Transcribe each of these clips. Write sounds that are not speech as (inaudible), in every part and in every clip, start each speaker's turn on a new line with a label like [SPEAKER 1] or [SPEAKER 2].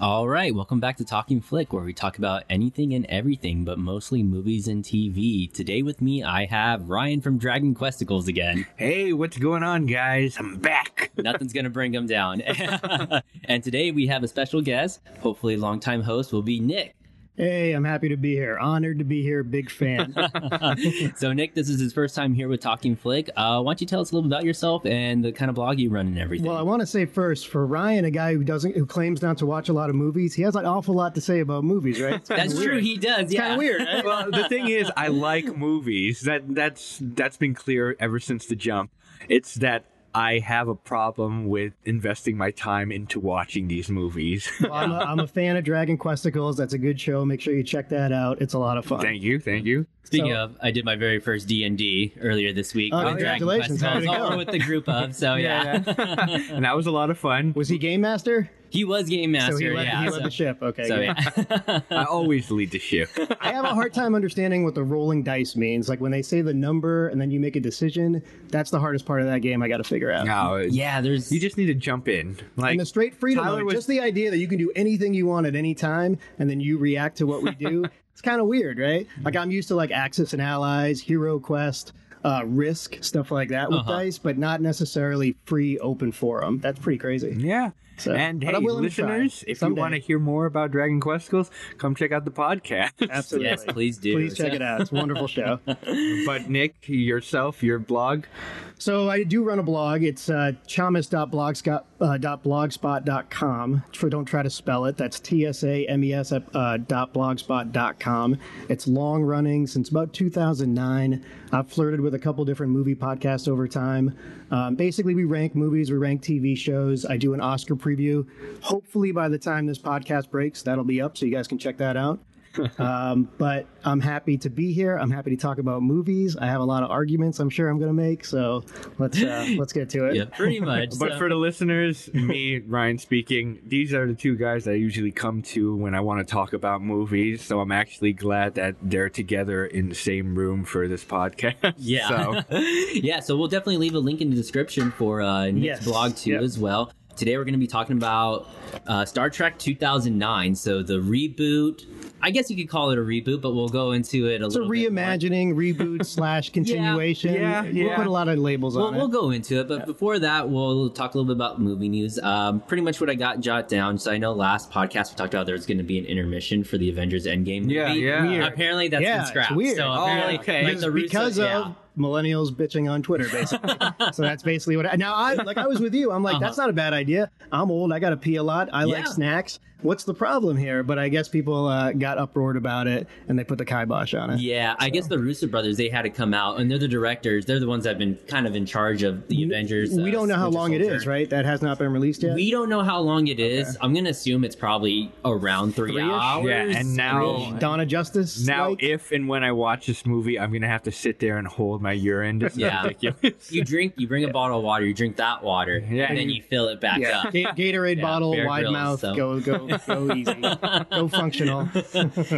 [SPEAKER 1] All right, welcome back to Talking Flick, where we talk about anything and everything, but mostly movies and TV. Today with me, I have Ryan from Dragon Questicles again.
[SPEAKER 2] Hey, what's going on, guys? I'm back. (laughs)
[SPEAKER 1] Nothing's gonna bring him down. (laughs) and today we have a special guest. Hopefully, longtime host will be Nick.
[SPEAKER 3] Hey, I'm happy to be here. Honored to be here.
[SPEAKER 1] (laughs)
[SPEAKER 3] Big fan.
[SPEAKER 1] so, Nick, this is his first time here with Talking Flick. Uh, why don't you tell us a little about yourself and the kind of blog you run and everything?
[SPEAKER 3] Well, I want to say first for Ryan, a guy who doesn't, who claims not to watch a lot of movies, he has an awful lot to say about movies, right? It's kinda
[SPEAKER 1] That's
[SPEAKER 3] weird.
[SPEAKER 1] true. He does.
[SPEAKER 3] It's
[SPEAKER 1] yeah.
[SPEAKER 3] kind of
[SPEAKER 1] (laughs)
[SPEAKER 3] weird. right?
[SPEAKER 2] well, the thing is, I like movies. That that's that's been clear ever since the jump. It's that I have a problem with investing my time into watching these movies. (laughs)
[SPEAKER 3] Well, I'm, a, I'm a fan of Dragon Questicles. That's a good show. Make sure you check that out. It's a lot of fun.
[SPEAKER 2] thank you, thank you.
[SPEAKER 1] Speaking
[SPEAKER 3] So-
[SPEAKER 1] of, I did my very first D and D earlier this week.
[SPEAKER 3] Oh,
[SPEAKER 1] with
[SPEAKER 3] congratulations.
[SPEAKER 1] Dragon Quest.
[SPEAKER 3] How did it
[SPEAKER 1] All
[SPEAKER 3] go?
[SPEAKER 1] with the group of.
[SPEAKER 3] (laughs)
[SPEAKER 1] So yeah,
[SPEAKER 2] and that was a lot of fun.
[SPEAKER 3] Was he game master?
[SPEAKER 1] he was game master.
[SPEAKER 3] so he led,
[SPEAKER 1] yeah.
[SPEAKER 3] he led
[SPEAKER 1] so,
[SPEAKER 3] the ship. Okay.
[SPEAKER 1] so,
[SPEAKER 3] good.
[SPEAKER 1] yeah.
[SPEAKER 2] I always lead the ship.
[SPEAKER 3] (laughs) I have a hard time understanding what the rolling dice means. Like when they say the number and then you make a decision, that's the hardest part of that game I got to figure out.
[SPEAKER 1] (laughs)
[SPEAKER 2] No,
[SPEAKER 1] yeah. There's
[SPEAKER 2] you just need to jump in. Like
[SPEAKER 3] And the straight freedom,
[SPEAKER 2] Tyler
[SPEAKER 3] mode,
[SPEAKER 2] was-
[SPEAKER 3] just the idea that you can do anything you want at any time, and then you react to what we
[SPEAKER 2] (laughs)
[SPEAKER 3] do. it's kind of weird, right? Like I'm used to like Axis and Allies, Hero Quest, uh, Risk, stuff like that with
[SPEAKER 1] Uh-huh.
[SPEAKER 3] dice, but not necessarily free open forum. That's pretty crazy.
[SPEAKER 2] Yeah.
[SPEAKER 3] So-
[SPEAKER 2] and hey,
[SPEAKER 3] but I'm willing to try
[SPEAKER 2] listeners, if
[SPEAKER 3] someday.
[SPEAKER 2] you want to hear more about Dragon Questicles, come check out the podcast.
[SPEAKER 3] Absolutely.
[SPEAKER 1] yes. Please do.
[SPEAKER 3] Please check it out. It's
[SPEAKER 1] (laughs)
[SPEAKER 3] a wonderful show.
[SPEAKER 2] but Nick, yourself, your blog,
[SPEAKER 3] So I do run a blog. It's uh, chamas.blogspot.com. For don't try to spell it. That's T S A M E S uh, dot blogspot.com. It's long running since about 2009. I've flirted with a couple different movie podcasts over time. Um, basically, we rank movies, we rank TV shows. I do an Oscar preview. Hopefully, by the time this podcast breaks, that'll be up, so you guys can check that out. Um, but I'm happy to be here. I'm happy to talk about movies. I have a lot of arguments I'm sure I'm going to make. So let's uh,
[SPEAKER 1] (laughs)
[SPEAKER 3] let's get to it.
[SPEAKER 1] Yeah,
[SPEAKER 3] (laughs)
[SPEAKER 1] pretty much.
[SPEAKER 2] But
[SPEAKER 1] so-
[SPEAKER 2] for the listeners, me, (laughs) Ryan speaking, these are the two guys that I usually come to when I want to talk about movies. So I'm actually glad that they're together in the same room for this podcast. (laughs)
[SPEAKER 1] Yeah. (laughs)
[SPEAKER 2] So
[SPEAKER 1] yeah, so we'll definitely leave a link in the description for uh, Nick's
[SPEAKER 3] Yes.
[SPEAKER 1] blog too
[SPEAKER 3] Yep.
[SPEAKER 1] as well. Today we're going to be talking about uh, Star Trek 2009, so the reboot. I guess you could call it a reboot, but we'll go into it a
[SPEAKER 3] It's a
[SPEAKER 1] little bit more.
[SPEAKER 3] reimagining,
[SPEAKER 1] (laughs)
[SPEAKER 3] reboot slash continuation.
[SPEAKER 2] Yeah,
[SPEAKER 3] We'll
[SPEAKER 2] yeah.
[SPEAKER 3] put a lot of labels
[SPEAKER 1] We'll,
[SPEAKER 3] on
[SPEAKER 1] we'll
[SPEAKER 3] it.
[SPEAKER 1] go into it, but before that, we'll talk a little bit about movie news. Um, pretty much what I got jot down. So I know last podcast we talked about there's going to be an intermission for the Avengers Endgame movie.
[SPEAKER 2] Yeah, yeah. Weird.
[SPEAKER 1] Apparently that's
[SPEAKER 3] Yeah,
[SPEAKER 1] been
[SPEAKER 3] it's
[SPEAKER 1] scrapped.
[SPEAKER 3] weird.
[SPEAKER 1] So
[SPEAKER 3] Oh,
[SPEAKER 1] apparently,
[SPEAKER 2] okay.
[SPEAKER 1] like the Russo-
[SPEAKER 3] because of
[SPEAKER 1] yeah.
[SPEAKER 3] millennials bitching
[SPEAKER 1] (laughs)
[SPEAKER 3] on Twitter, basically. so that's basically what. I, now I like. I was with you. I'm like, that's not a bad idea. I'm old. I got to pee a lot. I like
[SPEAKER 1] Uh-huh. Yeah.
[SPEAKER 3] snacks. What's the problem here? But I guess people uh, got uproared about it and they put the kibosh on it.
[SPEAKER 1] Yeah, I guess the Russo brothers they had to come out, and they're the directors. They're the ones that've been kind of in charge of the Avengers.
[SPEAKER 3] we
[SPEAKER 1] uh,
[SPEAKER 3] don't know how
[SPEAKER 1] Winter
[SPEAKER 3] long it
[SPEAKER 1] Soldier.
[SPEAKER 3] is, right? That has not been released yet.
[SPEAKER 1] We don't know how long it is. I'm gonna assume it's probably around 3
[SPEAKER 3] Three-ish?
[SPEAKER 1] hours.
[SPEAKER 2] Yeah, and now-
[SPEAKER 3] Dawn of Justice.
[SPEAKER 2] now,
[SPEAKER 3] like?
[SPEAKER 2] if and when I watch this movie, I'm gonna have to sit there and hold my urine. This is
[SPEAKER 1] Yeah.
[SPEAKER 2] ridiculous.
[SPEAKER 1] you drink, you
[SPEAKER 2] (laughs)
[SPEAKER 1] bring a bottle of water, you drink that water,
[SPEAKER 2] Yeah.
[SPEAKER 1] and then you fill it back
[SPEAKER 3] yeah,
[SPEAKER 1] up.
[SPEAKER 3] Ga-
[SPEAKER 1] (laughs)
[SPEAKER 3] Gatorade
[SPEAKER 1] Yeah,
[SPEAKER 3] bottle,
[SPEAKER 1] Bear
[SPEAKER 3] wide
[SPEAKER 1] Grylls,
[SPEAKER 3] mouth,
[SPEAKER 1] so.
[SPEAKER 3] go go go easy,
[SPEAKER 1] (laughs)
[SPEAKER 3] go functional.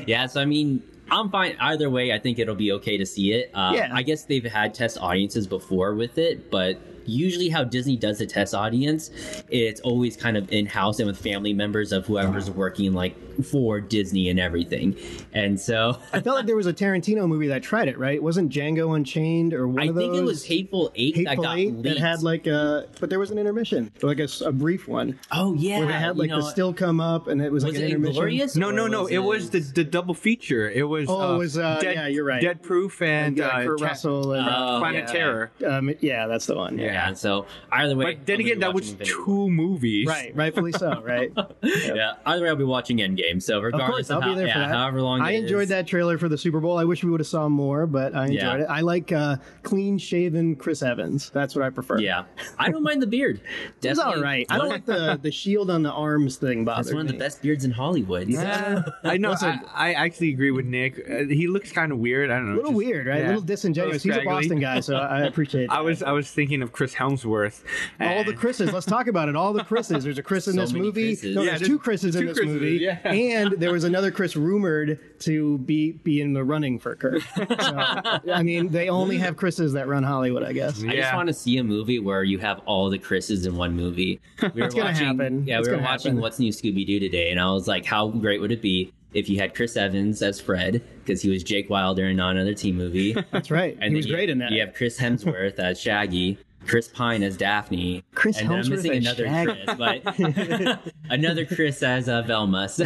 [SPEAKER 1] yeah, so I mean, I'm fine either way. I think it'll be okay to see it. Uh,
[SPEAKER 3] Yeah.
[SPEAKER 1] I guess they've had test audiences before with it, but usually how Disney does the test audience, it's always kind of in house and with family members of whoever's
[SPEAKER 3] Uh-huh.
[SPEAKER 1] working like for Disney and everything. And so
[SPEAKER 3] I felt like there was a Tarantino movie that tried it, right? Wasn't Django Unchained or one
[SPEAKER 1] I
[SPEAKER 3] of those?
[SPEAKER 1] think it was Hateful Eight that
[SPEAKER 3] Hateful
[SPEAKER 1] got
[SPEAKER 3] Eight that
[SPEAKER 1] leaked.
[SPEAKER 3] had like a, but there was an intermission, like a, s- a brief one
[SPEAKER 1] oh yeah,
[SPEAKER 3] where they had
[SPEAKER 1] you
[SPEAKER 3] like
[SPEAKER 1] know,
[SPEAKER 3] the still come up, and it was,
[SPEAKER 1] was
[SPEAKER 3] like an
[SPEAKER 1] it
[SPEAKER 3] intermission.
[SPEAKER 1] Inglorious?
[SPEAKER 2] No, no, no! It was the, the double feature. It was
[SPEAKER 3] Oh, it was, uh, yeah, you're right.
[SPEAKER 2] Dead Proof and,
[SPEAKER 3] And uh,
[SPEAKER 2] uh,
[SPEAKER 3] Kurt
[SPEAKER 2] Tra-
[SPEAKER 3] Russell and
[SPEAKER 1] Oh,
[SPEAKER 2] Planet
[SPEAKER 1] yeah.
[SPEAKER 2] Terror.
[SPEAKER 3] um, yeah, that's the one.
[SPEAKER 2] Yeah.
[SPEAKER 1] Yeah, so either way,
[SPEAKER 2] But then
[SPEAKER 1] I'll be
[SPEAKER 2] again, that
[SPEAKER 1] watching
[SPEAKER 2] was
[SPEAKER 1] Infinity War.
[SPEAKER 2] two movies.
[SPEAKER 3] right, rightfully so, right?
[SPEAKER 1] (laughs) Yeah, either way, I'll be watching Endgame. So regardless
[SPEAKER 3] I'll
[SPEAKER 1] of,
[SPEAKER 3] be
[SPEAKER 1] how,
[SPEAKER 3] there for
[SPEAKER 1] yeah,
[SPEAKER 3] that.
[SPEAKER 1] however long
[SPEAKER 3] I
[SPEAKER 1] it
[SPEAKER 3] enjoyed
[SPEAKER 1] is.
[SPEAKER 3] that trailer for the Super Bowl. I wish we would have saw more, but I enjoyed
[SPEAKER 1] Yeah.
[SPEAKER 3] it. I like uh, clean shaven Chris Evans. That's what I prefer.
[SPEAKER 1] Yeah, I don't mind the
[SPEAKER 3] (laughs)
[SPEAKER 1] beard.
[SPEAKER 3] It's
[SPEAKER 1] Definitely-
[SPEAKER 3] all right. I don't like the, the shield on the arms thing bothers
[SPEAKER 1] That's one of the
[SPEAKER 3] me.
[SPEAKER 1] best beards in Hollywood. so-
[SPEAKER 3] (laughs)
[SPEAKER 2] I know.
[SPEAKER 3] Listen.
[SPEAKER 2] I, I actually agree with Nick. Uh, he looks kind of weird. I don't know.
[SPEAKER 3] A little
[SPEAKER 2] just-
[SPEAKER 3] weird, right?
[SPEAKER 2] yeah.
[SPEAKER 3] A little disingenuous. He's a
[SPEAKER 2] Little
[SPEAKER 1] (laughs)
[SPEAKER 3] Boston guy, so I I appreciate it.
[SPEAKER 2] I was I was thinking of Chris Helmsworth.
[SPEAKER 3] All the
[SPEAKER 2] And-
[SPEAKER 3] Chris's. Let's talk about it. All the Chris's. There's a Chris in
[SPEAKER 1] So
[SPEAKER 3] this
[SPEAKER 1] many
[SPEAKER 3] movie.
[SPEAKER 1] Chris's.
[SPEAKER 3] No,
[SPEAKER 1] Yeah,
[SPEAKER 3] there's
[SPEAKER 2] there's
[SPEAKER 3] two Chris's in
[SPEAKER 2] two
[SPEAKER 3] this
[SPEAKER 2] Chris's,
[SPEAKER 3] movie,
[SPEAKER 2] yeah.
[SPEAKER 3] and
[SPEAKER 1] (laughs)
[SPEAKER 3] there was another Chris rumored to be be in the running for Kirk.
[SPEAKER 1] (laughs)
[SPEAKER 3] So, I mean, they only have Chris's that run Hollywood, I guess.
[SPEAKER 1] I just
[SPEAKER 2] Yeah.
[SPEAKER 1] want to see a movie where you have all the Chris's in one
[SPEAKER 3] (laughs)
[SPEAKER 1] movie. We were
[SPEAKER 3] It's gonna happen.
[SPEAKER 1] Yeah,
[SPEAKER 3] It's
[SPEAKER 1] we were
[SPEAKER 3] gonna
[SPEAKER 1] watching
[SPEAKER 3] happen.
[SPEAKER 1] What's New Scooby Doo today, and I was like, how great would it be if you had Chris Evans as Fred because he was Jake Wilder in not another Teen
[SPEAKER 3] (laughs)
[SPEAKER 1] movie, and
[SPEAKER 3] That's right. he was
[SPEAKER 1] you,
[SPEAKER 3] great in that.
[SPEAKER 1] You have Chris Hemsworth as Shaggy. Chris Pine as Daphne.
[SPEAKER 3] Chris
[SPEAKER 1] and then I'm
[SPEAKER 3] Hemsworth
[SPEAKER 1] missing
[SPEAKER 3] as
[SPEAKER 1] another
[SPEAKER 3] Shaggy.
[SPEAKER 1] Chris, but
[SPEAKER 3] (laughs)
[SPEAKER 1] (laughs) another Chris as uh, Velma. So.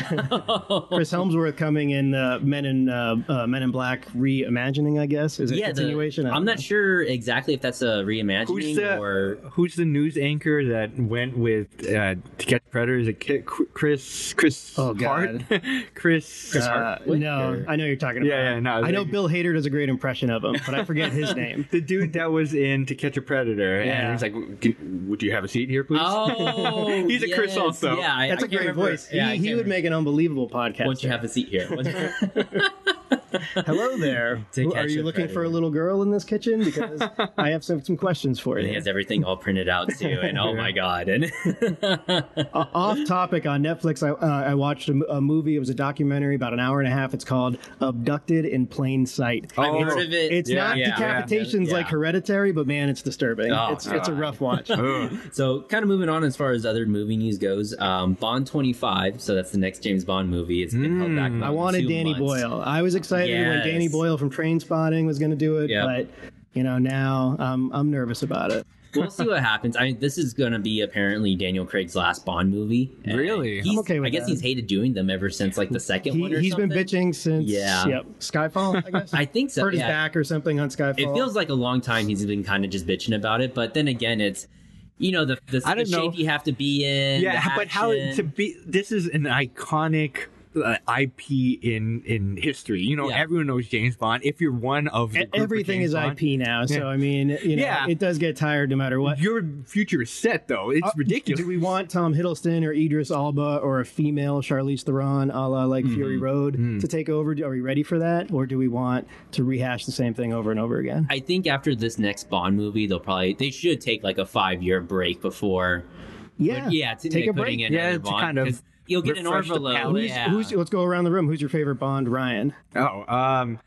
[SPEAKER 3] Chris Helmsworth coming in uh, Men in uh, uh, Men in Black reimagining, I guess, is it
[SPEAKER 1] yeah, the-
[SPEAKER 3] continuation? I don't
[SPEAKER 1] I'm not
[SPEAKER 3] know.
[SPEAKER 1] sure exactly if that's a reimagining
[SPEAKER 2] Who's the
[SPEAKER 1] or
[SPEAKER 2] Who's the news anchor that went with uh, to catch predators? Is it Ki- Chris Chris
[SPEAKER 3] Oh, God.
[SPEAKER 2] Hart? (laughs) Chris
[SPEAKER 3] Uh,
[SPEAKER 2] Hart?
[SPEAKER 3] no, I know who you're talking about.
[SPEAKER 2] Yeah, yeah, no,
[SPEAKER 3] I know
[SPEAKER 2] they-
[SPEAKER 3] Bill Hader does a great impression of him, but I
[SPEAKER 1] (laughs)
[SPEAKER 3] forget his name.
[SPEAKER 2] the dude that was in To Catch a Predator,
[SPEAKER 3] Yeah.
[SPEAKER 2] and he's like, "Can- "Would you have a seat here, please?" (laughs)
[SPEAKER 1] Oh,
[SPEAKER 2] (laughs) He's a Chris
[SPEAKER 1] yes.
[SPEAKER 2] also.
[SPEAKER 1] Yeah, I,
[SPEAKER 3] That's
[SPEAKER 1] a
[SPEAKER 3] a great voice.
[SPEAKER 1] Yeah, I
[SPEAKER 3] he he
[SPEAKER 1] can't
[SPEAKER 3] would
[SPEAKER 1] remember.
[SPEAKER 3] make an unbelievable podcast.
[SPEAKER 1] Once you have a seat here. Once you-
[SPEAKER 3] Hello there.
[SPEAKER 1] (laughs) To
[SPEAKER 3] Who-
[SPEAKER 1] catch
[SPEAKER 3] Are you
[SPEAKER 1] a
[SPEAKER 3] looking for a
[SPEAKER 1] predator.
[SPEAKER 3] little girl in this kitchen?
[SPEAKER 1] (laughs)
[SPEAKER 3] Because I have some, some questions for
[SPEAKER 1] and he
[SPEAKER 3] you.
[SPEAKER 1] has everything all printed out
[SPEAKER 3] (laughs)
[SPEAKER 1] too, and oh my god, and (laughs)
[SPEAKER 3] O- Off topic on Netflix, I, uh, I watched a, m- a movie. It was a documentary about an hour and a half. It's called Abducted in Plain Sight.
[SPEAKER 2] Oh.
[SPEAKER 1] I've heard of it.
[SPEAKER 3] It's
[SPEAKER 2] Yeah,
[SPEAKER 3] not
[SPEAKER 1] yeah,
[SPEAKER 3] decapitations
[SPEAKER 1] yeah.
[SPEAKER 3] like hereditary, but man, it's disturbing.
[SPEAKER 1] Oh,
[SPEAKER 3] it's, it's a
[SPEAKER 1] God. (laughs)
[SPEAKER 3] rough watch.
[SPEAKER 2] Ugh.
[SPEAKER 1] So, kind of moving on as far as other movie news goes, um, Bond 25, so that's the next James Bond movie. It's been held back.
[SPEAKER 3] Hmm. I wanted Danny Boyle. I was excited when
[SPEAKER 1] Yes.
[SPEAKER 3] Danny Boyle from Train Spotting was going to do it,
[SPEAKER 1] Yep.
[SPEAKER 3] but you know now um, I'm nervous about it.
[SPEAKER 1] We'll see what happens. I mean, this is going to be apparently Daniel Craig's last Bond movie. And
[SPEAKER 2] Really? I'm
[SPEAKER 1] he's-
[SPEAKER 3] okay with
[SPEAKER 1] I guess
[SPEAKER 3] that.
[SPEAKER 1] he's hated doing them ever since like the second
[SPEAKER 3] He,
[SPEAKER 1] one. Or
[SPEAKER 3] has been
[SPEAKER 1] something.
[SPEAKER 3] bitching since
[SPEAKER 1] Yeah.
[SPEAKER 3] yep, Skyfall. I
[SPEAKER 1] (laughs)
[SPEAKER 3] guess
[SPEAKER 1] I think so.
[SPEAKER 3] hurt his
[SPEAKER 1] yeah.
[SPEAKER 3] back or something on Skyfall.
[SPEAKER 1] It feels like a long time he's been kind of just bitching about it, but then again, it's you know the the,
[SPEAKER 2] I
[SPEAKER 1] the
[SPEAKER 2] don't know.
[SPEAKER 1] shape you have to be in.
[SPEAKER 2] yeah,
[SPEAKER 1] the
[SPEAKER 2] but how
[SPEAKER 1] action.
[SPEAKER 2] to be? This is an iconic. Uh, IP in in history, you know,
[SPEAKER 1] Yeah.
[SPEAKER 2] everyone knows James Bond. If you're one of the
[SPEAKER 3] E-
[SPEAKER 2] group of
[SPEAKER 3] everything
[SPEAKER 2] James
[SPEAKER 3] is
[SPEAKER 2] Bond,
[SPEAKER 3] IP now, so I mean, you know,
[SPEAKER 2] Yeah.
[SPEAKER 3] it does get tired no matter what.
[SPEAKER 2] your future is set though. It's
[SPEAKER 3] Uh, (laughs)
[SPEAKER 2] ridiculous.
[SPEAKER 3] Do we want Tom Hiddleston or Idris Alba or a female Charlize Theron, a la
[SPEAKER 2] Mm-hmm.
[SPEAKER 3] like Fury Road, to take over? Are we ready for that, or do we want to rehash the same thing over and over again?
[SPEAKER 1] I think after this next Bond movie, they'll probably they should take like a five year break before.
[SPEAKER 3] yeah,
[SPEAKER 1] yeah, to,
[SPEAKER 3] take a
[SPEAKER 1] putting
[SPEAKER 3] break.
[SPEAKER 1] in
[SPEAKER 2] Yeah,
[SPEAKER 1] another
[SPEAKER 2] to
[SPEAKER 1] Bond,
[SPEAKER 2] kind of
[SPEAKER 1] 'cause you'll get an
[SPEAKER 2] refresh the
[SPEAKER 1] overload.
[SPEAKER 2] palate.
[SPEAKER 3] Who's,
[SPEAKER 1] yeah.
[SPEAKER 3] who's, let's go around the room. Who's your favorite Bond? Ryan.
[SPEAKER 2] Oh, um,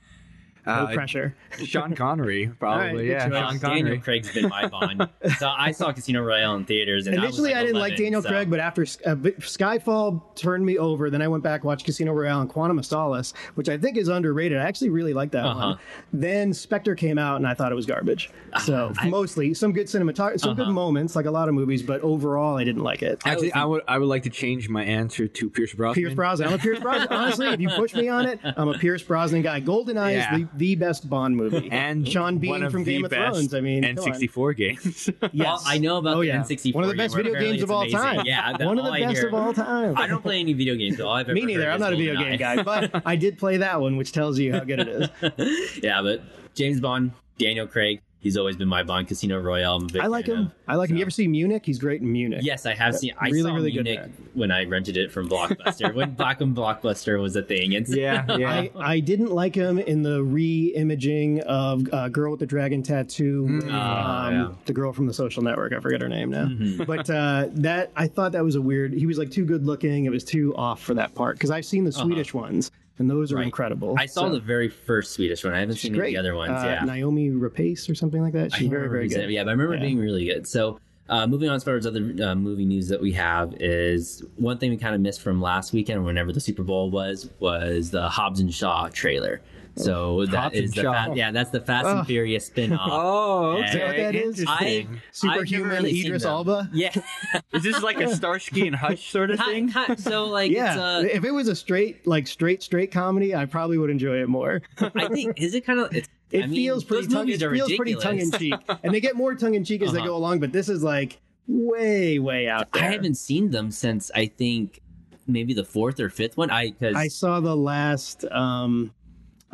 [SPEAKER 3] No
[SPEAKER 2] uh,
[SPEAKER 3] pressure.
[SPEAKER 2] Sean Connery,
[SPEAKER 3] (laughs) All right,
[SPEAKER 2] probably. yeah,
[SPEAKER 3] good choice.
[SPEAKER 2] Sean
[SPEAKER 1] Daniel
[SPEAKER 2] Connery.
[SPEAKER 1] Craig's been my Bond. so I saw Casino Royale in theaters. And
[SPEAKER 3] Initially, I,
[SPEAKER 1] I, was, like, "Oh
[SPEAKER 3] didn't
[SPEAKER 1] 11,
[SPEAKER 3] like Daniel
[SPEAKER 1] so-
[SPEAKER 3] Craig, but after uh, B- Skyfall turned me over, then I went back watched Casino Royale and Quantum of Solace, which I think is underrated. I actually really like that
[SPEAKER 1] Uh-huh. Ah,
[SPEAKER 3] one. Then Spectre came out, and I thought it was garbage. So mostly some good cinematography, some
[SPEAKER 1] Uh-huh.
[SPEAKER 3] good moments, like a lot of movies, but overall, I didn't like it.
[SPEAKER 2] Actually, I would I would like to change my answer to Pierce Brosnan.
[SPEAKER 3] Pierce Brosnan. I'm a
[SPEAKER 1] (laughs)
[SPEAKER 3] Pierce Brosnan. Honestly, if you push me on it, I'm a Pierce Brosnan guy. GoldenEye
[SPEAKER 2] Yeah.
[SPEAKER 3] is the, the best Bond movie.
[SPEAKER 2] and
[SPEAKER 3] Sean
[SPEAKER 2] one
[SPEAKER 3] Bean
[SPEAKER 2] of
[SPEAKER 3] from
[SPEAKER 2] the
[SPEAKER 3] Game of
[SPEAKER 2] best
[SPEAKER 3] Thrones. I mean,
[SPEAKER 2] and
[SPEAKER 3] come on.
[SPEAKER 2] 64 games. (laughs)
[SPEAKER 3] (laughs)
[SPEAKER 1] Well, I know about
[SPEAKER 3] Oh,
[SPEAKER 1] the
[SPEAKER 3] yeah.
[SPEAKER 1] N64.
[SPEAKER 3] One of the best
[SPEAKER 1] where
[SPEAKER 3] video
[SPEAKER 1] apparently
[SPEAKER 3] games of
[SPEAKER 1] it's
[SPEAKER 3] all
[SPEAKER 1] amazing.
[SPEAKER 3] time.
[SPEAKER 1] Yeah, that-
[SPEAKER 3] one of the
[SPEAKER 1] all I
[SPEAKER 3] best
[SPEAKER 1] hear-
[SPEAKER 3] of all time.
[SPEAKER 1] I don't play any video games. All I've ever
[SPEAKER 3] (laughs) Me neither.
[SPEAKER 1] heard
[SPEAKER 3] I'm
[SPEAKER 1] is
[SPEAKER 3] not a video game
[SPEAKER 1] GoldenEye. (laughs)
[SPEAKER 3] guy, but I did play that one, which tells you how good it is.
[SPEAKER 1] yeah, but James Bond, Daniel Craig, he's always been my Bond. Casino Royale, I'm a big
[SPEAKER 3] I like
[SPEAKER 1] fan
[SPEAKER 3] him.
[SPEAKER 1] of.
[SPEAKER 3] I like him. You ever see Munich? He's great in Munich.
[SPEAKER 1] Yes, I have seen. I
[SPEAKER 3] Really,
[SPEAKER 1] saw
[SPEAKER 3] really good
[SPEAKER 1] Munich
[SPEAKER 3] man.
[SPEAKER 1] when I rented it from Blockbuster
[SPEAKER 3] (laughs)
[SPEAKER 1] when Black and Blockbuster was a thing. And
[SPEAKER 2] yeah, yeah.
[SPEAKER 3] I, I didn't like him in the re-imaging of uh, Girl with the Dragon Tattoo, with, um,
[SPEAKER 1] Mm. Oh, yeah. Mm-hmm.
[SPEAKER 3] the girl from The Social Network. I forget her name now, (laughs) but uh, that I thought that was a weird. He was like too good looking. It was too off for that part because I've seen the Swedish ones, and those are incredible.
[SPEAKER 1] Uh-huh. I saw
[SPEAKER 3] So,
[SPEAKER 1] the very first Swedish one. I haven't seen any of
[SPEAKER 3] great.
[SPEAKER 1] the other ones.
[SPEAKER 3] Uh,
[SPEAKER 1] yeah,
[SPEAKER 3] Naomi Rapace or something like that.
[SPEAKER 1] I
[SPEAKER 3] She's
[SPEAKER 1] can't
[SPEAKER 3] very
[SPEAKER 1] remember
[SPEAKER 3] very
[SPEAKER 1] who's in it,
[SPEAKER 3] good.
[SPEAKER 1] Yeah, but I remember it
[SPEAKER 3] Yeah.
[SPEAKER 1] being really good. So, uh, moving on as far as other uh, movie news that we have is one thing we kind of missed from last weekend, whenever the Super Bowl was, was the Hobbs and Shaw trailer. So that
[SPEAKER 2] Hobbs
[SPEAKER 1] is
[SPEAKER 2] and
[SPEAKER 1] the
[SPEAKER 2] Shaw.
[SPEAKER 1] fa- yeah, that's the Fast and Furious spin
[SPEAKER 3] (laughs)
[SPEAKER 1] off.
[SPEAKER 2] oh,
[SPEAKER 1] Is that what
[SPEAKER 3] that is?
[SPEAKER 1] I
[SPEAKER 2] interesting.
[SPEAKER 3] Superhuman Idris Alba? (laughs)
[SPEAKER 1] Yeah, (laughs)
[SPEAKER 2] is this like a Starsky and Hutch sort of
[SPEAKER 1] Hi-
[SPEAKER 2] thing?
[SPEAKER 1] hi- so like
[SPEAKER 3] Yeah,
[SPEAKER 1] it's uh,
[SPEAKER 3] if it was a straight like straight straight comedy, I probably would enjoy
[SPEAKER 1] (laughs)
[SPEAKER 3] it more.
[SPEAKER 1] uh, I think is it kind of it's,
[SPEAKER 3] It
[SPEAKER 1] I mean,
[SPEAKER 3] feels pretty
[SPEAKER 1] those
[SPEAKER 3] tongue, it
[SPEAKER 1] movies are
[SPEAKER 3] feels pretty
[SPEAKER 1] ridiculous.
[SPEAKER 3] tongue in cheek,
[SPEAKER 1] (laughs)
[SPEAKER 3] and they get more tongue in cheek as they
[SPEAKER 1] Uh-huh.
[SPEAKER 3] go along. But this is like way way out there.
[SPEAKER 1] I haven't seen them since I think maybe the fourth or fifth one. I because
[SPEAKER 3] I saw the last. um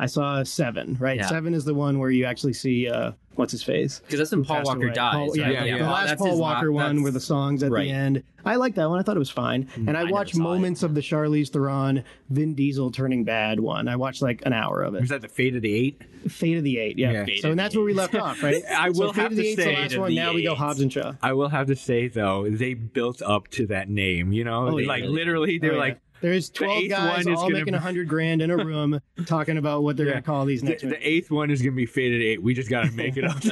[SPEAKER 3] I saw seven. Right,
[SPEAKER 1] Yeah.
[SPEAKER 3] seven is the one where you actually see uh what's his face?
[SPEAKER 1] Because that's when Paul
[SPEAKER 3] passed
[SPEAKER 1] Walker
[SPEAKER 3] away.
[SPEAKER 1] dies.
[SPEAKER 3] Paul-
[SPEAKER 1] right?
[SPEAKER 2] yeah, yeah.
[SPEAKER 3] The
[SPEAKER 2] Paul-
[SPEAKER 3] last
[SPEAKER 1] that's
[SPEAKER 3] Paul
[SPEAKER 1] his
[SPEAKER 3] Walker
[SPEAKER 1] la-
[SPEAKER 3] one
[SPEAKER 1] that's-
[SPEAKER 3] with the songs at
[SPEAKER 1] right. Mm,
[SPEAKER 3] the end. I like that one. I thought it was fine. And I,
[SPEAKER 1] never
[SPEAKER 3] watched
[SPEAKER 1] saw it.
[SPEAKER 3] moments of the Charlize Theron Vin Diesel turning bad one. I watched like an hour of
[SPEAKER 2] Was
[SPEAKER 3] it.
[SPEAKER 2] that the fate of the eight?
[SPEAKER 3] Fate of the Eight. Yeah.
[SPEAKER 2] Yeah.
[SPEAKER 1] Fate
[SPEAKER 3] So
[SPEAKER 1] of
[SPEAKER 3] and
[SPEAKER 1] the
[SPEAKER 3] that's where we (laughs) left off, right?
[SPEAKER 2] I
[SPEAKER 3] So
[SPEAKER 2] will
[SPEAKER 3] Fate
[SPEAKER 2] have
[SPEAKER 3] of the
[SPEAKER 2] to
[SPEAKER 3] Eight's the
[SPEAKER 2] say
[SPEAKER 3] last
[SPEAKER 1] that
[SPEAKER 3] one.
[SPEAKER 1] the
[SPEAKER 3] Now we go
[SPEAKER 1] Eight-
[SPEAKER 3] Hobbs and Shaw.
[SPEAKER 2] I will have to say though, they built up to that name. You know,
[SPEAKER 3] Oh,
[SPEAKER 2] They,
[SPEAKER 3] yeah.
[SPEAKER 2] like literally, they're
[SPEAKER 3] Oh, yeah.
[SPEAKER 2] like
[SPEAKER 3] there's
[SPEAKER 2] the
[SPEAKER 3] 12
[SPEAKER 2] eighth
[SPEAKER 3] guys
[SPEAKER 2] one is
[SPEAKER 3] all
[SPEAKER 2] gonna
[SPEAKER 3] making
[SPEAKER 2] be-
[SPEAKER 3] a hundred grand in a room talking about what they're
[SPEAKER 2] Yeah.
[SPEAKER 3] going to call these
[SPEAKER 2] the,
[SPEAKER 3] next ones.
[SPEAKER 2] the eighth one is gonna be fate of the eight. We just gotta make it
[SPEAKER 3] (laughs)
[SPEAKER 2] up.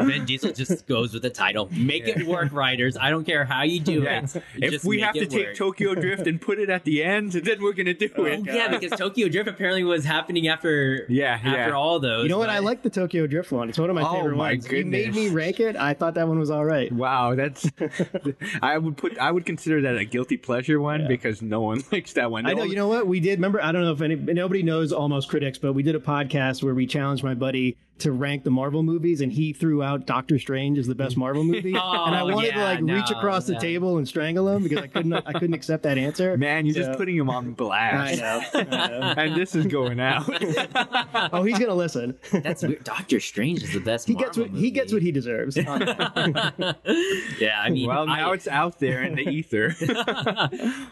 [SPEAKER 1] Vin Diesel just goes with the title. Make it work, writers. I don't care how you do
[SPEAKER 2] Yeah.
[SPEAKER 1] it.
[SPEAKER 2] if
[SPEAKER 1] Just
[SPEAKER 2] we
[SPEAKER 1] make
[SPEAKER 2] have to
[SPEAKER 1] it
[SPEAKER 2] take
[SPEAKER 1] work.
[SPEAKER 2] Tokyo Drift and put it at the end, then we're gonna do
[SPEAKER 3] Oh,
[SPEAKER 2] it.
[SPEAKER 1] Oh, yeah, because Tokyo Drift apparently was happening after
[SPEAKER 2] uh, Yeah,
[SPEAKER 1] after
[SPEAKER 2] yeah.
[SPEAKER 1] all those.
[SPEAKER 3] You know what? I
[SPEAKER 1] but-
[SPEAKER 3] like the Tokyo Drift one. It's one of my
[SPEAKER 2] Oh,
[SPEAKER 3] favorite
[SPEAKER 2] my
[SPEAKER 3] ones. You made
[SPEAKER 2] goodness.
[SPEAKER 3] me rank it. I thought that one was all right.
[SPEAKER 2] Wow,
[SPEAKER 3] (laughs)
[SPEAKER 2] that's I would put I would consider that a guilty pleasure one
[SPEAKER 3] Yeah.
[SPEAKER 2] because no one (laughs) likes that one.
[SPEAKER 3] I know. You know what? We did. Remember? I don't know if any nobody knows almost critics, but we did a podcast where we challenged my buddy to rank the Marvel movies, and he threw out Doctor Strange as the best Marvel movie.
[SPEAKER 1] (laughs) Oh,
[SPEAKER 3] and I wanted to
[SPEAKER 1] yeah,
[SPEAKER 3] like reach
[SPEAKER 1] no,
[SPEAKER 3] across the
[SPEAKER 1] no.
[SPEAKER 3] table and strangle him because I couldn't. I couldn't accept that answer.
[SPEAKER 2] man, you're
[SPEAKER 3] So-
[SPEAKER 2] just putting him
[SPEAKER 3] (laughs)
[SPEAKER 2] on
[SPEAKER 3] I
[SPEAKER 2] blast.
[SPEAKER 3] know. I know.
[SPEAKER 2] (laughs) And this is going
[SPEAKER 3] (laughs)
[SPEAKER 2] out.
[SPEAKER 3] Oh, he's gonna listen.
[SPEAKER 1] That's weird. Doctor Strange is the best.
[SPEAKER 3] He gets what he gets what he
[SPEAKER 1] (laughs)
[SPEAKER 3] deserves. (laughs)
[SPEAKER 1] yeah, I mean,
[SPEAKER 2] well, now
[SPEAKER 1] I-
[SPEAKER 2] it's out there in the ether.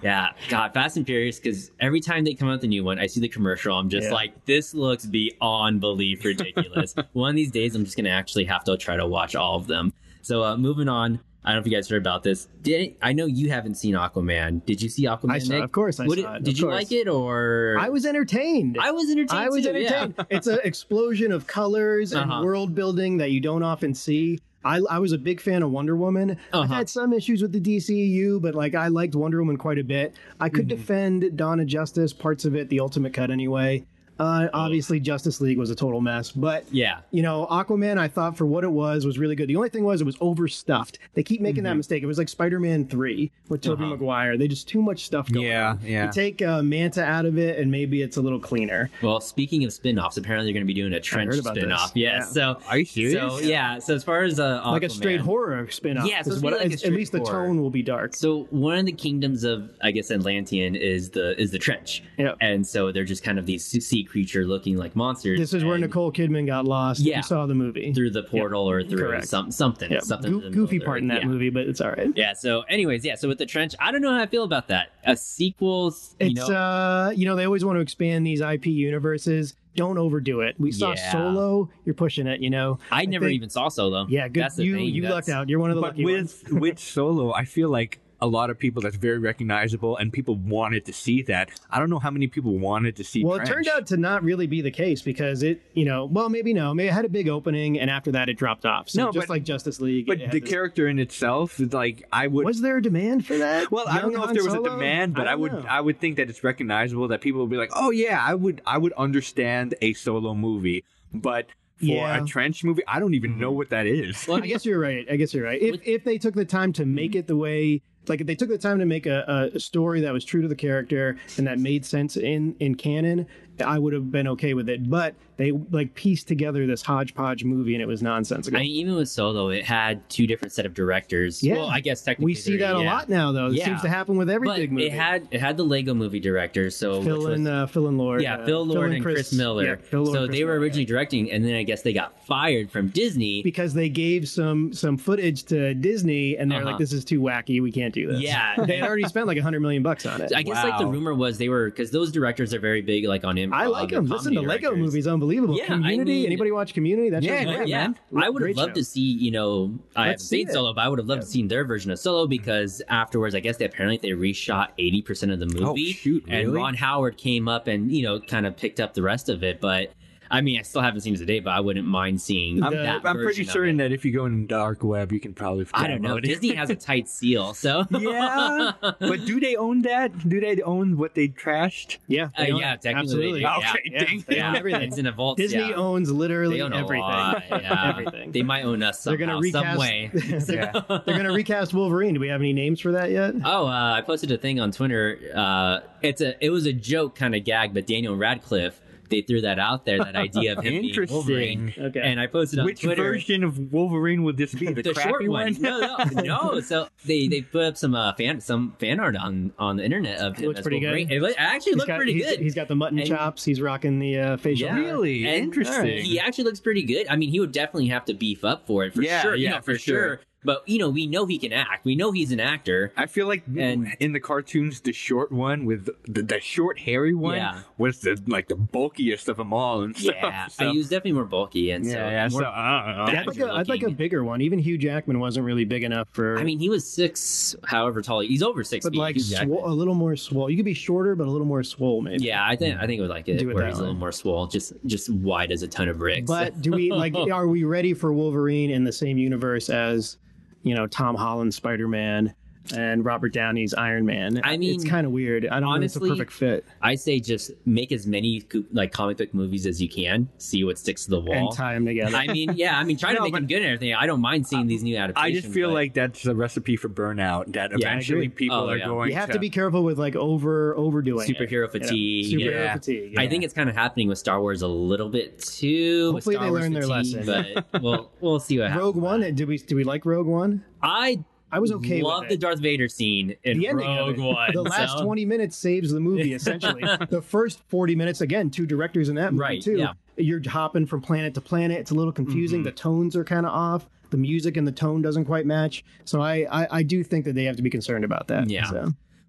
[SPEAKER 1] yeah, God, Fast and Furious. Because every time they come out with a new one, I see the commercial. I'm just
[SPEAKER 3] Yeah.
[SPEAKER 1] like, this looks beyond belief
[SPEAKER 3] (laughs)
[SPEAKER 1] ridiculous. one of these days, I'm just gonna actually have to try to watch all of them. So uh, moving on. I don't know if you guys heard about this. Did I know you haven't seen Aquaman? Did you see Aquaman?
[SPEAKER 3] I saw it.
[SPEAKER 1] Nick?
[SPEAKER 3] Of course I
[SPEAKER 1] What
[SPEAKER 3] saw
[SPEAKER 1] did-
[SPEAKER 3] it.
[SPEAKER 1] Did
[SPEAKER 3] Of
[SPEAKER 1] you
[SPEAKER 3] course.
[SPEAKER 1] like it or
[SPEAKER 3] I was entertained.
[SPEAKER 1] I was entertained.
[SPEAKER 3] I was
[SPEAKER 1] too, yeah.
[SPEAKER 3] entertained.
[SPEAKER 1] (laughs)
[SPEAKER 3] It's an explosion of colors
[SPEAKER 1] Uh-huh.
[SPEAKER 3] and world building that you don't often see. I, I was a big fan of Wonder Woman. I've
[SPEAKER 1] Uh-huh.
[SPEAKER 3] had some issues with the DCU, but like I liked Wonder Woman quite a bit. I could
[SPEAKER 1] Mm-hmm.
[SPEAKER 3] defend Dawn of Justice, parts of it, the Ultimate Cut anyway.
[SPEAKER 1] Oh.
[SPEAKER 3] Uh, Obviously, Justice League was a total mess, but
[SPEAKER 1] Yeah.
[SPEAKER 3] you know, Aquaman, I thought for what it was, was really good. The only thing was it was overstuffed. They keep making that mistake. It was like Spider Man 3 with Tobey
[SPEAKER 1] Mm-hmm. Uh-huh.
[SPEAKER 3] Maguire. They just too much stuff going
[SPEAKER 2] Yeah,
[SPEAKER 3] on.
[SPEAKER 2] yeah.
[SPEAKER 3] You take uh, Manta out of it, and maybe it's a little cleaner.
[SPEAKER 1] Well, speaking of spin-offs, apparently they're going to be doing a trench
[SPEAKER 3] heard about
[SPEAKER 1] spin-off.
[SPEAKER 3] this.
[SPEAKER 1] Yeah,
[SPEAKER 3] Yeah.
[SPEAKER 1] So
[SPEAKER 2] Are you serious?
[SPEAKER 1] So yeah. So as far as uh,
[SPEAKER 3] like a
[SPEAKER 1] Aquaman-
[SPEAKER 3] straight horror spin off.
[SPEAKER 1] Yeah, it's supposed to be like a
[SPEAKER 3] at
[SPEAKER 1] straight
[SPEAKER 3] least the
[SPEAKER 1] horror.
[SPEAKER 3] tone will be dark.
[SPEAKER 1] So one of the kingdoms of I guess Atlantean is the is the trench.
[SPEAKER 3] Yep.
[SPEAKER 1] And so they're just kind of these sea creature looking like monsters.
[SPEAKER 3] This is where
[SPEAKER 1] and
[SPEAKER 3] Nicole Kidman got lost.
[SPEAKER 1] Yeah.
[SPEAKER 3] You saw the movie.
[SPEAKER 1] through the portal or through
[SPEAKER 3] Correct.
[SPEAKER 1] some something
[SPEAKER 3] yeah.
[SPEAKER 1] something
[SPEAKER 3] Goo-
[SPEAKER 1] in the middle
[SPEAKER 3] goofy
[SPEAKER 1] there.
[SPEAKER 3] part in that
[SPEAKER 1] Yeah.
[SPEAKER 3] movie, but it's all right.
[SPEAKER 1] Yeah. So anyways, yeah. So with the trench, I don't know how I feel about that. A sequel, you
[SPEAKER 3] It's
[SPEAKER 1] know,
[SPEAKER 3] uh, you know, they always want to expand these IP universes. Don't overdo it. We saw
[SPEAKER 1] Yeah.
[SPEAKER 3] Solo. You're pushing it. You know.
[SPEAKER 1] I never
[SPEAKER 3] think-
[SPEAKER 1] even saw Solo.
[SPEAKER 3] Yeah, good.
[SPEAKER 1] That's the
[SPEAKER 3] you
[SPEAKER 1] thing.
[SPEAKER 3] you
[SPEAKER 1] That's-
[SPEAKER 3] lucked out. You're one of the
[SPEAKER 2] but
[SPEAKER 3] lucky ones.
[SPEAKER 2] with
[SPEAKER 3] (laughs)
[SPEAKER 2] with solo, I feel like a lot of people that's very recognizable and people wanted to see that. I don't know how many people wanted to see
[SPEAKER 3] Well,
[SPEAKER 2] Trench.
[SPEAKER 3] it turned out to not really be the case because it, you know, well, maybe no, maybe it had a big opening and after that it dropped off. So
[SPEAKER 2] No,
[SPEAKER 3] just
[SPEAKER 2] but-
[SPEAKER 3] like Justice League, it
[SPEAKER 2] but
[SPEAKER 3] had
[SPEAKER 2] the
[SPEAKER 3] this-
[SPEAKER 2] character in itself, like I would
[SPEAKER 3] was there a demand for that?
[SPEAKER 2] Well, I don't
[SPEAKER 3] Young
[SPEAKER 2] know if
[SPEAKER 3] Han
[SPEAKER 2] there was a
[SPEAKER 3] Solo?
[SPEAKER 2] demand, but I,
[SPEAKER 3] don't
[SPEAKER 2] would
[SPEAKER 3] know.
[SPEAKER 2] I would think that it's recognizable that people would be like, "Oh yeah, I would I would understand a solo movie, but for
[SPEAKER 3] Yeah. Mm-hmm.
[SPEAKER 2] a trench movie, I don't even know what that is."
[SPEAKER 1] Well,
[SPEAKER 3] I guess you're right. I guess you're right. If if they took the time to
[SPEAKER 1] Mm-hmm.
[SPEAKER 3] make it the way, like if they took the time to make a, a story that was true to the character and that made sense in in canon, I would have been okay with it. But they like pieced together this hodgepodge movie and it was nonsensical.
[SPEAKER 1] I mean, even with Solo, it had two different set of directors.
[SPEAKER 3] Yeah.
[SPEAKER 1] Well, I guess technically
[SPEAKER 3] we see
[SPEAKER 1] three,
[SPEAKER 3] that a
[SPEAKER 1] yeah.
[SPEAKER 3] lot now, though. It
[SPEAKER 1] Yeah.
[SPEAKER 3] seems to happen with every
[SPEAKER 1] But
[SPEAKER 3] big movie.
[SPEAKER 1] it had it had the Lego Movie directors. So
[SPEAKER 3] Phil
[SPEAKER 1] which was-
[SPEAKER 3] and uh, Phil and Lord.
[SPEAKER 1] yeah,
[SPEAKER 3] uh,
[SPEAKER 1] Phil Lord and Chris, Miller.
[SPEAKER 3] yeah, Phil Lord
[SPEAKER 1] so
[SPEAKER 3] and Chris
[SPEAKER 1] they were
[SPEAKER 3] Miller,
[SPEAKER 1] originally directing, and then I guess they got fired from Disney.
[SPEAKER 3] because they gave some some footage to Disney, and they're
[SPEAKER 1] Uh-huh.
[SPEAKER 3] like, "This is too wacky. We can't do this."
[SPEAKER 1] Yeah.
[SPEAKER 3] (laughs) they had already spent like a hundred million bucks on it.
[SPEAKER 1] I guess like the
[SPEAKER 2] Wow.
[SPEAKER 1] rumor was they were because those directors are very big like on improv.
[SPEAKER 3] I like
[SPEAKER 1] and
[SPEAKER 3] them. Listen
[SPEAKER 1] comedy
[SPEAKER 3] to Lego
[SPEAKER 1] directors.
[SPEAKER 3] movies, unbelievable.
[SPEAKER 1] Yeah, I
[SPEAKER 3] Community.
[SPEAKER 1] mean-
[SPEAKER 3] Anybody watch Community? That's
[SPEAKER 2] Yeah,
[SPEAKER 3] great,
[SPEAKER 1] Yeah, I would have
[SPEAKER 3] Great
[SPEAKER 1] loved
[SPEAKER 3] show.
[SPEAKER 1] to see you know I
[SPEAKER 3] Let's
[SPEAKER 1] haven't
[SPEAKER 3] see
[SPEAKER 1] seen
[SPEAKER 3] it.
[SPEAKER 1] Solo, but I would have loved to see their version of Solo because afterwards, I guess they apparently they reshot eighty percent of the movie.
[SPEAKER 2] Oh, shoot,
[SPEAKER 1] and
[SPEAKER 2] really?
[SPEAKER 1] Ron Howard came up and you know kind of picked up the rest of it, but. I mean, I still haven't seen it today, but I wouldn't mind seeing.
[SPEAKER 2] I'm,
[SPEAKER 1] that
[SPEAKER 2] I'm pretty
[SPEAKER 1] version of it.
[SPEAKER 2] certain that if you go in the dark web, you can probably
[SPEAKER 1] I don't know.
[SPEAKER 2] download it.
[SPEAKER 1] Disney has
[SPEAKER 3] (laughs)
[SPEAKER 1] a tight seal, so
[SPEAKER 2] yeah,
[SPEAKER 1] (laughs)
[SPEAKER 2] but do they own that? Do they own what they trashed?
[SPEAKER 3] Yeah,
[SPEAKER 1] Uh,
[SPEAKER 3] they own
[SPEAKER 1] yeah,
[SPEAKER 3] it.
[SPEAKER 1] technically,
[SPEAKER 3] absolutely.
[SPEAKER 1] yeah.
[SPEAKER 2] Okay,
[SPEAKER 3] Yeah,
[SPEAKER 2] dang.
[SPEAKER 3] they own
[SPEAKER 1] it's
[SPEAKER 3] everything.
[SPEAKER 1] in a vault.
[SPEAKER 3] Disney
[SPEAKER 1] yeah.
[SPEAKER 3] owns literally
[SPEAKER 1] They own a
[SPEAKER 3] everything. (laughs)
[SPEAKER 1] lot, yeah.
[SPEAKER 3] Everything.
[SPEAKER 1] They might own us
[SPEAKER 3] They're
[SPEAKER 1] somehow,
[SPEAKER 3] gonna
[SPEAKER 1] some
[SPEAKER 3] recast. (laughs)
[SPEAKER 1] way.
[SPEAKER 2] Yeah.
[SPEAKER 3] They're
[SPEAKER 1] (laughs)
[SPEAKER 3] gonna recast Wolverine. Do we have any names for that yet?
[SPEAKER 1] Oh, uh, I posted a thing on Twitter. Uh, it's a it was a joke kind of gag, but Daniel Radcliffe they threw that out there, that idea of him being Wolverine.
[SPEAKER 2] Interesting.
[SPEAKER 3] Okay.
[SPEAKER 1] And I posted on
[SPEAKER 2] Which
[SPEAKER 1] Twitter.
[SPEAKER 2] version of Wolverine would
[SPEAKER 1] (laughs)
[SPEAKER 2] this be? The,
[SPEAKER 1] the
[SPEAKER 2] crappy
[SPEAKER 1] short one.
[SPEAKER 2] one?
[SPEAKER 1] no,
[SPEAKER 3] (laughs)
[SPEAKER 1] no, no. So they they put up some uh, fan some fan art on on the internet of him.
[SPEAKER 3] Looks
[SPEAKER 1] as
[SPEAKER 3] pretty good.
[SPEAKER 1] Wolverine. It lo- actually
[SPEAKER 3] He's
[SPEAKER 1] looked
[SPEAKER 3] got,
[SPEAKER 1] pretty
[SPEAKER 3] he's-
[SPEAKER 1] good.
[SPEAKER 3] He's got the mutton
[SPEAKER 1] And-
[SPEAKER 3] chops. He's rocking the uh, facial.
[SPEAKER 1] Yeah.
[SPEAKER 3] hair.
[SPEAKER 2] Really
[SPEAKER 1] And- uh,
[SPEAKER 2] interesting.
[SPEAKER 1] He actually looks pretty good. I mean, he would definitely have to beef up for it for
[SPEAKER 2] Yeah,
[SPEAKER 1] sure. you
[SPEAKER 2] yeah,
[SPEAKER 1] know, for,
[SPEAKER 2] for
[SPEAKER 1] sure.
[SPEAKER 2] sure.
[SPEAKER 1] But you know, we know he can act. We know he's an actor.
[SPEAKER 2] (laughs) I feel like
[SPEAKER 1] And-
[SPEAKER 2] in the cartoons, the short one with the, the short hairy one
[SPEAKER 1] Yeah.
[SPEAKER 2] was the like the bulkiest of them all. And stuff,
[SPEAKER 1] Yeah,
[SPEAKER 2] so-
[SPEAKER 1] he was definitely more bulky and so.
[SPEAKER 2] yeah, yeah.
[SPEAKER 1] more-
[SPEAKER 2] so I don't know.
[SPEAKER 1] that-
[SPEAKER 3] I'd like, a, I'd like a
[SPEAKER 1] looking.
[SPEAKER 3] bigger one. Even Hugh Jackman wasn't really big enough for.
[SPEAKER 1] I mean, he was six, however tall. he- He's over six
[SPEAKER 3] but
[SPEAKER 1] feet.
[SPEAKER 3] like
[SPEAKER 1] Hugh Jackman.
[SPEAKER 3] swole, a little more swole. You could be shorter, but a little more swole, maybe.
[SPEAKER 1] Yeah, I think I think it was like it,
[SPEAKER 3] Do it
[SPEAKER 1] where
[SPEAKER 3] that
[SPEAKER 1] he's a little
[SPEAKER 3] way.
[SPEAKER 1] more swole, just just wide as a ton of bricks.
[SPEAKER 3] But do we like? Are we ready for Wolverine in the same universe as, you know, Tom Holland's Spider Man and Robert Downey's Iron Man?
[SPEAKER 1] I mean,
[SPEAKER 3] it's kind of weird. I don't
[SPEAKER 1] honestly,
[SPEAKER 3] know. if It's a perfect fit.
[SPEAKER 1] I say just make as many co- like comic book movies as you can. See what sticks to the wall.
[SPEAKER 3] And tie them together.
[SPEAKER 1] I mean, yeah, I mean, try to
[SPEAKER 2] No,
[SPEAKER 1] make
[SPEAKER 2] but-
[SPEAKER 1] them good and everything. I don't mind seeing these new
[SPEAKER 2] I
[SPEAKER 1] adaptations.
[SPEAKER 2] just feel
[SPEAKER 1] but-
[SPEAKER 2] like that's a recipe for burnout. That
[SPEAKER 1] Yeah, I
[SPEAKER 2] eventually
[SPEAKER 3] agree.
[SPEAKER 2] people
[SPEAKER 1] Oh,
[SPEAKER 2] are
[SPEAKER 1] yeah.
[SPEAKER 2] going.
[SPEAKER 3] you have to
[SPEAKER 1] (laughs)
[SPEAKER 3] be careful with like over overdoing it.
[SPEAKER 1] Superhero fatigue,
[SPEAKER 3] You know, superhero
[SPEAKER 2] yeah.
[SPEAKER 3] fatigue.
[SPEAKER 1] I
[SPEAKER 3] yeah.
[SPEAKER 1] think it's kind of happening with Star Wars a little bit too. with
[SPEAKER 3] Hopefully
[SPEAKER 1] Star
[SPEAKER 3] they
[SPEAKER 1] Wars
[SPEAKER 3] learn their
[SPEAKER 1] fatigue,
[SPEAKER 3] lesson.
[SPEAKER 1] But (laughs) we'll we'll see what happens.
[SPEAKER 3] Rogue One. Did we do we like Rogue One?
[SPEAKER 1] I
[SPEAKER 3] I was okay
[SPEAKER 1] Love
[SPEAKER 3] with
[SPEAKER 1] the
[SPEAKER 3] it.
[SPEAKER 1] Darth Vader scene in
[SPEAKER 3] The ending of
[SPEAKER 1] Rogue
[SPEAKER 3] it.
[SPEAKER 1] One.
[SPEAKER 3] (laughs) The last
[SPEAKER 1] so-
[SPEAKER 3] 20 minutes saves
[SPEAKER 1] (laughs)
[SPEAKER 3] the movie essentially. the first 40 minutes again, two directors in that movie
[SPEAKER 1] Right,
[SPEAKER 3] too.
[SPEAKER 1] yeah. Mm-hmm.
[SPEAKER 3] You're hopping from planet to planet. It's a little confusing. The tones are kind of off. The music and the tone doesn't quite match. So I, I I do think that they have to be concerned about that.
[SPEAKER 1] Yeah.
[SPEAKER 3] So.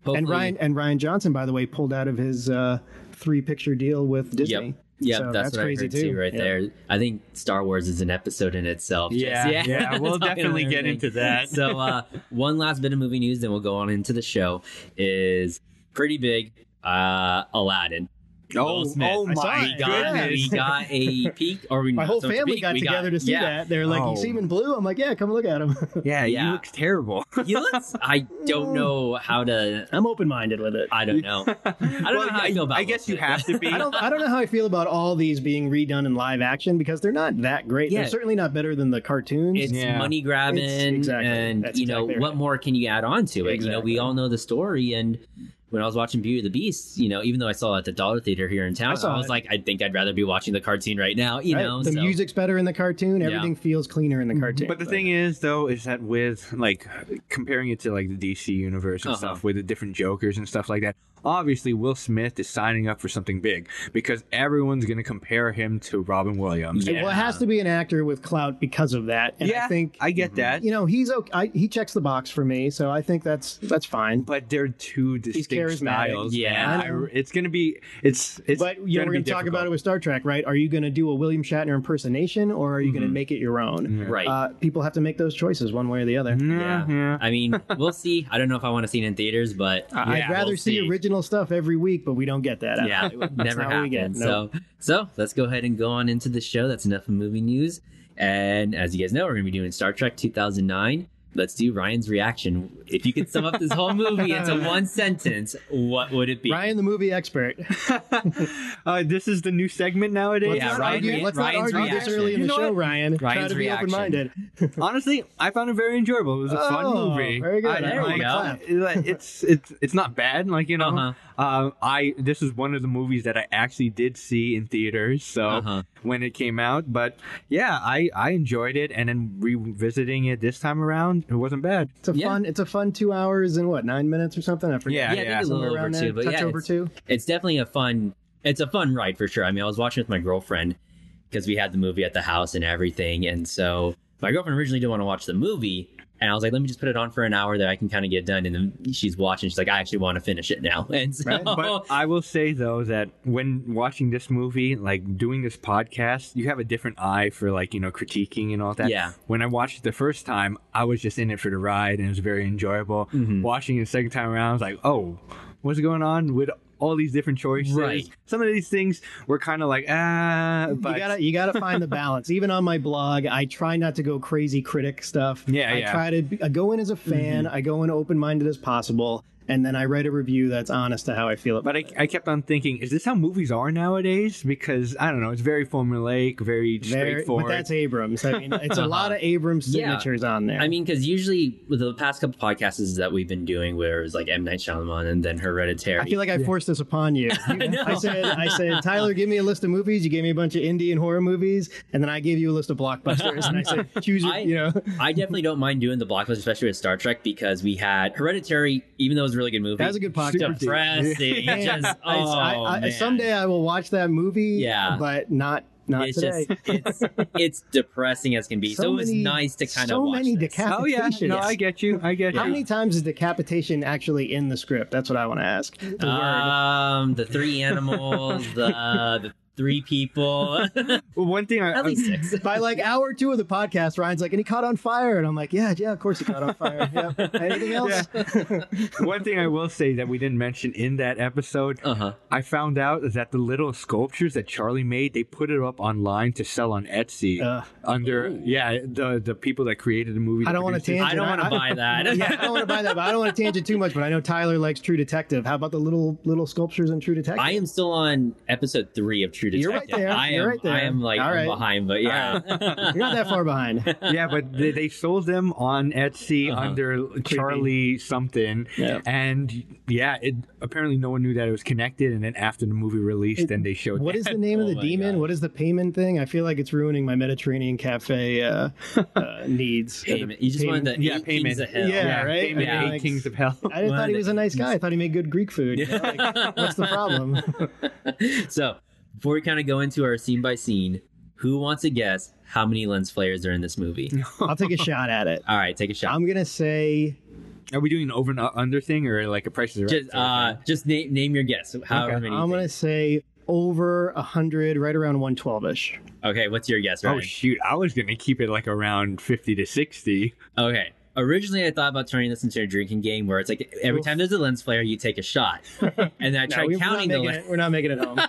[SPEAKER 1] Hopefully-
[SPEAKER 3] And Ryan and Ryan Johnson, by the way, pulled out of his uh, three picture deal with Disney.
[SPEAKER 1] Yep. Yeah,
[SPEAKER 3] So
[SPEAKER 1] that's, what I heard too, right
[SPEAKER 3] Yeah.
[SPEAKER 1] there. I think Star Wars is an episode in itself. just- (laughs)
[SPEAKER 2] Yeah, yeah, we'll
[SPEAKER 1] talking
[SPEAKER 2] definitely
[SPEAKER 1] about
[SPEAKER 2] get
[SPEAKER 1] everything.
[SPEAKER 2] into that.
[SPEAKER 1] So,
[SPEAKER 2] (laughs)
[SPEAKER 1] uh, one last bit of movie news, then we'll go on into the show. Is pretty big. Uh, Aladdin. Will
[SPEAKER 2] Oh,
[SPEAKER 1] Smith.
[SPEAKER 2] oh
[SPEAKER 3] I saw
[SPEAKER 2] my
[SPEAKER 1] We got,
[SPEAKER 2] goodness!
[SPEAKER 1] we got
[SPEAKER 3] (laughs)
[SPEAKER 1] a peek, or we
[SPEAKER 3] My
[SPEAKER 1] not
[SPEAKER 3] whole
[SPEAKER 1] so much a
[SPEAKER 3] family
[SPEAKER 1] peek,
[SPEAKER 3] got
[SPEAKER 1] we
[SPEAKER 3] together to see
[SPEAKER 1] yeah.
[SPEAKER 3] that. They're like,
[SPEAKER 2] Oh.
[SPEAKER 3] "You see him in blue." I'm like, "Yeah, come look at him."
[SPEAKER 2] Yeah,
[SPEAKER 1] Yeah.
[SPEAKER 2] he looks
[SPEAKER 1] (laughs)
[SPEAKER 2] terrible.
[SPEAKER 1] He looks. I
[SPEAKER 3] (laughs)
[SPEAKER 1] don't know how to.
[SPEAKER 3] I'm open minded with it.
[SPEAKER 1] I don't
[SPEAKER 3] (laughs)
[SPEAKER 1] know. I don't know how I, feel about.
[SPEAKER 2] I guess
[SPEAKER 1] Will
[SPEAKER 2] you have to
[SPEAKER 1] Smith. (laughs)
[SPEAKER 2] be. (laughs)
[SPEAKER 3] I don't I don't know how I feel about all these being redone in live action because they're not that great.
[SPEAKER 1] Yeah.
[SPEAKER 3] They're certainly not better than the cartoons.
[SPEAKER 1] it's
[SPEAKER 2] Yeah.
[SPEAKER 1] money grabbing
[SPEAKER 3] It's- exactly.
[SPEAKER 1] and
[SPEAKER 3] That's
[SPEAKER 1] you know
[SPEAKER 3] exactly
[SPEAKER 1] what
[SPEAKER 3] right.
[SPEAKER 1] more can you add on to it you know we
[SPEAKER 3] Exactly.
[SPEAKER 1] all know the story and when i was watching beauty and the beast you know even though i saw it at the dollar theater here in town i,
[SPEAKER 3] I saw
[SPEAKER 1] was
[SPEAKER 3] it.
[SPEAKER 1] like i think i'd rather be watching the cartoon right now you
[SPEAKER 3] right?
[SPEAKER 1] know
[SPEAKER 3] the
[SPEAKER 1] so-
[SPEAKER 3] music's better in the cartoon.
[SPEAKER 1] Yeah.
[SPEAKER 3] Everything feels cleaner in the cartoon.
[SPEAKER 2] Mhm. But the thing is, though, is that with like comparing it to like the DC universe and
[SPEAKER 1] Uh-huh.
[SPEAKER 2] stuff with the different Jokers and stuff like that, obviously Will Smith is signing up for something big because everyone's going to compare him to Robin Williams.
[SPEAKER 3] well, it has to be an actor with clout because of that. And
[SPEAKER 2] yeah,
[SPEAKER 3] I think
[SPEAKER 2] I get that,
[SPEAKER 3] you know he's okay. I, he checks the box for me, so I think that's that's fine.
[SPEAKER 2] but they're two distinct
[SPEAKER 3] charismatic.
[SPEAKER 2] styles.
[SPEAKER 1] Yeah.
[SPEAKER 2] I- it's going to be it's it's.
[SPEAKER 3] but you know, we're
[SPEAKER 2] going
[SPEAKER 3] going to talk about it with Star Trek, right? Are you going to do a William Shatner impersonation, or are you going to make it your own?
[SPEAKER 1] Mm-hmm. right Mm-hmm.
[SPEAKER 3] Uh, people have to make those choices one way or the other.
[SPEAKER 1] yeah. i mean we'll see i don't know if i want to see it in theaters but
[SPEAKER 3] I- Uh, I'd
[SPEAKER 2] Yeah,
[SPEAKER 3] rather
[SPEAKER 1] we'll
[SPEAKER 3] see,
[SPEAKER 1] see.
[SPEAKER 3] original stuff every week, but we don't get that.
[SPEAKER 1] yeah
[SPEAKER 3] (laughs) That's
[SPEAKER 1] never
[SPEAKER 3] not what we get.
[SPEAKER 1] happened
[SPEAKER 3] Nope.
[SPEAKER 1] so so let's go ahead and go on into the show that's enough of movie news and as you guys know we're going to be doing star trek 2009 Let's do Ryan's reaction. If you could sum up this whole movie
[SPEAKER 3] (laughs)
[SPEAKER 1] into one sentence, what would it be?
[SPEAKER 3] Ryan, the movie expert.
[SPEAKER 2] uh, this is the new segment nowadays.
[SPEAKER 1] Yeah,
[SPEAKER 3] Let's not
[SPEAKER 1] Ryan-
[SPEAKER 3] argue- let's not
[SPEAKER 1] Ryan's
[SPEAKER 3] argue
[SPEAKER 1] reaction.
[SPEAKER 3] this early in
[SPEAKER 2] You
[SPEAKER 3] the
[SPEAKER 2] know
[SPEAKER 3] show,
[SPEAKER 2] what?
[SPEAKER 3] Ryan's Try
[SPEAKER 1] Ryan's
[SPEAKER 3] to be
[SPEAKER 1] reaction.
[SPEAKER 3] open-minded.
[SPEAKER 2] (laughs) Honestly, I found it very enjoyable. It was a fun
[SPEAKER 3] Oh,
[SPEAKER 2] movie.
[SPEAKER 3] very good.
[SPEAKER 2] I,
[SPEAKER 1] There
[SPEAKER 2] I-
[SPEAKER 1] we go.
[SPEAKER 2] I- It's it's it's not bad. Like you know,
[SPEAKER 1] Uh-huh.
[SPEAKER 2] Uh, I this is one of the movies that I actually did see in theaters. So
[SPEAKER 1] Uh-huh.
[SPEAKER 2] when it came out, but yeah, I I enjoyed it, and then revisiting it this time around, it wasn't bad.
[SPEAKER 3] It's a
[SPEAKER 1] Yeah.
[SPEAKER 3] fun. It's a fun two hours and what nine minutes or something. I forget.
[SPEAKER 2] Yeah,
[SPEAKER 1] yeah, I think it's a
[SPEAKER 3] Somewhere
[SPEAKER 1] little over
[SPEAKER 3] around
[SPEAKER 1] two,
[SPEAKER 3] there,
[SPEAKER 1] but
[SPEAKER 3] touch
[SPEAKER 1] yeah,
[SPEAKER 3] over
[SPEAKER 1] it's,
[SPEAKER 3] two.
[SPEAKER 1] it's definitely a fun. It's a fun ride for sure. I mean, I was watching with my girlfriend because we had the movie at the house and everything, and so my girlfriend originally didn't want to watch the movie, and I was like, "Let me just put it on for an hour that I can kind of get done." And then she's watching. She's like, "I actually want to finish it now." (laughs) And
[SPEAKER 3] (laughs)
[SPEAKER 1] so,
[SPEAKER 3] Right,
[SPEAKER 2] But I will say though that when watching this movie, like doing this podcast, you have a different eye for like you know critiquing and all that.
[SPEAKER 1] Yeah.
[SPEAKER 2] When I watched it the first time, I was just in it for the ride and it was very enjoyable.
[SPEAKER 3] Mm-hmm.
[SPEAKER 2] Watching it the second time around, I was like, oh, what's going on with all these different choices?
[SPEAKER 1] Right.
[SPEAKER 2] Some of these things were kind of like ah, but
[SPEAKER 3] you gotta you gotta
[SPEAKER 1] (laughs)
[SPEAKER 3] find the balance. Even on my blog, I try not to go crazy critic stuff.
[SPEAKER 2] Yeah,
[SPEAKER 3] I
[SPEAKER 2] yeah.
[SPEAKER 1] Mm-hmm.
[SPEAKER 3] try to be, I go in as a fan. I go in open minded as possible, and then I write a review that's honest to how I feel about
[SPEAKER 2] But I, I kept on thinking, is this how movies are nowadays? Because I don't know, it's very formulaic, very
[SPEAKER 3] Very-
[SPEAKER 2] straightforward.
[SPEAKER 3] But that's Abrams. I
[SPEAKER 1] (laughs)
[SPEAKER 3] mean, it's a lot of Abrams
[SPEAKER 1] Yeah.
[SPEAKER 3] signatures on there.
[SPEAKER 1] I mean, because usually with the past couple podcasts that we've been doing, where it was like M Night Shyamalan and then Hereditary.
[SPEAKER 3] I feel like I forced this
[SPEAKER 1] (laughs)
[SPEAKER 3] upon you. I said, I said, Tyler, give me a list of movies. You gave me a bunch of indie and horror movies, and then I gave you a list of blockbusters, and
[SPEAKER 1] (laughs)
[SPEAKER 3] I said, choose your,
[SPEAKER 1] I-
[SPEAKER 3] you know.
[SPEAKER 1] I definitely don't mind doing the blockbuster, especially with Star Trek, because we had Hereditary, even though it was a really good movie.
[SPEAKER 3] That was a good podcast. (laughs)
[SPEAKER 1] Depressing.
[SPEAKER 3] Man,
[SPEAKER 1] just,
[SPEAKER 3] I-
[SPEAKER 1] oh,
[SPEAKER 3] I- I-
[SPEAKER 1] man.
[SPEAKER 3] someday I will watch that movie.
[SPEAKER 1] Yeah.
[SPEAKER 3] but not not
[SPEAKER 1] it's
[SPEAKER 3] today.
[SPEAKER 1] just
[SPEAKER 3] (laughs)
[SPEAKER 1] it's, it's depressing as can be. So, it was
[SPEAKER 3] many-
[SPEAKER 1] nice to kind
[SPEAKER 3] so
[SPEAKER 1] of watch
[SPEAKER 3] many
[SPEAKER 1] this.
[SPEAKER 3] decapitations.
[SPEAKER 2] oh yeah, no, I get you. I get
[SPEAKER 3] How
[SPEAKER 2] you.
[SPEAKER 3] many times is decapitation actually in the script? That's what I want
[SPEAKER 1] (laughs)
[SPEAKER 3] to ask. The word.
[SPEAKER 1] Um, the three animals, the
[SPEAKER 3] (laughs)
[SPEAKER 1] the three people,
[SPEAKER 2] Well, one thing I,
[SPEAKER 1] at least six.
[SPEAKER 3] By like hour two of the podcast, Ryan's like, and he caught on fire, and I'm like, yeah, yeah, of course he caught on fire.
[SPEAKER 1] (laughs)
[SPEAKER 3] Yep. Anything else?
[SPEAKER 2] one thing I will say that we didn't mention in that episode,
[SPEAKER 1] Uh huh.
[SPEAKER 2] I found out that the little sculptures that Charlie made, they put it up online to sell on Etsy
[SPEAKER 3] Ugh.
[SPEAKER 2] under
[SPEAKER 1] Ooh.
[SPEAKER 2] yeah the the people that created the movie.
[SPEAKER 3] Uh. I
[SPEAKER 2] the
[SPEAKER 3] don't want to
[SPEAKER 2] producers.
[SPEAKER 3] tangent.
[SPEAKER 1] I don't want to
[SPEAKER 3] (laughs)
[SPEAKER 1] buy that.
[SPEAKER 3] Yeah, I don't want to buy that, but I don't want to tangent too much. But I know Tyler likes True Detective. How about the little little sculptures in True Detective?
[SPEAKER 1] I am still on episode three of True Detective.
[SPEAKER 3] You're right there.
[SPEAKER 1] I am.
[SPEAKER 3] You're right there.
[SPEAKER 1] I am like
[SPEAKER 3] All
[SPEAKER 1] I'm
[SPEAKER 3] right.
[SPEAKER 1] behind, but yeah. (laughs)
[SPEAKER 3] You're not that far behind.
[SPEAKER 2] yeah, but they, they sold them on Etsy
[SPEAKER 1] Uh-huh.
[SPEAKER 2] under Charlie something,
[SPEAKER 3] Yeah.
[SPEAKER 2] and yeah, it apparently no one knew that it was connected. And then after the movie released,
[SPEAKER 3] It-
[SPEAKER 2] then they showed
[SPEAKER 3] What is the name of
[SPEAKER 1] Oh
[SPEAKER 3] the
[SPEAKER 1] my
[SPEAKER 3] demon?
[SPEAKER 1] God.
[SPEAKER 3] What is the payment thing? I feel like it's ruining my Mediterranean cafe uh,
[SPEAKER 1] (laughs)
[SPEAKER 3] uh, needs.
[SPEAKER 1] Payment. You just wanted
[SPEAKER 3] Payment.
[SPEAKER 1] the
[SPEAKER 2] Yeah,
[SPEAKER 1] eight kings
[SPEAKER 2] payment.
[SPEAKER 1] of hell.
[SPEAKER 3] Yeah. right?
[SPEAKER 2] Damon,
[SPEAKER 1] Yeah.
[SPEAKER 2] Eight
[SPEAKER 3] Like-
[SPEAKER 2] Kings of Hell.
[SPEAKER 3] I thought he was a nice guy. I thought he made good Greek food. you know,
[SPEAKER 1] (laughs)
[SPEAKER 3] like, what's the problem?
[SPEAKER 1] (laughs) So before we kind of go into our scene by scene, who wants to guess how many lens flares are in this
[SPEAKER 3] (laughs)
[SPEAKER 1] movie?
[SPEAKER 3] I'll take a shot at it.
[SPEAKER 1] All right, take a shot.
[SPEAKER 3] I'm gonna say
[SPEAKER 2] (laughs) Are we doing an over and under thing or like a Price is Right?
[SPEAKER 1] just
[SPEAKER 2] sort of
[SPEAKER 1] uh, just name name your guess. However
[SPEAKER 2] Okay.
[SPEAKER 1] many. you
[SPEAKER 3] I'm
[SPEAKER 1] think.
[SPEAKER 3] gonna say over hundred, right around one twelve ish.
[SPEAKER 1] Okay, what's your guess,
[SPEAKER 2] thing?
[SPEAKER 1] Ryan?
[SPEAKER 2] Oh shoot! I was gonna keep it like around fifty to sixty.
[SPEAKER 1] Okay. Originally, I thought about turning this into a drinking game where it's like every time there's a lens flare, you take a
[SPEAKER 3] (laughs)
[SPEAKER 1] shot. And then I tried
[SPEAKER 3] we're, not
[SPEAKER 1] counting the
[SPEAKER 3] making
[SPEAKER 1] lens.
[SPEAKER 3] it, we're not making it home.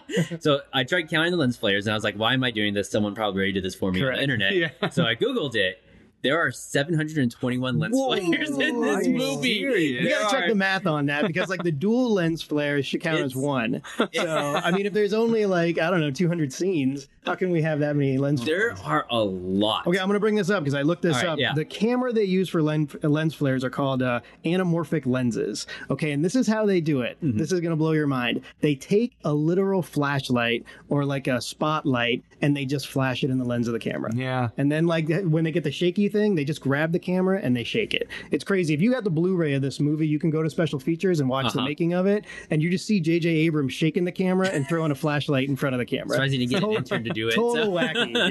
[SPEAKER 1] So I tried counting the lens flares and I was like, why am I doing this? Someone probably already did this for me on
[SPEAKER 3] Correct.
[SPEAKER 1] the internet.
[SPEAKER 3] (laughs)
[SPEAKER 2] Yeah.
[SPEAKER 1] So I Googled it. There are 721 lens flares in
[SPEAKER 3] are
[SPEAKER 1] this
[SPEAKER 3] you
[SPEAKER 1] movie.
[SPEAKER 2] serious?
[SPEAKER 3] We
[SPEAKER 1] There
[SPEAKER 3] gotta check
[SPEAKER 1] are-
[SPEAKER 3] the math on that because like the dual lens flares should count as
[SPEAKER 1] It's- (laughs)
[SPEAKER 3] one. So I mean, if there's only like I don't know 200 scenes, how can we have that many lens?
[SPEAKER 1] There are a lot.
[SPEAKER 3] Okay, I'm gonna bring this up because I looked this
[SPEAKER 1] All right,
[SPEAKER 3] up.
[SPEAKER 1] yeah.
[SPEAKER 3] The camera they use for len- lens flares are called uh, anamorphic lenses. Okay, and this is how they do it.
[SPEAKER 1] Mm-hmm.
[SPEAKER 3] This is gonna blow your mind. They take a literal flashlight or like a spotlight and they just flash it in the lens of the camera.
[SPEAKER 2] Yeah.
[SPEAKER 3] And then, like, when they get the shaky thing, they just grab the camera and they shake it. It's crazy. If you got the Blu ray of this movie, you can go to special features and watch the
[SPEAKER 1] Uh-huh.
[SPEAKER 3] making of it. And you just see J.J. Abrams shaking the camera and throwing a flashlight in front of the camera.
[SPEAKER 1] Surprised you didn't get an intern to do it.
[SPEAKER 3] (laughs) Total
[SPEAKER 1] so-
[SPEAKER 3] wacky.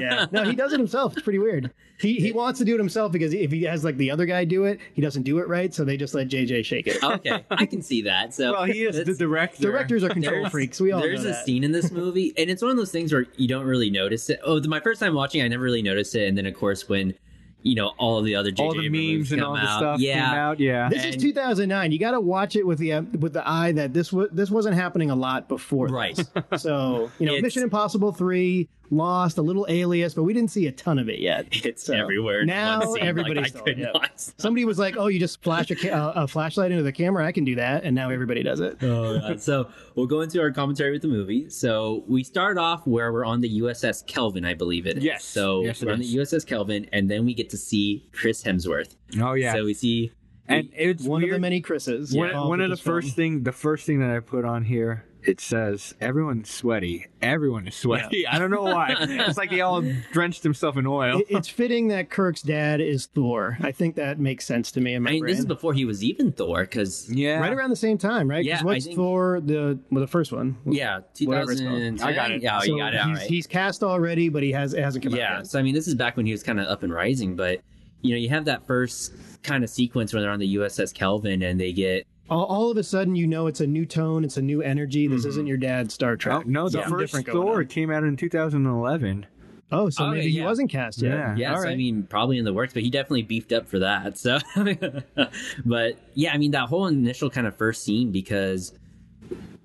[SPEAKER 1] (laughs)
[SPEAKER 3] Yeah. No, he does it himself. It's pretty weird. He, he wants to do it himself because if he has, like, the other guy do it, he doesn't do it right. So they just let J.J. shake it.
[SPEAKER 1] okay, I can see that. So
[SPEAKER 2] Well, he is the
[SPEAKER 1] that's-
[SPEAKER 2] director.
[SPEAKER 1] (laughs)
[SPEAKER 3] Directors are control
[SPEAKER 1] There's-
[SPEAKER 3] freaks. We all know
[SPEAKER 1] there's a
[SPEAKER 3] that.
[SPEAKER 1] scene in
[SPEAKER 2] (laughs)
[SPEAKER 1] this movie, and it's one of those things where you don't really notice it. Oh, the- my first time watching, I never really noticed it, and then of course when you know all the other JJ
[SPEAKER 2] all the
[SPEAKER 1] Abrams
[SPEAKER 2] memes and
[SPEAKER 1] come
[SPEAKER 2] all the
[SPEAKER 1] out,
[SPEAKER 2] stuff
[SPEAKER 1] yeah,
[SPEAKER 2] came out. Yeah.
[SPEAKER 3] This is
[SPEAKER 1] And-
[SPEAKER 3] 2009. You got to watch it with the uh, with the eye that this was this wasn't happening a lot before.
[SPEAKER 1] right.
[SPEAKER 3] So, you know,
[SPEAKER 1] (laughs) It's-
[SPEAKER 3] Mission Impossible 3, Lost, a little alias, but we didn't see a ton of it yet.
[SPEAKER 1] (laughs) It's
[SPEAKER 3] So,
[SPEAKER 1] everywhere. in
[SPEAKER 3] now
[SPEAKER 1] one scene.
[SPEAKER 3] everybody's
[SPEAKER 1] like, I
[SPEAKER 3] doing
[SPEAKER 1] could
[SPEAKER 3] it.
[SPEAKER 1] not stop.
[SPEAKER 3] Somebody was like, oh, you just flash a, ca- uh, a flashlight into the camera. I can do that. And now everybody does it.
[SPEAKER 1] Oh, God. so we'll go into our commentary with the movie. So we start off where we're on the USS Kelvin, I believe it is.
[SPEAKER 2] Yes.
[SPEAKER 1] So
[SPEAKER 2] Yes, it
[SPEAKER 1] we're on
[SPEAKER 2] is.
[SPEAKER 1] the USS Kelvin, and then we get to see Chris Hemsworth.
[SPEAKER 2] (laughs) oh yeah.
[SPEAKER 1] So we see
[SPEAKER 2] and it's
[SPEAKER 3] One
[SPEAKER 2] weird.
[SPEAKER 3] of the many Chris's.
[SPEAKER 2] one,
[SPEAKER 3] involved
[SPEAKER 2] one
[SPEAKER 3] with
[SPEAKER 2] of the
[SPEAKER 3] this film.
[SPEAKER 2] first thing, the first thing that I put on here, it says everyone's sweaty. Everyone is sweaty. I don't know why. it's like they all drenched themselves in oil.
[SPEAKER 3] It- It's fitting that Kirk's dad is Thor. I think that makes sense to me in my
[SPEAKER 1] I mean,
[SPEAKER 3] brain.
[SPEAKER 1] this is before he was even Thor, because
[SPEAKER 2] yeah.
[SPEAKER 3] Right around the same time, right? 'Cause
[SPEAKER 1] Yeah, I
[SPEAKER 3] what's
[SPEAKER 1] think-
[SPEAKER 3] Thor the well, the first one?
[SPEAKER 1] yeah,
[SPEAKER 3] Whatever it's called.
[SPEAKER 1] 2010.
[SPEAKER 2] I got it.
[SPEAKER 1] Yeah,
[SPEAKER 3] So
[SPEAKER 1] you got it.
[SPEAKER 3] He's,
[SPEAKER 1] all right.
[SPEAKER 3] he's cast already, but he has it hasn't come
[SPEAKER 1] yeah.
[SPEAKER 3] out.
[SPEAKER 1] So I mean, this is back when he was kind of up and rising, but you know, you have that first kind of sequence when they're on the USS Kelvin and they get
[SPEAKER 3] All, all of a sudden, you know, it's a new tone, it's a new energy. This
[SPEAKER 1] Mm-hmm.
[SPEAKER 3] isn't your dad's Star
[SPEAKER 2] Oh,
[SPEAKER 3] Trek.
[SPEAKER 2] no, the
[SPEAKER 3] Something
[SPEAKER 2] first
[SPEAKER 3] different going
[SPEAKER 2] Thor
[SPEAKER 3] on.
[SPEAKER 2] came out in 2011.
[SPEAKER 3] Oh, so
[SPEAKER 1] Oh,
[SPEAKER 3] maybe he
[SPEAKER 1] yeah.
[SPEAKER 3] wasn't cast yet.
[SPEAKER 2] Yeah.
[SPEAKER 1] yeah.
[SPEAKER 3] All
[SPEAKER 1] so I
[SPEAKER 3] right.
[SPEAKER 1] mean, probably in the works, but he definitely beefed up for that. So, (laughs) but yeah, I mean, that whole initial kind of first scene because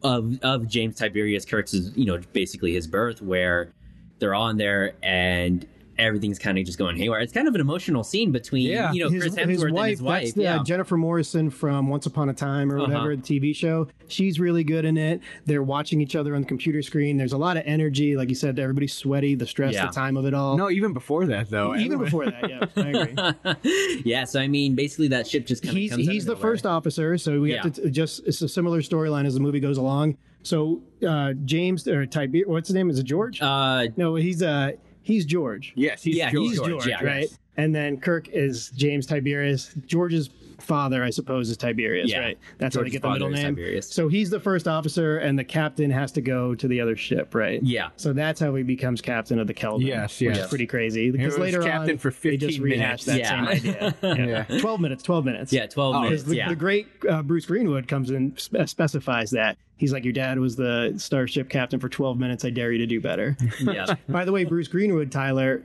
[SPEAKER 1] of of James Tiberius Kurtz's, you know, basically his birth, where they're on there and everything's kind of just going haywire. It's kind of an emotional scene between
[SPEAKER 2] Yeah.
[SPEAKER 1] you know Chris Hemsworth and his wife.
[SPEAKER 3] that's the-
[SPEAKER 1] yeah. Uh-huh.
[SPEAKER 3] uh, Jennifer Morrison from Once Upon a Time or whatever the TV show. She's really good in it. They're watching each other on the computer screen. There's a lot of energy, like you said. Everybody's sweaty. The stress,
[SPEAKER 1] Yeah.
[SPEAKER 3] the time of it all.
[SPEAKER 2] No, even before that though.
[SPEAKER 3] even
[SPEAKER 2] anyway.
[SPEAKER 3] before that, yeah, I agree.
[SPEAKER 1] (laughs) yeah, so I mean, basically that ship just kind of
[SPEAKER 3] he's
[SPEAKER 1] comes out
[SPEAKER 3] he's
[SPEAKER 1] of
[SPEAKER 3] the
[SPEAKER 1] nowhere.
[SPEAKER 3] first officer, so we
[SPEAKER 1] Yeah.
[SPEAKER 3] have to t- just it's a similar storyline as the movie goes along. So uh, James or Tiber, what's his name? Is it George?
[SPEAKER 1] Uh,
[SPEAKER 3] no, he's uh he's George.
[SPEAKER 2] Yes, he's
[SPEAKER 1] Yeah,
[SPEAKER 2] George.
[SPEAKER 1] he's George, yeah.
[SPEAKER 3] right? And then Kirk is James Tiberius. George's father, I suppose, is Tiberius,
[SPEAKER 1] Yeah.
[SPEAKER 3] right? That's how they
[SPEAKER 1] George's
[SPEAKER 3] get the middle
[SPEAKER 1] father is
[SPEAKER 3] name.
[SPEAKER 1] Tiberius.
[SPEAKER 3] So he's the first officer, and the captain has to go to the other ship, right?
[SPEAKER 1] Yeah.
[SPEAKER 3] So that's how he becomes captain of the Kelvin.
[SPEAKER 2] Yes,
[SPEAKER 3] Which
[SPEAKER 2] yes.
[SPEAKER 3] is pretty crazy because
[SPEAKER 2] was
[SPEAKER 3] later
[SPEAKER 2] captain
[SPEAKER 3] on
[SPEAKER 2] for
[SPEAKER 3] they just
[SPEAKER 2] 15
[SPEAKER 3] rehashed
[SPEAKER 2] minutes.
[SPEAKER 3] that
[SPEAKER 1] Yeah.
[SPEAKER 3] same
[SPEAKER 1] (laughs)
[SPEAKER 3] idea. Yeah. Twelve minutes. Twelve minutes.
[SPEAKER 1] yeah, twelve
[SPEAKER 2] Oh,
[SPEAKER 1] minutes.
[SPEAKER 3] Because the,
[SPEAKER 1] yeah.
[SPEAKER 3] the great uh, Bruce Greenwood comes in spe- specifies that he's like your dad was the starship captain for 12 minutes. I dare you to do
[SPEAKER 1] (laughs)
[SPEAKER 3] better. (laughs)
[SPEAKER 1] yeah.
[SPEAKER 3] By the way, Bruce Greenwood, Tyler,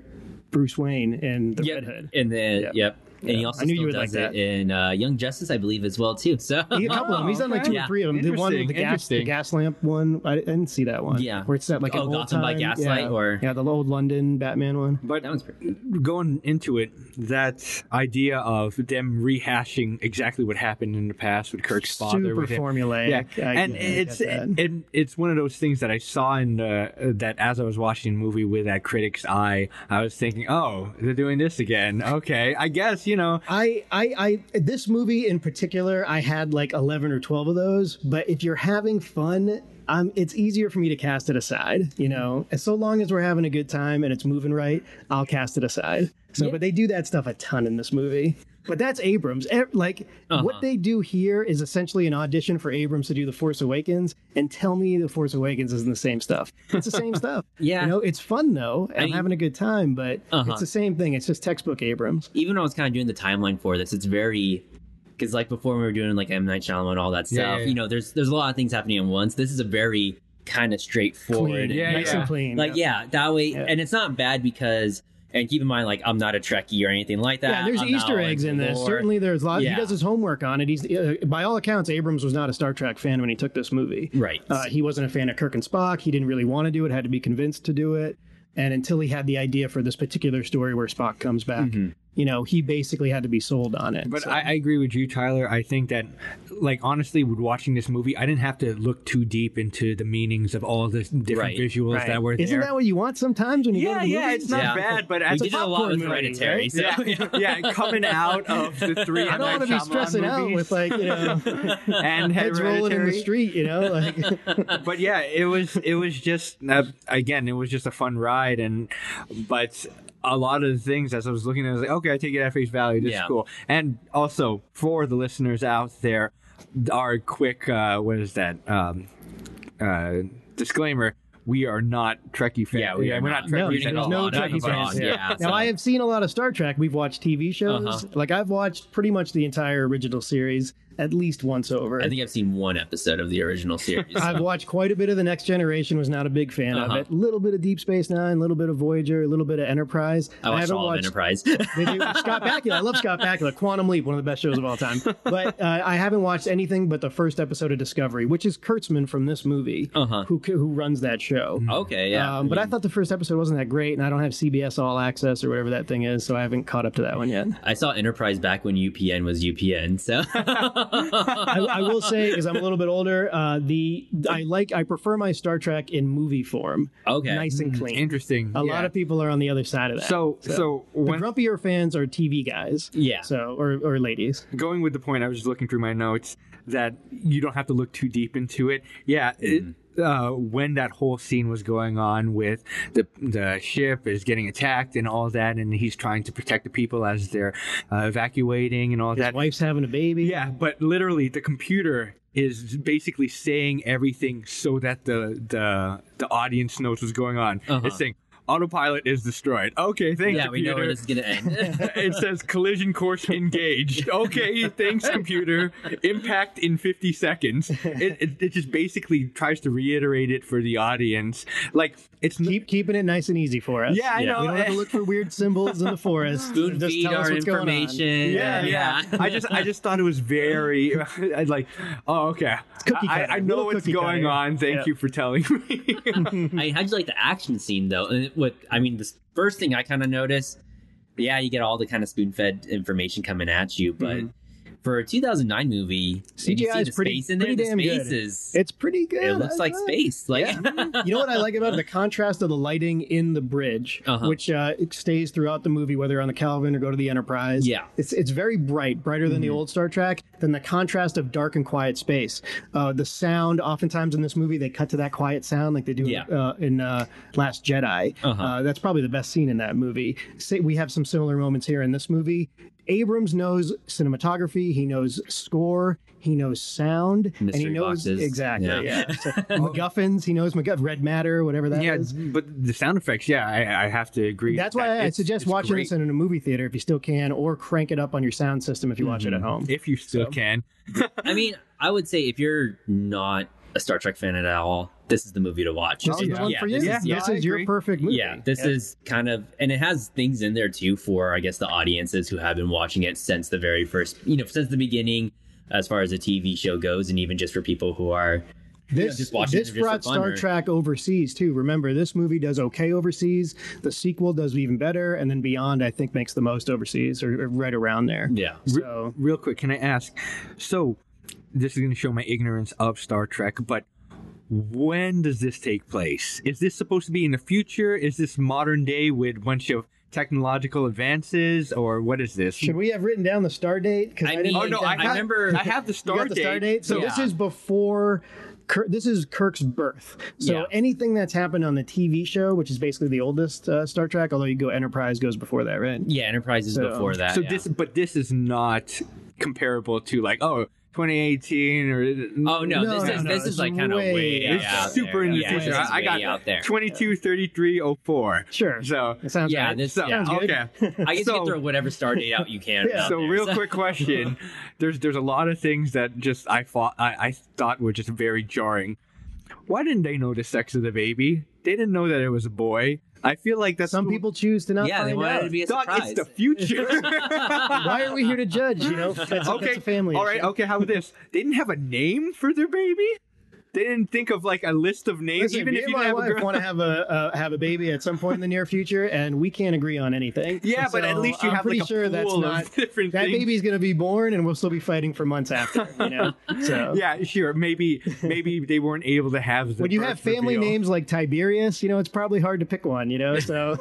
[SPEAKER 3] Bruce Wayne in the
[SPEAKER 1] Yep.
[SPEAKER 3] Red Hood.
[SPEAKER 1] And then
[SPEAKER 3] Yeah.
[SPEAKER 1] yep. And he also
[SPEAKER 3] I knew
[SPEAKER 1] still
[SPEAKER 3] you would
[SPEAKER 1] does
[SPEAKER 3] like
[SPEAKER 1] it
[SPEAKER 3] that.
[SPEAKER 1] in uh, Young Justice, I believe, as well too. So
[SPEAKER 3] He, a couple of them. He's done like
[SPEAKER 2] okay.
[SPEAKER 3] two
[SPEAKER 1] Oh, Yeah.
[SPEAKER 3] or three of them. The one with the
[SPEAKER 2] Interesting,
[SPEAKER 3] gas, the
[SPEAKER 2] interesting.
[SPEAKER 3] gas lamp one. I didn't see that one.
[SPEAKER 1] Yeah.
[SPEAKER 3] where it's that like an
[SPEAKER 1] Oh,
[SPEAKER 3] old
[SPEAKER 1] Gotham by
[SPEAKER 3] time-
[SPEAKER 1] Gaslight
[SPEAKER 3] yeah.
[SPEAKER 1] or-
[SPEAKER 3] yeah, the old London Batman one.
[SPEAKER 1] (laughs)
[SPEAKER 2] But
[SPEAKER 1] that one's pretty.
[SPEAKER 2] going into it, that idea of them rehashing exactly what happened in the past with Kirk's father,
[SPEAKER 3] Super
[SPEAKER 2] with him-
[SPEAKER 3] formulaic.
[SPEAKER 2] yeah,
[SPEAKER 3] I-
[SPEAKER 2] and
[SPEAKER 3] yeah, I
[SPEAKER 2] it's
[SPEAKER 3] get that.
[SPEAKER 2] and it's one of those things that I saw in the, that as I was watching the movie with that critic's eye, I was thinking, oh, they're doing this again. Okay, I guess you know.
[SPEAKER 3] I, I, I, this movie in particular, I had like 11 or 12 of those. But if you're having fun, um, it's easier for me to cast it aside, you know? As so long as we're having a good time and it's moving right, I'll cast it aside. So, but they do that stuff a ton in this movie. But that's Abrams. E- Like,
[SPEAKER 1] Uh-huh.
[SPEAKER 3] what they do here is essentially an audition for Abrams to do The Force Awakens. And tell me The Force Awakens isn't the same stuff. It's
[SPEAKER 1] (laughs)
[SPEAKER 3] the same stuff.
[SPEAKER 1] Yeah.
[SPEAKER 3] You know, it's fun though. I'm
[SPEAKER 1] mean-
[SPEAKER 3] having a good time, but
[SPEAKER 1] Uh-huh.
[SPEAKER 3] it's the same thing. It's just textbook Abrams.
[SPEAKER 1] Even when I was kind of doing the timeline for this, it's very because like before we were doing like M Night Shyamalan and all that stuff.
[SPEAKER 2] Yeah, yeah, yeah.
[SPEAKER 1] You know, there's there's a lot of things happening at once. This is a very kind of straightforward.
[SPEAKER 3] Clean.
[SPEAKER 1] and
[SPEAKER 2] Yeah,
[SPEAKER 3] nice
[SPEAKER 2] yeah.
[SPEAKER 3] and clean.
[SPEAKER 1] Like yeah, that way, and it's not bad because. And keep in mind, like I'm not a Trekkie or anything like that.
[SPEAKER 3] Yeah, there's
[SPEAKER 1] I'm not
[SPEAKER 3] Easter
[SPEAKER 1] all
[SPEAKER 3] eggs in
[SPEAKER 1] into
[SPEAKER 3] this.
[SPEAKER 1] lore.
[SPEAKER 3] Certainly, there's a lot.
[SPEAKER 1] Yeah.
[SPEAKER 3] He does his homework on it. He's uh, by all accounts, Abrams was not a Star Trek fan when he took this movie.
[SPEAKER 1] Right.
[SPEAKER 3] Uh, he wasn't a fan of Kirk and Spock. He didn't really want to do it. Had to be convinced to do it. And until he had the idea for this particular story where Spock comes back,
[SPEAKER 1] Mm-hmm.
[SPEAKER 3] you know, he basically had to be sold on it.
[SPEAKER 2] But
[SPEAKER 3] So-
[SPEAKER 2] I, I agree with you, Tyler. I think that, like, honestly, with watching this movie, I didn't have to look too deep into the meanings of all the different
[SPEAKER 1] Right,
[SPEAKER 2] visuals
[SPEAKER 3] Right.
[SPEAKER 2] that were there.
[SPEAKER 3] Isn't that what you want sometimes when you go
[SPEAKER 2] yeah,
[SPEAKER 3] to the
[SPEAKER 2] yeah,
[SPEAKER 3] movies?
[SPEAKER 2] it's not
[SPEAKER 1] Yeah.
[SPEAKER 2] bad, but
[SPEAKER 1] we
[SPEAKER 2] as a
[SPEAKER 1] did it a lot
[SPEAKER 2] popcorn
[SPEAKER 1] with
[SPEAKER 2] movie,
[SPEAKER 1] Hereditary.
[SPEAKER 2] right?
[SPEAKER 1] So, (laughs)
[SPEAKER 2] yeah, yeah, coming out of the three.
[SPEAKER 3] I don't want to be stressing out with like you know
[SPEAKER 2] (laughs) and
[SPEAKER 3] heads rolling in the
[SPEAKER 2] Hereditary.
[SPEAKER 3] street, you know, like
[SPEAKER 2] but yeah, it was it was just uh, again, it was just a fun ride, and but a lot of the things as I was looking at, it, I was like, okay, I take it at face value. This
[SPEAKER 1] Yeah.
[SPEAKER 2] is cool. And also for the listeners out there, our quick uh, what is that um, uh, disclaimer. We are not Trekkie fans.
[SPEAKER 1] Yeah, we are
[SPEAKER 2] we're
[SPEAKER 1] not.
[SPEAKER 2] not
[SPEAKER 1] No,
[SPEAKER 2] Trekkies
[SPEAKER 1] there's
[SPEAKER 2] at all.
[SPEAKER 1] no
[SPEAKER 2] None of
[SPEAKER 1] Trekkie
[SPEAKER 2] us.
[SPEAKER 1] fans here. yeah,
[SPEAKER 3] now
[SPEAKER 1] so-
[SPEAKER 3] I have seen a lot of Star Trek. We've watched TV shows.
[SPEAKER 1] Uh-huh.
[SPEAKER 3] Like I've watched pretty much the entire original series at least once over.
[SPEAKER 1] I think I've seen one episode of the original
[SPEAKER 3] (laughs)
[SPEAKER 1] series.
[SPEAKER 3] I've watched quite a bit of the Next Generation. Was not a big fan
[SPEAKER 1] Uh-huh.
[SPEAKER 3] of it. A little bit of Deep Space Nine, a little bit of Voyager, a little bit of Enterprise.
[SPEAKER 1] Oh, I watched all of Enterprise. (laughs)
[SPEAKER 3] They do- Scott Bakula. I love Scott Bakula. Quantum Leap, one of the best shows of all time. But uh, I haven't watched anything but the first episode of Discovery, which is Kurtzman from this movie,
[SPEAKER 1] Uh-huh.
[SPEAKER 3] who who runs that show.
[SPEAKER 1] okay, yeah. Mm-hmm.
[SPEAKER 3] Um, but I thought the first episode wasn't that great, and I don't have CBS All Access or whatever that thing is, so I haven't caught up to that one yet.
[SPEAKER 1] I saw Enterprise back when UPN was UPN. So (laughs)
[SPEAKER 3] I, I will say because I'm a little bit older, uh, the I like I prefer my Star Trek in movie form,
[SPEAKER 1] okay,
[SPEAKER 3] nice and clean.
[SPEAKER 2] Interesting.
[SPEAKER 3] A
[SPEAKER 2] Hmm. yeah.
[SPEAKER 3] lot of people are on the other side of that.
[SPEAKER 2] So, so,
[SPEAKER 3] the
[SPEAKER 2] when,
[SPEAKER 3] grumpier fans are TV guys,
[SPEAKER 1] Yeah.
[SPEAKER 3] so or or ladies.
[SPEAKER 2] going with the point, I was just looking through my notes that you don't have to look too deep into it. Yeah. It,
[SPEAKER 1] Mm-hmm.
[SPEAKER 2] uh, when that whole scene was going on with the the ship is getting attacked and all that, and he's trying to protect the people as they're uh, evacuating and all
[SPEAKER 3] His
[SPEAKER 2] that.
[SPEAKER 3] wife's having a baby.
[SPEAKER 2] Yeah, but literally the computer is basically saying everything so that the the the audience knows what's going on.
[SPEAKER 1] Uh-huh.
[SPEAKER 2] It's saying autopilot is destroyed. Okay, thanks.
[SPEAKER 1] yeah, we know where
[SPEAKER 2] computer
[SPEAKER 1] this is gonna end.
[SPEAKER 2] it says collision course engaged. Okay, thanks, computer. Impact in 50 seconds. It, it, it just basically tries to reiterate it for the audience. Like, it's. n-
[SPEAKER 3] Keep keeping it nice and easy for us.
[SPEAKER 2] Yeah, I know.
[SPEAKER 3] We don't have
[SPEAKER 2] (laughs)
[SPEAKER 3] to look for weird symbols in the forest.
[SPEAKER 1] Spoon
[SPEAKER 3] Just
[SPEAKER 1] feed
[SPEAKER 3] tell us
[SPEAKER 1] our
[SPEAKER 3] what's going on.
[SPEAKER 1] information.
[SPEAKER 2] yeah, yeah. I just, I just thought it was very, (laughs) I'd like, oh, okay.
[SPEAKER 3] cookie
[SPEAKER 2] I,
[SPEAKER 3] cutter,
[SPEAKER 2] I know
[SPEAKER 3] little
[SPEAKER 2] what's
[SPEAKER 3] cookie
[SPEAKER 2] going
[SPEAKER 3] cutter.
[SPEAKER 2] on. Thank
[SPEAKER 3] Yeah.
[SPEAKER 2] you for telling me.
[SPEAKER 1] (laughs) I how'd you like the action scene though? And But what I mean, the first thing I kind of noticed, yeah, you get all the kind of spoon fed information coming at you, but.
[SPEAKER 3] Mm-hmm.
[SPEAKER 1] For a 2009 movie, and you
[SPEAKER 3] CGI
[SPEAKER 1] see
[SPEAKER 3] is
[SPEAKER 1] the
[SPEAKER 3] pretty-
[SPEAKER 1] space in there.
[SPEAKER 3] pretty
[SPEAKER 1] the
[SPEAKER 3] damn good.
[SPEAKER 1] space is
[SPEAKER 3] It's pretty good.
[SPEAKER 1] it looks
[SPEAKER 3] I
[SPEAKER 1] like
[SPEAKER 3] thought.
[SPEAKER 1] space. Like
[SPEAKER 3] you know what I like about it? The contrast of the lighting in the bridge,
[SPEAKER 1] Uh-huh.
[SPEAKER 3] which uh, it stays throughout the movie, whether on the Calvin or go to the Enterprise.
[SPEAKER 1] Yeah. Mm-hmm.
[SPEAKER 3] It's, it's very bright, brighter than the old Star Trek, than the contrast of dark and quiet space. Uh, the sound, oftentimes in this movie, they cut to that quiet sound like they do
[SPEAKER 1] Yeah.
[SPEAKER 3] uh, in uh, Last Jedi.
[SPEAKER 1] Uh-huh.
[SPEAKER 3] Uh, that's probably the best scene in that movie. Say, we have some similar moments here in this movie. Abrams knows cinematography, he knows score, he knows sound, and he
[SPEAKER 1] Mystery
[SPEAKER 3] knows
[SPEAKER 1] boxes.
[SPEAKER 3] exactly.
[SPEAKER 1] Yeah.
[SPEAKER 2] (laughs)
[SPEAKER 3] yeah. So, MacGuffins. He knows MacGuff Red Matter, whatever that is.
[SPEAKER 2] yeah, but the sound effects, yeah, I, I have to agree.
[SPEAKER 3] That's
[SPEAKER 2] that
[SPEAKER 3] why I
[SPEAKER 2] it's-
[SPEAKER 3] suggest
[SPEAKER 2] it's
[SPEAKER 3] watching
[SPEAKER 2] great
[SPEAKER 3] this in a movie theater if you still can, or crank it up on your sound system if you watch it at home.
[SPEAKER 2] if you still can.
[SPEAKER 1] (laughs) I mean, I would say if you're not a Star Trek fan at all, this is the movie to watch.
[SPEAKER 3] This
[SPEAKER 2] Oh,
[SPEAKER 3] is
[SPEAKER 2] yeah.
[SPEAKER 3] the one
[SPEAKER 1] Yeah,
[SPEAKER 3] for you.
[SPEAKER 1] this
[SPEAKER 2] is- yeah,
[SPEAKER 3] this
[SPEAKER 2] I
[SPEAKER 3] is your
[SPEAKER 2] agree.
[SPEAKER 3] perfect movie.
[SPEAKER 1] Yeah, this
[SPEAKER 3] Yeah.
[SPEAKER 1] is kind of, and it has things in there too for, I guess, the audiences who have been watching it since the very first, you know, since the beginning, as far as a TV show goes, and even just for people who are
[SPEAKER 3] This,
[SPEAKER 1] just watching
[SPEAKER 3] this
[SPEAKER 1] it just for
[SPEAKER 3] brought
[SPEAKER 1] fun
[SPEAKER 3] Star
[SPEAKER 1] or-
[SPEAKER 3] Trek overseas too. Remember, this movie does okay overseas. The sequel does even better, and then Beyond, I think, makes the most overseas, or, or right around there.
[SPEAKER 1] yeah.
[SPEAKER 3] So
[SPEAKER 2] Real quick, can I ask? So, this is going to show my ignorance of Star Trek, but when does this take place? Is this supposed to be in the future? Is this modern day with a bunch of technological advances, or what is this?
[SPEAKER 3] should we have written down the star date? Because
[SPEAKER 1] I mean,
[SPEAKER 2] oh no,
[SPEAKER 1] I
[SPEAKER 2] I, got-
[SPEAKER 1] remember-
[SPEAKER 2] I have the
[SPEAKER 3] You
[SPEAKER 2] star,
[SPEAKER 3] got the star date. So
[SPEAKER 1] Yeah.
[SPEAKER 3] this is before. Kirk, this is Kirk's birth. So
[SPEAKER 1] Yeah.
[SPEAKER 3] anything that's happened on the TV show, which is basically the oldest uh, Star Trek, although you go Enterprise goes before that, right?
[SPEAKER 1] Yeah, Enterprise is
[SPEAKER 3] So-
[SPEAKER 1] before that.
[SPEAKER 2] So
[SPEAKER 1] yeah.
[SPEAKER 2] this, but this is not comparable to like oh 2018 or
[SPEAKER 1] Oh no,
[SPEAKER 3] No,
[SPEAKER 1] this
[SPEAKER 3] no,
[SPEAKER 1] is
[SPEAKER 3] no,
[SPEAKER 1] this
[SPEAKER 3] it's
[SPEAKER 1] is like kind of
[SPEAKER 3] way-
[SPEAKER 1] way
[SPEAKER 3] it's
[SPEAKER 1] out
[SPEAKER 2] super
[SPEAKER 1] there.
[SPEAKER 2] in the
[SPEAKER 1] Yeah,
[SPEAKER 2] future.
[SPEAKER 1] this is
[SPEAKER 2] I
[SPEAKER 1] way
[SPEAKER 2] got
[SPEAKER 1] out
[SPEAKER 2] (laughs)
[SPEAKER 1] there.
[SPEAKER 2] 22 33 04.
[SPEAKER 3] Sure.
[SPEAKER 2] So
[SPEAKER 3] It sounds
[SPEAKER 1] Yeah,
[SPEAKER 3] right.
[SPEAKER 1] this
[SPEAKER 2] so
[SPEAKER 1] yeah.
[SPEAKER 2] okay.
[SPEAKER 1] I guess you
[SPEAKER 2] So-
[SPEAKER 1] can throw whatever star
[SPEAKER 2] (laughs)
[SPEAKER 1] date out you can.
[SPEAKER 3] Yeah.
[SPEAKER 1] out
[SPEAKER 2] So
[SPEAKER 1] there.
[SPEAKER 2] real quick question. There's there's a lot of things that just I thought I, I thought were just very jarring. Why didn't they know the sex of the baby? They didn't know that it was a boy. I feel like that's
[SPEAKER 3] Some people choose to not
[SPEAKER 1] yeah,
[SPEAKER 3] find
[SPEAKER 1] they wanted
[SPEAKER 3] out.
[SPEAKER 1] it to be a
[SPEAKER 2] Doc,
[SPEAKER 1] surprise.
[SPEAKER 2] it's the future. (laughs)
[SPEAKER 3] Why are we here to judge? You know, (laughs) that's,
[SPEAKER 2] okay.
[SPEAKER 3] that's a family.
[SPEAKER 2] All right.
[SPEAKER 3] issue.
[SPEAKER 2] Okay. How about this? They didn't have a name for their baby. They didn't think of like a list of names.
[SPEAKER 3] Listen,
[SPEAKER 2] even
[SPEAKER 3] me
[SPEAKER 2] if
[SPEAKER 3] and
[SPEAKER 2] you
[SPEAKER 3] my
[SPEAKER 2] didn't have a
[SPEAKER 3] wife
[SPEAKER 2] girl.
[SPEAKER 3] want to have a uh, have a baby at some point in the near future, and we can't agree on anything.
[SPEAKER 2] Yeah, but at
[SPEAKER 3] So
[SPEAKER 2] least you
[SPEAKER 3] I'm
[SPEAKER 2] have
[SPEAKER 3] pretty
[SPEAKER 2] like a
[SPEAKER 3] sure
[SPEAKER 2] pool
[SPEAKER 3] that's
[SPEAKER 2] of
[SPEAKER 3] not
[SPEAKER 2] (laughs) different
[SPEAKER 3] that
[SPEAKER 2] things.
[SPEAKER 3] baby's gonna be born, and we'll still be fighting for months after. You know,
[SPEAKER 2] (laughs)
[SPEAKER 3] so
[SPEAKER 2] Yeah, sure. Maybe maybe they weren't able to have. The
[SPEAKER 3] when you have
[SPEAKER 2] birth
[SPEAKER 3] family
[SPEAKER 2] reveal.
[SPEAKER 3] names like Tiberius, you know it's probably hard to pick one. You
[SPEAKER 2] (laughs)
[SPEAKER 3] know, so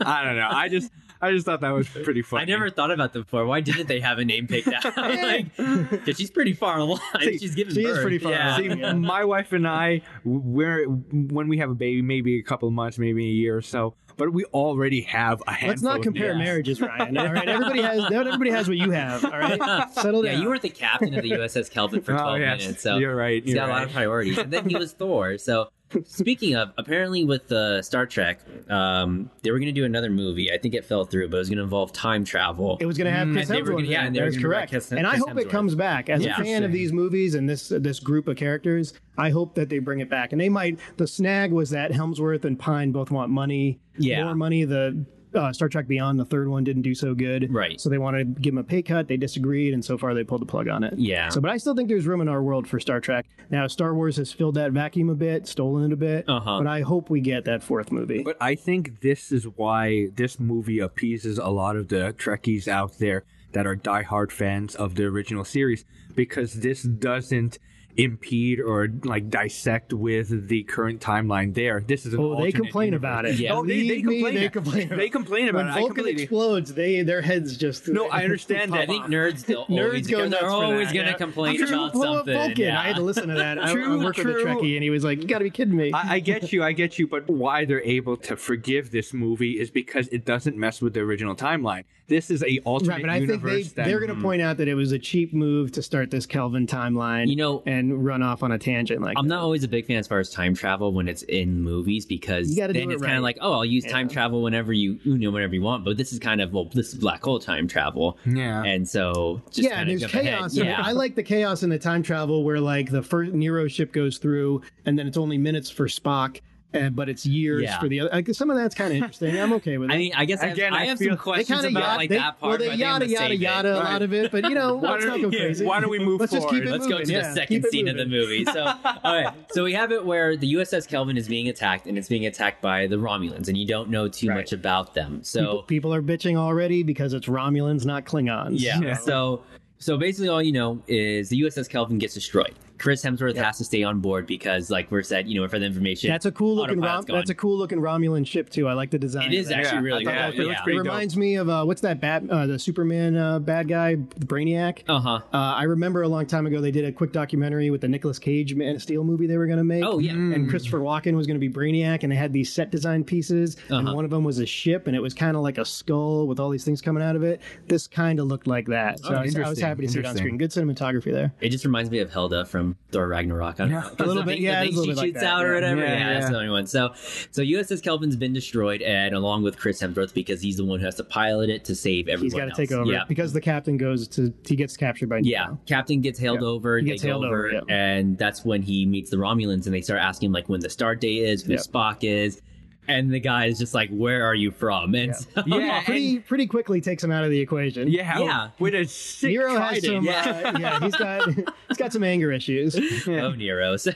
[SPEAKER 2] I don't know. I just I just thought that was pretty funny.
[SPEAKER 1] I never thought about them before. Why didn't they have a name picked out? (laughs) like, 'cause she's pretty far along. she's giving
[SPEAKER 3] she is
[SPEAKER 1] birth.
[SPEAKER 3] pretty far
[SPEAKER 1] yeah.
[SPEAKER 3] along.
[SPEAKER 2] See, my wife and I, we're when we have a baby, maybe a couple of months, maybe a year or so, but we already have a handful.
[SPEAKER 3] let's not
[SPEAKER 2] of
[SPEAKER 3] compare
[SPEAKER 1] yeah.
[SPEAKER 3] marriages, Ryan. All right, everybody has not everybody has what you have. All
[SPEAKER 2] (laughs)
[SPEAKER 3] right, settle
[SPEAKER 1] Yeah,
[SPEAKER 3] down.
[SPEAKER 1] you weren't the captain
[SPEAKER 3] (laughs)
[SPEAKER 1] of the USS Kelvin for
[SPEAKER 2] names.
[SPEAKER 1] 12
[SPEAKER 2] Oh, yes.
[SPEAKER 1] minutes, so
[SPEAKER 2] you're right.
[SPEAKER 1] he's
[SPEAKER 2] You're
[SPEAKER 1] got a lot of
[SPEAKER 2] right.
[SPEAKER 1] priorities. And then he
[SPEAKER 3] (laughs)
[SPEAKER 1] was Thor. So speaking of, apparently with uh, Star Trek, um, they were going to do another movie. I think it fell through, but it was going to involve time travel.
[SPEAKER 3] It was going to have Chris
[SPEAKER 1] Mm, and they were
[SPEAKER 3] Hemsworth.
[SPEAKER 1] gonna- yeah,
[SPEAKER 3] in it.
[SPEAKER 1] and they were
[SPEAKER 3] That's
[SPEAKER 1] gonna bring back
[SPEAKER 3] correct.
[SPEAKER 1] Chris-
[SPEAKER 3] and I
[SPEAKER 1] Chris
[SPEAKER 3] hope it
[SPEAKER 1] Hemsworth.
[SPEAKER 3] comes back. As a fan of
[SPEAKER 2] Interesting.
[SPEAKER 3] these movies and this this group of characters, I hope that they bring it back. And they might. The snag was that Helmsworth and Pine both want money.
[SPEAKER 1] Yeah.
[SPEAKER 3] more money. The uh, Star Trek Beyond, the third one, didn't do so good.
[SPEAKER 1] Right.
[SPEAKER 3] So they wanted to give him a pay cut. They disagreed, and so far they pulled the plug on it.
[SPEAKER 1] Yeah.
[SPEAKER 3] So, but I still think there's room in our world for Star Trek. Now, Star Wars has filled that vacuum a bit, stolen it a bit.
[SPEAKER 1] Uh-huh.
[SPEAKER 3] But I hope we get that fourth movie.
[SPEAKER 2] But I think this is why this movie appeases a lot of the Trekkies out there that are diehard fans of the original series because this doesn't impede or like dissect with the current timeline there. This is an
[SPEAKER 3] Oh, they
[SPEAKER 2] alternate
[SPEAKER 3] complain
[SPEAKER 2] universe.
[SPEAKER 3] about it.
[SPEAKER 1] Yeah.
[SPEAKER 2] Oh, they, they
[SPEAKER 3] Believe me,
[SPEAKER 2] complain.
[SPEAKER 3] They complain.
[SPEAKER 2] They complain about
[SPEAKER 3] when
[SPEAKER 2] it. I
[SPEAKER 3] Vulcan
[SPEAKER 2] completely-
[SPEAKER 3] explodes, they their heads just
[SPEAKER 2] No,
[SPEAKER 3] (laughs)
[SPEAKER 2] I understand
[SPEAKER 1] I
[SPEAKER 2] that.
[SPEAKER 1] think nerds, they'll
[SPEAKER 3] Nerds
[SPEAKER 1] always,
[SPEAKER 3] go
[SPEAKER 1] (laughs) they're
[SPEAKER 3] nuts for
[SPEAKER 1] always
[SPEAKER 3] that,
[SPEAKER 1] going to
[SPEAKER 3] yeah.
[SPEAKER 1] complain
[SPEAKER 3] True,
[SPEAKER 1] about
[SPEAKER 3] blow up
[SPEAKER 1] something.
[SPEAKER 3] Vulcan.
[SPEAKER 1] yeah.
[SPEAKER 3] I had to listen
[SPEAKER 1] (laughs)
[SPEAKER 3] to that. I, I
[SPEAKER 2] True,
[SPEAKER 3] worked with a
[SPEAKER 2] true.
[SPEAKER 3] Trekkie, and he was like, "You got to be kidding me."
[SPEAKER 2] I, I get you, I get you, but why they're able to forgive this movie is because it doesn't mess with the original timeline. This is a alternate
[SPEAKER 3] Right, but I think
[SPEAKER 2] universe
[SPEAKER 3] they,
[SPEAKER 2] that
[SPEAKER 3] they're going to point out that it was a cheap move to start this Kelvin timeline,
[SPEAKER 1] You know-
[SPEAKER 3] and run off on a tangent like
[SPEAKER 1] I'm not always a big fan as far as time travel when it's in movies because
[SPEAKER 3] You gotta
[SPEAKER 1] then
[SPEAKER 3] do it
[SPEAKER 1] it's kind
[SPEAKER 3] right.
[SPEAKER 1] of like, oh, I'll use time travel whenever you, you know, whenever you want. But this is kind of well, this is black hole time travel,
[SPEAKER 2] Yeah.
[SPEAKER 1] and so just
[SPEAKER 3] yeah,
[SPEAKER 1] kind
[SPEAKER 3] there's
[SPEAKER 1] of jump ahead.
[SPEAKER 3] chaos.
[SPEAKER 1] Yeah,
[SPEAKER 3] I like the chaos in the time travel where like the first Nero ship goes through, and then it's only minutes for Spock. and, but it's years
[SPEAKER 1] Yeah.
[SPEAKER 3] for the other. Like, some of that's kind of interesting. I'm okay with
[SPEAKER 1] (laughs)
[SPEAKER 3] it.
[SPEAKER 1] I mean, I guess I have,
[SPEAKER 2] Again,
[SPEAKER 1] I
[SPEAKER 2] I
[SPEAKER 1] have
[SPEAKER 2] feel-
[SPEAKER 1] some
[SPEAKER 2] they
[SPEAKER 3] they
[SPEAKER 1] questions
[SPEAKER 3] kind of
[SPEAKER 1] about like that part.
[SPEAKER 3] Well,
[SPEAKER 1] but I
[SPEAKER 3] they
[SPEAKER 1] think I'm
[SPEAKER 3] yada
[SPEAKER 1] gonna
[SPEAKER 3] yada
[SPEAKER 1] save it.
[SPEAKER 3] yada a lot of it, but
[SPEAKER 1] (laughs)
[SPEAKER 3] you know,
[SPEAKER 2] Why
[SPEAKER 3] let's not
[SPEAKER 2] don't-
[SPEAKER 3] go
[SPEAKER 2] yeah,
[SPEAKER 3] crazy.
[SPEAKER 2] why don't we move
[SPEAKER 3] Let's just keep
[SPEAKER 2] forward?
[SPEAKER 3] it
[SPEAKER 1] Let's go
[SPEAKER 3] moving,
[SPEAKER 1] to
[SPEAKER 3] yeah,
[SPEAKER 1] the second
[SPEAKER 3] keep it
[SPEAKER 1] scene of the movie.
[SPEAKER 3] moving.
[SPEAKER 1] So,
[SPEAKER 3] (laughs)
[SPEAKER 1] all right. So we have it where the USS Kelvin is being attacked, and it's being attacked by the Romulans, and you don't know too
[SPEAKER 3] Right.
[SPEAKER 1] much about them.
[SPEAKER 3] People,
[SPEAKER 1] So,
[SPEAKER 3] people are bitching already because it's Romulans, not Klingons. (laughs)
[SPEAKER 1] yeah.
[SPEAKER 2] Yeah.
[SPEAKER 1] So, so basically, all you know is the USS Kelvin gets destroyed. Chris Hemsworth has to stay on board because, like we're said, you know, for the information,
[SPEAKER 3] That's a cool looking Rom-
[SPEAKER 1] Autopilot's gone.
[SPEAKER 3] that's a cool looking Romulan ship too. I like the design.
[SPEAKER 1] It
[SPEAKER 3] of
[SPEAKER 1] is
[SPEAKER 3] that.
[SPEAKER 1] actually
[SPEAKER 2] Yeah,
[SPEAKER 1] really
[SPEAKER 2] I
[SPEAKER 1] cool.
[SPEAKER 2] thought that- it looks
[SPEAKER 1] Yeah.
[SPEAKER 3] It
[SPEAKER 2] pretty dope.
[SPEAKER 3] reminds me of uh, what's that bat uh, the Superman uh, bad guy, the Brainiac.
[SPEAKER 1] Uh huh.
[SPEAKER 3] Uh, I remember a long time ago they did a quick documentary with the Nicolas Cage Man of Steel movie they were going to make.
[SPEAKER 1] Oh yeah.
[SPEAKER 2] Hmm.
[SPEAKER 3] And Christopher Walken was going to be Brainiac, and they had these set design pieces, and
[SPEAKER 1] Uh-huh.
[SPEAKER 3] one of them was a ship, and it was kind of like a skull with all these things coming out of it. This kind of looked like that, so
[SPEAKER 2] Oh,
[SPEAKER 3] I, was, I was
[SPEAKER 2] interesting,
[SPEAKER 3] happy to see it on screen.
[SPEAKER 2] interesting.
[SPEAKER 3] Good cinematography there.
[SPEAKER 1] It just reminds me of Helda from Thor Ragnarok. I don't
[SPEAKER 2] Yeah.
[SPEAKER 1] know.
[SPEAKER 3] A little
[SPEAKER 1] The
[SPEAKER 3] bit,
[SPEAKER 1] thing-
[SPEAKER 3] yeah,
[SPEAKER 1] the
[SPEAKER 3] it
[SPEAKER 1] thing
[SPEAKER 3] is a little
[SPEAKER 1] she
[SPEAKER 3] bit like
[SPEAKER 1] shoots
[SPEAKER 3] that,
[SPEAKER 1] out or
[SPEAKER 3] yeah.
[SPEAKER 1] whatever.
[SPEAKER 2] Yeah,
[SPEAKER 1] Yeah, that's
[SPEAKER 2] yeah.
[SPEAKER 1] the only one. So, so USS Kelvin's been destroyed, and along with Chris Hemsworth, because he's the one who has to pilot it to save everyone.
[SPEAKER 3] He's got to
[SPEAKER 1] else.
[SPEAKER 3] take over
[SPEAKER 1] Yeah.
[SPEAKER 3] because the captain goes to he gets captured by
[SPEAKER 1] Yeah, Captain gets hailed
[SPEAKER 3] Yeah.
[SPEAKER 1] over,
[SPEAKER 3] He
[SPEAKER 1] they
[SPEAKER 3] gets
[SPEAKER 1] go
[SPEAKER 3] hailed over,
[SPEAKER 1] over,
[SPEAKER 3] yeah.
[SPEAKER 1] and that's when he meets the Romulans, and they start asking him like when the start date is, who
[SPEAKER 3] Yeah.
[SPEAKER 1] Spock is, and the guy is just like, "Where are you from?" And so,
[SPEAKER 2] Yeah,
[SPEAKER 3] Yeah,
[SPEAKER 2] and-
[SPEAKER 3] pretty pretty quickly takes him out of the equation.
[SPEAKER 2] yeah,
[SPEAKER 1] Oh, Yeah.
[SPEAKER 2] with a sick
[SPEAKER 3] Nero has
[SPEAKER 2] trident. (laughs)
[SPEAKER 3] some. Yeah, uh, yeah he's got (laughs) he's got some anger issues.
[SPEAKER 1] (laughs) oh Nero. So,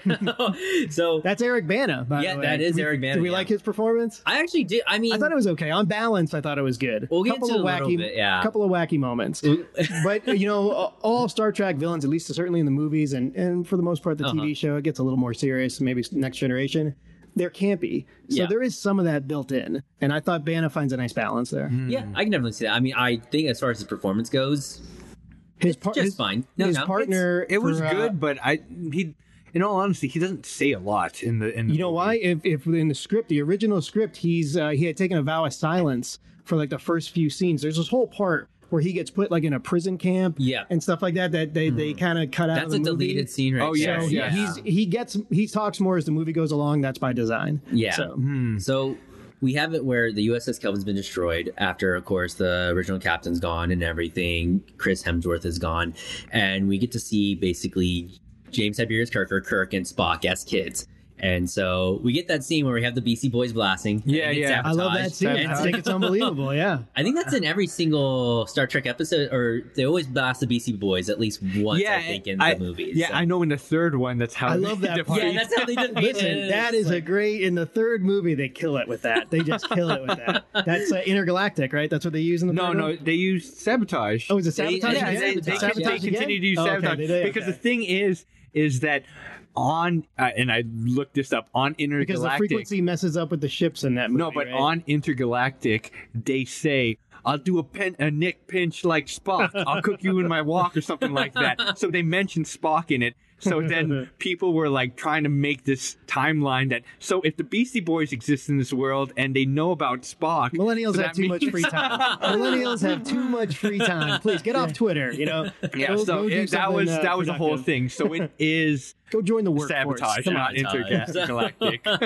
[SPEAKER 1] so
[SPEAKER 3] That's Eric Bana. By
[SPEAKER 1] Yeah,
[SPEAKER 3] the way.
[SPEAKER 1] that is
[SPEAKER 3] Did we-
[SPEAKER 1] Eric Bana,
[SPEAKER 3] Did we
[SPEAKER 1] yeah.
[SPEAKER 3] like his performance?
[SPEAKER 1] I actually did. I mean,
[SPEAKER 3] I thought it was okay. On balance, I thought it was good.
[SPEAKER 1] We'll get
[SPEAKER 3] couple
[SPEAKER 1] into
[SPEAKER 3] of
[SPEAKER 1] it a little
[SPEAKER 3] wacky,
[SPEAKER 1] bit, yeah. Mm.
[SPEAKER 3] couple of wacky moments. (laughs) but you know, all Star Trek villains, at least certainly in the movies, and and for the most part, the
[SPEAKER 1] Uh-huh.
[SPEAKER 3] TV show, it gets a little more serious. Maybe Next Generation, they're campy, so
[SPEAKER 1] Yeah.
[SPEAKER 3] there is some of that built in. And I thought Bana finds a nice balance there.
[SPEAKER 1] yeah, I can definitely see that. I mean, I think as far as the performance goes,
[SPEAKER 3] His part,
[SPEAKER 1] just
[SPEAKER 3] his,
[SPEAKER 1] fine. No,
[SPEAKER 3] his
[SPEAKER 1] no,
[SPEAKER 3] partner,
[SPEAKER 2] It was
[SPEAKER 3] for, uh,
[SPEAKER 2] good, but I he, in all honesty, he doesn't say a lot in the in. The
[SPEAKER 3] You know why? If, if in the script, the original script, he's uh, he had taken a vow of silence for like the first few scenes. There's this whole part where he gets put like in a prison camp,
[SPEAKER 1] Yeah.
[SPEAKER 3] and stuff like that. That they
[SPEAKER 2] Mm.
[SPEAKER 3] they kind of cut out.
[SPEAKER 1] That's a
[SPEAKER 3] of the movie.
[SPEAKER 1] deleted scene right
[SPEAKER 2] Oh,
[SPEAKER 1] there.
[SPEAKER 2] yeah,
[SPEAKER 3] So
[SPEAKER 2] yeah.
[SPEAKER 3] he's he gets he talks more as the movie goes along. That's by design.
[SPEAKER 1] Yeah.
[SPEAKER 3] So
[SPEAKER 2] Mm-hmm.
[SPEAKER 1] So we have it where the USS Kelvin's been destroyed after, of course, the original captain's gone and everything. Chris Hemsworth is gone. And we get to see basically James Tiberius Kirk or Kirk and Spock as kids. And so we get that scene where we have the BC Boys blasting. and
[SPEAKER 2] Yeah,
[SPEAKER 1] it's
[SPEAKER 2] yeah.
[SPEAKER 3] I love that
[SPEAKER 1] sabotage.
[SPEAKER 3] scene. I
[SPEAKER 1] And-
[SPEAKER 3] think it's unbelievable.
[SPEAKER 1] (laughs)
[SPEAKER 3] Yeah.
[SPEAKER 1] I think that's in every single Star Trek episode, or they always blast the BC Boys at least once, I think, in
[SPEAKER 2] I-
[SPEAKER 1] the movies.
[SPEAKER 2] Yeah,
[SPEAKER 1] So-
[SPEAKER 2] I know. In the third one, that's how
[SPEAKER 3] I love
[SPEAKER 2] they
[SPEAKER 3] that
[SPEAKER 2] defeat-
[SPEAKER 3] part.
[SPEAKER 1] Yeah,
[SPEAKER 3] (laughs)
[SPEAKER 1] that's how they did
[SPEAKER 3] Listen, that is a great. In the third movie, they kill it with that. They just kill it with
[SPEAKER 1] (laughs)
[SPEAKER 3] that. That's uh, intergalactic, right? That's what they use in the
[SPEAKER 2] No,
[SPEAKER 3] third
[SPEAKER 2] no,
[SPEAKER 3] one?
[SPEAKER 2] they used sabotage.
[SPEAKER 3] Oh, is it
[SPEAKER 1] They-
[SPEAKER 3] sabotage?
[SPEAKER 1] yeah,
[SPEAKER 3] again?
[SPEAKER 1] they- they-
[SPEAKER 2] they,
[SPEAKER 1] Sabotage
[SPEAKER 2] they continue to use
[SPEAKER 3] Oh, okay,
[SPEAKER 2] sabotage
[SPEAKER 3] they do,
[SPEAKER 2] because
[SPEAKER 3] okay.
[SPEAKER 2] the thing is, is that on uh, and I looked this up on
[SPEAKER 3] because the
[SPEAKER 2] intergalactic.
[SPEAKER 3] frequency messes up with the ships in that movie.
[SPEAKER 2] no, but
[SPEAKER 3] right?
[SPEAKER 2] on intergalactic, they say. I'll do a pin, a Nick pinch like Spock. I'll cook you in my walk or something like
[SPEAKER 3] (laughs)
[SPEAKER 2] that. So they mentioned Spock in it. So then people were like trying to make this timeline that so if the Beastie Boys exist in this world and they know about Spock,
[SPEAKER 3] (laughs) millennials
[SPEAKER 2] so that
[SPEAKER 3] have too
[SPEAKER 2] means-
[SPEAKER 3] much free time. millennials have too much free time. Please get off Twitter. You know,
[SPEAKER 2] (laughs) Yeah,
[SPEAKER 3] Go-
[SPEAKER 2] so
[SPEAKER 3] go do
[SPEAKER 2] it- that
[SPEAKER 3] something,
[SPEAKER 2] was
[SPEAKER 3] uh,
[SPEAKER 2] that was the whole
[SPEAKER 3] productive.
[SPEAKER 2] thing. So
[SPEAKER 3] (laughs)
[SPEAKER 2] it is
[SPEAKER 3] Go join the workforce.
[SPEAKER 2] sabotage,
[SPEAKER 3] Come
[SPEAKER 2] not
[SPEAKER 3] on. (laughs)
[SPEAKER 2] intergalactic.
[SPEAKER 1] so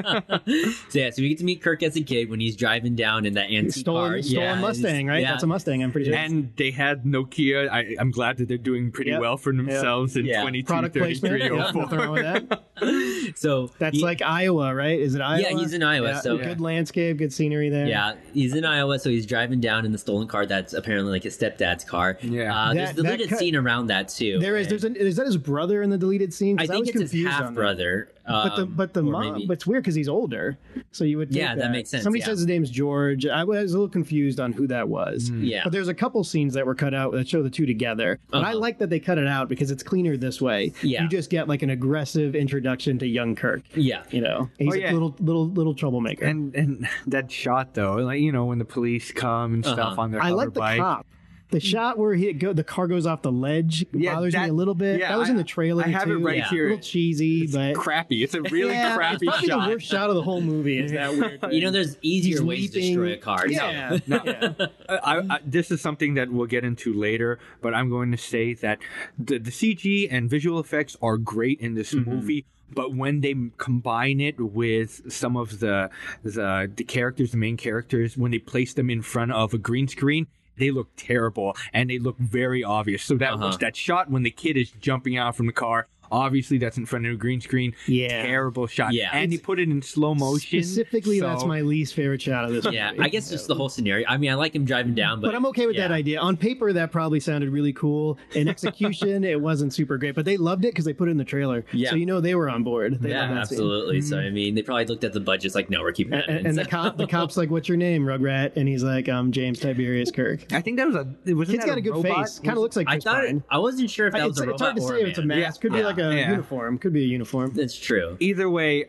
[SPEAKER 1] yeah, so we get to meet Kirk as a kid when he's driving down in that antique
[SPEAKER 3] Stolen,
[SPEAKER 1] car.
[SPEAKER 3] stolen
[SPEAKER 1] yeah, and he's-
[SPEAKER 3] Mustang, right?
[SPEAKER 1] Yeah.
[SPEAKER 3] That's a Mustang. I'm pretty sure.
[SPEAKER 2] and they had Nokia. I, I'm glad that they're doing pretty
[SPEAKER 3] Yep.
[SPEAKER 2] well for themselves in
[SPEAKER 1] Yeah.
[SPEAKER 2] 22,
[SPEAKER 3] product placement.
[SPEAKER 2] 33,
[SPEAKER 3] Yeah, nothing wrong
[SPEAKER 2] 04.
[SPEAKER 3] with that.
[SPEAKER 1] so
[SPEAKER 3] That's
[SPEAKER 1] he-
[SPEAKER 3] like Iowa, right? Is it Iowa?
[SPEAKER 1] yeah, he's in Iowa.
[SPEAKER 3] Yeah,
[SPEAKER 1] so
[SPEAKER 3] good landscape, good scenery there.
[SPEAKER 1] yeah, he's in Iowa. So he's driving down in the stolen car that's apparently like his stepdad's car.
[SPEAKER 2] Yeah.
[SPEAKER 1] uh,
[SPEAKER 3] That-
[SPEAKER 1] there's
[SPEAKER 3] that
[SPEAKER 1] deleted
[SPEAKER 3] cut-
[SPEAKER 1] scene around that too.
[SPEAKER 3] There is.
[SPEAKER 1] and
[SPEAKER 3] There's an. Is that his brother in the deleted scene?
[SPEAKER 1] I
[SPEAKER 3] 'Cause
[SPEAKER 1] think
[SPEAKER 3] was
[SPEAKER 1] it's his
[SPEAKER 3] confused on that.
[SPEAKER 1] half brother.
[SPEAKER 3] But the but the mom, but it's weird because he's older, so you would think
[SPEAKER 1] Um, Yeah, that makes sense,
[SPEAKER 3] Somebody
[SPEAKER 1] yeah.
[SPEAKER 3] says his name's George. I was a little confused on who that was.
[SPEAKER 2] Hmm.
[SPEAKER 1] Yeah.
[SPEAKER 3] but there's a couple scenes that were cut out that show the two together. But I
[SPEAKER 1] Uh-huh.
[SPEAKER 3] like that they cut it out because it's cleaner this way.
[SPEAKER 1] Yeah.
[SPEAKER 3] you just get like an aggressive introduction to young Kirk.
[SPEAKER 1] yeah,
[SPEAKER 3] You know, he's
[SPEAKER 2] Oh, yeah.
[SPEAKER 3] a little little little troublemaker.
[SPEAKER 2] And and that shot though, like you know when the police come and stuff
[SPEAKER 1] Uh-huh.
[SPEAKER 2] on their
[SPEAKER 3] I
[SPEAKER 2] hover
[SPEAKER 3] like the
[SPEAKER 2] bike.
[SPEAKER 3] cop. The shot where he go, the car goes off the ledge bothers me
[SPEAKER 2] that-
[SPEAKER 3] a little bit.
[SPEAKER 2] yeah,
[SPEAKER 3] that was
[SPEAKER 2] I-
[SPEAKER 3] in the trailer.
[SPEAKER 2] I have it
[SPEAKER 3] too.
[SPEAKER 2] right
[SPEAKER 1] Yeah.
[SPEAKER 3] A
[SPEAKER 2] here.
[SPEAKER 3] little cheesy, but
[SPEAKER 2] Crappy. It's a really
[SPEAKER 3] Yeah,
[SPEAKER 2] crappy
[SPEAKER 3] it's probably
[SPEAKER 2] shot.
[SPEAKER 3] the worst shot of the whole movie.
[SPEAKER 2] (laughs)
[SPEAKER 3] Is that weird?
[SPEAKER 1] you know, there's easier
[SPEAKER 3] He's
[SPEAKER 1] ways to
[SPEAKER 3] leaping.
[SPEAKER 1] destroy a car. so-
[SPEAKER 3] Yeah.
[SPEAKER 1] (laughs)
[SPEAKER 3] yeah.
[SPEAKER 2] I, I, this is something that we'll get into later, but I'm going to say that the, the CG and visual effects are great in this
[SPEAKER 3] Mm-hmm.
[SPEAKER 2] movie. But when they m- combine it with some of the, the the characters, the main characters, when they place them in front of a green screen, they look terrible and they look very obvious. So that
[SPEAKER 1] Uh-huh.
[SPEAKER 2] that shot when the kid is jumping out from the car Obviously, that's in front of a green screen.
[SPEAKER 3] Yeah.
[SPEAKER 2] Terrible shot.
[SPEAKER 1] Yeah.
[SPEAKER 2] And he put it in slow motion.
[SPEAKER 3] Specifically,
[SPEAKER 2] so-
[SPEAKER 3] that's my least favorite shot of this.
[SPEAKER 1] Yeah,
[SPEAKER 3] movie.
[SPEAKER 1] I guess just the whole scenario. I mean, I like him driving down, but,
[SPEAKER 3] But I'm okay with that
[SPEAKER 1] yeah.
[SPEAKER 3] idea. On paper, that probably sounded really cool. In execution, it wasn't super great, but they loved it because they put it in the trailer.
[SPEAKER 1] Yeah.
[SPEAKER 3] So you know they were on board. They
[SPEAKER 1] Yeah,
[SPEAKER 3] loved that scene.
[SPEAKER 1] absolutely. So I mean, they probably looked at the budgets like, no, we're keeping that. in.
[SPEAKER 3] And, Mm-hmm. and the
[SPEAKER 1] So-
[SPEAKER 3] cop, the cop's like, "What's your name, Rugrat?" And he's like, "I'm James Tiberius Kirk."
[SPEAKER 2] I think that was a. Was
[SPEAKER 3] Kid's
[SPEAKER 2] that
[SPEAKER 3] got a good
[SPEAKER 2] robot?
[SPEAKER 3] face. Kind of looks like
[SPEAKER 1] I
[SPEAKER 3] Chris
[SPEAKER 1] thought
[SPEAKER 3] Pine.
[SPEAKER 1] it, I wasn't sure if that was
[SPEAKER 3] it's,
[SPEAKER 1] a
[SPEAKER 3] it's
[SPEAKER 1] robot
[SPEAKER 3] hard to
[SPEAKER 1] or
[SPEAKER 3] say if it's a
[SPEAKER 1] man.
[SPEAKER 3] mask. Could be
[SPEAKER 2] Yeah.
[SPEAKER 3] like a
[SPEAKER 2] Yeah.
[SPEAKER 3] uniform. Could be a uniform.
[SPEAKER 1] That's true.
[SPEAKER 2] Either way,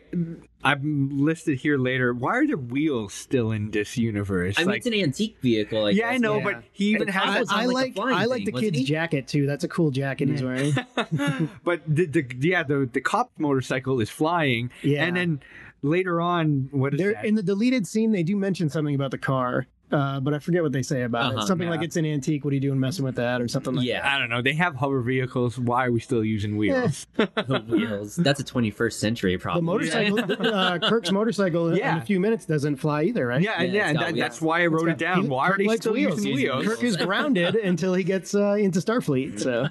[SPEAKER 2] I'm listed here later. Why are the wheels still in this universe?
[SPEAKER 1] I mean, it's an antique vehicle. I
[SPEAKER 2] yeah, I
[SPEAKER 1] guess.
[SPEAKER 2] know,
[SPEAKER 3] yeah.
[SPEAKER 2] but he even
[SPEAKER 1] And
[SPEAKER 2] has.
[SPEAKER 1] I
[SPEAKER 2] that-
[SPEAKER 1] was on,
[SPEAKER 3] I
[SPEAKER 1] like, a
[SPEAKER 3] like
[SPEAKER 1] flying
[SPEAKER 3] I like
[SPEAKER 1] thing,
[SPEAKER 3] the
[SPEAKER 1] wasn't
[SPEAKER 3] kid's
[SPEAKER 1] he?
[SPEAKER 3] jacket too. That's a cool jacket he's wearing.
[SPEAKER 2] but the, the yeah the the cop motorcycle is flying.
[SPEAKER 3] Yeah.
[SPEAKER 2] and then later on, what is
[SPEAKER 3] They're,
[SPEAKER 2] that?
[SPEAKER 3] in the deleted scene, they do mention something about the car, uh, but I forget what they say about
[SPEAKER 1] Uh-huh,
[SPEAKER 3] it. Something
[SPEAKER 2] yeah.
[SPEAKER 3] like it's an antique. What are you doing messing with that, or something like
[SPEAKER 1] Yeah,
[SPEAKER 2] I don't know. They have hover vehicles. Why are we still using wheels?
[SPEAKER 1] the wheels. That's a 21st century
[SPEAKER 3] The
[SPEAKER 1] problem. (laughs)
[SPEAKER 3] motorcycle, uh, Kirk's motorcycle, in
[SPEAKER 2] Yeah.
[SPEAKER 3] a few minutes doesn't fly either, right?
[SPEAKER 2] yeah, and
[SPEAKER 1] Yeah,
[SPEAKER 2] yeah,
[SPEAKER 1] it's
[SPEAKER 2] and
[SPEAKER 1] got
[SPEAKER 2] that,
[SPEAKER 1] wheels.
[SPEAKER 2] that's why I wrote it down.
[SPEAKER 3] He-
[SPEAKER 2] Why are
[SPEAKER 3] Kirk
[SPEAKER 2] they
[SPEAKER 3] likes
[SPEAKER 2] still
[SPEAKER 3] the wheels.
[SPEAKER 2] using wheels?
[SPEAKER 3] Kirk is
[SPEAKER 1] (laughs)
[SPEAKER 3] grounded until he gets uh, into Starfleet. So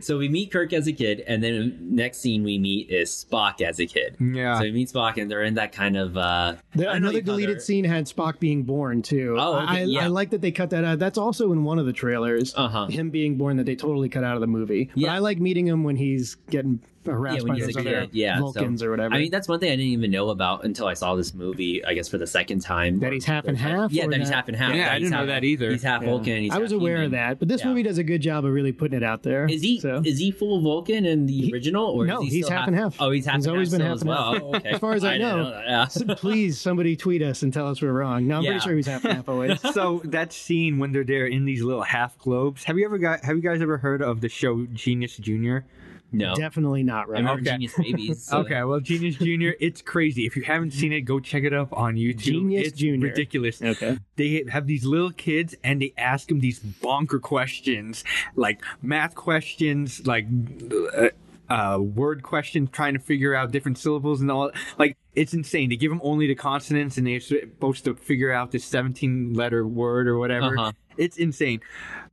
[SPEAKER 1] So we meet Kirk as a kid, and then next scene we meet is Spock as a kid.
[SPEAKER 2] Yeah.
[SPEAKER 1] So we meet Spock, and they're in that kind of uh,
[SPEAKER 3] The-
[SPEAKER 1] I know
[SPEAKER 3] another
[SPEAKER 1] you call
[SPEAKER 3] deleted
[SPEAKER 1] her-
[SPEAKER 3] scene had Spock being born too.
[SPEAKER 1] Oh, okay,
[SPEAKER 3] I, I-
[SPEAKER 1] yeah.
[SPEAKER 3] I like that they cut that out. That's also in one of the trailers.
[SPEAKER 1] Uh-huh.
[SPEAKER 3] Him being born that they totally cut out of the movie. But
[SPEAKER 1] Yeah.
[SPEAKER 3] I like meeting him when he's getting harassed
[SPEAKER 1] yeah when
[SPEAKER 3] by
[SPEAKER 1] he's a
[SPEAKER 3] those
[SPEAKER 1] kid.
[SPEAKER 3] other
[SPEAKER 1] yeah, so-
[SPEAKER 3] Vulcans or whatever.
[SPEAKER 1] I mean, that's one thing I didn't even know about until I saw this movie. I guess for the second time.
[SPEAKER 3] that he's half and half.
[SPEAKER 1] yeah,
[SPEAKER 3] or
[SPEAKER 1] that he's half and half.
[SPEAKER 2] Yeah, I
[SPEAKER 1] he's
[SPEAKER 2] didn't know
[SPEAKER 1] half-
[SPEAKER 2] that either.
[SPEAKER 1] He's half
[SPEAKER 3] Yeah.
[SPEAKER 1] Vulcan. And he's
[SPEAKER 3] I was
[SPEAKER 1] half
[SPEAKER 3] aware
[SPEAKER 1] human.
[SPEAKER 3] of that, but this
[SPEAKER 1] Yeah.
[SPEAKER 3] movie does a good job of really putting it out there.
[SPEAKER 1] Is he
[SPEAKER 3] So-
[SPEAKER 1] is he full Vulcan in the original, or
[SPEAKER 3] no,
[SPEAKER 1] is he
[SPEAKER 3] he's
[SPEAKER 1] still
[SPEAKER 3] half and half.
[SPEAKER 1] Oh, he's half.
[SPEAKER 3] He's
[SPEAKER 1] and
[SPEAKER 3] always
[SPEAKER 1] half
[SPEAKER 3] been
[SPEAKER 1] still
[SPEAKER 3] half and
[SPEAKER 1] as well. Oh, okay.
[SPEAKER 3] As far as I
[SPEAKER 1] didn't
[SPEAKER 3] know.
[SPEAKER 1] that. Yeah.
[SPEAKER 3] (laughs) (laughs) So Please, somebody tweet us and tell us we're wrong. No, I'm
[SPEAKER 1] Yeah.
[SPEAKER 3] pretty sure he's half and half always. (laughs)
[SPEAKER 2] so that scene when they're there in these little half globes. Have you ever got? Have you guys ever heard of the show Genius Junior?
[SPEAKER 1] (laughs) No,
[SPEAKER 3] Definitely not
[SPEAKER 1] I
[SPEAKER 3] right.
[SPEAKER 1] remember
[SPEAKER 2] Okay.
[SPEAKER 1] Genius Babies.
[SPEAKER 3] (laughs)
[SPEAKER 1] so-
[SPEAKER 2] Okay, well, Genius Junior, it's crazy. If you haven't seen it, go check it up on YouTube.
[SPEAKER 3] Genius
[SPEAKER 2] it's
[SPEAKER 3] Junior.
[SPEAKER 2] ridiculous.
[SPEAKER 3] Okay.
[SPEAKER 2] They have these little kids and they ask them these bonker questions, like math questions, like uh, uh, word questions, trying to figure out different syllables and all. Like it's insane. They give them only the consonants and they're supposed to figure out this seventeen-letter word or whatever.
[SPEAKER 1] Uh-huh.
[SPEAKER 2] It's insane.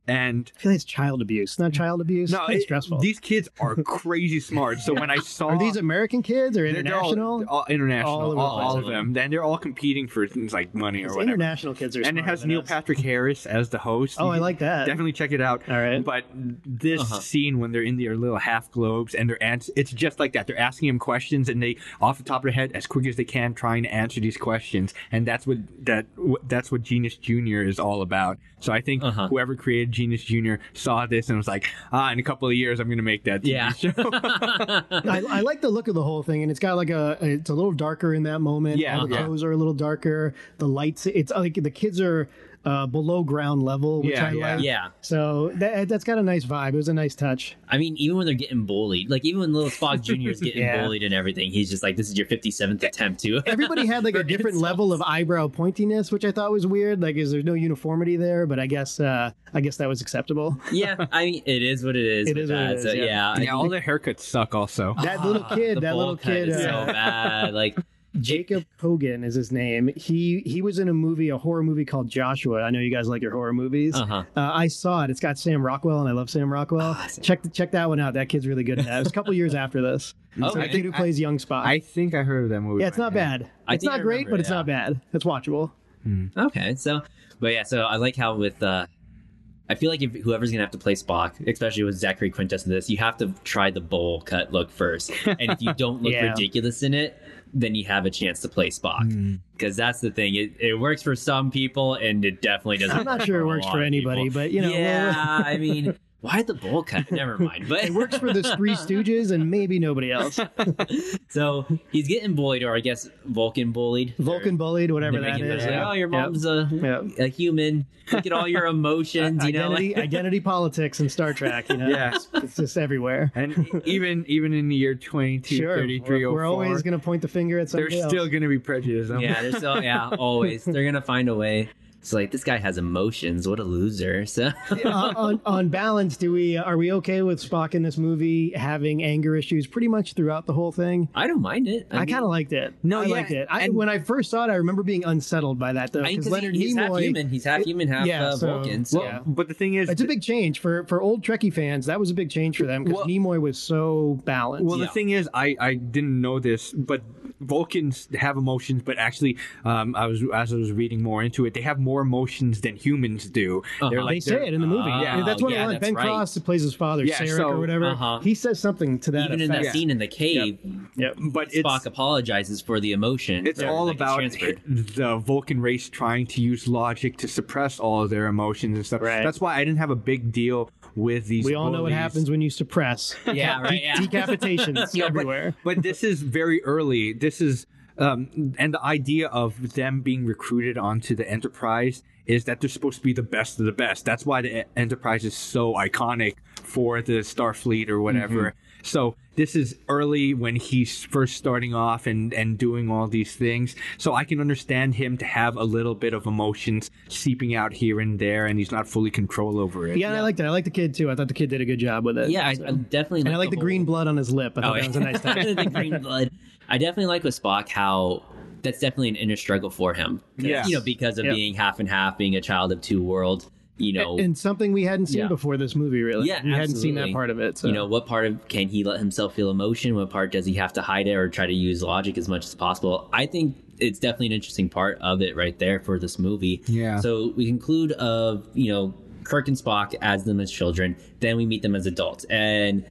[SPEAKER 2] And
[SPEAKER 3] I feel like it's child abuse. Not child abuse.
[SPEAKER 2] no,
[SPEAKER 3] No,
[SPEAKER 2] it-
[SPEAKER 3] it's stressful.
[SPEAKER 2] These kids are crazy smart. So when I saw
[SPEAKER 3] (laughs) Are these American kids or
[SPEAKER 2] they're- they're all-
[SPEAKER 3] international?
[SPEAKER 2] all, international,
[SPEAKER 3] All
[SPEAKER 2] all,
[SPEAKER 3] over the place.
[SPEAKER 2] all of them. Then they're all competing for things like money or
[SPEAKER 3] It's
[SPEAKER 2] whatever.
[SPEAKER 3] international kids are.
[SPEAKER 2] And it
[SPEAKER 3] smarter
[SPEAKER 2] has
[SPEAKER 3] than
[SPEAKER 2] Neil
[SPEAKER 3] us.
[SPEAKER 2] Patrick Harris as the host.
[SPEAKER 3] Oh,
[SPEAKER 2] You
[SPEAKER 3] I
[SPEAKER 2] can
[SPEAKER 3] like that.
[SPEAKER 2] Definitely check it out.
[SPEAKER 3] All right.
[SPEAKER 2] But this
[SPEAKER 1] Uh-huh.
[SPEAKER 2] scene when they're in their little half globes and they're ans- it's just like that. They're asking him questions and they off the top of their head as quick as they can trying to answer these questions. And that's what that wh- that's what Genius Junior is all about. So I think
[SPEAKER 1] Uh-huh.
[SPEAKER 2] whoever created Genius Junior saw this and was like, ah, in a couple of years I'm going to make that TV
[SPEAKER 1] Yeah.
[SPEAKER 3] (laughs)
[SPEAKER 2] show. (laughs)
[SPEAKER 3] I, I like the look of the whole thing, and it's got like a. It's a little darker in that moment.
[SPEAKER 2] Yeah,
[SPEAKER 3] All the
[SPEAKER 2] yeah.
[SPEAKER 3] clothes are a little darker. The lights. It's like the kids are uh, below ground level, which
[SPEAKER 2] Yeah,
[SPEAKER 3] I
[SPEAKER 2] yeah.
[SPEAKER 3] like.
[SPEAKER 1] yeah.
[SPEAKER 3] So that that's got a nice vibe. It was a nice touch.
[SPEAKER 1] I mean, even when they're getting bullied, like even when little Spock Junior
[SPEAKER 3] (laughs)
[SPEAKER 1] is getting
[SPEAKER 3] Yeah.
[SPEAKER 1] bullied and everything, he's just like, "This is your fifty seventh attempt to." (laughs)
[SPEAKER 3] Everybody had like a different level of eyebrow pointiness, which I thought was weird. Like, is there's no uniformity there? But I guess uh, I guess that
[SPEAKER 1] (laughs)
[SPEAKER 3] was acceptable.
[SPEAKER 1] yeah, I mean, it is what it is.
[SPEAKER 3] It
[SPEAKER 1] with
[SPEAKER 3] is what
[SPEAKER 1] that,
[SPEAKER 3] it is,
[SPEAKER 1] So,
[SPEAKER 3] yeah.
[SPEAKER 1] yeah,
[SPEAKER 2] yeah, all their haircuts suck
[SPEAKER 3] (laughs)
[SPEAKER 2] also.
[SPEAKER 1] (laughs)
[SPEAKER 3] That little
[SPEAKER 1] Ah,
[SPEAKER 3] kid.
[SPEAKER 1] the
[SPEAKER 3] that
[SPEAKER 1] bowl
[SPEAKER 3] little
[SPEAKER 1] cut
[SPEAKER 3] kid.
[SPEAKER 1] is
[SPEAKER 3] uh,
[SPEAKER 1] so bad. Like,
[SPEAKER 3] Jacob Hogan is his name. He he was in a movie, a horror movie called Joshua. I know you guys like your horror movies.
[SPEAKER 1] Uh-huh.
[SPEAKER 3] Uh, I saw it. It's got Sam Rockwell, and I love Sam Rockwell.
[SPEAKER 1] Ah,
[SPEAKER 3] check check that one out. That kid's really good. In that. It was a couple years after this.
[SPEAKER 1] (laughs)
[SPEAKER 3] It's
[SPEAKER 1] Okay.
[SPEAKER 3] the kid who plays young Spock.
[SPEAKER 2] I think I heard of that movie.
[SPEAKER 3] yeah, it's not bad.
[SPEAKER 1] I
[SPEAKER 3] it's
[SPEAKER 1] think
[SPEAKER 3] not
[SPEAKER 1] I
[SPEAKER 3] great,
[SPEAKER 1] remember,
[SPEAKER 3] but it's
[SPEAKER 1] yeah.
[SPEAKER 3] not bad. It's watchable.
[SPEAKER 1] Okay, so, but yeah, so I like how with, uh I feel like if whoever's gonna have to play Spock, especially with Zachary Quintus in this, you have to try the bowl cut look first, and
[SPEAKER 3] (laughs)
[SPEAKER 1] if you don't look
[SPEAKER 3] Yeah.
[SPEAKER 1] ridiculous in it, then you have a chance to play Spock. Because that's the thing; it, it works for some people, and it definitely doesn't.
[SPEAKER 3] I'm
[SPEAKER 1] work
[SPEAKER 3] not sure it
[SPEAKER 1] a
[SPEAKER 3] works
[SPEAKER 1] lot
[SPEAKER 3] for
[SPEAKER 1] of
[SPEAKER 3] anybody,
[SPEAKER 1] people.
[SPEAKER 3] but you know, we'll-
[SPEAKER 1] yeah, I
[SPEAKER 3] (laughs)
[SPEAKER 1] mean, why the bowl cut? Never mind. But
[SPEAKER 3] it works for the Three Stooges and maybe nobody else.
[SPEAKER 1] (laughs) So he's getting bullied, or I guess Vulcan bullied.
[SPEAKER 3] Vulcan bullied,
[SPEAKER 1] They're
[SPEAKER 3] whatever that
[SPEAKER 1] making
[SPEAKER 3] is.
[SPEAKER 1] those, like,
[SPEAKER 3] Yeah.
[SPEAKER 1] oh, your
[SPEAKER 3] Yep.
[SPEAKER 1] mom's a,
[SPEAKER 3] Yep.
[SPEAKER 1] a human. Look at all
[SPEAKER 3] (laughs)
[SPEAKER 1] your emotions, you know.
[SPEAKER 3] identity,
[SPEAKER 1] (laughs) like-
[SPEAKER 3] identity politics in Star Trek. You know,
[SPEAKER 2] Yeah.
[SPEAKER 3] it's just everywhere. (laughs)
[SPEAKER 2] And even even in the year 22,
[SPEAKER 3] Sure, we're, we're always going to point the finger at somebody
[SPEAKER 2] there's oh still
[SPEAKER 3] else.
[SPEAKER 1] (laughs)
[SPEAKER 2] going to be prejudice. I'm-
[SPEAKER 1] yeah, they're so yeah, always they're gonna find a way. It's like this guy has emotions. What a loser. (laughs) So
[SPEAKER 3] on, Uh, on, on balance, do we are we okay with Spock in this movie having anger issues pretty much throughout the whole thing?
[SPEAKER 1] I don't mind it.
[SPEAKER 3] I, kind of liked it.
[SPEAKER 2] No,
[SPEAKER 3] I
[SPEAKER 2] yeah,
[SPEAKER 3] liked it. I,
[SPEAKER 2] and-
[SPEAKER 3] when I first saw it, I remember being unsettled by that though, because
[SPEAKER 1] because
[SPEAKER 3] Leonard
[SPEAKER 1] he's half
[SPEAKER 3] Nimoy.
[SPEAKER 1] human. He's half human, half
[SPEAKER 3] yeah,
[SPEAKER 1] uh,
[SPEAKER 3] so-
[SPEAKER 1] Vulcan. So
[SPEAKER 2] Well, but the thing is,
[SPEAKER 3] It's a big change for for old Trekkie fans. That was a big change for them because
[SPEAKER 2] Well-
[SPEAKER 3] Nimoy was so balanced.
[SPEAKER 2] Well,
[SPEAKER 1] Yeah.
[SPEAKER 2] the thing is, I, I didn't know this, but Vulcans have emotions, but actually, um, I was as I was reading more into it, they have more emotions than humans do. They're
[SPEAKER 1] Uh-huh.
[SPEAKER 3] they
[SPEAKER 2] like
[SPEAKER 3] say it in the movie.
[SPEAKER 1] Ah,
[SPEAKER 3] yeah, that's one
[SPEAKER 1] yeah,
[SPEAKER 3] of the lines.
[SPEAKER 1] that's
[SPEAKER 3] Ben
[SPEAKER 1] right.
[SPEAKER 3] Cross that plays his father,
[SPEAKER 2] Yeah,
[SPEAKER 3] Sarek
[SPEAKER 2] so-
[SPEAKER 3] or whatever.
[SPEAKER 1] uh-huh.
[SPEAKER 3] He says something to that
[SPEAKER 1] even in
[SPEAKER 3] effect.
[SPEAKER 1] that scene in the cave,
[SPEAKER 3] Yep.
[SPEAKER 2] but it's
[SPEAKER 1] Spock apologizes for the emotion.
[SPEAKER 2] it's
[SPEAKER 1] that-
[SPEAKER 2] all
[SPEAKER 1] that gets
[SPEAKER 2] about
[SPEAKER 1] transferred.
[SPEAKER 2] (laughs) the Vulcan race trying to use logic to suppress all of their emotions and stuff.
[SPEAKER 3] Right.
[SPEAKER 2] That's why I didn't have a big deal with these.
[SPEAKER 3] We all know what
[SPEAKER 2] bullies.
[SPEAKER 3] happens when you suppress.
[SPEAKER 1] (laughs) Yeah, right, (laughs) yeah.
[SPEAKER 3] Decapitations everywhere.
[SPEAKER 2] but this is very early. This is um, and the idea of them being recruited onto the Enterprise is that they're supposed to be the best of the best. That's why the E- Enterprise is so iconic for the Starfleet or whatever.
[SPEAKER 3] Mm-hmm.
[SPEAKER 2] So this is early when he's first starting off and and doing all these things. So I can understand him to have a little bit of emotions seeping out here and there, and he's not fully control over it.
[SPEAKER 3] Yeah, and I liked it. I liked the kid too. I thought the kid did a good job with it.
[SPEAKER 1] Yeah, I, I
[SPEAKER 3] So-
[SPEAKER 1] definitely.
[SPEAKER 3] and I like the,
[SPEAKER 1] whole-
[SPEAKER 3] green blood on his lip. I thought
[SPEAKER 1] Oh,
[SPEAKER 3] that was a
[SPEAKER 1] (laughs)
[SPEAKER 3] nice touch.
[SPEAKER 1] yeah. the green blood. I definitely like with Spock how that's definitely an inner struggle for him.
[SPEAKER 2] Yes.
[SPEAKER 1] You know, because of
[SPEAKER 3] Yep.
[SPEAKER 1] being half and half, being a child of two worlds, you know.
[SPEAKER 3] And something we hadn't seen
[SPEAKER 1] Yeah.
[SPEAKER 3] before this movie, really.
[SPEAKER 1] Yeah,
[SPEAKER 3] we hadn't seen that
[SPEAKER 1] absolutely.
[SPEAKER 3] part of it. So.
[SPEAKER 1] You know, what part of can he let himself feel emotion? What part does he have to hide it or try to use logic as much as possible? I think it's definitely an interesting part of it right there for this movie.
[SPEAKER 2] Yeah.
[SPEAKER 1] So we conclude of, you know, Kirk and Spock as them as children, then we meet them as adults. And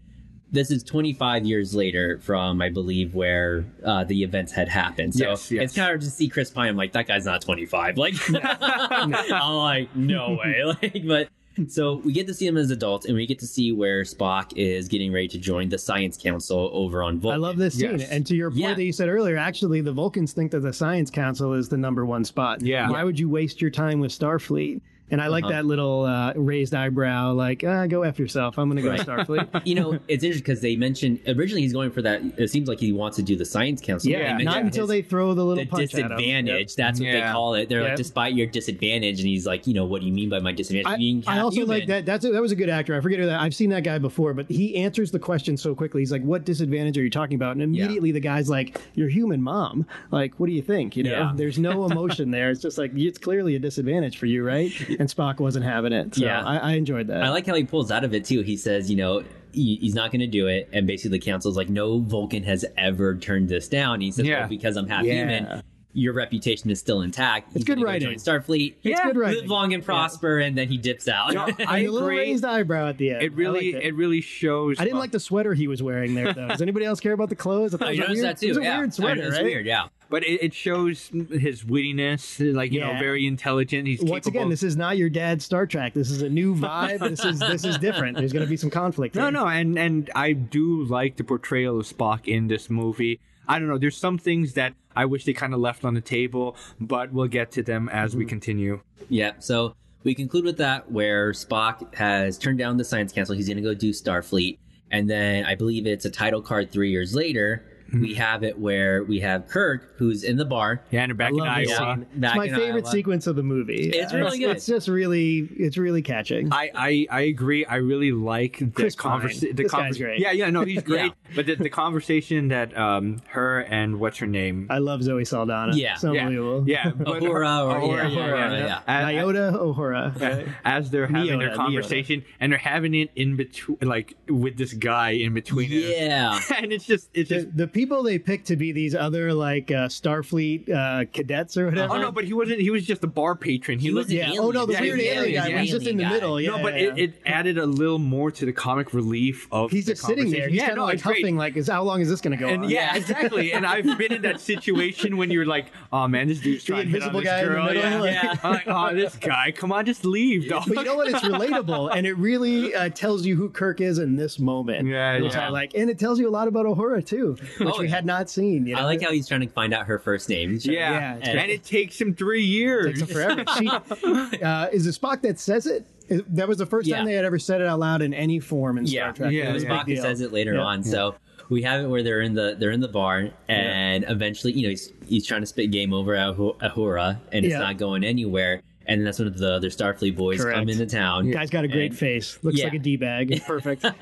[SPEAKER 1] this is 25 years later from, I believe, where uh, the events had happened. So
[SPEAKER 2] Yes, yes.
[SPEAKER 1] it's kind of hard to see Chris Pine. I'm like, that guy's not 25. Like, (laughs) I'm like, no
[SPEAKER 3] (laughs)
[SPEAKER 1] way. (laughs) Like, but so we get to see them as adults, and we get to see where Spock is getting ready to join the Science Council over on Vulcan.
[SPEAKER 3] I love this scene.
[SPEAKER 2] Yes.
[SPEAKER 3] And to your point
[SPEAKER 1] Yeah.
[SPEAKER 3] that you said earlier, actually, the Vulcans think that the Science Council is the number one spot.
[SPEAKER 2] Yeah.
[SPEAKER 3] Why would you waste your time with Starfleet? And I like
[SPEAKER 1] Uh-huh.
[SPEAKER 3] that little uh, raised eyebrow, like, ah, go F yourself. I'm going to go
[SPEAKER 1] Right.
[SPEAKER 3] to
[SPEAKER 1] (laughs)
[SPEAKER 3] Starfleet.
[SPEAKER 1] You know, it's interesting because they mentioned originally he's going for that. It seems like he wants to do the Science Council.
[SPEAKER 3] yeah,
[SPEAKER 1] They
[SPEAKER 3] not
[SPEAKER 1] mentioned
[SPEAKER 3] until
[SPEAKER 1] his-
[SPEAKER 3] they throw the little
[SPEAKER 1] the
[SPEAKER 3] punch at him. Yep.
[SPEAKER 1] disadvantage. That's what
[SPEAKER 2] Yeah.
[SPEAKER 1] they call it. They're
[SPEAKER 3] Yep.
[SPEAKER 1] like, despite your disadvantage, and he's like, you know, what do you mean by my disadvantage?
[SPEAKER 3] I,
[SPEAKER 1] Being
[SPEAKER 3] I
[SPEAKER 1] half
[SPEAKER 3] also
[SPEAKER 1] human.
[SPEAKER 3] like that. That's a, that was a good actor. I forget who that. I've seen that guy before, but he answers the question so quickly. He's like, "What disadvantage are you talking about?" And immediately the guy's like, "Your human mom. Like, what do you think? You know,
[SPEAKER 1] Yeah. (laughs)
[SPEAKER 3] there's no emotion there. It's just like it's clearly a disadvantage for you, right?" And Spock wasn't having it. So
[SPEAKER 1] Yeah.
[SPEAKER 3] I, I enjoyed that.
[SPEAKER 1] I like how he pulls out of it too. He says, you know, he, he's not going to do it, and basically the council's like, no Vulcan has ever turned this down. He says,
[SPEAKER 2] Yeah.
[SPEAKER 1] well, because I'm half
[SPEAKER 2] Yeah.
[SPEAKER 1] human, your reputation is still intact. He's
[SPEAKER 3] good
[SPEAKER 1] gonna go
[SPEAKER 3] writing.
[SPEAKER 1] join Starfleet.
[SPEAKER 3] it's
[SPEAKER 2] Yeah,
[SPEAKER 3] good
[SPEAKER 1] Live
[SPEAKER 3] writing.
[SPEAKER 1] long and prosper, and then he dips out. (laughs)
[SPEAKER 2] No,
[SPEAKER 3] I
[SPEAKER 2] I
[SPEAKER 3] (laughs) a little
[SPEAKER 2] agree.
[SPEAKER 3] raised eyebrow at the end.
[SPEAKER 2] It
[SPEAKER 3] I,
[SPEAKER 2] really,
[SPEAKER 3] liked
[SPEAKER 2] it.
[SPEAKER 3] it.
[SPEAKER 2] really shows.
[SPEAKER 3] I didn't like the sweater he was wearing there, though. Does anybody else care about the clothes? thought
[SPEAKER 1] I
[SPEAKER 3] it was a
[SPEAKER 1] noticed
[SPEAKER 3] weird-
[SPEAKER 1] that too.
[SPEAKER 3] It was a
[SPEAKER 1] yeah.
[SPEAKER 3] weird
[SPEAKER 1] I
[SPEAKER 3] sweater,
[SPEAKER 1] know, it's
[SPEAKER 3] right?
[SPEAKER 1] weird, yeah.
[SPEAKER 2] But it, it shows his wittiness, like you
[SPEAKER 3] Yeah.
[SPEAKER 2] know, very intelligent. He's
[SPEAKER 3] Once
[SPEAKER 2] capable.
[SPEAKER 3] again, this is not your dad's Star Trek. This is a new vibe. this is this is different. There's going to be some conflict.
[SPEAKER 2] no,
[SPEAKER 3] here.
[SPEAKER 2] no, and and I do like the portrayal of Spock in this movie. I don't know. There's some things that I wish they kind of left on the table, but we'll get to them as
[SPEAKER 3] Mm-hmm.
[SPEAKER 2] we continue.
[SPEAKER 1] Yeah. So we conclude with that where Spock has turned down the science council. He's going to go do Starfleet. And then I believe it's a title card three years later.
[SPEAKER 3] Hmm.
[SPEAKER 1] We have it where we have Kirk, who's in the bar.
[SPEAKER 2] Yeah, and back in
[SPEAKER 3] Love this
[SPEAKER 2] Iowa.
[SPEAKER 3] scene. It's
[SPEAKER 1] Back
[SPEAKER 3] my
[SPEAKER 1] in
[SPEAKER 3] favorite
[SPEAKER 1] Iowa.
[SPEAKER 3] sequence of the movie.
[SPEAKER 1] It's really good.
[SPEAKER 3] It's just really, it's really catching.
[SPEAKER 2] I, I, I agree. I really like the
[SPEAKER 3] Chris Pine.
[SPEAKER 2] conversation. The
[SPEAKER 3] This guy's
[SPEAKER 2] convers-
[SPEAKER 3] great.
[SPEAKER 2] Yeah, yeah, no,
[SPEAKER 3] (laughs)
[SPEAKER 2] he's great.
[SPEAKER 1] Yeah.
[SPEAKER 2] But the, the conversation that um her and what's her name?
[SPEAKER 3] I love Zoe Saldana.
[SPEAKER 1] Yeah.
[SPEAKER 3] it's unbelievable.
[SPEAKER 2] Yeah, (laughs) yeah. but her-
[SPEAKER 1] Uhura or- yeah, Uhura, yeah.
[SPEAKER 2] And-
[SPEAKER 3] Iota O'Hara.
[SPEAKER 2] (laughs) as they're having
[SPEAKER 3] Neota,
[SPEAKER 2] their
[SPEAKER 3] Neota.
[SPEAKER 2] conversation and they're having it in between like with this guy in between it.
[SPEAKER 1] Yeah.
[SPEAKER 2] (laughs) and it's just it's
[SPEAKER 3] The,
[SPEAKER 2] just
[SPEAKER 3] the people they picked to be these other like uh, Starfleet uh, cadets or whatever.
[SPEAKER 2] oh no but he wasn't he was just a bar patron he,
[SPEAKER 1] He
[SPEAKER 2] looked
[SPEAKER 1] was
[SPEAKER 3] yeah. Oh no, the
[SPEAKER 2] Yeah,
[SPEAKER 3] weird
[SPEAKER 2] he's an
[SPEAKER 3] alien guy.
[SPEAKER 2] alien.
[SPEAKER 3] but He's just in the
[SPEAKER 1] Alien guy.
[SPEAKER 3] middle. Yeah,
[SPEAKER 2] no but
[SPEAKER 3] yeah, yeah.
[SPEAKER 2] It, it added a little more to the comic relief of
[SPEAKER 3] he's
[SPEAKER 2] the
[SPEAKER 3] just sitting there.
[SPEAKER 2] conversation.
[SPEAKER 3] He's
[SPEAKER 2] yeah
[SPEAKER 3] kind of
[SPEAKER 2] no
[SPEAKER 3] like
[SPEAKER 2] it's great
[SPEAKER 3] huffing, like, "Is how long is this going to go
[SPEAKER 2] and
[SPEAKER 3] on?"
[SPEAKER 2] yeah, exactly. And I've been in that situation when you're like, "Oh man, this dude's trying to hit on
[SPEAKER 3] invisible
[SPEAKER 2] this
[SPEAKER 3] guy in the
[SPEAKER 2] girl."
[SPEAKER 3] middle,
[SPEAKER 2] yeah,
[SPEAKER 3] like-
[SPEAKER 2] yeah. I'm like, "Oh, this guy, come on, just leave, dog."
[SPEAKER 3] But you know what? It's relatable, and it really uh, tells you who Kirk is in this moment.
[SPEAKER 2] Yeah,
[SPEAKER 3] which
[SPEAKER 2] yeah.
[SPEAKER 3] I like, and it tells you a lot about O'Hara too, which
[SPEAKER 1] Oh,
[SPEAKER 3] we
[SPEAKER 1] yeah.
[SPEAKER 3] had not seen. You know?
[SPEAKER 1] I like how he's trying to find out her first name. He's trying-
[SPEAKER 2] yeah,
[SPEAKER 3] Yeah, it's
[SPEAKER 2] and
[SPEAKER 1] great.
[SPEAKER 2] it takes him three years.
[SPEAKER 3] takes it
[SPEAKER 1] (laughs)
[SPEAKER 3] forever. She, uh, is it Spock that says it? Is- that was the first
[SPEAKER 1] Yeah.
[SPEAKER 3] time they had ever said it out loud in any form in Star
[SPEAKER 1] Yeah.
[SPEAKER 3] Trek.
[SPEAKER 2] Yeah,
[SPEAKER 3] It was a
[SPEAKER 2] yeah.
[SPEAKER 3] big
[SPEAKER 1] Spock who
[SPEAKER 3] deal.
[SPEAKER 1] says it later
[SPEAKER 3] Yeah.
[SPEAKER 1] on. So we have it where they're in the they're in the bar, and eventually, you know, he's he's trying to spit game over Ahu- Ahura, and it's
[SPEAKER 3] Yeah.
[SPEAKER 1] not going anywhere. and that's when the other Starfleet boys
[SPEAKER 3] Correct.
[SPEAKER 1] come into town.
[SPEAKER 3] Guy's got a great
[SPEAKER 1] And-
[SPEAKER 3] face. Looks
[SPEAKER 1] Yeah.
[SPEAKER 3] like a d bag. Perfect.
[SPEAKER 1] (laughs)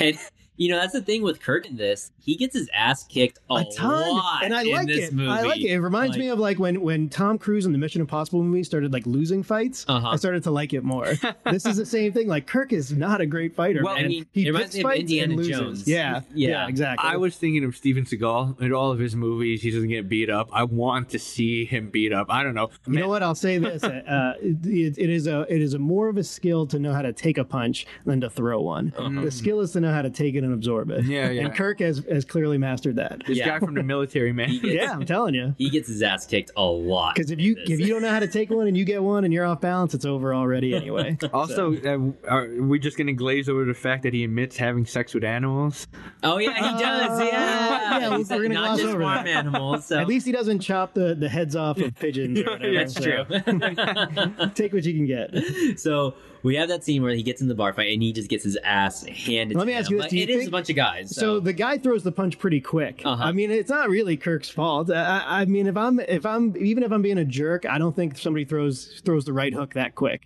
[SPEAKER 1] and you know that's the thing with Kirk in this. He gets his ass kicked a,
[SPEAKER 3] a ton,
[SPEAKER 1] lot
[SPEAKER 3] and I
[SPEAKER 1] in
[SPEAKER 3] like
[SPEAKER 1] this
[SPEAKER 3] it.
[SPEAKER 1] movie.
[SPEAKER 3] I like it. It reminds
[SPEAKER 1] Like-
[SPEAKER 3] me of like when when Tom Cruise in the Mission Impossible movie started like losing fights.
[SPEAKER 1] Uh-huh.
[SPEAKER 3] I started to like it more. this is the same thing. Like Kirk is not a great fighter.
[SPEAKER 1] Well, I
[SPEAKER 3] man.
[SPEAKER 1] mean,
[SPEAKER 3] he
[SPEAKER 1] it reminds
[SPEAKER 3] picks
[SPEAKER 1] me of
[SPEAKER 3] fights
[SPEAKER 1] Indiana
[SPEAKER 3] and loses.
[SPEAKER 1] Jones.
[SPEAKER 3] Yeah,
[SPEAKER 1] Yeah.
[SPEAKER 3] yeah, exactly.
[SPEAKER 2] I was thinking of Steven Seagal in all of his movies. He doesn't get beat up. I want to see him beat up. I don't know.
[SPEAKER 3] You know what? I'll say this: uh, it, it is a it is a more of a skill to know how to take a punch than to throw one.
[SPEAKER 1] Uh-huh.
[SPEAKER 3] The skill is to know how to take it and absorb it.
[SPEAKER 2] Yeah, yeah.
[SPEAKER 3] And Kirk has has clearly mastered that.
[SPEAKER 2] This
[SPEAKER 1] Yeah.
[SPEAKER 2] guy from the military, (laughs) man.
[SPEAKER 3] Yeah, I'm telling you.
[SPEAKER 1] (laughs) He gets his ass kicked a lot.
[SPEAKER 3] Because if you if you don't know how to take one and you get one and you're off balance, it's over already
[SPEAKER 1] (laughs)
[SPEAKER 3] anyway.
[SPEAKER 1] Oh,
[SPEAKER 2] Also, uh, are we just going to glaze over the fact that he admits having sex with animals?
[SPEAKER 1] Oh yeah, he does.
[SPEAKER 3] Uh,
[SPEAKER 1] yeah,
[SPEAKER 3] (laughs) yeah,
[SPEAKER 1] He
[SPEAKER 3] we're
[SPEAKER 1] said
[SPEAKER 3] gonna
[SPEAKER 1] not
[SPEAKER 3] gloss
[SPEAKER 1] just
[SPEAKER 3] over
[SPEAKER 1] farm
[SPEAKER 3] that.
[SPEAKER 1] animals. So
[SPEAKER 3] At least he doesn't chop the, the heads off of
[SPEAKER 1] (laughs)
[SPEAKER 3] pigeons. Or whatever,
[SPEAKER 1] that's
[SPEAKER 3] so
[SPEAKER 1] true. (laughs)
[SPEAKER 3] Take what you can get.
[SPEAKER 1] so we have that scene where he gets in the bar fight and he just gets his ass handed.
[SPEAKER 3] Let me
[SPEAKER 1] to
[SPEAKER 3] ask
[SPEAKER 1] him.
[SPEAKER 3] you this,
[SPEAKER 1] Like,
[SPEAKER 3] do you
[SPEAKER 1] it is
[SPEAKER 3] think-
[SPEAKER 1] a bunch of guys.
[SPEAKER 3] So
[SPEAKER 1] So,
[SPEAKER 3] the guy throws the punch pretty quick.
[SPEAKER 1] Uh-huh.
[SPEAKER 3] I mean, it's not really Kirk's fault. I, I- I mean, if I'm if I'm even if I'm being a jerk, I don't think somebody throws throws the right hook that quick.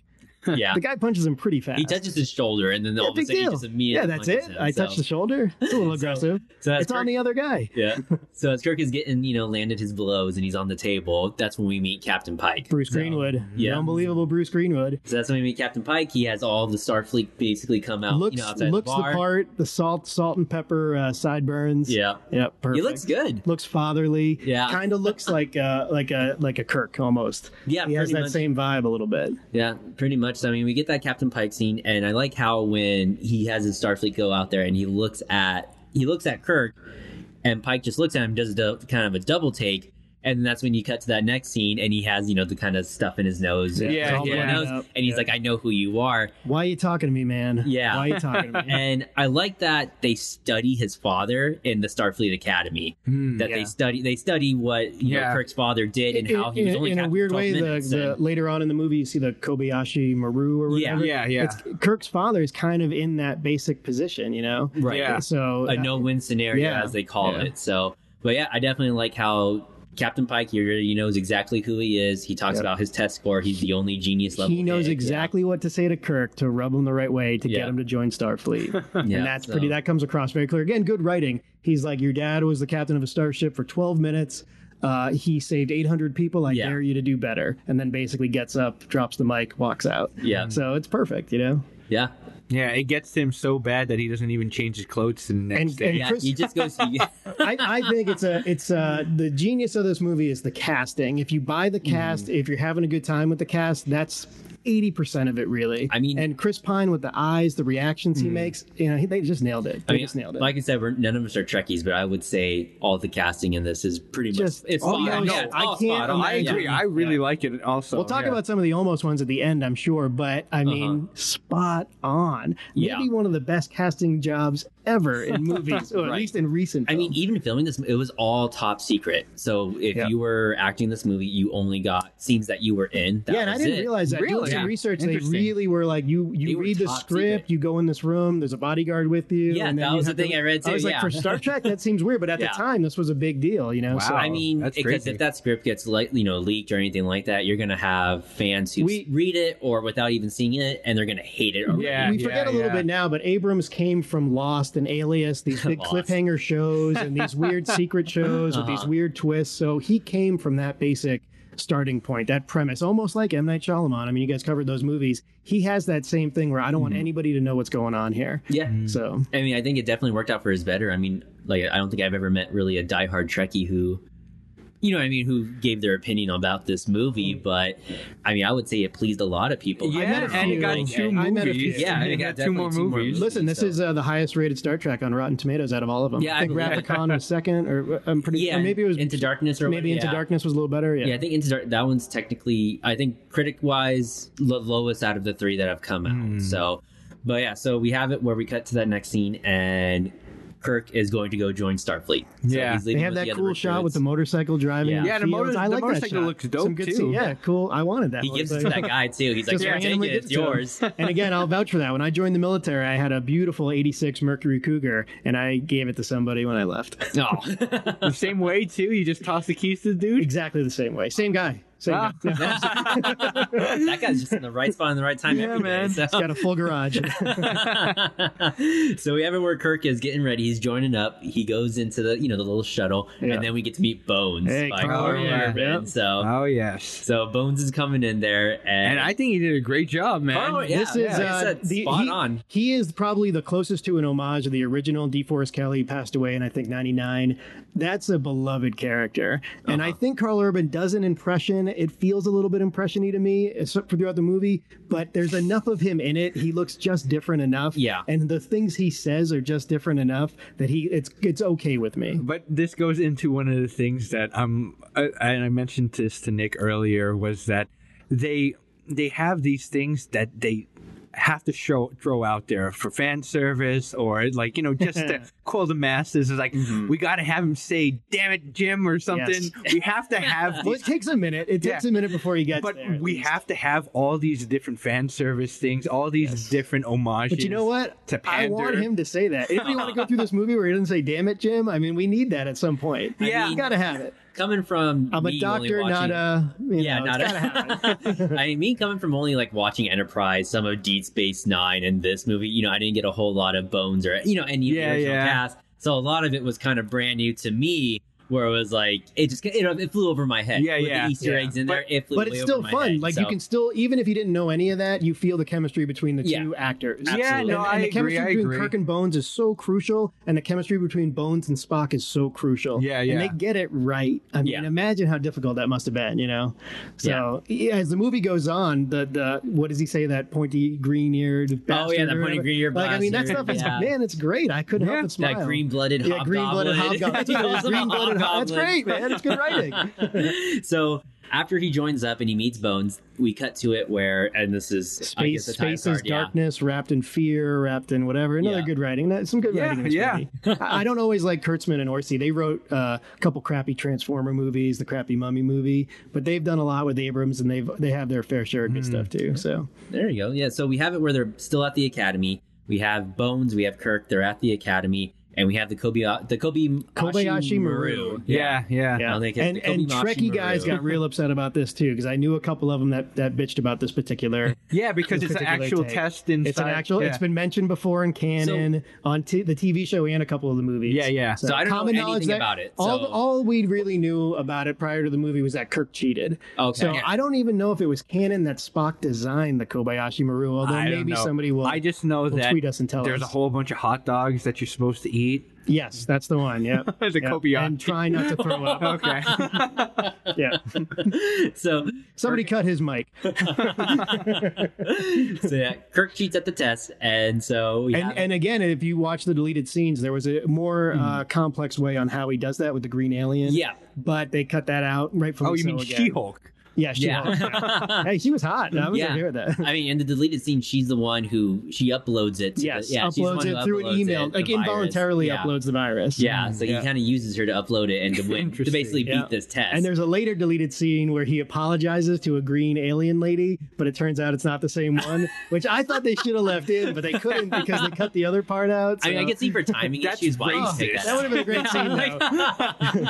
[SPEAKER 1] yeah,
[SPEAKER 3] The guy punches him pretty fast.
[SPEAKER 1] he touches his shoulder and then all
[SPEAKER 3] yeah,
[SPEAKER 1] of a
[SPEAKER 3] big
[SPEAKER 1] sudden he
[SPEAKER 3] deal.
[SPEAKER 1] just
[SPEAKER 3] Yeah,
[SPEAKER 1] immediately.
[SPEAKER 3] that's it.
[SPEAKER 1] punches him,
[SPEAKER 3] I
[SPEAKER 1] so-
[SPEAKER 3] touched the shoulder. It's a little aggressive.
[SPEAKER 1] (laughs) So that's
[SPEAKER 3] it's on
[SPEAKER 1] Kirk-
[SPEAKER 3] the other guy.
[SPEAKER 1] Yeah.
[SPEAKER 3] (laughs)
[SPEAKER 1] So as Kirk is getting, you know, landed his blows and he's on the table, that's when we meet Captain Pike.
[SPEAKER 3] Bruce
[SPEAKER 1] So-
[SPEAKER 3] Greenwood.
[SPEAKER 1] yeah.
[SPEAKER 3] The unbelievable Bruce Greenwood.
[SPEAKER 1] So that's when we meet Captain Pike. He has all the Starfleet basically come out, Oh,
[SPEAKER 3] looks
[SPEAKER 1] you know, outside
[SPEAKER 3] looks
[SPEAKER 1] the
[SPEAKER 3] the,
[SPEAKER 1] bar.
[SPEAKER 3] part. The salt salt and pepper uh, sideburns.
[SPEAKER 1] Yeah.
[SPEAKER 3] Yep. Perfect.
[SPEAKER 1] He looks good.
[SPEAKER 3] looks fatherly.
[SPEAKER 1] Yeah.
[SPEAKER 3] kind of looks like uh like a like a Kirk almost.
[SPEAKER 1] Yeah,
[SPEAKER 3] he has
[SPEAKER 1] pretty
[SPEAKER 3] that
[SPEAKER 1] much.
[SPEAKER 3] same vibe a little bit.
[SPEAKER 1] Yeah, pretty much. So, I mean, we get that Captain Pike scene, and I like how when he has his Starfleet go out there and he looks at he looks at Kirk, and Pike just looks at him, does a dou- kind of a double take, and that's when you cut to that next scene, and he has you know the kind of stuff in his nose,
[SPEAKER 3] Yeah,
[SPEAKER 1] it's all
[SPEAKER 2] yeah.
[SPEAKER 1] in my nose,
[SPEAKER 3] Yeah.
[SPEAKER 1] and he's
[SPEAKER 3] Yeah.
[SPEAKER 1] like, "I know who you are,"
[SPEAKER 3] Why you talking to me, man?
[SPEAKER 1] Yeah.
[SPEAKER 3] Why you talking to me?
[SPEAKER 1] (laughs) and I like that they study his father in the Starfleet Academy.
[SPEAKER 2] Hmm.
[SPEAKER 1] that they
[SPEAKER 3] yeah.
[SPEAKER 1] study they study what you know
[SPEAKER 2] Yeah.
[SPEAKER 1] Kirk's father did and how he was
[SPEAKER 3] in,
[SPEAKER 1] only
[SPEAKER 3] in a
[SPEAKER 1] captain
[SPEAKER 3] weird
[SPEAKER 1] 12
[SPEAKER 3] way, the,
[SPEAKER 1] minutes,
[SPEAKER 3] the
[SPEAKER 1] and-
[SPEAKER 3] later on in the movie, you see the Kobayashi Maru or
[SPEAKER 1] Yeah.
[SPEAKER 3] whatever.
[SPEAKER 2] Yeah, yeah.
[SPEAKER 3] It's, Kirk's father is kind of in that basic position, you know.
[SPEAKER 1] right.
[SPEAKER 2] Yeah.
[SPEAKER 3] So uh,
[SPEAKER 1] a no win scenario
[SPEAKER 3] Yeah.
[SPEAKER 1] as they call
[SPEAKER 2] Yeah.
[SPEAKER 1] it. So, but yeah, I definitely like how Captain Pike here, he knows exactly who he is. He talks
[SPEAKER 3] Yeah.
[SPEAKER 1] about his test score. He's the only genius level.
[SPEAKER 3] he knows
[SPEAKER 1] kid.
[SPEAKER 3] exactly what to say to Kirk to rub him the right way to
[SPEAKER 1] Yeah.
[SPEAKER 3] get him to join
[SPEAKER 1] (laughs)
[SPEAKER 3] Starfleet.
[SPEAKER 1] Yeah.
[SPEAKER 3] and that's
[SPEAKER 1] so-
[SPEAKER 3] pretty that comes across very clear again good writing he's like your dad was the captain of a starship for 12 minutes uh, he saved 800 people i
[SPEAKER 1] Yeah.
[SPEAKER 3] dare you to do better and then basically gets up drops the mic walks out
[SPEAKER 1] Yeah.
[SPEAKER 3] so it's perfect
[SPEAKER 1] (laughs)
[SPEAKER 3] you know
[SPEAKER 1] Yeah.
[SPEAKER 2] Yeah, it gets him so bad that he doesn't even change his clothes to the next
[SPEAKER 3] And-
[SPEAKER 2] day.
[SPEAKER 3] and-
[SPEAKER 1] Yeah.
[SPEAKER 3] Chris-
[SPEAKER 1] He just
[SPEAKER 3] (laughs)
[SPEAKER 1] goes. he-
[SPEAKER 3] I, I think it's a it's uh the genius of this movie is the casting if you buy
[SPEAKER 1] Mm-hmm.
[SPEAKER 3] the cast if you're having a good time with the cast that's 80% of it really
[SPEAKER 1] I mean- Mm-hmm.
[SPEAKER 3] and chris pine with the eyes the reactions he makes you know he, they just nailed
[SPEAKER 1] I
[SPEAKER 3] it they
[SPEAKER 1] mean,
[SPEAKER 3] just nailed it
[SPEAKER 1] like I said, we're, none of us are Trekkies, but I would say all the casting in this is pretty much
[SPEAKER 3] Just-
[SPEAKER 1] it's
[SPEAKER 3] oh,
[SPEAKER 1] spot
[SPEAKER 3] yeah,
[SPEAKER 1] on.
[SPEAKER 3] no,
[SPEAKER 1] it's
[SPEAKER 3] I
[SPEAKER 1] all
[SPEAKER 3] can't
[SPEAKER 1] spot on.
[SPEAKER 2] I
[SPEAKER 1] Yeah.
[SPEAKER 2] agree. I really like it. Also,
[SPEAKER 1] Oh,
[SPEAKER 3] We'll talk
[SPEAKER 2] yeah.
[SPEAKER 3] about some of the almost ones at the end, I'm sure, but I mean, spot
[SPEAKER 1] Uh-huh.
[SPEAKER 3] on.
[SPEAKER 1] Yeah.
[SPEAKER 3] Maybe one of the best casting jobs
[SPEAKER 1] (laughs)
[SPEAKER 3] ever in movies, or at
[SPEAKER 1] Right.
[SPEAKER 3] least in recent.
[SPEAKER 1] I mean,
[SPEAKER 3] film.
[SPEAKER 1] even filming this, it was all top secret. So if
[SPEAKER 3] Yeah.
[SPEAKER 1] you were acting this movie, you only got scenes that you were in. That
[SPEAKER 3] yeah, and I
[SPEAKER 1] was
[SPEAKER 3] didn't
[SPEAKER 1] it.
[SPEAKER 3] realize that. Doing
[SPEAKER 2] Really?
[SPEAKER 3] some
[SPEAKER 2] Yeah.
[SPEAKER 3] research, they
[SPEAKER 2] Interesting.
[SPEAKER 3] really were like, you
[SPEAKER 1] They
[SPEAKER 3] you
[SPEAKER 1] were
[SPEAKER 3] read the
[SPEAKER 1] top
[SPEAKER 3] script,
[SPEAKER 1] secret.
[SPEAKER 3] you go in this room, there's a bodyguard with you.
[SPEAKER 1] Yeah,
[SPEAKER 3] and then
[SPEAKER 1] that
[SPEAKER 3] you
[SPEAKER 1] was
[SPEAKER 3] have
[SPEAKER 1] the
[SPEAKER 3] to-
[SPEAKER 1] thing I read
[SPEAKER 3] I was
[SPEAKER 1] too,
[SPEAKER 3] like,
[SPEAKER 1] yeah.
[SPEAKER 3] for Star Trek, that seems weird, but
[SPEAKER 1] (laughs)
[SPEAKER 3] at
[SPEAKER 1] Yeah.
[SPEAKER 3] the time, this was a big deal, you know?
[SPEAKER 2] Wow.
[SPEAKER 3] So
[SPEAKER 1] I mean,
[SPEAKER 2] that's
[SPEAKER 1] because
[SPEAKER 2] crazy.
[SPEAKER 1] if that script gets like you know leaked or anything like that, you're gonna have fans who
[SPEAKER 3] We-
[SPEAKER 1] read it or without even seeing it, and they're gonna hate it. Already.
[SPEAKER 2] Yeah.
[SPEAKER 3] we forget a little
[SPEAKER 2] yeah.
[SPEAKER 3] bit now, but Abrams came from Lost and Alias,
[SPEAKER 1] (laughs)
[SPEAKER 3] these big
[SPEAKER 1] Lost. Uh-huh.
[SPEAKER 3] cliffhanger shows and
[SPEAKER 1] (laughs)
[SPEAKER 3] these weird secret shows with these weird twists. So he came from that basic starting point, that premise, almost like M. Night Shyamalan. I mean, you guys covered those movies. He has that same thing where I don't want anybody to know what's going on here.
[SPEAKER 1] Mm-hmm. Yeah.
[SPEAKER 3] So
[SPEAKER 1] I mean, I think it definitely worked out for his better. I mean, like I don't think I've ever met really a diehard Trekkie who, you know, what I mean, who gave their opinion about this movie.
[SPEAKER 3] Mm.
[SPEAKER 1] But I mean, I would say it pleased a lot of people. I met a
[SPEAKER 2] Yeah, and it
[SPEAKER 1] few,
[SPEAKER 2] got
[SPEAKER 1] like,
[SPEAKER 2] two
[SPEAKER 3] I met a
[SPEAKER 2] movies.
[SPEAKER 3] few.
[SPEAKER 1] Yeah, it
[SPEAKER 2] it
[SPEAKER 1] got
[SPEAKER 2] got two
[SPEAKER 1] definitely
[SPEAKER 2] more
[SPEAKER 1] two more
[SPEAKER 2] movies.
[SPEAKER 1] movies.
[SPEAKER 2] (laughs)
[SPEAKER 3] listen, this
[SPEAKER 1] So-
[SPEAKER 3] is uh, the highest rated Star Trek on Rotten Tomatoes out of all of them.
[SPEAKER 1] Yeah, I
[SPEAKER 3] I think
[SPEAKER 1] believe it.
[SPEAKER 3] Rathacon was second, or uh, I'm pretty
[SPEAKER 1] yeah,
[SPEAKER 3] or maybe it was
[SPEAKER 1] Into Darkness or
[SPEAKER 3] maybe Into
[SPEAKER 1] yeah.
[SPEAKER 3] Darkness was a little better. Yeah.
[SPEAKER 1] Yeah, I think Into Dark, that one's technically, I think critic wise, the lowest out of the three that have come out. So, but yeah, so we have it where we cut to that next scene and Kirk is going to go join Starfleet. So
[SPEAKER 2] Yeah.
[SPEAKER 1] he's leaving
[SPEAKER 3] They have
[SPEAKER 1] with
[SPEAKER 3] that
[SPEAKER 1] the other
[SPEAKER 3] cool shot with the
[SPEAKER 1] recruits.
[SPEAKER 3] motorcycle driving.
[SPEAKER 1] Yeah.
[SPEAKER 3] in
[SPEAKER 2] Yeah, the
[SPEAKER 3] fields.
[SPEAKER 2] motor-
[SPEAKER 3] I
[SPEAKER 2] the
[SPEAKER 3] like
[SPEAKER 2] motorcycle
[SPEAKER 3] that shot.
[SPEAKER 2] looks dope,
[SPEAKER 3] Some good
[SPEAKER 2] too.
[SPEAKER 3] scene. Yeah, cool. I wanted that.
[SPEAKER 1] He gives it to
[SPEAKER 3] (laughs)
[SPEAKER 1] that guy too. He's like,
[SPEAKER 3] Just
[SPEAKER 1] "Here, take
[SPEAKER 3] randomly
[SPEAKER 1] it,
[SPEAKER 3] gives
[SPEAKER 1] it's
[SPEAKER 3] it to him." (laughs)
[SPEAKER 1] yours.
[SPEAKER 3] and again, I'll vouch for that. When I joined the military, I had a beautiful '86 Mercury Cougar, and I gave it to somebody when I left.
[SPEAKER 1] No.
[SPEAKER 3] (laughs)
[SPEAKER 2] the same way too. You just toss the keys to the dude. (laughs)
[SPEAKER 3] exactly the same way. Same guy. So
[SPEAKER 2] Ah.
[SPEAKER 3] you know,
[SPEAKER 1] that guy's just in the right spot in the right time.
[SPEAKER 2] Yeah,
[SPEAKER 1] every day,
[SPEAKER 2] man.
[SPEAKER 1] so.
[SPEAKER 3] it's got a full
[SPEAKER 1] (laughs)
[SPEAKER 3] garage.
[SPEAKER 1] so we have it where Kirk is getting ready. He's joining up. He goes into the you know the little shuttle,
[SPEAKER 3] Yeah.
[SPEAKER 1] and then we get to meet Bones
[SPEAKER 3] Hey,
[SPEAKER 1] by
[SPEAKER 3] Carl
[SPEAKER 1] Carl
[SPEAKER 2] Urban.
[SPEAKER 1] Urban.
[SPEAKER 3] Yep.
[SPEAKER 1] So
[SPEAKER 2] (laughs) Oh yes.
[SPEAKER 1] so Bones is coming in there, and,
[SPEAKER 2] And I think he did a great job, man.
[SPEAKER 1] Carl- yeah,
[SPEAKER 3] this is
[SPEAKER 1] like I
[SPEAKER 3] uh,
[SPEAKER 1] said,
[SPEAKER 3] the-
[SPEAKER 1] spot
[SPEAKER 3] he,
[SPEAKER 1] on.
[SPEAKER 3] he is probably the closest to an homage of the original DeForest Kelly passed away in I think 99. That's a beloved character. And I think Carl Urban does an impression. It feels a little bit impressiony to me it's throughout the movie, but there's enough of him in it. He looks just different enough.
[SPEAKER 1] Yeah.
[SPEAKER 3] And the things he says are just different enough that he it's it's okay with me.
[SPEAKER 2] But this goes into one of the things that um, I, and I mentioned this to Nick earlier was that they they have these things that they have to show throw out there for fan service or like you know just
[SPEAKER 3] (laughs)
[SPEAKER 2] to call the masses is like
[SPEAKER 3] Mm-hmm.
[SPEAKER 2] we got to have him say damn it Jim or something. We have to
[SPEAKER 3] (laughs)
[SPEAKER 2] have
[SPEAKER 3] Well,
[SPEAKER 2] these
[SPEAKER 3] it takes a minute. It takes
[SPEAKER 2] Uh, Yeah.
[SPEAKER 3] a minute before he gets
[SPEAKER 2] but
[SPEAKER 3] there. at
[SPEAKER 2] we
[SPEAKER 3] least.
[SPEAKER 2] have to have all these different fan service things, all these different homages.
[SPEAKER 3] But you know what?
[SPEAKER 2] to
[SPEAKER 3] I want
[SPEAKER 2] pander.
[SPEAKER 3] him to say that. If you want to go through this movie where he doesn't say "damn it, Jim," I mean, we need that at some point.
[SPEAKER 2] Yeah.
[SPEAKER 3] you gotta have it.
[SPEAKER 1] coming from
[SPEAKER 3] I'm a
[SPEAKER 1] me only
[SPEAKER 3] doctor, not
[SPEAKER 1] watching-
[SPEAKER 3] a you
[SPEAKER 1] yeah,
[SPEAKER 3] know,
[SPEAKER 1] not
[SPEAKER 3] it's gotta happen.
[SPEAKER 1] a, (laughs) I mean, coming from only like watching Enterprise, some of Deep Space Nine, and this movie, you know, I didn't get a whole lot of Bones or you know any of
[SPEAKER 2] Yeah,
[SPEAKER 1] the original
[SPEAKER 2] yeah.
[SPEAKER 1] cast, so a lot of it was kind of brand new to me. Where it was like it just it, it flew over my head.
[SPEAKER 2] Yeah,
[SPEAKER 1] With the
[SPEAKER 2] yeah.
[SPEAKER 1] Easter
[SPEAKER 3] Yeah.
[SPEAKER 1] eggs in
[SPEAKER 2] But-
[SPEAKER 1] there, it flew
[SPEAKER 3] But
[SPEAKER 1] way
[SPEAKER 3] it's
[SPEAKER 1] over
[SPEAKER 3] still
[SPEAKER 1] my
[SPEAKER 3] fun.
[SPEAKER 1] head,
[SPEAKER 3] like you
[SPEAKER 1] so-
[SPEAKER 3] can still, even if you didn't know any of that, you feel the chemistry between the
[SPEAKER 1] Yeah.
[SPEAKER 3] two actors.
[SPEAKER 2] Yeah,
[SPEAKER 1] Absolutely.
[SPEAKER 2] no,
[SPEAKER 3] and,
[SPEAKER 2] I
[SPEAKER 3] and the
[SPEAKER 2] agree.
[SPEAKER 3] chemistry
[SPEAKER 2] I
[SPEAKER 3] between
[SPEAKER 2] agree.
[SPEAKER 3] Kirk and Bones is so crucial, and the chemistry between Bones and Spock is so crucial.
[SPEAKER 2] Yeah,
[SPEAKER 3] And
[SPEAKER 2] yeah.
[SPEAKER 3] they get it right. I mean,
[SPEAKER 1] Yeah.
[SPEAKER 3] imagine how difficult that must have been, you know? So yeah, as the movie goes on, the the what does he say? That pointy green eared.
[SPEAKER 1] Oh, yeah, that pointy green-eared
[SPEAKER 3] Like I mean, that
[SPEAKER 1] bastard,
[SPEAKER 3] stuff is
[SPEAKER 1] yeah.
[SPEAKER 3] man, it's great. I couldn't
[SPEAKER 2] Yeah.
[SPEAKER 3] help but smile.
[SPEAKER 1] That green blooded
[SPEAKER 3] yeah, green blooded hobgoblin. That's,
[SPEAKER 1] (laughs)
[SPEAKER 3] what it is, green-blooded hob- that's great, man. It's good
[SPEAKER 1] (laughs)
[SPEAKER 3] writing.
[SPEAKER 1] so after he joins up and he meets Bones, we cut to it where, and this is I guess
[SPEAKER 3] Space,
[SPEAKER 1] the title
[SPEAKER 3] space is
[SPEAKER 1] card, yeah.
[SPEAKER 3] darkness, wrapped in fear, wrapped in whatever. Another
[SPEAKER 1] Yeah.
[SPEAKER 3] good writing. That, some good
[SPEAKER 2] Yeah,
[SPEAKER 3] writing. In this
[SPEAKER 2] yeah. (laughs)
[SPEAKER 3] Movie. I I don't always like Kurtzman and Orsi. They wrote uh, a couple crappy Transformer movies, the crappy Mummy movie, but they've done a lot with Abrams, and they've they have their fair share of good
[SPEAKER 1] Hmm.
[SPEAKER 3] stuff too. So
[SPEAKER 1] There you go. Yeah. So we have it where they're still at the academy. We have Bones. We have Kirk. They're at the academy, and we have the Kobe uh, the Kobe
[SPEAKER 3] Kobayashi Maru.
[SPEAKER 2] Yeah, yeah.
[SPEAKER 1] I don't think it's
[SPEAKER 3] and
[SPEAKER 1] the Kobe
[SPEAKER 3] and
[SPEAKER 1] Mashi
[SPEAKER 3] Trekkie guys
[SPEAKER 1] Maru.
[SPEAKER 3] got real upset about this too because I knew a couple of them that that bitched about this particular.
[SPEAKER 2] Yeah, because
[SPEAKER 3] this
[SPEAKER 2] it's an
[SPEAKER 3] particular
[SPEAKER 2] actual
[SPEAKER 3] take.
[SPEAKER 2] test inside.
[SPEAKER 3] It's an actual.
[SPEAKER 2] Yeah.
[SPEAKER 3] It's been mentioned before in canon on t- the TV show and a couple of the movies.
[SPEAKER 2] Yeah, yeah.
[SPEAKER 1] So I don't know
[SPEAKER 3] common
[SPEAKER 1] anything
[SPEAKER 3] knowledge that-
[SPEAKER 1] about it,
[SPEAKER 3] All
[SPEAKER 1] so-
[SPEAKER 3] all we really knew about it prior to the movie was that Kirk cheated.
[SPEAKER 1] Okay.
[SPEAKER 3] So I don't even know if it was canon that Spock designed the Kobayashi Maru. Although
[SPEAKER 2] I don't
[SPEAKER 3] maybe
[SPEAKER 2] know.
[SPEAKER 3] somebody will.
[SPEAKER 2] I just know that
[SPEAKER 3] tweet us and tell
[SPEAKER 2] there's
[SPEAKER 3] us.
[SPEAKER 2] a whole bunch of hot dogs that you're supposed to eat.
[SPEAKER 3] yes, that's the one. Yeah.
[SPEAKER 2] (laughs) The
[SPEAKER 3] Yep.
[SPEAKER 2] Kobayashi.
[SPEAKER 3] And try not to
[SPEAKER 2] (laughs)
[SPEAKER 3] throw up.
[SPEAKER 2] Okay.
[SPEAKER 3] yeah.
[SPEAKER 1] (laughs) so
[SPEAKER 3] Somebody cut his mic.
[SPEAKER 1] so yeah, Kirk cheats at the test, and so we
[SPEAKER 3] And
[SPEAKER 1] have-
[SPEAKER 3] and again, if you watch the deleted scenes, there was a more uh, complex way on how he does that with the green alien.
[SPEAKER 1] Mm-hmm. Yeah.
[SPEAKER 3] But they cut that out right from
[SPEAKER 2] oh, you mean She-Hulk?
[SPEAKER 3] Yeah,
[SPEAKER 1] (laughs)
[SPEAKER 3] she
[SPEAKER 1] yeah.
[SPEAKER 3] hey, she was hot. I was
[SPEAKER 1] Yeah.
[SPEAKER 3] okay with that.
[SPEAKER 1] I mean, in the deleted scene, she's the one who she uploads it. To
[SPEAKER 3] Yes,
[SPEAKER 1] the, yeah, she's the
[SPEAKER 3] uploads
[SPEAKER 1] one who
[SPEAKER 3] it through
[SPEAKER 1] uploads
[SPEAKER 3] an email,
[SPEAKER 1] it, the
[SPEAKER 3] like
[SPEAKER 1] virus.
[SPEAKER 3] involuntarily
[SPEAKER 1] yeah.
[SPEAKER 3] uploads the virus.
[SPEAKER 1] Yeah, so
[SPEAKER 2] Yeah.
[SPEAKER 1] he kind of uses her to upload it and to win, to
[SPEAKER 2] Interesting.
[SPEAKER 1] basically beat
[SPEAKER 3] Yeah.
[SPEAKER 1] this test.
[SPEAKER 3] And there's a later deleted scene where he apologizes to a green alien lady, but it turns out it's not the same
[SPEAKER 1] (laughs)
[SPEAKER 3] one, which I thought they should have left in, but they couldn't because they cut the other part out.
[SPEAKER 1] I mean, I
[SPEAKER 3] so-
[SPEAKER 1] can see for (laughs) timing
[SPEAKER 2] That's
[SPEAKER 1] issues why you
[SPEAKER 2] racist.
[SPEAKER 1] take that.
[SPEAKER 3] that would have been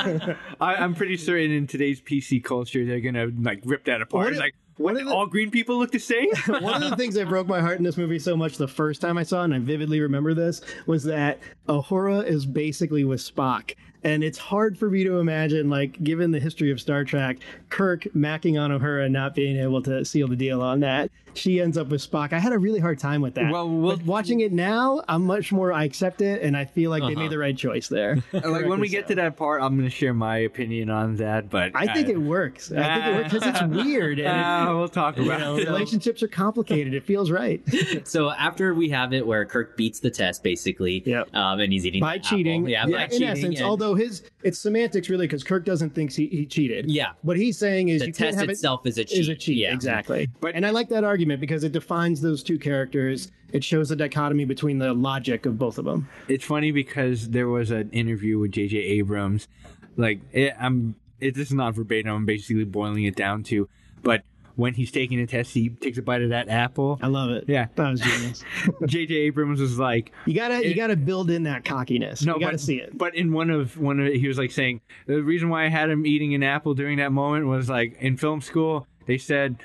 [SPEAKER 1] (laughs)
[SPEAKER 3] a great scene. though.
[SPEAKER 2] I, I'm pretty certain in today's PC culture they're gonna like rip that apart.
[SPEAKER 3] What
[SPEAKER 2] it's
[SPEAKER 3] i-
[SPEAKER 2] like what,
[SPEAKER 3] what are the-
[SPEAKER 2] all green people look the
[SPEAKER 3] (laughs)
[SPEAKER 2] same. (laughs)
[SPEAKER 3] One of the things that broke my heart in this movie so much the first time I saw it, and I vividly remember this, was that Ahura is basically with Spock. And it's hard for me to imagine, like, given the history of Star Trek, Kirk macking on Ahura and not being able to seal the deal on that. She ends up with Spock. I had a really hard time with that.
[SPEAKER 2] Well, we'll-
[SPEAKER 3] But watching it now, I'm much more, I accept it, and I feel like they
[SPEAKER 1] Uh-huh.
[SPEAKER 3] made the right choice
[SPEAKER 2] (laughs)
[SPEAKER 3] there.
[SPEAKER 2] like when we
[SPEAKER 3] Correctly
[SPEAKER 2] get
[SPEAKER 3] so.
[SPEAKER 2] to that part, I'm gonna share my opinion on that. But
[SPEAKER 3] I think it works. I think it works
[SPEAKER 2] (laughs)
[SPEAKER 3] because it's weird. And
[SPEAKER 2] Uh, (laughs) we'll talk
[SPEAKER 3] you know,
[SPEAKER 2] about it.
[SPEAKER 3] relationships are complicated. It feels right.
[SPEAKER 1] (laughs) so after we have it where Kirk beats the test basically,
[SPEAKER 3] Yep.
[SPEAKER 1] um, and he's eating
[SPEAKER 3] by
[SPEAKER 1] the apple.
[SPEAKER 3] cheating.
[SPEAKER 1] yeah, by
[SPEAKER 3] in
[SPEAKER 1] cheating.
[SPEAKER 3] essence,
[SPEAKER 1] and
[SPEAKER 3] although his it's semantics really because Kirk doesn't think he, he cheated.
[SPEAKER 1] Yeah.
[SPEAKER 3] what he's saying is
[SPEAKER 1] the
[SPEAKER 3] you can't
[SPEAKER 1] test
[SPEAKER 3] have it-
[SPEAKER 1] itself is a cheat.
[SPEAKER 3] is a cheat
[SPEAKER 1] Yeah.
[SPEAKER 3] exactly.
[SPEAKER 2] But-
[SPEAKER 3] and I like that argument because it defines those two characters. It shows the dichotomy between the logic of both of them.
[SPEAKER 2] It's funny because there was an interview with J.J. Abrams. Like, it, I'm. It, this is not verbatim. I'm basically boiling it down to, but when he's taking a test, he takes a bite of that apple.
[SPEAKER 3] I love it.
[SPEAKER 2] Yeah.
[SPEAKER 3] that
[SPEAKER 1] (laughs)
[SPEAKER 3] was genius.
[SPEAKER 2] J.J. Abrams was like,
[SPEAKER 3] You gotta you
[SPEAKER 2] It-
[SPEAKER 3] gotta build in that cockiness. (laughs) you gotta
[SPEAKER 2] but,
[SPEAKER 3] see it.
[SPEAKER 2] But in one of one of he was like saying the reason why I had him eating an apple during that moment was like in film school they said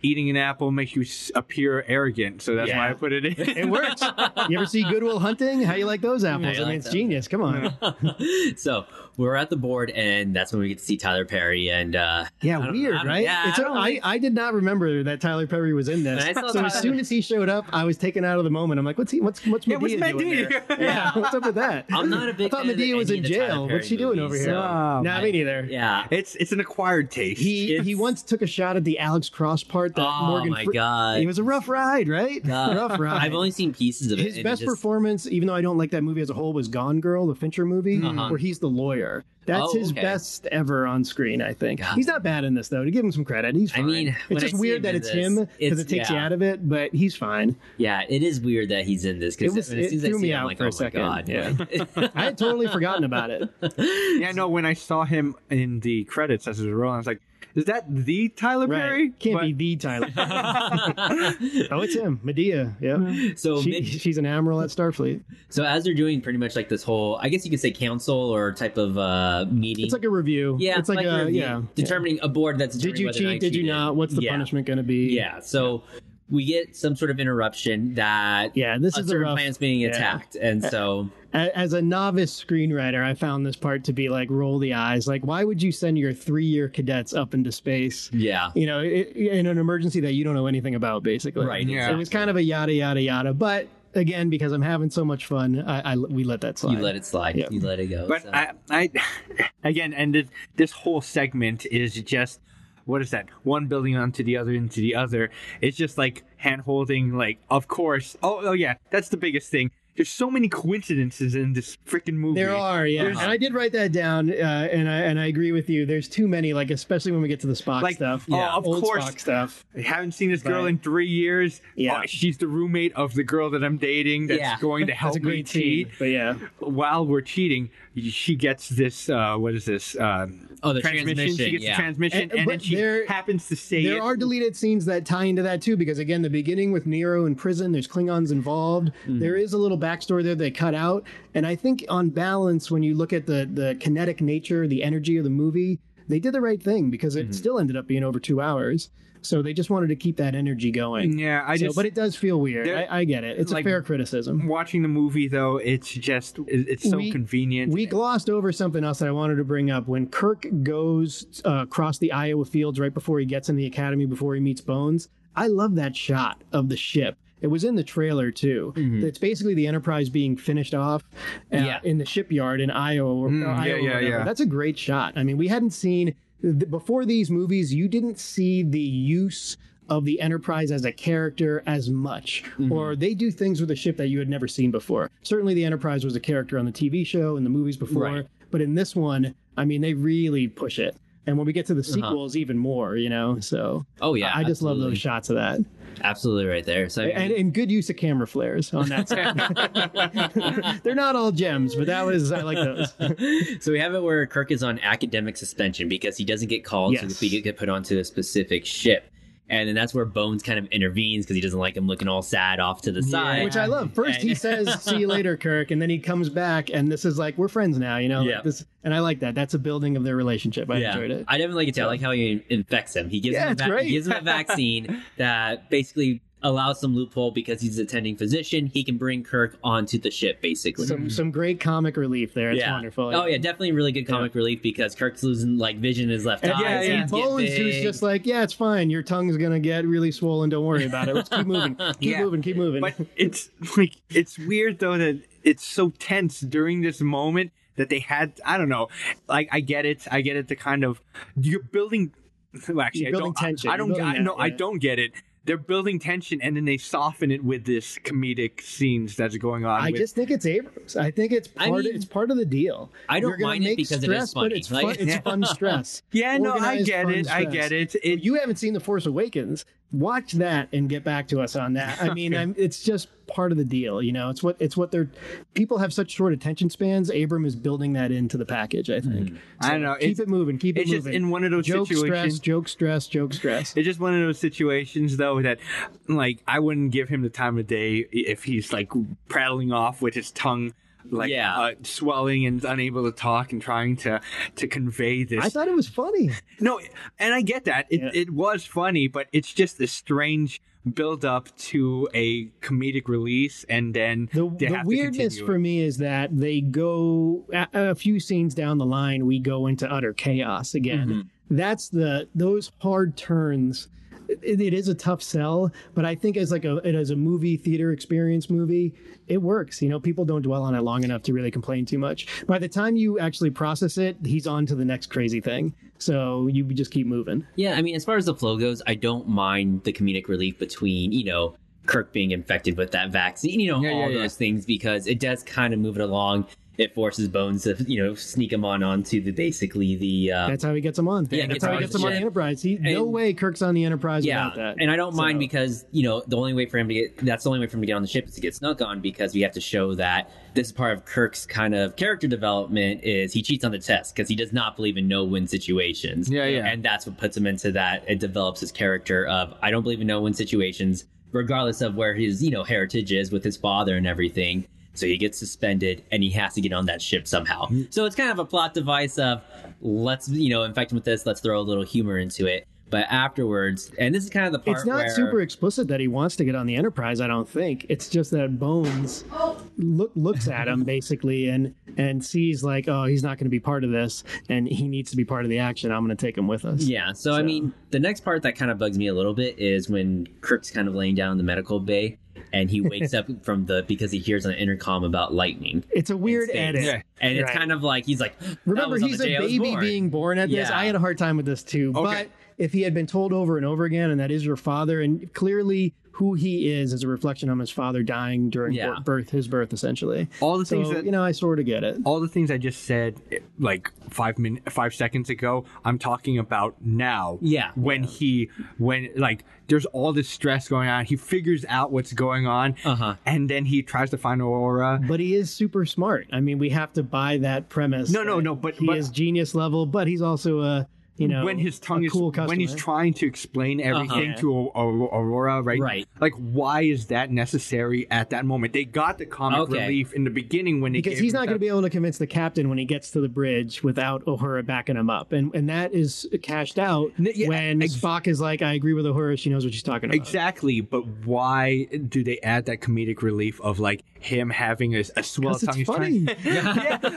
[SPEAKER 2] eating an apple makes you s- appear arrogant, so that's why I
[SPEAKER 3] Yeah.
[SPEAKER 2] put it in.
[SPEAKER 3] It
[SPEAKER 1] (laughs)
[SPEAKER 3] works. you ever see Goodwill Hunting? How you like those apples? I
[SPEAKER 1] like
[SPEAKER 3] mean, it's
[SPEAKER 1] those.
[SPEAKER 3] genius. Come on.
[SPEAKER 1] (laughs) so we're at the board, and that's when we get to see Tyler Perry. And uh, I
[SPEAKER 2] (laughs)
[SPEAKER 3] (laughs) Yeah,
[SPEAKER 1] don't-
[SPEAKER 3] weird,
[SPEAKER 1] I don't-
[SPEAKER 3] right?
[SPEAKER 1] yeah,
[SPEAKER 3] it's,
[SPEAKER 1] I
[SPEAKER 3] I,
[SPEAKER 1] don't
[SPEAKER 3] I,
[SPEAKER 1] think-
[SPEAKER 3] did not remember that Tyler Perry was in this.
[SPEAKER 1] And I
[SPEAKER 3] So
[SPEAKER 1] saw
[SPEAKER 3] as
[SPEAKER 1] Tyler-
[SPEAKER 3] soon as he showed up, I was taken out of the moment. I'm like, what's he? What's what's
[SPEAKER 2] Yeah, what's
[SPEAKER 3] Medea
[SPEAKER 2] Matt
[SPEAKER 3] doing
[SPEAKER 2] doing
[SPEAKER 3] there?
[SPEAKER 2] here?
[SPEAKER 3] Yeah, what's up with that?
[SPEAKER 1] I'm not a big
[SPEAKER 3] I thought
[SPEAKER 1] fan of
[SPEAKER 3] Medea was
[SPEAKER 1] any
[SPEAKER 3] in
[SPEAKER 1] of the Tyler
[SPEAKER 3] jail.
[SPEAKER 1] Perry
[SPEAKER 3] What's she doing over
[SPEAKER 1] movies,
[SPEAKER 3] here?
[SPEAKER 1] so- oh
[SPEAKER 2] Um,
[SPEAKER 3] Nah, me neither.
[SPEAKER 1] yeah.
[SPEAKER 2] It's it's an acquired taste.
[SPEAKER 3] He he
[SPEAKER 1] It's-
[SPEAKER 3] once took a shot at the Alex Cross part. That
[SPEAKER 1] Oh
[SPEAKER 3] Morgan
[SPEAKER 1] my
[SPEAKER 3] Fre-
[SPEAKER 1] God.
[SPEAKER 3] It was a rough ride, right?
[SPEAKER 1] God.
[SPEAKER 3] (laughs) rough ride.
[SPEAKER 1] (laughs) I've only seen pieces of
[SPEAKER 3] his
[SPEAKER 1] it. and it
[SPEAKER 3] best
[SPEAKER 1] just-
[SPEAKER 3] performance, even though I don't like that movie as a whole, was Gone Girl, the Fincher movie,
[SPEAKER 1] Uh-huh.
[SPEAKER 3] where he's the lawyer. That's
[SPEAKER 1] Oh,
[SPEAKER 3] his
[SPEAKER 1] okay.
[SPEAKER 3] best ever on screen, I think.
[SPEAKER 1] God.
[SPEAKER 3] He's not bad in this though. To give him some credit, he's
[SPEAKER 1] I
[SPEAKER 3] fine.
[SPEAKER 1] mean, when I
[SPEAKER 3] it's just
[SPEAKER 1] see
[SPEAKER 3] weird
[SPEAKER 1] him
[SPEAKER 3] that
[SPEAKER 1] in
[SPEAKER 3] it's
[SPEAKER 1] this,
[SPEAKER 3] him because
[SPEAKER 1] it's-
[SPEAKER 3] it takes you
[SPEAKER 1] yeah.
[SPEAKER 3] out of it, but he's fine.
[SPEAKER 1] Yeah, it is weird that he's in this
[SPEAKER 3] It
[SPEAKER 1] because
[SPEAKER 3] was-
[SPEAKER 1] as soon as
[SPEAKER 3] it
[SPEAKER 1] I
[SPEAKER 3] threw
[SPEAKER 1] see
[SPEAKER 3] me
[SPEAKER 1] him, I'm
[SPEAKER 3] out
[SPEAKER 1] like,
[SPEAKER 3] for
[SPEAKER 1] oh my
[SPEAKER 3] a second,
[SPEAKER 1] god.
[SPEAKER 3] yeah.
[SPEAKER 1] like-
[SPEAKER 3] I
[SPEAKER 1] (laughs)
[SPEAKER 3] had totally forgotten about it.
[SPEAKER 2] yeah, no. When I saw him in the credits as a role, I was like, "Is that the Tyler Perry?"
[SPEAKER 3] Right? Can't
[SPEAKER 2] But-
[SPEAKER 3] be the Tyler.
[SPEAKER 1] (laughs)
[SPEAKER 3] oh, it's him, Medea. Yeah, (laughs)
[SPEAKER 1] so
[SPEAKER 3] she,
[SPEAKER 1] mid-
[SPEAKER 3] she's an admiral at Starfleet.
[SPEAKER 1] so as they're doing pretty much like this whole, I guess you could say council or type of uh meeting.
[SPEAKER 3] It's like a review.
[SPEAKER 1] yeah,
[SPEAKER 3] it's like,
[SPEAKER 1] a
[SPEAKER 3] a
[SPEAKER 1] review,
[SPEAKER 3] yeah.
[SPEAKER 1] determining a board that's
[SPEAKER 3] Did
[SPEAKER 1] determining
[SPEAKER 3] you
[SPEAKER 1] whether or
[SPEAKER 3] cheat?
[SPEAKER 1] I
[SPEAKER 3] Did you
[SPEAKER 1] cheated.
[SPEAKER 3] not? What's the
[SPEAKER 1] Yeah.
[SPEAKER 3] punishment going to be?
[SPEAKER 1] Yeah, so we get some sort of interruption that
[SPEAKER 3] Yeah, this
[SPEAKER 1] a
[SPEAKER 3] is a
[SPEAKER 1] certain
[SPEAKER 3] rough-
[SPEAKER 1] plan's being
[SPEAKER 3] yeah.
[SPEAKER 1] attacked, and so
[SPEAKER 3] A- as a novice screenwriter, I found this part to be like roll the eyes. Like, why would you send your three-year cadets up into space?
[SPEAKER 1] yeah,
[SPEAKER 3] You know, i in an emergency that you don't know anything about, basically.
[SPEAKER 1] right.
[SPEAKER 2] Yeah.
[SPEAKER 1] exactly.
[SPEAKER 3] It was kind of a yada yada yada, but again, because I'm having so much fun, I, I we let that slide.
[SPEAKER 1] you let it slide,
[SPEAKER 3] Yeah.
[SPEAKER 1] you let it go.
[SPEAKER 2] But
[SPEAKER 1] so.
[SPEAKER 2] I, I, (laughs) again, and this, this whole segment is just what is that? One building onto the other into the other. It's just like hand holding. Like, of course. Oh, oh yeah, that's the biggest thing. There's so many coincidences in this freaking movie.
[SPEAKER 3] There are, yeah,
[SPEAKER 2] There's-
[SPEAKER 3] and I did write that down, uh, and I and I agree with you. There's too many, like especially when we get to the Spock
[SPEAKER 2] Like,
[SPEAKER 3] stuff.
[SPEAKER 2] oh, Yeah. of
[SPEAKER 3] old
[SPEAKER 2] course.
[SPEAKER 3] Spock stuff.
[SPEAKER 2] I haven't seen this girl
[SPEAKER 3] Right.
[SPEAKER 2] in three years.
[SPEAKER 3] Yeah.
[SPEAKER 2] Oh, she's the roommate of the girl that I'm dating. That's
[SPEAKER 1] Yeah.
[SPEAKER 2] going
[SPEAKER 3] (laughs)
[SPEAKER 2] to help
[SPEAKER 3] That's a
[SPEAKER 2] me
[SPEAKER 3] great
[SPEAKER 2] cheat.
[SPEAKER 3] team, but yeah,
[SPEAKER 2] While we're cheating, she gets this. Uh, what is this? Um,
[SPEAKER 1] Oh, the
[SPEAKER 2] She
[SPEAKER 1] transmission,
[SPEAKER 2] gets
[SPEAKER 1] yeah.
[SPEAKER 2] the transmission,
[SPEAKER 3] And-
[SPEAKER 2] and,
[SPEAKER 3] Eh, but
[SPEAKER 2] then she
[SPEAKER 3] there-
[SPEAKER 2] happens to say
[SPEAKER 3] There
[SPEAKER 2] it.
[SPEAKER 3] are deleted scenes that tie into that too, because again, the beginning with Nero in prison, there's Klingons involved.
[SPEAKER 2] Mm-hmm.
[SPEAKER 3] There is a little backstory there they cut out, and I think on balance, when you look at the the kinetic nature, the energy of the movie, they did the right thing because
[SPEAKER 2] Mm-hmm.
[SPEAKER 3] it still ended up being over two hours. So they just wanted to keep that energy going.
[SPEAKER 2] Yeah, Mm, I
[SPEAKER 3] So-
[SPEAKER 2] just.
[SPEAKER 3] but it does feel weird.
[SPEAKER 2] There-
[SPEAKER 3] I, I get it. It's
[SPEAKER 2] like-
[SPEAKER 3] a fair criticism.
[SPEAKER 2] watching the movie though it's just it- it's so
[SPEAKER 3] We-
[SPEAKER 2] convenient
[SPEAKER 3] We glossed over something else that I wanted to bring up. When Kirk goes uh, across the Iowa fields right before he gets in the academy, before he meets Bones, I love that shot of the ship. It was in the trailer too.
[SPEAKER 2] Mm-hmm.
[SPEAKER 3] It's basically the Enterprise being finished off uh,
[SPEAKER 1] Yeah.
[SPEAKER 3] in the shipyard in Iowa. Or,
[SPEAKER 2] Mm,
[SPEAKER 3] or
[SPEAKER 2] yeah,
[SPEAKER 3] Iowa or
[SPEAKER 2] yeah,
[SPEAKER 3] whatever.
[SPEAKER 2] yeah.
[SPEAKER 3] That's a great shot. I mean, we hadn't seen th- before these movies. You didn't see the use of the Enterprise as a character as much,
[SPEAKER 1] Mm-hmm.
[SPEAKER 3] or they do things with a ship that you had never seen before. Certainly, the Enterprise was a character on the TV show and the movies before,
[SPEAKER 1] Right.
[SPEAKER 3] but in this one, I mean, they really push it. And when we get to the sequels, even more, you know. So
[SPEAKER 1] oh Uh-huh. yeah,
[SPEAKER 3] I just love
[SPEAKER 1] absolutely.
[SPEAKER 3] those shots of that,
[SPEAKER 1] Absolutely, right there. So I mean,
[SPEAKER 3] and, and good use of camera flares
[SPEAKER 1] (laughs)
[SPEAKER 3] on that. (laughs) side. They're not all gems, but that was I like those.
[SPEAKER 1] (laughs) so we have it where Kirk is on academic suspension because he doesn't get called
[SPEAKER 3] Yes.
[SPEAKER 1] to get put onto a specific ship. And then that's where Bones kind of intervenes because he doesn't like him looking all sad off to the side.
[SPEAKER 3] which I love. First, he says, "See you later, Kirk," and then he comes back, and this is like we're friends now, you know. like
[SPEAKER 1] Yeah.
[SPEAKER 3] this, and I like that. That's a building of their relationship. I enjoyed it.
[SPEAKER 1] I never like it. too. I like how he infects him. He gives
[SPEAKER 3] Yeah,
[SPEAKER 1] him a
[SPEAKER 3] it's
[SPEAKER 1] vac-
[SPEAKER 3] great.
[SPEAKER 1] he
[SPEAKER 3] (laughs)
[SPEAKER 1] gives him a vaccine that basically allows some loophole because he's attending physician. He can bring Kirk onto the ship basically.
[SPEAKER 3] some some great comic relief there. It's wonderful.
[SPEAKER 1] Oh yeah, definitely really good comic relief because Kirk's losing like vision in his left
[SPEAKER 3] And,
[SPEAKER 1] eye.
[SPEAKER 2] yeah,
[SPEAKER 1] his
[SPEAKER 2] yeah.
[SPEAKER 1] hands get
[SPEAKER 3] Bones, who's
[SPEAKER 1] big.
[SPEAKER 3] just like, yeah, it's fine. Your tongue's gonna get really swollen. Don't worry about it.
[SPEAKER 1] (laughs)
[SPEAKER 3] Let's keep moving. Keep
[SPEAKER 2] Yeah.
[SPEAKER 3] moving. Keep
[SPEAKER 2] (laughs)
[SPEAKER 3] moving.
[SPEAKER 2] but it's like it's weird though that it's so tense during this moment that they had i don't know like i get it i get it the kind of you're building well, actually
[SPEAKER 3] You're
[SPEAKER 2] I
[SPEAKER 3] building
[SPEAKER 2] don't, I-
[SPEAKER 3] tension.
[SPEAKER 2] i
[SPEAKER 3] You're
[SPEAKER 2] don't
[SPEAKER 3] building
[SPEAKER 2] I,
[SPEAKER 3] that,
[SPEAKER 2] no i
[SPEAKER 3] yeah.
[SPEAKER 2] don't get it they're building tension and then they soften it with this comedic scenes that's going on
[SPEAKER 3] I
[SPEAKER 2] with,
[SPEAKER 3] just think it's Abrams. I think it's
[SPEAKER 1] I
[SPEAKER 3] part.
[SPEAKER 1] mean,
[SPEAKER 3] it's part of the deal.
[SPEAKER 1] I don't
[SPEAKER 3] You're gonna
[SPEAKER 1] mind it
[SPEAKER 3] make
[SPEAKER 1] because it
[SPEAKER 3] stress,
[SPEAKER 1] is funny.
[SPEAKER 3] But it's,
[SPEAKER 1] Like-
[SPEAKER 3] fun, it's
[SPEAKER 1] (laughs)
[SPEAKER 3] fun stress.
[SPEAKER 2] yeah no i
[SPEAKER 3] Organized
[SPEAKER 2] get
[SPEAKER 3] fun
[SPEAKER 2] it i
[SPEAKER 3] stress.
[SPEAKER 2] get it, it
[SPEAKER 3] you haven't seen The Force Awakens, watch that and get back to us on that. I mean, I'm, it's just part of the deal. You know, it's what it's what they're. People have such short attention spans. Abram is building that into the package. I think.
[SPEAKER 2] Hmm. I don't know,
[SPEAKER 3] Keep
[SPEAKER 2] it's-
[SPEAKER 3] it moving. Keep
[SPEAKER 2] it's
[SPEAKER 3] it
[SPEAKER 2] just
[SPEAKER 3] moving.
[SPEAKER 2] in one of those
[SPEAKER 3] joke
[SPEAKER 2] situations-
[SPEAKER 3] stress. Joke stress. Joke stress.
[SPEAKER 2] It's just one of those situations, though, that like I wouldn't give him the time of day if he's like prattling off with his tongue, like
[SPEAKER 1] Yeah.
[SPEAKER 2] uh, swelling and unable to talk and trying to to convey this.
[SPEAKER 3] I thought it was funny.
[SPEAKER 2] no, and I get that it
[SPEAKER 3] Yeah.
[SPEAKER 2] it was funny, but it's just a strange build up to a comedic release, and then
[SPEAKER 3] The,
[SPEAKER 2] they
[SPEAKER 3] the
[SPEAKER 2] have to
[SPEAKER 3] weirdness
[SPEAKER 2] continue it.
[SPEAKER 3] for me is that they go a, a few scenes down the line, we go into utter chaos again.
[SPEAKER 1] Mm-hmm.
[SPEAKER 3] That's the those hard turns. It, it is a tough sell, but I think as like a it as a movie theater experience movie, it works. You know, people don't dwell on it long enough to really complain too much. By the time you actually process it, he's on to the next crazy thing. So you just keep moving.
[SPEAKER 1] Yeah, I mean, as far as the flow goes, I don't mind the comedic relief between, you know, Kirk being infected with that vaccine, you know,
[SPEAKER 2] Yeah,
[SPEAKER 1] all
[SPEAKER 2] yeah, yeah.
[SPEAKER 1] those things because it does kind of move it along. It forces Bones to, you know, sneak him on onto the basically the uh,
[SPEAKER 3] That's how he gets them on.
[SPEAKER 1] Yeah,
[SPEAKER 3] that's how he
[SPEAKER 1] Enterprise,
[SPEAKER 3] gets them on the
[SPEAKER 1] yeah.
[SPEAKER 3] Enterprise. He, no
[SPEAKER 1] And-
[SPEAKER 3] way Kirk's on the Enterprise
[SPEAKER 1] yeah,
[SPEAKER 3] without that.
[SPEAKER 1] and I don't mind
[SPEAKER 3] So-
[SPEAKER 1] because you know the only way for him to get that's the only way for him to get on the ship is to get snuck on because we have to show that this is part of Kirk's kind of character development is he cheats on the test because he does not believe in no win situations.
[SPEAKER 2] Yeah, yeah.
[SPEAKER 1] and that's what puts him into that. It develops his character of I don't believe in no win situations, regardless of where his you know heritage is with his father and everything. So he gets suspended and he has to get on that ship somehow.
[SPEAKER 3] Mm.
[SPEAKER 1] So it's kind of a plot device of let's you know infect him with this, let's throw a little humor into it. But afterwards, and this is kind of the part
[SPEAKER 3] It's not
[SPEAKER 1] where-
[SPEAKER 3] super explicit that he wants to get on the Enterprise. I don't think it's just that Bones look, looks at him basically and and sees like, oh, he's not going to be part of this, and he needs to be part of the action. I'm going to take him with us.
[SPEAKER 1] Yeah. So, I
[SPEAKER 3] So-
[SPEAKER 1] mean, the next part that kind of bugs me a little bit is when Kirk's kind of laying down in the medical bay and he
[SPEAKER 3] (laughs)
[SPEAKER 1] wakes up from the because he hears on the intercom about lightning.
[SPEAKER 3] it's a weird
[SPEAKER 1] States.
[SPEAKER 3] edit.
[SPEAKER 2] Yeah.
[SPEAKER 1] And it's
[SPEAKER 3] Right.
[SPEAKER 1] kind of like he's like,
[SPEAKER 3] Remember, he's a baby
[SPEAKER 1] being.
[SPEAKER 3] being born at this.
[SPEAKER 1] Yeah.
[SPEAKER 3] I had a hard time with this too.
[SPEAKER 2] Okay.
[SPEAKER 3] But if he had been told over and over again, and that is your father, and clearly who he is is a reflection on his father dying during
[SPEAKER 1] Yeah.
[SPEAKER 3] birth, his birth essentially.
[SPEAKER 2] all the
[SPEAKER 3] So
[SPEAKER 2] things that
[SPEAKER 3] you know, I sort of get it.
[SPEAKER 2] all the things I just said like five min five seconds ago, I'm talking about now.
[SPEAKER 1] Yeah.
[SPEAKER 2] When he when like there's all this stress going on. He figures out what's going on.
[SPEAKER 1] Uh-huh.
[SPEAKER 2] And then he tries to find Aurora.
[SPEAKER 3] But he is super smart. I mean, we have to buy that premise.
[SPEAKER 2] No, no,
[SPEAKER 3] that
[SPEAKER 2] no, but-
[SPEAKER 3] he
[SPEAKER 2] but-
[SPEAKER 3] is genius level. But he's also a you know
[SPEAKER 2] when his tongue
[SPEAKER 3] a
[SPEAKER 2] is
[SPEAKER 3] cool customer. Uh-huh.
[SPEAKER 2] when he's trying to explain everything to A- A- Aurora, right?
[SPEAKER 1] Right.
[SPEAKER 2] Like, why is that necessary at that moment? They got the comic
[SPEAKER 1] Okay.
[SPEAKER 2] relief in the beginning when they
[SPEAKER 3] because
[SPEAKER 2] gave
[SPEAKER 3] he's
[SPEAKER 2] him
[SPEAKER 3] not
[SPEAKER 2] that-
[SPEAKER 3] going to be able to convince the captain when he gets to the bridge without O'Hara backing him up, and and that is cashed out
[SPEAKER 2] N- yeah,
[SPEAKER 3] when
[SPEAKER 2] ex-
[SPEAKER 3] Spock is like, "I agree with O'Hara. She knows what she's talking about."
[SPEAKER 2] Exactly, but why do they add that comedic relief of like him having a, a swell
[SPEAKER 3] 'Cause
[SPEAKER 2] tongue?
[SPEAKER 3] it's
[SPEAKER 2] He's
[SPEAKER 3] funny.
[SPEAKER 2] trying- (laughs) yeah, but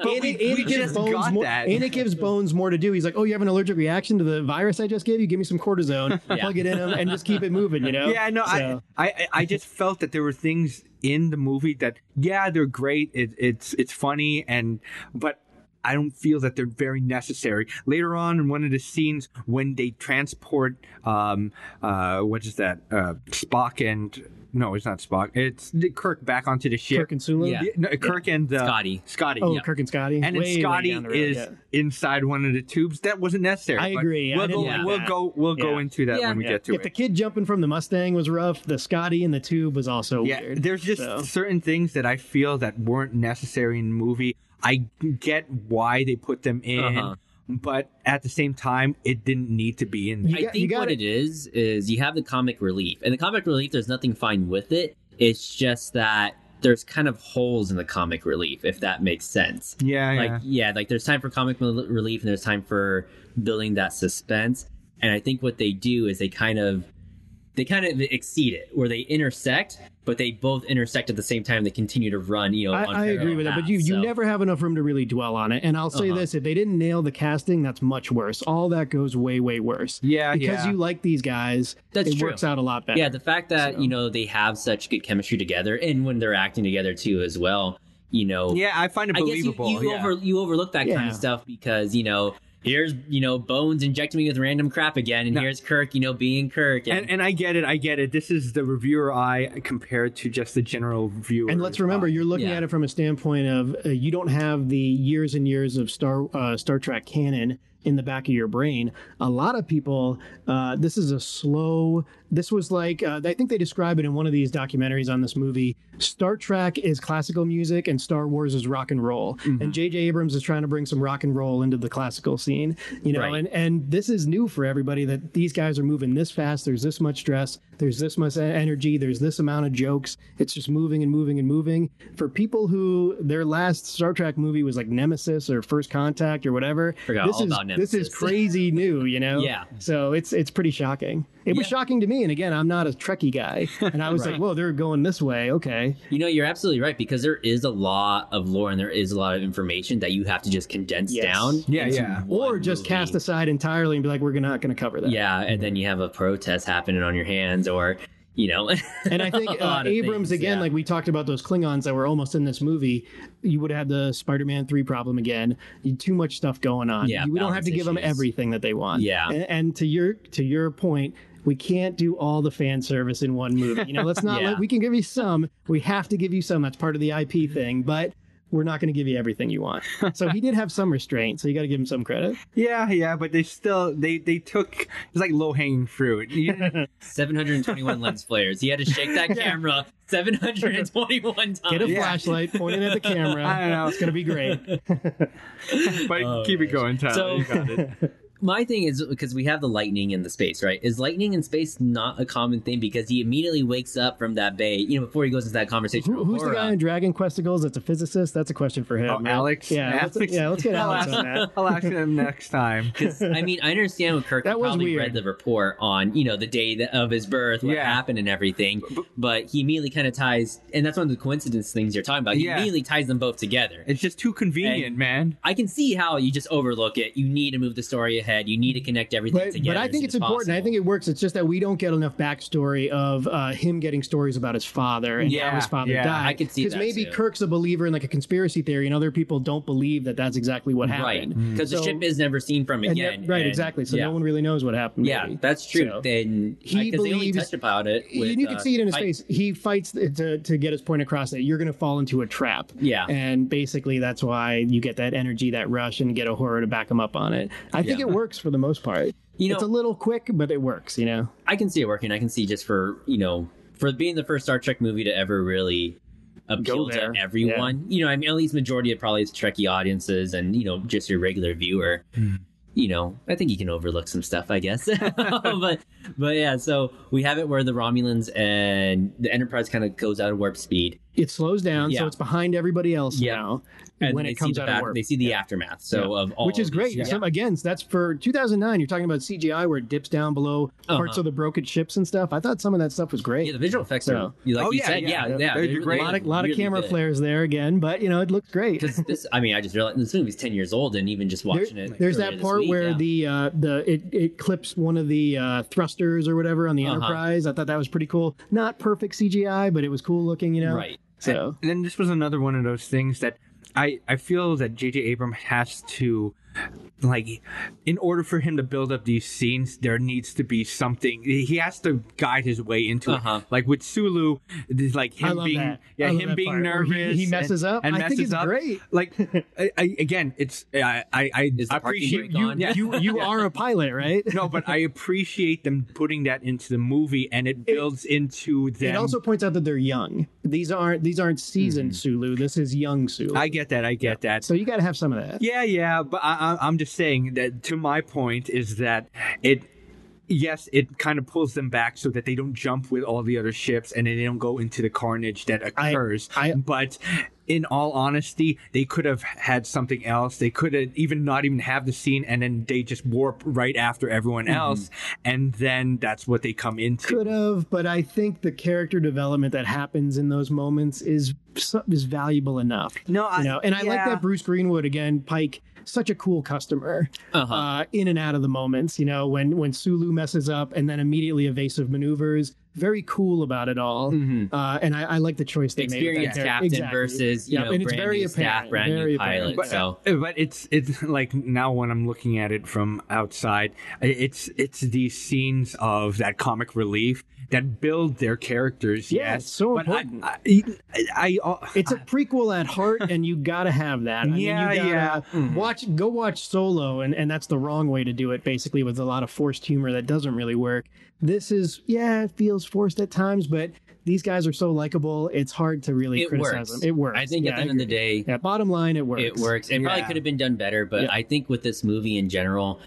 [SPEAKER 2] we,
[SPEAKER 3] it, and
[SPEAKER 2] we
[SPEAKER 3] it gives
[SPEAKER 2] just
[SPEAKER 3] Bones
[SPEAKER 2] got
[SPEAKER 3] more,
[SPEAKER 2] that.
[SPEAKER 3] and it gives Bones more to do. He's like, "Oh, you have an allergic reaction to the virus I just gave you? Give me
[SPEAKER 2] (laughs)
[SPEAKER 3] some cortisone, plug it in him, and just keep it moving." You know?
[SPEAKER 2] yeah, no,
[SPEAKER 3] So-
[SPEAKER 2] I, I, I just felt that there were things in the movie that, yeah, they're great. It, it's, it's funny, and but I don't feel that they're very necessary. Later on, in one of the scenes when they transport, um, uh, what is that? Uh, Spock and no, it's not Spock. It's Kirk back onto the ship.
[SPEAKER 3] Kirk and Sulu.
[SPEAKER 1] Yeah.
[SPEAKER 2] No, Kirk and uh,
[SPEAKER 1] Scotty.
[SPEAKER 2] Scotty.
[SPEAKER 3] Oh,
[SPEAKER 2] yeah.
[SPEAKER 3] Kirk and Scotty.
[SPEAKER 2] and then
[SPEAKER 3] Way, way
[SPEAKER 2] Scotty
[SPEAKER 3] down the road,
[SPEAKER 2] is
[SPEAKER 3] yeah.
[SPEAKER 2] inside one of the tubes. That wasn't necessary.
[SPEAKER 3] I
[SPEAKER 2] but
[SPEAKER 3] agree. I
[SPEAKER 2] We'll,
[SPEAKER 3] didn't
[SPEAKER 2] go,
[SPEAKER 1] like
[SPEAKER 2] we'll
[SPEAKER 3] that.
[SPEAKER 2] go. We'll go
[SPEAKER 3] Yeah.
[SPEAKER 2] into that
[SPEAKER 1] Yeah.
[SPEAKER 2] when we
[SPEAKER 1] Yeah.
[SPEAKER 2] get to
[SPEAKER 3] if
[SPEAKER 2] it.
[SPEAKER 3] the kid jumping from the Mustang was rough, the Scotty in the tube was also
[SPEAKER 2] yeah,
[SPEAKER 3] weird.
[SPEAKER 2] there's just
[SPEAKER 3] So-
[SPEAKER 2] certain things that I feel that weren't necessary in the movie. I get why they put them in,
[SPEAKER 1] Uh-huh.
[SPEAKER 2] but at the same time, it didn't need to be in.
[SPEAKER 3] You
[SPEAKER 1] I
[SPEAKER 3] got- you
[SPEAKER 1] think
[SPEAKER 3] got
[SPEAKER 1] what
[SPEAKER 3] it.
[SPEAKER 1] it is is you have the comic relief, and the comic relief. There's nothing fine with it. It's just that there's kind of holes in the comic relief, if that makes sense.
[SPEAKER 2] Yeah, yeah.
[SPEAKER 1] like yeah, like there's time for comic rel- relief and there's time for building that suspense. And I think what they do is they kind of they kind of exceed it where they intersect, but they both intersect at the same time. They continue to run, you know.
[SPEAKER 3] I,
[SPEAKER 1] on
[SPEAKER 3] I agree
[SPEAKER 1] parallel
[SPEAKER 3] with that, but
[SPEAKER 1] paths,
[SPEAKER 3] you, you
[SPEAKER 1] so-
[SPEAKER 3] never have enough room to really dwell on it. And I'll say
[SPEAKER 1] Uh-huh.
[SPEAKER 3] this: if they didn't nail the casting, that's much worse. All that goes way, way worse.
[SPEAKER 2] Yeah,
[SPEAKER 3] because
[SPEAKER 2] yeah.
[SPEAKER 3] you like these guys,
[SPEAKER 1] That's
[SPEAKER 3] it
[SPEAKER 1] true.
[SPEAKER 3] works out a lot better.
[SPEAKER 1] Yeah, the fact that you know they have such good chemistry together, and when they're acting together too, as well, you know.
[SPEAKER 2] yeah, I find it
[SPEAKER 1] I guess you,
[SPEAKER 2] believable.
[SPEAKER 1] you,
[SPEAKER 2] yeah.
[SPEAKER 1] over, you overlook that kind
[SPEAKER 3] Yeah.
[SPEAKER 1] of stuff because you know here's you know Bones injecting me with random crap again, and
[SPEAKER 2] No.
[SPEAKER 1] here's Kirk, you know, being Kirk. And,
[SPEAKER 2] And, and I get it, I get it. This is the reviewer eye compared to just the general viewer.
[SPEAKER 3] And let's remember,
[SPEAKER 2] eye.
[SPEAKER 3] you're looking
[SPEAKER 1] Yeah.
[SPEAKER 3] at it from a standpoint of uh, you don't have the years and years of Star uh, Star Trek canon in the back of your brain. A lot of people, uh, this is a slow. This was like uh, I think they describe it in one of these documentaries on this movie. Star Trek is classical music, and Star Wars is rock and roll.
[SPEAKER 1] Mm-hmm.
[SPEAKER 3] And J.J. Abrams is trying to bring some rock and roll into the classical scene, you know.
[SPEAKER 1] Right.
[SPEAKER 3] And and this is new for everybody that these guys are moving this fast. There's this much stress. There's this much e- energy. There's this amount of jokes. It's just moving and moving and moving. For people who their last Star Trek movie was like Nemesis or First Contact or whatever,
[SPEAKER 1] Forgot
[SPEAKER 3] this
[SPEAKER 1] all
[SPEAKER 3] is
[SPEAKER 1] about
[SPEAKER 3] this is
[SPEAKER 1] Nemesis.
[SPEAKER 3] crazy new, you know.
[SPEAKER 1] (laughs) Yeah.
[SPEAKER 3] So it's it's pretty shocking. It was shocking to me, and again, I'm not a Trekkie guy, and
[SPEAKER 1] (laughs)
[SPEAKER 3] I was like, "Whoa, they're going this way, okay."
[SPEAKER 1] You know, you're absolutely right because there is a lot of lore and there is a lot of information that you have to just condense
[SPEAKER 3] Yes.
[SPEAKER 1] down.
[SPEAKER 2] Yeah,
[SPEAKER 1] into
[SPEAKER 2] yeah.
[SPEAKER 1] one
[SPEAKER 3] Or just
[SPEAKER 1] movie.
[SPEAKER 3] cast aside entirely and be like, "We're not going to cover that."
[SPEAKER 1] Yeah, and then you have a protest happening on your hands, or you know, (laughs)
[SPEAKER 3] And I think
[SPEAKER 1] a
[SPEAKER 3] uh,
[SPEAKER 1] lot of
[SPEAKER 3] Abrams
[SPEAKER 1] things,
[SPEAKER 3] again,
[SPEAKER 1] yeah.
[SPEAKER 3] like we talked about those Klingons that were almost in this movie, you would have the Spider-Man three problem again. You, too much stuff going on.
[SPEAKER 1] Yeah,
[SPEAKER 3] you, we don't have
[SPEAKER 1] balance
[SPEAKER 3] to give them
[SPEAKER 1] issues.
[SPEAKER 3] everything that they want.
[SPEAKER 1] Yeah.
[SPEAKER 3] And, and to your to your point, we can't do all the fan service in one movie. You know,
[SPEAKER 1] (laughs)
[SPEAKER 3] let's not.
[SPEAKER 1] Yeah.
[SPEAKER 3] let, we can give you some. We have to give you some. That's part of the IP thing, but. We're not going to give you everything you want. So he did have some restraint. So you got to give him
[SPEAKER 1] (laughs)
[SPEAKER 3] some credit.
[SPEAKER 2] Yeah, yeah, but they still they they took it's like low hanging fruit. You
[SPEAKER 3] (laughs)
[SPEAKER 2] didn't-
[SPEAKER 1] 721 lens flares. He had to shake that camera 721 times.
[SPEAKER 3] (laughs) Get a
[SPEAKER 2] Yeah.
[SPEAKER 3] flashlight, point it at
[SPEAKER 1] (laughs)
[SPEAKER 3] the camera.
[SPEAKER 2] I don't know.
[SPEAKER 3] It's going to be great.
[SPEAKER 2] but
[SPEAKER 1] Oh,
[SPEAKER 2] keep it
[SPEAKER 1] gosh.
[SPEAKER 2] going, Tyler.
[SPEAKER 1] So-
[SPEAKER 2] you got
[SPEAKER 3] (laughs)
[SPEAKER 2] it.
[SPEAKER 1] My thing is because we have the lightning in the space, right? Is lightning in space not a common thing? Because he immediately wakes up from that bay, you know, before he goes into that conversation.
[SPEAKER 3] Who-
[SPEAKER 1] with
[SPEAKER 3] who's the guy
[SPEAKER 1] Uhura.
[SPEAKER 3] in Dragon Questicles that's a physicist? That's a question for him.
[SPEAKER 2] Oh,
[SPEAKER 3] right?
[SPEAKER 2] Alex.
[SPEAKER 3] Yeah, let's-
[SPEAKER 2] Alex.
[SPEAKER 3] yeah, let's get
[SPEAKER 2] I'll
[SPEAKER 3] Alex
[SPEAKER 2] ask-
[SPEAKER 3] on that.
[SPEAKER 2] I'll ask him next time.
[SPEAKER 3] (laughs)
[SPEAKER 1] I mean, I understand what Kirk
[SPEAKER 3] That was
[SPEAKER 1] probably
[SPEAKER 3] weird.
[SPEAKER 1] read the report on, you know, the day that, of his birth, what
[SPEAKER 2] Yeah.
[SPEAKER 1] happened and everything, but he immediately kind of ties, and that's one of the coincidence things you're talking about. He
[SPEAKER 2] Yeah.
[SPEAKER 1] immediately ties them both together.
[SPEAKER 2] It's just too convenient,
[SPEAKER 1] And-
[SPEAKER 2] man.
[SPEAKER 1] I can see how you just overlook it. You need to move the story ahead. You need to connect everything
[SPEAKER 3] But,
[SPEAKER 1] together.
[SPEAKER 3] but I
[SPEAKER 1] as
[SPEAKER 3] think
[SPEAKER 1] soon
[SPEAKER 3] it's
[SPEAKER 1] as
[SPEAKER 3] important. I
[SPEAKER 1] possible.
[SPEAKER 3] think it works. It's just that we don't get enough backstory of uh, him getting stories about his father and
[SPEAKER 2] Yeah,
[SPEAKER 3] how his father
[SPEAKER 2] yeah.
[SPEAKER 3] died.
[SPEAKER 1] I could see that,
[SPEAKER 3] maybe
[SPEAKER 1] too.
[SPEAKER 3] Kirk's a believer in like a conspiracy theory, and other people don't believe that that's exactly what
[SPEAKER 1] right
[SPEAKER 3] happened.
[SPEAKER 1] because
[SPEAKER 3] So-
[SPEAKER 1] the ship is never seen from
[SPEAKER 3] And
[SPEAKER 1] again.
[SPEAKER 3] yet- right,
[SPEAKER 1] and-
[SPEAKER 3] exactly. So
[SPEAKER 1] yeah.
[SPEAKER 3] no one really knows what happened.
[SPEAKER 1] Yeah,
[SPEAKER 3] maybe.
[SPEAKER 1] that's true.
[SPEAKER 3] So-
[SPEAKER 1] then because
[SPEAKER 3] He
[SPEAKER 1] they only
[SPEAKER 3] believes-
[SPEAKER 1] touched about it. With,
[SPEAKER 3] and you can
[SPEAKER 1] uh,
[SPEAKER 3] see it in his
[SPEAKER 1] I-
[SPEAKER 3] face. He fights to, to get his point across that you're going to fall into a trap.
[SPEAKER 1] Yeah.
[SPEAKER 3] And basically, that's why you get that energy, that rush, and get a horror to back him up on it. I think
[SPEAKER 1] Yeah.
[SPEAKER 3] it works for the most part.
[SPEAKER 1] You know-
[SPEAKER 3] it's a little quick, but it works, you know?
[SPEAKER 1] I can see it working. I can see just for you know for being the first Star Trek movie to ever really appeal
[SPEAKER 3] there.
[SPEAKER 1] to everyone. You know, I mean, at least majority of probably its Trekkie audiences and you know just your regular viewer. You know, I think you can overlook some stuff, I
[SPEAKER 3] (laughs)
[SPEAKER 1] guess. (laughs) but but yeah, so we have it where the Romulans and the Enterprise kind of goes out of warp speed,
[SPEAKER 3] It slows down, so
[SPEAKER 1] Yeah.
[SPEAKER 3] it's behind everybody else
[SPEAKER 1] Yeah.
[SPEAKER 3] now
[SPEAKER 1] and
[SPEAKER 3] when
[SPEAKER 1] they
[SPEAKER 3] it comes
[SPEAKER 1] see
[SPEAKER 3] out
[SPEAKER 1] the
[SPEAKER 3] of
[SPEAKER 1] back-
[SPEAKER 3] warp.
[SPEAKER 1] they see the aftermath. So
[SPEAKER 3] Yeah.
[SPEAKER 1] of all,
[SPEAKER 3] Which is
[SPEAKER 1] of these-
[SPEAKER 3] great.
[SPEAKER 1] yeah.
[SPEAKER 3] Some, again, that's for 2009. You're talking about CGI where it dips down below parts
[SPEAKER 1] Uh-huh.
[SPEAKER 3] of the broken ships and stuff. I thought some of that stuff was great.
[SPEAKER 1] Yeah, the visual effects
[SPEAKER 3] So-
[SPEAKER 1] are you like
[SPEAKER 2] Oh,
[SPEAKER 1] you
[SPEAKER 2] yeah,
[SPEAKER 1] said,
[SPEAKER 2] yeah.
[SPEAKER 1] yeah, yeah.
[SPEAKER 2] They're great.
[SPEAKER 3] a lot of, lot of
[SPEAKER 1] really
[SPEAKER 3] camera
[SPEAKER 1] good.
[SPEAKER 3] flares there again, but, you know, it looks great.
[SPEAKER 1] Because this, I mean, I just realized this movie's ten years old, and even just
[SPEAKER 3] (laughs) There-
[SPEAKER 1] watching it,
[SPEAKER 3] there's
[SPEAKER 1] earlier
[SPEAKER 3] that
[SPEAKER 1] this
[SPEAKER 3] part
[SPEAKER 1] week,
[SPEAKER 3] where
[SPEAKER 1] yeah.
[SPEAKER 3] the uh, the it, it clips one of the uh, thrusters or whatever on the
[SPEAKER 1] Uh-huh.
[SPEAKER 3] Enterprise. I thought that was pretty cool. Not perfect CGI, but it was cool looking, you know.
[SPEAKER 1] right,
[SPEAKER 3] So
[SPEAKER 2] And then this was another one of those things that I I feel that J.J. Abrams has to like in order for him to build up these scenes there needs to be something he has to guide his way into
[SPEAKER 1] Uh-huh.
[SPEAKER 2] it like with sulu this, like
[SPEAKER 3] I
[SPEAKER 2] him
[SPEAKER 3] love
[SPEAKER 2] being
[SPEAKER 3] that.
[SPEAKER 2] yeah
[SPEAKER 3] I love
[SPEAKER 2] him
[SPEAKER 3] that
[SPEAKER 2] being
[SPEAKER 3] part where he-
[SPEAKER 2] nervous
[SPEAKER 3] he messes
[SPEAKER 2] and-
[SPEAKER 3] up.
[SPEAKER 2] and
[SPEAKER 3] I think
[SPEAKER 2] messes
[SPEAKER 3] it's
[SPEAKER 2] up.
[SPEAKER 3] great.
[SPEAKER 2] like I, I, again it's i i, I
[SPEAKER 1] Is the parking
[SPEAKER 2] appreciate
[SPEAKER 1] brake
[SPEAKER 2] you,
[SPEAKER 1] on?
[SPEAKER 2] yeah, you
[SPEAKER 1] (laughs)
[SPEAKER 3] you are a pilot, right?
[SPEAKER 2] no but i appreciate them putting that into the movie and it builds into them
[SPEAKER 3] It also points out that they're young. These aren't these aren't seasoned Sulu. This is young Sulu.
[SPEAKER 2] Mm-hmm. i get that i get that
[SPEAKER 3] so you got to have some of that.
[SPEAKER 2] Yeah, yeah, but I, I, I'm just saying that to my point is that it, yes, it kind of pulls them back so that they don't jump with all the other ships and they don't go into the carnage that
[SPEAKER 3] I-
[SPEAKER 2] occurs.
[SPEAKER 3] I-
[SPEAKER 2] but in all honesty, they could have had something else. They could have even not even have the scene and then they just warp right after everyone
[SPEAKER 3] Mm-hmm.
[SPEAKER 2] else. And then that's what they come into.
[SPEAKER 3] Could have, but I think the character development that happens in those moments is is valuable enough.
[SPEAKER 2] No, I-
[SPEAKER 3] you know, and I like
[SPEAKER 2] yeah.
[SPEAKER 3] that Bruce Greenwood again. Pike, such a cool customer,
[SPEAKER 1] Uh-huh.
[SPEAKER 3] uh, in and out of the moments. You know, when when Sulu messes up and then immediately evasive maneuvers, very cool about it all.
[SPEAKER 2] Mm-hmm.
[SPEAKER 3] Uh, and I, I like the choice they made. with
[SPEAKER 1] Experienced
[SPEAKER 3] that character.
[SPEAKER 1] captain
[SPEAKER 3] Exactly.
[SPEAKER 1] versus you
[SPEAKER 3] Yep,
[SPEAKER 1] know
[SPEAKER 3] and it's
[SPEAKER 1] brand
[SPEAKER 3] very
[SPEAKER 1] new staff,
[SPEAKER 3] apparent,
[SPEAKER 1] brand
[SPEAKER 3] very
[SPEAKER 1] new
[SPEAKER 3] apparent.
[SPEAKER 1] pilot.
[SPEAKER 2] but,
[SPEAKER 1] so
[SPEAKER 2] but it's it's (laughs) like now when I'm looking at it from outside, it's it's these scenes of that comic relief that build their characters.
[SPEAKER 3] Yeah,
[SPEAKER 2] yes,
[SPEAKER 3] it's so
[SPEAKER 2] but
[SPEAKER 3] important.
[SPEAKER 2] I, I, I, I-
[SPEAKER 3] It's a prequel at heart, and you gotta have that. I
[SPEAKER 2] Yeah,
[SPEAKER 3] mean, you
[SPEAKER 2] yeah.
[SPEAKER 3] gotta
[SPEAKER 1] Mm-hmm.
[SPEAKER 3] Watch, go watch Solo, and, and that's the wrong way to do it. Basically, with a lot of forced humor that doesn't really work. This is, yeah, it feels forced at times, but these guys are so likable. It's hard to really
[SPEAKER 1] it
[SPEAKER 3] criticize
[SPEAKER 1] works.
[SPEAKER 3] them. It works.
[SPEAKER 1] I think
[SPEAKER 3] Yeah,
[SPEAKER 1] at the end of the
[SPEAKER 3] agree.
[SPEAKER 1] day,
[SPEAKER 3] Yeah, bottom line, it works.
[SPEAKER 1] it works. It
[SPEAKER 2] Yeah.
[SPEAKER 1] probably could have been done better, but
[SPEAKER 3] Yeah.
[SPEAKER 1] I think with this movie in general,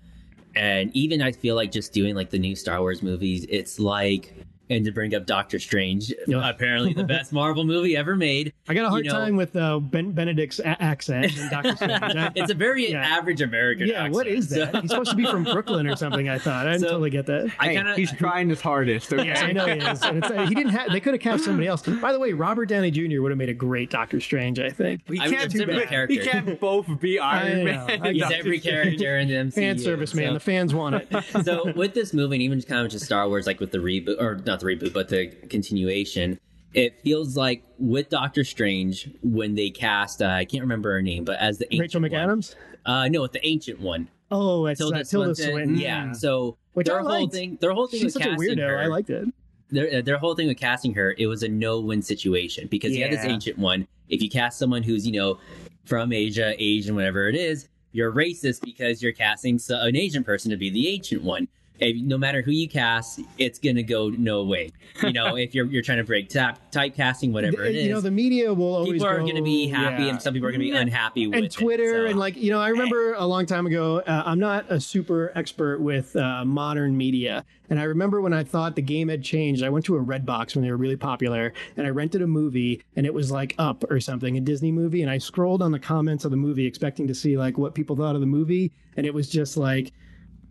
[SPEAKER 1] and even I feel like just doing like the new Star Wars movies, it's like and to bring up Doctor Strange,
[SPEAKER 3] Yeah.
[SPEAKER 1] apparently the best Marvel movie ever made.
[SPEAKER 3] (laughs) I got a hard
[SPEAKER 1] you know-
[SPEAKER 3] time with uh, ben- Benedict's a- accent and
[SPEAKER 1] (laughs)
[SPEAKER 3] Doctor Strange. I-
[SPEAKER 1] It's a very
[SPEAKER 3] Yeah.
[SPEAKER 1] average American.
[SPEAKER 3] yeah, what
[SPEAKER 1] accent.
[SPEAKER 3] is that?
[SPEAKER 1] So-
[SPEAKER 3] He's supposed to be from Brooklyn or something. I thought I didn't
[SPEAKER 1] So-
[SPEAKER 3] totally get that.
[SPEAKER 1] (laughs) I
[SPEAKER 2] hey,
[SPEAKER 1] kind of
[SPEAKER 2] he's trying his hardest. Okay?
[SPEAKER 3] Yeah, I know he is. And it's, uh, he didn't. Have, they could have cast somebody else. By the way, Robert Downey Jr. would have made a great Doctor Strange. I think
[SPEAKER 2] He
[SPEAKER 1] I mean,
[SPEAKER 2] can't,
[SPEAKER 1] they're similar
[SPEAKER 2] he
[SPEAKER 1] characters.
[SPEAKER 2] can't both be Iron
[SPEAKER 3] know.
[SPEAKER 2] Man.
[SPEAKER 3] (laughs) I
[SPEAKER 2] and
[SPEAKER 1] he's
[SPEAKER 2] Doctor (laughs)
[SPEAKER 1] every
[SPEAKER 2] Strange.
[SPEAKER 1] character in the MCU.
[SPEAKER 3] fan service, man.
[SPEAKER 1] so-
[SPEAKER 3] The fans want it.
[SPEAKER 1] (laughs) so with this movie and even just kind of just Star Wars, like with the reboot or not the reboot, but the continuation, it feels like with Doctor Strange when they cast uh, I can't remember her name, but as the ancient
[SPEAKER 3] Rachel
[SPEAKER 1] one.
[SPEAKER 3] McAdams.
[SPEAKER 1] Uh, no, with the ancient one,
[SPEAKER 3] Oh, it's Tilda,
[SPEAKER 1] Tilda,
[SPEAKER 3] uh, Tilda
[SPEAKER 1] Swinton.
[SPEAKER 3] Swinton.
[SPEAKER 1] Yeah, so
[SPEAKER 3] Which
[SPEAKER 1] their
[SPEAKER 3] I
[SPEAKER 1] whole
[SPEAKER 3] liked.
[SPEAKER 1] thing, their whole thing with
[SPEAKER 3] She's such a
[SPEAKER 1] casting
[SPEAKER 3] weirdo.
[SPEAKER 1] her,
[SPEAKER 3] I liked it.
[SPEAKER 1] their their whole thing with casting her, it was a no win situation because you had this
[SPEAKER 2] Yeah.
[SPEAKER 1] ancient one. If you cast someone who's you know from Asia, Asian, whatever it is, you're racist because you're casting so- an Asian person to be the ancient one. If, no matter who you cast, it's gonna go no way. You
[SPEAKER 3] (laughs)
[SPEAKER 1] know, if you're you're trying to break tap, typecasting, whatever it
[SPEAKER 3] you
[SPEAKER 1] is,
[SPEAKER 3] know, the media will always
[SPEAKER 1] people are
[SPEAKER 3] go,
[SPEAKER 1] gonna be happy
[SPEAKER 3] yeah.
[SPEAKER 1] and some people are gonna be
[SPEAKER 3] Yeah.
[SPEAKER 1] unhappy with
[SPEAKER 3] and
[SPEAKER 1] it,
[SPEAKER 3] Twitter
[SPEAKER 1] so. Eh.
[SPEAKER 3] and like you know I remember a long time ago uh, I'm not a super expert with uh, modern media and I remember when I thought the game had changed I went to a Red Box when they were really popular and I rented a movie and it was like Up or something a Disney movie and I scrolled on the comments of the movie expecting to see like what people thought of the movie and it was just like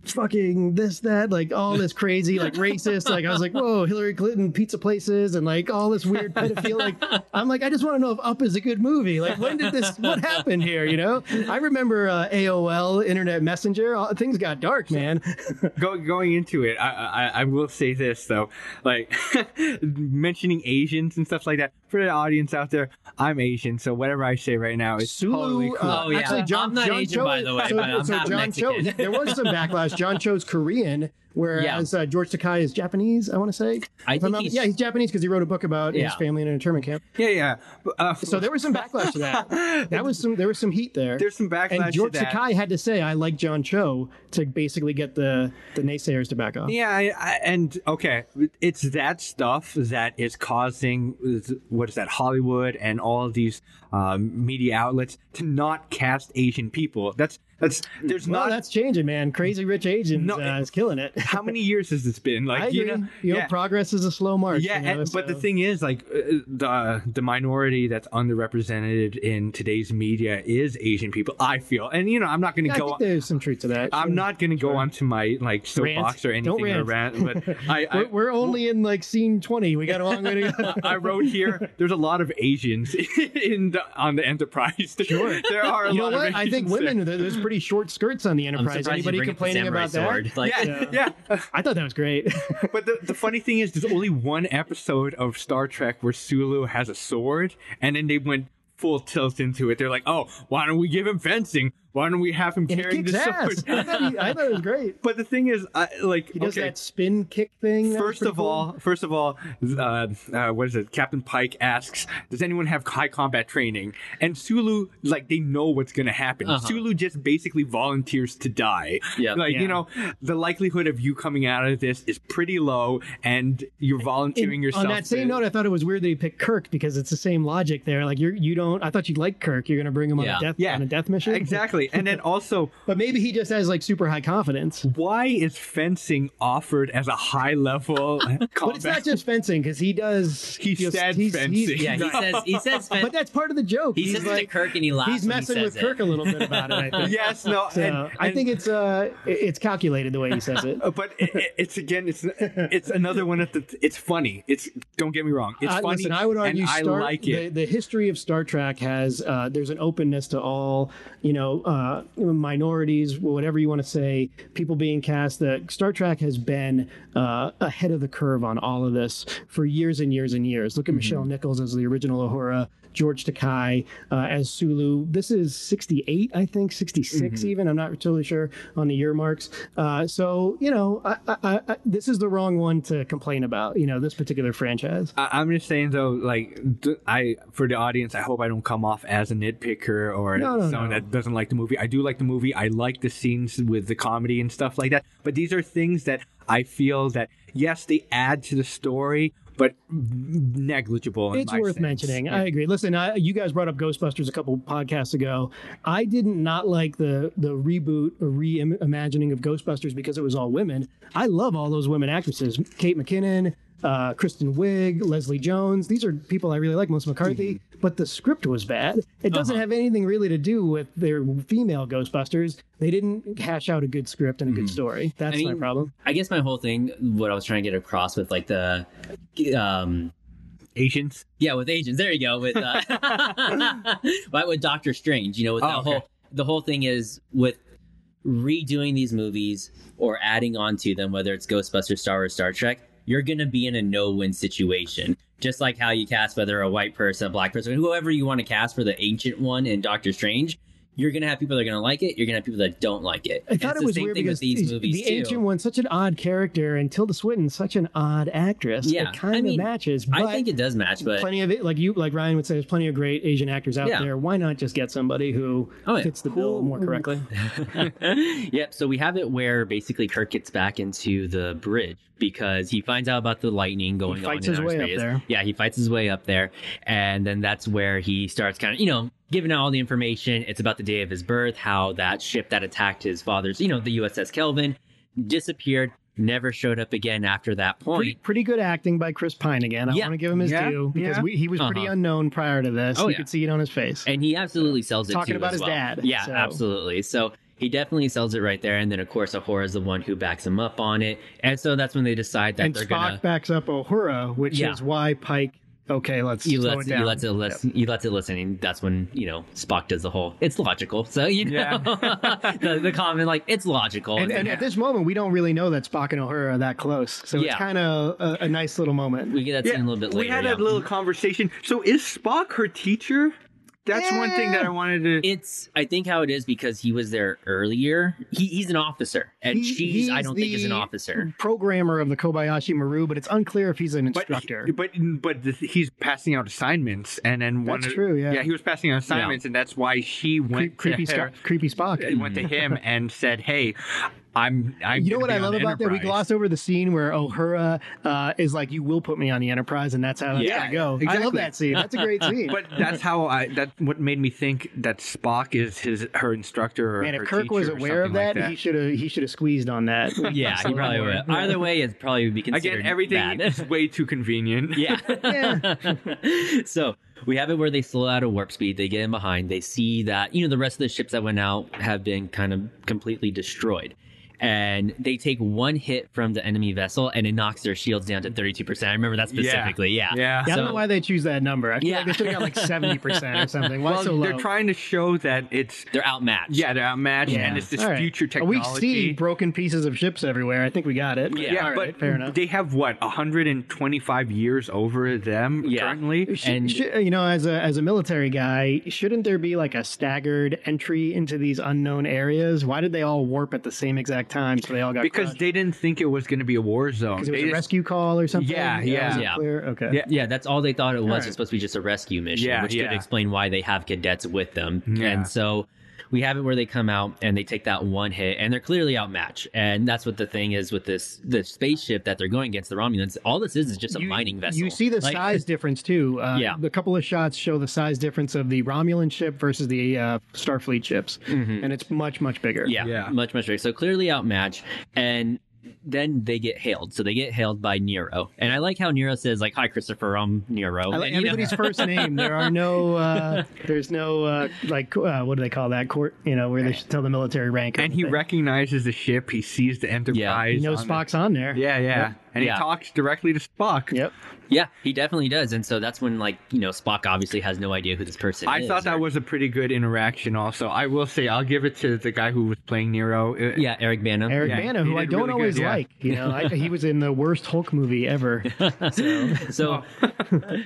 [SPEAKER 3] fucking this that like all this crazy like racist like i was like whoa hillary clinton pizza places and like all this weird pedophile like i'm like i just want to know if up is a good movie like when did this what happened here you know i remember uh, aol internet messenger all, things got dark man
[SPEAKER 2] Go, going into it, I, I, I will say this though, like (laughs) mentioning Asians and stuff like that for the audience out there. I'm Asian, so whatever I say right now is
[SPEAKER 3] Sulu,
[SPEAKER 2] totally cool.
[SPEAKER 3] uh,
[SPEAKER 1] Oh, yeah.
[SPEAKER 3] actually, John,
[SPEAKER 1] I'm not
[SPEAKER 3] John
[SPEAKER 1] Asian,
[SPEAKER 3] Cho,
[SPEAKER 1] by the way,
[SPEAKER 3] so,
[SPEAKER 1] but I'm
[SPEAKER 3] so
[SPEAKER 1] half
[SPEAKER 3] John
[SPEAKER 1] Mexican.
[SPEAKER 3] Cho, there was some backlash. John Cho's Korean, whereas uh, George Takai is Japanese. I want to say,
[SPEAKER 1] I
[SPEAKER 3] If I'm
[SPEAKER 1] think
[SPEAKER 3] not-
[SPEAKER 1] he's-
[SPEAKER 3] yeah, he's Japanese because he wrote a book about his
[SPEAKER 1] Yeah.
[SPEAKER 3] family in an internment camp.
[SPEAKER 2] yeah, yeah. But, uh,
[SPEAKER 3] So there was some backlash to that.
[SPEAKER 2] (laughs)
[SPEAKER 3] That was some. There was some heat there.
[SPEAKER 2] There's some backlash to
[SPEAKER 3] And George
[SPEAKER 2] that.
[SPEAKER 3] Sakai had to say, "I like John Cho" to basically get the the naysayers to back off.
[SPEAKER 2] Yeah, I, I, and okay, it's that stuff that is causing what is that Hollywood and all of these um, media outlets to not cast Asian people. That's that's there's
[SPEAKER 3] Well,
[SPEAKER 2] not
[SPEAKER 3] that's changing, man. Crazy Rich Asians
[SPEAKER 2] No,
[SPEAKER 3] uh, is
[SPEAKER 2] (laughs)
[SPEAKER 3] killing it.
[SPEAKER 2] how many years has this been? Like
[SPEAKER 3] I agree.
[SPEAKER 2] you know, yeah.
[SPEAKER 3] progress is a slow march.
[SPEAKER 2] yeah,
[SPEAKER 3] you know,
[SPEAKER 2] and, but the
[SPEAKER 3] so-
[SPEAKER 2] thing is, like uh, the the minority that's underrepresented in today's media is Asian people. I feel, and you know, I'm not going to
[SPEAKER 3] I
[SPEAKER 2] go.
[SPEAKER 3] think there's some truth to that.
[SPEAKER 2] I'm not going to go onto my like soapbox or
[SPEAKER 3] Rant. Don't
[SPEAKER 2] anything or rant, but I, I
[SPEAKER 3] (laughs) We're, we're only in like scene 20. We got a long way
[SPEAKER 2] (laughs)
[SPEAKER 3] to go.
[SPEAKER 2] I wrote here. There's a lot of Asians (laughs) in the, on the
[SPEAKER 3] (laughs)
[SPEAKER 2] Enterprise. Sure, there are. A
[SPEAKER 3] You know
[SPEAKER 2] lot
[SPEAKER 3] what?
[SPEAKER 2] Of
[SPEAKER 3] I
[SPEAKER 2] Asians
[SPEAKER 3] think
[SPEAKER 2] there.
[SPEAKER 3] women. there- There's pretty short skirts on the
[SPEAKER 1] I'm
[SPEAKER 3] Enterprise.
[SPEAKER 1] surprised you
[SPEAKER 3] Anybody
[SPEAKER 1] bring up the
[SPEAKER 3] complaining
[SPEAKER 1] samurai
[SPEAKER 3] about
[SPEAKER 1] sword.
[SPEAKER 3] that?
[SPEAKER 1] Like,
[SPEAKER 2] Yeah, yeah.
[SPEAKER 3] I thought that was great.
[SPEAKER 2] But the, the funny thing is, there's only one episode of Star Trek where Sulu has a sword, and then they went full tilt into it. They're like, "Oh, why don't we give him fencing? Why don't we have him (laughs)
[SPEAKER 3] And (laughs)
[SPEAKER 2] carrying
[SPEAKER 3] kicks
[SPEAKER 2] the
[SPEAKER 3] ass. I
[SPEAKER 2] sword?"
[SPEAKER 3] thought, he, I thought it was
[SPEAKER 2] (laughs)
[SPEAKER 3] great.
[SPEAKER 2] But the thing is, I, like,
[SPEAKER 3] He does
[SPEAKER 2] okay,
[SPEAKER 3] that spin kick thing. That was
[SPEAKER 2] First
[SPEAKER 3] pretty
[SPEAKER 2] of
[SPEAKER 3] cool.
[SPEAKER 2] all, first of all, uh, uh, what is it? Captain Pike asks, "Does anyone have high combat training?" And Sulu, like, they know what's going to happen.
[SPEAKER 1] Uh-huh.
[SPEAKER 2] Sulu just basically volunteers to die.
[SPEAKER 1] Yeah.
[SPEAKER 2] like
[SPEAKER 3] Yeah.
[SPEAKER 2] you know, the likelihood of you coming out of this is pretty low, and you're volunteering
[SPEAKER 3] And
[SPEAKER 2] yourself.
[SPEAKER 3] On that
[SPEAKER 2] to-
[SPEAKER 3] same note, I thought it was weird that he picked Kirk because it's the same logic there. Like you're you don't. I thought you'd like Kirk. You're gonna bring him on
[SPEAKER 1] Yeah.
[SPEAKER 3] a death
[SPEAKER 2] Yeah.
[SPEAKER 3] on a death mission.
[SPEAKER 2] exactly. And then also,
[SPEAKER 3] But maybe he just has like super high confidence.
[SPEAKER 2] why is fencing offered as a high level combat?
[SPEAKER 3] (laughs) But it's not just fencing because he does.
[SPEAKER 2] He
[SPEAKER 3] just-
[SPEAKER 2] said fencing.
[SPEAKER 1] yeah, he says he says
[SPEAKER 3] (laughs) but that's part of the joke.
[SPEAKER 1] he
[SPEAKER 3] he's
[SPEAKER 1] says it to
[SPEAKER 3] like
[SPEAKER 1] Kirk and he laughs.
[SPEAKER 3] he's
[SPEAKER 1] when he
[SPEAKER 3] messing
[SPEAKER 1] says
[SPEAKER 3] with
[SPEAKER 1] it.
[SPEAKER 3] Kirk a little bit about it.
[SPEAKER 1] (laughs)
[SPEAKER 3] I think.
[SPEAKER 2] yes, no.
[SPEAKER 3] So,
[SPEAKER 2] and-
[SPEAKER 3] I
[SPEAKER 2] and-
[SPEAKER 3] think it's uh it- it's calculated the way he says
[SPEAKER 2] (laughs)
[SPEAKER 3] it.
[SPEAKER 2] Uh, but it, it- it's again, it's it's another one of the. It's funny. It's don't get me wrong. It's
[SPEAKER 3] I-
[SPEAKER 2] funny.
[SPEAKER 3] Listen, I would argue
[SPEAKER 2] and I
[SPEAKER 3] Star-
[SPEAKER 2] like it.
[SPEAKER 3] The, the history of Star Trek has uh, there's an openness to all you know uh, uh, minorities, whatever you want to say, people being cast. That Star Trek has been uh, ahead of the curve on all of this for years and years and years.
[SPEAKER 2] Mm-hmm.
[SPEAKER 3] Look at Michelle Nichols as the original Uhura, George Takai uh, as Sulu. This is 68, I think, 66
[SPEAKER 2] Mm-hmm.
[SPEAKER 3] even. I'm not totally sure on the year marks. Uh, so, you know, I, I, I, I- this is the wrong one to complain about, you know, this particular franchise.
[SPEAKER 2] I, I'm just saying though, like d- I for the audience, I hope I don't come off as a nitpicker or
[SPEAKER 3] No, no,
[SPEAKER 2] someone
[SPEAKER 3] no.
[SPEAKER 2] that doesn't like the movie. I do like the movie. I like the scenes with the comedy and stuff like that. But these are things that I feel that yes, they add to the story, but negligible. in
[SPEAKER 3] It's
[SPEAKER 2] my
[SPEAKER 3] worth
[SPEAKER 2] sense.
[SPEAKER 3] mentioning. I agree. Listen, I, you guys brought up Ghostbusters a couple podcasts ago. I didn't not like the the reboot or reimagining of Ghostbusters because it was all women. I love all those women actresses: Kate McKinnon, uh, Kristen Wiig, Leslie Jones. These are people I really like. Melissa McCarthy.
[SPEAKER 2] Mm-hmm.
[SPEAKER 3] But the script was bad. It doesn't
[SPEAKER 2] Uh-huh.
[SPEAKER 3] have anything really to do with their female Ghostbusters. They didn't hash out a good script and a
[SPEAKER 2] Mm-hmm.
[SPEAKER 3] good story. That's my
[SPEAKER 1] mean,
[SPEAKER 3] problem.
[SPEAKER 1] I guess my whole thing, what I was trying to get across with like the, um,
[SPEAKER 2] Asians.
[SPEAKER 1] yeah, with agents. There you go. With uh, (laughs) right, with Doctor Strange. You know, with
[SPEAKER 2] Oh,
[SPEAKER 1] the
[SPEAKER 2] okay.
[SPEAKER 1] whole the whole thing is with redoing these movies or adding on to them, whether it's Ghostbusters, Star Wars, Star Trek. You're gonna be in a no-win situation, just like how you cast whether a white person, a black person, whoever you want to cast for the ancient one in Doctor Strange. You're gonna have people that are gonna like it. You're gonna have people that don't like it.
[SPEAKER 3] I
[SPEAKER 1] it's
[SPEAKER 3] thought it
[SPEAKER 1] the
[SPEAKER 3] was
[SPEAKER 1] same
[SPEAKER 3] weird
[SPEAKER 1] thing
[SPEAKER 3] because
[SPEAKER 1] with these
[SPEAKER 3] the-
[SPEAKER 1] movies
[SPEAKER 3] the
[SPEAKER 1] too.
[SPEAKER 3] ancient one's such an odd character, and Tilda Swinton's such an odd actress.
[SPEAKER 1] Yeah,
[SPEAKER 3] it kind
[SPEAKER 1] I
[SPEAKER 3] of
[SPEAKER 1] mean,
[SPEAKER 3] matches. But
[SPEAKER 1] I think it does match, but
[SPEAKER 3] plenty of it, like you, like Ryan would say, there's plenty of great Asian actors out
[SPEAKER 1] Yeah.
[SPEAKER 3] there. Why not just get somebody who
[SPEAKER 1] Oh, yeah.
[SPEAKER 3] fits the bill
[SPEAKER 1] Who-
[SPEAKER 3] more correctly?
[SPEAKER 1] (laughs) yep. So we have it where basically Kirk gets back into the bridge because he finds out about the lightning going
[SPEAKER 3] fights
[SPEAKER 1] on.
[SPEAKER 3] his
[SPEAKER 1] in
[SPEAKER 3] way
[SPEAKER 1] outer
[SPEAKER 3] up
[SPEAKER 1] space.
[SPEAKER 3] there.
[SPEAKER 1] Yeah, he fights his way up there, and then that's where he starts kind of, you know, giving out all the information. It's about the day of his birth, how that ship that attacked his father's, you know, the USS Kelvin, disappeared, never showed up again after that point.
[SPEAKER 3] Pretty, pretty good acting by Chris Pine again. I
[SPEAKER 1] Yeah.
[SPEAKER 3] want to give him his
[SPEAKER 2] Yeah.
[SPEAKER 3] due because
[SPEAKER 2] Yeah.
[SPEAKER 3] we, he was pretty
[SPEAKER 1] Uh-huh.
[SPEAKER 3] unknown prior to this.
[SPEAKER 1] Oh,
[SPEAKER 3] you
[SPEAKER 1] yeah.
[SPEAKER 3] could see it on his face.
[SPEAKER 1] And he absolutely sells it.
[SPEAKER 3] Talking
[SPEAKER 1] too,
[SPEAKER 3] about
[SPEAKER 1] as
[SPEAKER 3] his
[SPEAKER 1] well.
[SPEAKER 3] dad,
[SPEAKER 1] Yeah,
[SPEAKER 3] so-
[SPEAKER 1] absolutely. So he definitely sells it right there. And then of course Ahura is the one who backs him up on it. And so that's when they decide that
[SPEAKER 3] And
[SPEAKER 1] they're
[SPEAKER 3] Spock
[SPEAKER 1] gonna
[SPEAKER 3] backs up Uhura, which
[SPEAKER 1] Yeah.
[SPEAKER 3] is why Pike. Okay, let's
[SPEAKER 1] he
[SPEAKER 3] slow
[SPEAKER 1] lets,
[SPEAKER 3] it
[SPEAKER 1] he
[SPEAKER 3] down.
[SPEAKER 1] lets it listen. He lets it listen, and that's when you know Spock does the whole. It's logical, so you know (laughs)
[SPEAKER 2] Yeah.
[SPEAKER 1] the, the comment like it's logical.
[SPEAKER 3] And, and at this moment, we don't really know that Spock and O'Hara are that close, so it's
[SPEAKER 1] Yeah.
[SPEAKER 3] kind of a, a nice little moment.
[SPEAKER 1] we get that scene a little bit later.
[SPEAKER 2] we had
[SPEAKER 1] yeah.
[SPEAKER 2] a little conversation. So is Spock her teacher? That's one thing that I wanted to.
[SPEAKER 1] It's I think how it is because he was there earlier. He, he's an officer, and
[SPEAKER 3] He-
[SPEAKER 1] she's I
[SPEAKER 3] he's
[SPEAKER 1] don't think is an
[SPEAKER 3] the (laughs)
[SPEAKER 1] officer.
[SPEAKER 3] Programmer of the Kobayashi Maru, but it's unclear if he's an instructor.
[SPEAKER 2] But but th- he's passing out assignments, and then one.
[SPEAKER 3] That's
[SPEAKER 2] of-
[SPEAKER 3] true, yeah.
[SPEAKER 2] Yeah, he was passing out assignments, and that's why she went
[SPEAKER 3] Creep- creepy,
[SPEAKER 2] to her,
[SPEAKER 3] Sp- creepy Spock.
[SPEAKER 2] and went to him
[SPEAKER 3] (laughs)
[SPEAKER 2] and said, "Hey, I'm I'm."
[SPEAKER 3] You know
[SPEAKER 2] gonna
[SPEAKER 3] what
[SPEAKER 2] be
[SPEAKER 3] I
[SPEAKER 2] on
[SPEAKER 3] love
[SPEAKER 2] the
[SPEAKER 3] about that? We
[SPEAKER 2] Enterprise."
[SPEAKER 3] gloss over the scene where O'Hara uh, is like, "You will put me on the Enterprise," and that's how it's
[SPEAKER 2] Yeah,
[SPEAKER 3] gonna go. I love
[SPEAKER 2] exactly.
[SPEAKER 3] that scene. That's a
[SPEAKER 2] (laughs)
[SPEAKER 3] great scene.
[SPEAKER 2] But that's how I. That what made me think that Spock is his her instructor. Or
[SPEAKER 3] man,
[SPEAKER 2] her
[SPEAKER 3] if Kirk
[SPEAKER 2] teacher
[SPEAKER 3] was
[SPEAKER 2] or
[SPEAKER 3] aware of
[SPEAKER 2] something like
[SPEAKER 3] that, he should have he should have squeezed on
[SPEAKER 2] (laughs)
[SPEAKER 3] that.
[SPEAKER 1] Yeah, he probably would. Either way, it's probably would be considered
[SPEAKER 2] again, everything
[SPEAKER 1] bad.
[SPEAKER 3] (laughs)
[SPEAKER 2] is way too convenient.
[SPEAKER 1] (laughs) Yeah.
[SPEAKER 3] Yeah.
[SPEAKER 1] (laughs) so we have it where they slow out of warp speed. They get in behind. They see that, you know, the rest of the ships that went out have been kind of completely destroyed. And they take one hit from the enemy vessel and it knocks their shields down to 32%. I remember that specifically. Yeah.
[SPEAKER 2] Yeah.
[SPEAKER 3] Yeah, I don't know
[SPEAKER 1] So-
[SPEAKER 3] why they choose that number. I feel
[SPEAKER 1] Yeah.
[SPEAKER 3] like they should have got like seventy percent or something. Why
[SPEAKER 2] Well,
[SPEAKER 3] so low?
[SPEAKER 2] they're trying to show that it's
[SPEAKER 1] They're outmatched.
[SPEAKER 2] yeah they're outmatched
[SPEAKER 3] Yeah.
[SPEAKER 2] and it's this
[SPEAKER 3] All right.
[SPEAKER 2] future
[SPEAKER 3] We
[SPEAKER 2] technology.
[SPEAKER 3] see broken pieces of ships everywhere. I think we got it.
[SPEAKER 1] Yeah,
[SPEAKER 3] All
[SPEAKER 2] Yeah,
[SPEAKER 3] right,
[SPEAKER 2] but
[SPEAKER 3] fair enough.
[SPEAKER 2] they have what 125 years over them
[SPEAKER 1] Yeah.
[SPEAKER 2] currently.
[SPEAKER 3] Sh-
[SPEAKER 1] And-
[SPEAKER 3] sh- you know, as a as a military guy, shouldn't there be like a staggered entry into these unknown areas? Why did they all warp at the same exact time? So they all got
[SPEAKER 2] Because
[SPEAKER 3] crushed?
[SPEAKER 2] they didn't think it was going to be a war zone.
[SPEAKER 3] 'Cause it
[SPEAKER 2] They
[SPEAKER 3] was a
[SPEAKER 2] just-
[SPEAKER 3] rescue call or something.
[SPEAKER 2] Yeah,
[SPEAKER 3] That
[SPEAKER 2] yeah.
[SPEAKER 3] wasn't
[SPEAKER 1] Yeah.
[SPEAKER 3] clear? Okay.
[SPEAKER 2] Yeah.
[SPEAKER 1] Yeah, that's all they thought it was.
[SPEAKER 3] Alright.
[SPEAKER 1] It's supposed to be just a rescue mission,
[SPEAKER 2] Yeah,
[SPEAKER 1] which
[SPEAKER 2] yeah.
[SPEAKER 1] could explain why they have cadets with them.
[SPEAKER 2] Yeah.
[SPEAKER 1] And so we have it where they come out and they take that one hit, and they're clearly outmatched. And that's what the thing is with this the spaceship that they're going against the Romulans. All this is is just a mining vessel.
[SPEAKER 3] You see the
[SPEAKER 1] Like, (laughs)
[SPEAKER 3] size difference too. Uh,
[SPEAKER 1] Yeah.
[SPEAKER 3] the couple of shots show the size difference of the Romulan ship versus the uh, Starfleet ships,
[SPEAKER 2] Mm-hmm.
[SPEAKER 3] and it's much much bigger.
[SPEAKER 1] Yeah,
[SPEAKER 2] Yeah.
[SPEAKER 1] much much bigger. So clearly outmatched, and then they get hailed. So they get hailed by Nero, and I like how Nero says like, "Hi, Christopher, I'm Nero."
[SPEAKER 3] I like
[SPEAKER 1] And, you know-
[SPEAKER 3] everybody's first name. There are no, uh, there's no uh, like uh, what do they call that court? You know where they should tell the military rank. or
[SPEAKER 2] and he
[SPEAKER 3] anything.
[SPEAKER 2] recognizes the ship. He sees the Enterprise.
[SPEAKER 3] You know
[SPEAKER 2] on the-
[SPEAKER 3] Spock's on there.
[SPEAKER 2] yeah, yeah. and
[SPEAKER 1] Yeah.
[SPEAKER 2] he talks directly to Spock.
[SPEAKER 3] Yep.
[SPEAKER 1] Yeah, he definitely does. And so that's when, like, you know, Spock obviously has no idea who this person
[SPEAKER 2] I
[SPEAKER 1] is.
[SPEAKER 2] thought that
[SPEAKER 1] or-
[SPEAKER 2] was a pretty good interaction. Also, I will say I'll give it to the guy who was playing Nero. Uh,
[SPEAKER 1] Yeah, Eric Bana.
[SPEAKER 3] Eric
[SPEAKER 2] Yeah,
[SPEAKER 3] Bana,
[SPEAKER 2] he
[SPEAKER 3] who I
[SPEAKER 2] did
[SPEAKER 3] don't
[SPEAKER 2] really good,
[SPEAKER 3] always
[SPEAKER 2] yeah.
[SPEAKER 3] like. You know, I, he was in the worst Hulk movie ever.
[SPEAKER 1] so (laughs)
[SPEAKER 3] (laughs)
[SPEAKER 1] so,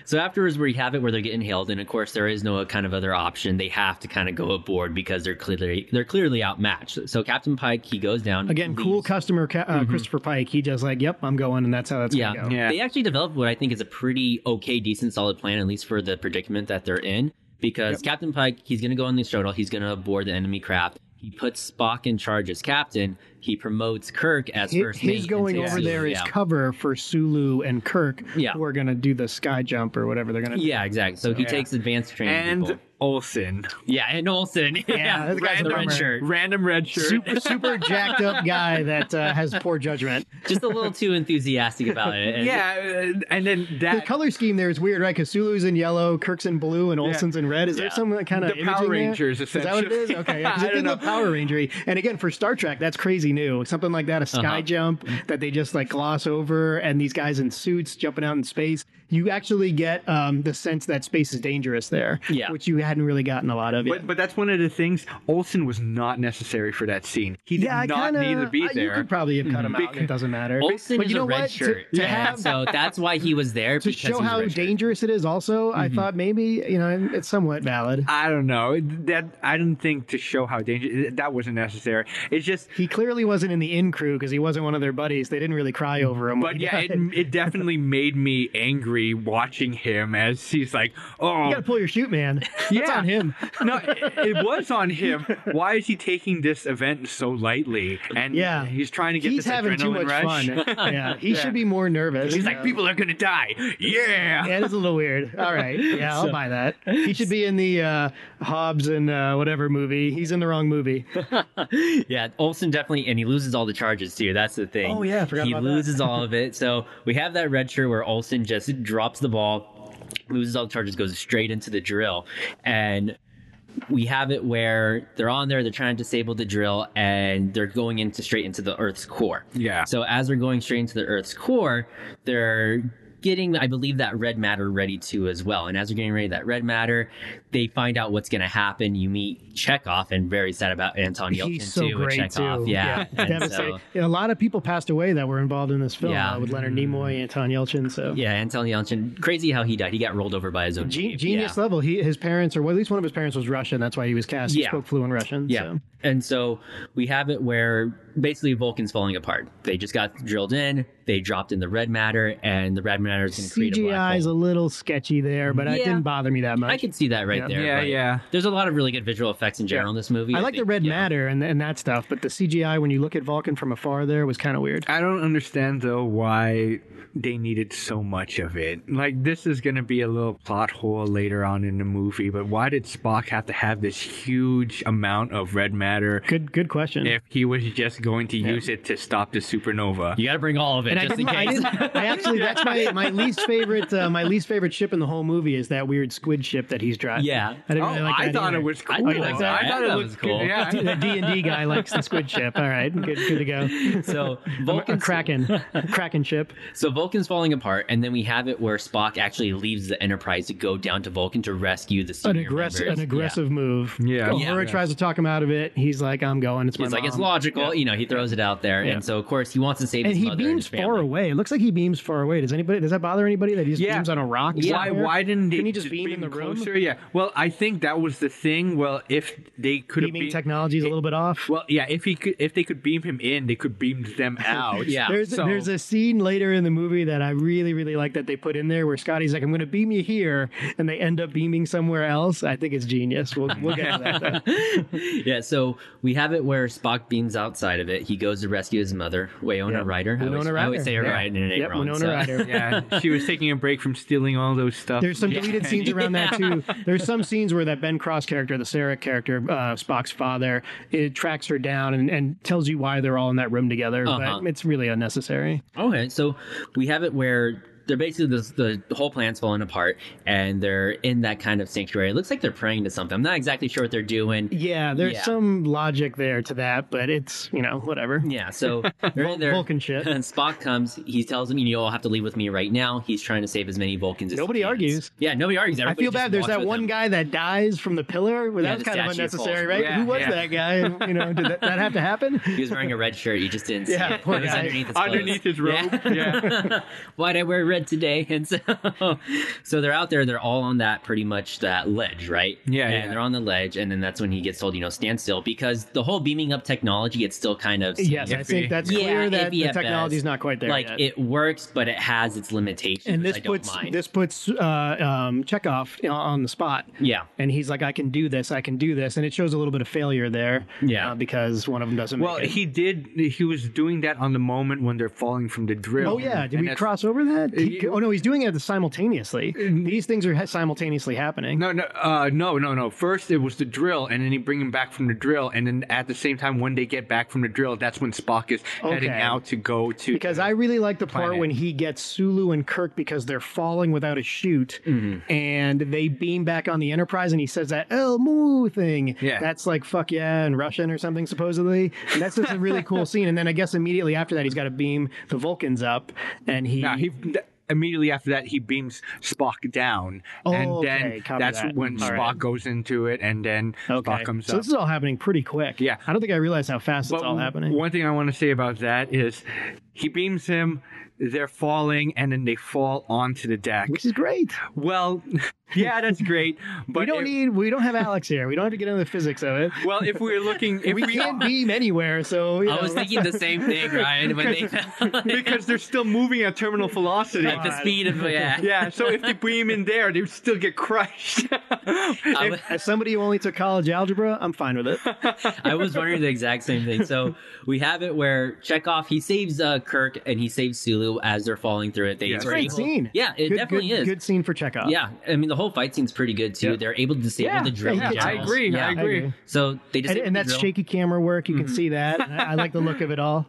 [SPEAKER 1] so afterwards we have it where they're getting hailed and of course there is no kind of other option they have to kind of go aboard because they're clearly they're clearly outmatched so captain pike he goes down
[SPEAKER 3] Again, cool
[SPEAKER 1] leaves.
[SPEAKER 3] customer Ca- uh, Christopher Pike. He just like, yep, I'm going, and that's how that's
[SPEAKER 1] yeah.
[SPEAKER 3] gonna go.
[SPEAKER 2] Yeah.
[SPEAKER 1] they actually developed what i think is a pretty okay decent solid plan at least for the predicament that they're in because captain pike he's going to go on the shuttle he's going to board the enemy craft he puts spock in charge as captain he promotes kirk as
[SPEAKER 3] Hi-
[SPEAKER 1] first mate
[SPEAKER 3] His
[SPEAKER 1] and
[SPEAKER 3] going
[SPEAKER 1] takes
[SPEAKER 3] over
[SPEAKER 1] Sulu
[SPEAKER 3] there is
[SPEAKER 1] down.
[SPEAKER 3] cover for Sulu and Kirk,
[SPEAKER 1] Yeah.
[SPEAKER 3] who are going to do the sky jump or whatever they're going to do.
[SPEAKER 1] yeah exactly so he
[SPEAKER 2] Yeah.
[SPEAKER 1] takes advanced training
[SPEAKER 2] and
[SPEAKER 1] people.
[SPEAKER 2] Olson,
[SPEAKER 1] yeah and
[SPEAKER 3] (laughs)
[SPEAKER 1] olsen yeah,
[SPEAKER 3] that guy's a
[SPEAKER 1] the red
[SPEAKER 3] bummer.
[SPEAKER 1] shirt
[SPEAKER 2] random red shirt.
[SPEAKER 3] Super, super jacked up guy that uh, has poor judgment.
[SPEAKER 1] just a little too enthusiastic about it. And-
[SPEAKER 2] (laughs) yeah, uh, and then
[SPEAKER 3] (laughs) The
[SPEAKER 2] that
[SPEAKER 3] color scheme there is weird, right? Because Sulu's in yellow, Kirk's in blue, and Olsen's in red. Is there
[SPEAKER 1] Yeah.
[SPEAKER 3] some kind of
[SPEAKER 2] The Power Rangers,
[SPEAKER 3] Is that what it is?
[SPEAKER 2] essentially. I
[SPEAKER 3] Okay,
[SPEAKER 1] (laughs)
[SPEAKER 3] yeah, 'cause it
[SPEAKER 2] don't
[SPEAKER 3] did
[SPEAKER 2] know.
[SPEAKER 3] look Power Ranger. And again, for Star Trek, that's crazy new. Something like that, a sky
[SPEAKER 1] Uh-huh.
[SPEAKER 3] jump that they just like gloss over, and these guys in suits jumping out in space. You actually get um, the sense that space is dangerous there,
[SPEAKER 1] Yeah.
[SPEAKER 3] which you hadn't really gotten a lot of. yet.
[SPEAKER 2] But, but that's one of the things. Olson was not necessary for that scene. He did
[SPEAKER 3] yeah, I
[SPEAKER 2] not
[SPEAKER 3] kinda,
[SPEAKER 2] need to
[SPEAKER 3] I-
[SPEAKER 2] be
[SPEAKER 3] You
[SPEAKER 2] there.
[SPEAKER 3] could probably have cut him out. It doesn't matter.
[SPEAKER 1] Mm-hmm. Olsen
[SPEAKER 3] but
[SPEAKER 1] is
[SPEAKER 3] you know
[SPEAKER 1] a red
[SPEAKER 3] what? To-
[SPEAKER 1] shirt,
[SPEAKER 3] To,
[SPEAKER 1] and
[SPEAKER 3] have
[SPEAKER 1] so that's why he was there
[SPEAKER 3] (laughs) to
[SPEAKER 1] because
[SPEAKER 3] show
[SPEAKER 1] he was a
[SPEAKER 3] how
[SPEAKER 1] red shirt. Mm-hmm.
[SPEAKER 3] dangerous it is also i thought maybe you know it's somewhat valid
[SPEAKER 2] I don't know. That I didn't think to show how dangerous that wasn't necessary. It's just,
[SPEAKER 3] he clearly wasn't in the in crew because he wasn't one of their buddies they didn't really cry over him (laughs) when
[SPEAKER 2] but
[SPEAKER 3] he
[SPEAKER 2] yeah, it,
[SPEAKER 3] died.
[SPEAKER 2] it definitely made me angry watching him as he's like, oh,
[SPEAKER 3] you gotta pull your
[SPEAKER 2] (laughs)
[SPEAKER 3] shoot man that's
[SPEAKER 2] Yeah.
[SPEAKER 3] on him
[SPEAKER 2] no, it, it was on him. Why is he taking this event so lightly? And
[SPEAKER 3] Yeah.
[SPEAKER 2] he's trying to get
[SPEAKER 3] he's
[SPEAKER 2] this
[SPEAKER 3] having
[SPEAKER 2] adrenaline
[SPEAKER 3] too much
[SPEAKER 2] rush.
[SPEAKER 3] fun (laughs) yeah he should be more nervous
[SPEAKER 2] (laughs) He's like,
[SPEAKER 3] (laughs)
[SPEAKER 2] people are gonna die. Yeah.
[SPEAKER 3] that is a little weird.
[SPEAKER 2] (laughs)
[SPEAKER 3] All right, yeah, I'll buy that. He should be in the uh, Hobbs and uh, whatever movie. He's in the wrong movie.
[SPEAKER 1] yeah, Olsen definitely, and he loses all the charges too. That's the thing.
[SPEAKER 3] Oh, yeah, I forgot
[SPEAKER 1] he
[SPEAKER 3] about that.
[SPEAKER 1] loses all
[SPEAKER 3] (laughs)
[SPEAKER 1] of it. So we have that red shirt where Olsen just drops the ball, loses all the charges, goes straight into the drill, and we have it where they're on there, they're trying to disable the drill, and they're going into straight into the Earth's core.
[SPEAKER 2] Yeah.
[SPEAKER 1] So as they're going straight into the Earth's core, they're getting, I believe, that red matter ready too as well. And as they're getting ready that red matter, they find out what's going to happen. You meet Chekhov, and very sad about Anton Yelchin
[SPEAKER 3] He's so
[SPEAKER 1] too. with
[SPEAKER 3] great
[SPEAKER 1] Chekhov.
[SPEAKER 3] too.
[SPEAKER 1] Yeah.
[SPEAKER 3] (laughs)
[SPEAKER 1] And so-
[SPEAKER 3] devastating. Yeah, a lot of people passed away that were involved in this film
[SPEAKER 1] Yeah.
[SPEAKER 3] uh, with Leonard
[SPEAKER 2] Mm-hmm.
[SPEAKER 3] Nimoy, Anton Yelchin. So
[SPEAKER 1] yeah, Anton Yelchin. Crazy how he died. He got rolled over by his own
[SPEAKER 3] Gen-
[SPEAKER 1] jeep.
[SPEAKER 3] genius
[SPEAKER 1] Yeah.
[SPEAKER 3] level. He, his parents, or well, at least one of his parents, was Russian. That's why he was cast. He
[SPEAKER 1] Yeah.
[SPEAKER 3] spoke fluent Russian. so.
[SPEAKER 1] And so we have it where basically Vulcan's falling apart. They just got drilled in, they dropped in the red matter, and the red matter is going to create a
[SPEAKER 3] CGI
[SPEAKER 1] black
[SPEAKER 3] is a
[SPEAKER 1] hole.
[SPEAKER 3] little sketchy there, but it
[SPEAKER 1] Yeah.
[SPEAKER 3] didn't bother me that much.
[SPEAKER 1] I could see that right
[SPEAKER 3] Yeah.
[SPEAKER 1] there.
[SPEAKER 2] Yeah,
[SPEAKER 1] but
[SPEAKER 2] yeah.
[SPEAKER 1] There's a lot of really good visual effects in general in this movie.
[SPEAKER 3] I like the
[SPEAKER 1] think,
[SPEAKER 3] red
[SPEAKER 1] yeah.
[SPEAKER 3] matter and, and that stuff, but the CGI when you look at Vulcan from afar there was kind of weird.
[SPEAKER 2] I don't understand though why they needed so much of it. Like this is going to be a little plot hole later on in the movie, but why did Spock have to have this huge amount of red matter
[SPEAKER 3] Good, good question.
[SPEAKER 2] if he was just going to use it to stop the supernova?
[SPEAKER 1] You got to bring all of it
[SPEAKER 3] And I
[SPEAKER 1] just in
[SPEAKER 3] didn't, I
[SPEAKER 1] case.
[SPEAKER 3] didn't. I actually, that's my, my least favorite. Uh, my least favorite ship in the whole movie is that weird squid ship that he's driving.
[SPEAKER 1] Yeah.
[SPEAKER 3] I didn't
[SPEAKER 2] Oh,
[SPEAKER 3] really like
[SPEAKER 2] I
[SPEAKER 3] that
[SPEAKER 2] thought
[SPEAKER 3] either.
[SPEAKER 2] it was
[SPEAKER 1] I
[SPEAKER 2] cool.
[SPEAKER 1] thought it was alright. I thought it was
[SPEAKER 2] good.
[SPEAKER 1] cool.
[SPEAKER 2] Yeah.
[SPEAKER 3] (laughs) The D and D guy likes the squid ship. All right, good, good to go.
[SPEAKER 1] (laughs) so
[SPEAKER 3] Or
[SPEAKER 1] Vulcan's
[SPEAKER 3] Kraken, Kraken ship.
[SPEAKER 1] So Vulcan's falling apart, and then we have it where Spock actually leaves the Enterprise to go down to Vulcan to rescue the
[SPEAKER 3] an
[SPEAKER 1] senior
[SPEAKER 3] aggressive
[SPEAKER 1] members.
[SPEAKER 3] an aggressive move.
[SPEAKER 2] Yeah.
[SPEAKER 3] Uhura
[SPEAKER 2] Yeah.
[SPEAKER 3] tries to talk him out of it. He's like, I'm going. It's
[SPEAKER 1] Yeah.
[SPEAKER 3] my
[SPEAKER 1] He's like, it's
[SPEAKER 3] mom."
[SPEAKER 1] logical. You know, he throws it out there,
[SPEAKER 3] Yeah.
[SPEAKER 1] and so of course he wants to save
[SPEAKER 3] And
[SPEAKER 1] his
[SPEAKER 3] he
[SPEAKER 1] mother and
[SPEAKER 3] beams
[SPEAKER 1] his family.
[SPEAKER 3] far away. It looks like he beams far away. Does anybody? Does that bother anybody that he just
[SPEAKER 2] Yeah.
[SPEAKER 3] beams on a rock?
[SPEAKER 2] Why?
[SPEAKER 3] somewhere?
[SPEAKER 2] Why didn't they
[SPEAKER 3] Couldn't he just beam in the room?
[SPEAKER 2] closer? Yeah. Well, I think that was the thing. Well, if they could have
[SPEAKER 3] Beaming
[SPEAKER 2] beamed,
[SPEAKER 3] technology is a little bit off.
[SPEAKER 2] well, yeah. If he could, if they could beam him in, they could beam (laughs) them out.
[SPEAKER 1] Yeah.
[SPEAKER 3] There's
[SPEAKER 2] so-
[SPEAKER 3] there's a scene later in the movie that I really really like that they put in there where Scotty's like, I'm going to beam you here, and they end up beaming somewhere else. I think it's genius.
[SPEAKER 1] (laughs)
[SPEAKER 3] We'll we'll get to that. though.
[SPEAKER 1] yeah, so we have it where Spock beams outside of it. He goes to rescue his mother, Winona
[SPEAKER 3] Yeah.
[SPEAKER 1] Ryder. I always,
[SPEAKER 3] Winona
[SPEAKER 1] I always
[SPEAKER 3] Ryder.
[SPEAKER 1] say her
[SPEAKER 3] Yeah.
[SPEAKER 1] right and it ain't
[SPEAKER 3] Yep,
[SPEAKER 1] wrong,
[SPEAKER 3] Winona
[SPEAKER 1] so- (laughs)
[SPEAKER 3] Ryder.
[SPEAKER 2] yeah, she was taking a break from stealing all those stuff.
[SPEAKER 3] There's some deleted scenes around that too.
[SPEAKER 1] (laughs)
[SPEAKER 3] There's some scenes where that Ben Cross character, the Sarah character, uh, Spock's father, it tracks her down and, and tells you why they're all in that room together.
[SPEAKER 1] Uh-huh.
[SPEAKER 3] But it's really unnecessary.
[SPEAKER 1] Okay, so we have it where they're basically the, the whole planet's falling apart, and they're in that kind of sanctuary. It looks like they're praying to something. I'm not exactly sure what they're doing.
[SPEAKER 3] Yeah, there's
[SPEAKER 1] Yeah.
[SPEAKER 3] some logic there to that, but it's you know whatever. (laughs)
[SPEAKER 1] Yeah, so they're in there.
[SPEAKER 3] Vulcan shit.
[SPEAKER 1] And (laughs) Spock comes. He tells him, "You all have to leave with me right now." He's trying to save as many Vulcans. as he
[SPEAKER 3] Nobody
[SPEAKER 1] can.
[SPEAKER 3] argues.
[SPEAKER 1] Yeah, nobody argues.
[SPEAKER 3] I
[SPEAKER 1] Everybody
[SPEAKER 3] feel
[SPEAKER 1] just
[SPEAKER 3] bad. There's
[SPEAKER 1] walks
[SPEAKER 3] that
[SPEAKER 1] with
[SPEAKER 2] with
[SPEAKER 1] him.
[SPEAKER 3] one guy that dies from the pillar. Well,
[SPEAKER 1] Yeah,
[SPEAKER 3] that was
[SPEAKER 1] the
[SPEAKER 3] kind of
[SPEAKER 1] statue
[SPEAKER 3] unnecessary,
[SPEAKER 1] falls.
[SPEAKER 3] right?
[SPEAKER 2] Yeah,
[SPEAKER 3] Who was
[SPEAKER 2] yeah.
[SPEAKER 3] that guy? (laughs) You know, did that, that have
[SPEAKER 1] (laughs)
[SPEAKER 3] to happen?
[SPEAKER 1] He was wearing a red shirt. You just didn't see
[SPEAKER 3] (laughs) Yeah,
[SPEAKER 1] it. It
[SPEAKER 3] poor
[SPEAKER 1] was
[SPEAKER 3] guy.
[SPEAKER 1] underneath his, clothes.
[SPEAKER 2] Underneath his robe.
[SPEAKER 1] Yeah. (laughs)
[SPEAKER 2] yeah.
[SPEAKER 1] Why'd I wear red today? (laughs) And so, so they're out there. They're all on that pretty much that ledge, right?
[SPEAKER 2] Yeah,
[SPEAKER 1] And
[SPEAKER 2] yeah.
[SPEAKER 1] they're on the ledge, and then that's when he gets told, you know, stand still because the whole beaming up technology, it's still kind of
[SPEAKER 3] Yes, I think
[SPEAKER 2] Iffy.
[SPEAKER 3] that's
[SPEAKER 1] Yeah,
[SPEAKER 3] clear that
[SPEAKER 1] iffy
[SPEAKER 3] the
[SPEAKER 1] at
[SPEAKER 3] technology's
[SPEAKER 1] best.
[SPEAKER 3] not quite there
[SPEAKER 1] like
[SPEAKER 3] yet.
[SPEAKER 1] it works, but it has its limitations.
[SPEAKER 3] and
[SPEAKER 1] which
[SPEAKER 3] this
[SPEAKER 1] I don't
[SPEAKER 3] puts
[SPEAKER 1] mind.
[SPEAKER 3] this puts uh, um, Chekhov you know, on the spot.
[SPEAKER 1] yeah.
[SPEAKER 3] And he's like, I can do this, I can do this, and it shows a little bit of failure there.
[SPEAKER 1] Yeah.
[SPEAKER 3] uh, because one of them doesn't.
[SPEAKER 2] (laughs) Well,
[SPEAKER 3] make it.
[SPEAKER 2] he did. He was doing that on the moment when they're falling from the drill.
[SPEAKER 3] Oh yeah, did
[SPEAKER 2] And
[SPEAKER 3] we
[SPEAKER 2] that's-
[SPEAKER 3] cross over that? He-
[SPEAKER 2] you-
[SPEAKER 3] oh no, he's doing it simultaneously. These things are ha- simultaneously happening.
[SPEAKER 2] No, no, uh, no, no, no. First it was the drill, and then he bring him back from the drill, and then at the same time when they get back from the drill, that's when Spock is heading
[SPEAKER 3] Okay.
[SPEAKER 2] out to go to.
[SPEAKER 3] Because I really like the part
[SPEAKER 2] Planet.
[SPEAKER 3] when he gets Sulu and Kirk because they're falling without a chute,
[SPEAKER 2] Mm-hmm.
[SPEAKER 3] and they beam back on the Enterprise, and he says that El Mu thing.
[SPEAKER 2] Yeah.
[SPEAKER 3] that's like fuck yeah in Russian or something supposedly. And that's just
[SPEAKER 2] (laughs)
[SPEAKER 3] a really cool scene. And then I guess immediately after that, he's got to beam the Vulcans up, and he.
[SPEAKER 2] Now he th- immediately after that he beams Spock down,
[SPEAKER 3] Oh,
[SPEAKER 2] and then
[SPEAKER 3] okay, copy
[SPEAKER 2] that's
[SPEAKER 3] that.
[SPEAKER 2] when
[SPEAKER 3] All
[SPEAKER 2] Spock
[SPEAKER 3] right.
[SPEAKER 2] goes into it, and then Spock comes
[SPEAKER 3] so
[SPEAKER 2] up.
[SPEAKER 3] this is all happening pretty quick.
[SPEAKER 2] Yeah.
[SPEAKER 3] I don't think I realized how fast it's
[SPEAKER 2] But
[SPEAKER 3] all happening.
[SPEAKER 2] One thing I want to say about that is he beams him. They're falling, and then they fall onto the deck.
[SPEAKER 3] which is great.
[SPEAKER 2] Well, (laughs) yeah, that's great, but
[SPEAKER 3] (laughs) we don't
[SPEAKER 2] if-
[SPEAKER 3] need we don't have Alex here. We don't have to get into the physics of it.
[SPEAKER 2] Well, if we're
[SPEAKER 3] (laughs)
[SPEAKER 2] looking, if
[SPEAKER 3] we
[SPEAKER 2] (laughs)
[SPEAKER 3] can't beam anywhere, so you
[SPEAKER 1] I was
[SPEAKER 3] know.
[SPEAKER 1] thinking the same thing, Ryan. (laughs) When they
[SPEAKER 2] (laughs) because they're still moving at terminal velocity.
[SPEAKER 1] at the speed of yeah,
[SPEAKER 2] Yeah, so if they beam in there, they would still get crushed. (laughs)
[SPEAKER 1] I
[SPEAKER 2] If-
[SPEAKER 1] was-
[SPEAKER 3] As somebody who only took college algebra, I'm fine with it.
[SPEAKER 1] I was wondering the exact same thing. So we have it where Chekhov he saves uh, Kirk and he saves Sulu as they're falling through it. They
[SPEAKER 2] Yes.
[SPEAKER 1] were
[SPEAKER 3] Great
[SPEAKER 1] able-
[SPEAKER 3] scene.
[SPEAKER 1] Yeah, it
[SPEAKER 3] Good-
[SPEAKER 1] definitely
[SPEAKER 3] good-
[SPEAKER 1] is.
[SPEAKER 3] Good scene for Chekhov.
[SPEAKER 1] Yeah, I mean the whole fight scene's pretty good too.
[SPEAKER 2] Yeah.
[SPEAKER 1] They're able to disable
[SPEAKER 3] Yeah,
[SPEAKER 1] the drill.
[SPEAKER 3] yeah,
[SPEAKER 1] in
[SPEAKER 3] I
[SPEAKER 1] general.
[SPEAKER 2] agree,
[SPEAKER 1] Yeah.
[SPEAKER 2] I agree.
[SPEAKER 1] So they
[SPEAKER 3] And,
[SPEAKER 1] disable
[SPEAKER 3] and
[SPEAKER 1] the Mm-hmm.
[SPEAKER 3] that's
[SPEAKER 1] drill.
[SPEAKER 3] shaky camera work. You can
[SPEAKER 1] (laughs)
[SPEAKER 3] see that. And I, I like the look of it all.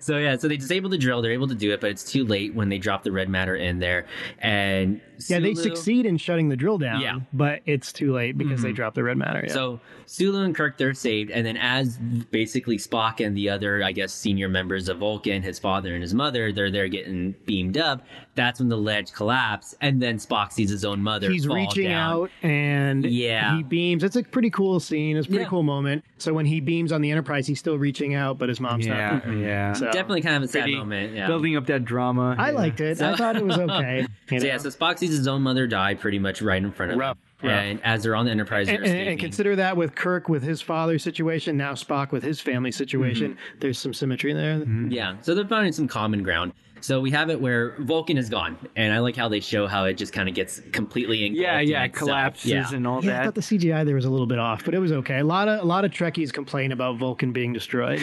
[SPEAKER 1] So yeah, so they disable the drill. They're able to do it, but it's too late when they drop the red matter in there. And
[SPEAKER 3] Yeah, they
[SPEAKER 1] Sulu-
[SPEAKER 3] succeed in shutting the drill down.
[SPEAKER 1] Yeah. Mm-hmm.
[SPEAKER 3] but it's too late because they drop the red matter. Yeah.
[SPEAKER 1] So Sulu and Kirk they're saved, and then as basically Spock and the other, I guess, senior members of Vulcan, his father and his mother, they're there getting beamed up. That's when the ledge collapses, and then Spock sees his own mother.
[SPEAKER 3] he's
[SPEAKER 1] fall
[SPEAKER 3] reaching
[SPEAKER 1] down.
[SPEAKER 3] out and
[SPEAKER 1] Yeah.
[SPEAKER 3] he beams. It's a pretty cool scene. It's a pretty
[SPEAKER 1] Yeah.
[SPEAKER 3] cool moment. So when he beams on the Enterprise, he's still reaching out, but his mom's
[SPEAKER 2] yeah,
[SPEAKER 3] not.
[SPEAKER 2] yeah.
[SPEAKER 3] So-
[SPEAKER 1] Definitely kind of a sad
[SPEAKER 2] Pretty-
[SPEAKER 1] moment. Yeah.
[SPEAKER 2] Building up that drama.
[SPEAKER 3] I
[SPEAKER 2] yeah.
[SPEAKER 3] liked it. I
[SPEAKER 1] (laughs)
[SPEAKER 3] thought it was okay. you
[SPEAKER 1] So
[SPEAKER 3] know.
[SPEAKER 1] yeah, so Spock sees his own mother die pretty much right in front of
[SPEAKER 3] Rough,
[SPEAKER 1] him.
[SPEAKER 3] rough.
[SPEAKER 1] And as they're on the Enterprise, they're
[SPEAKER 3] and, and- and
[SPEAKER 1] escaping.
[SPEAKER 3] consider that with Kirk with his father's situation, now Spock with his family situation.
[SPEAKER 1] Mm-hmm.
[SPEAKER 3] There's some symmetry there.
[SPEAKER 1] Yeah, so they're finding some common ground. So we have it where Vulcan is gone, and I like how they show how it just kind of gets completely engulfed.
[SPEAKER 2] Yeah,
[SPEAKER 1] in
[SPEAKER 2] yeah,
[SPEAKER 1] itself.
[SPEAKER 2] collapses
[SPEAKER 1] Yeah.
[SPEAKER 2] and all
[SPEAKER 3] Yeah, I
[SPEAKER 2] that.
[SPEAKER 3] thought the CGI there was a little bit off, but it was okay. A lot of a lot of Trekkies complain about Vulcan
[SPEAKER 1] (laughs)
[SPEAKER 3] being destroyed.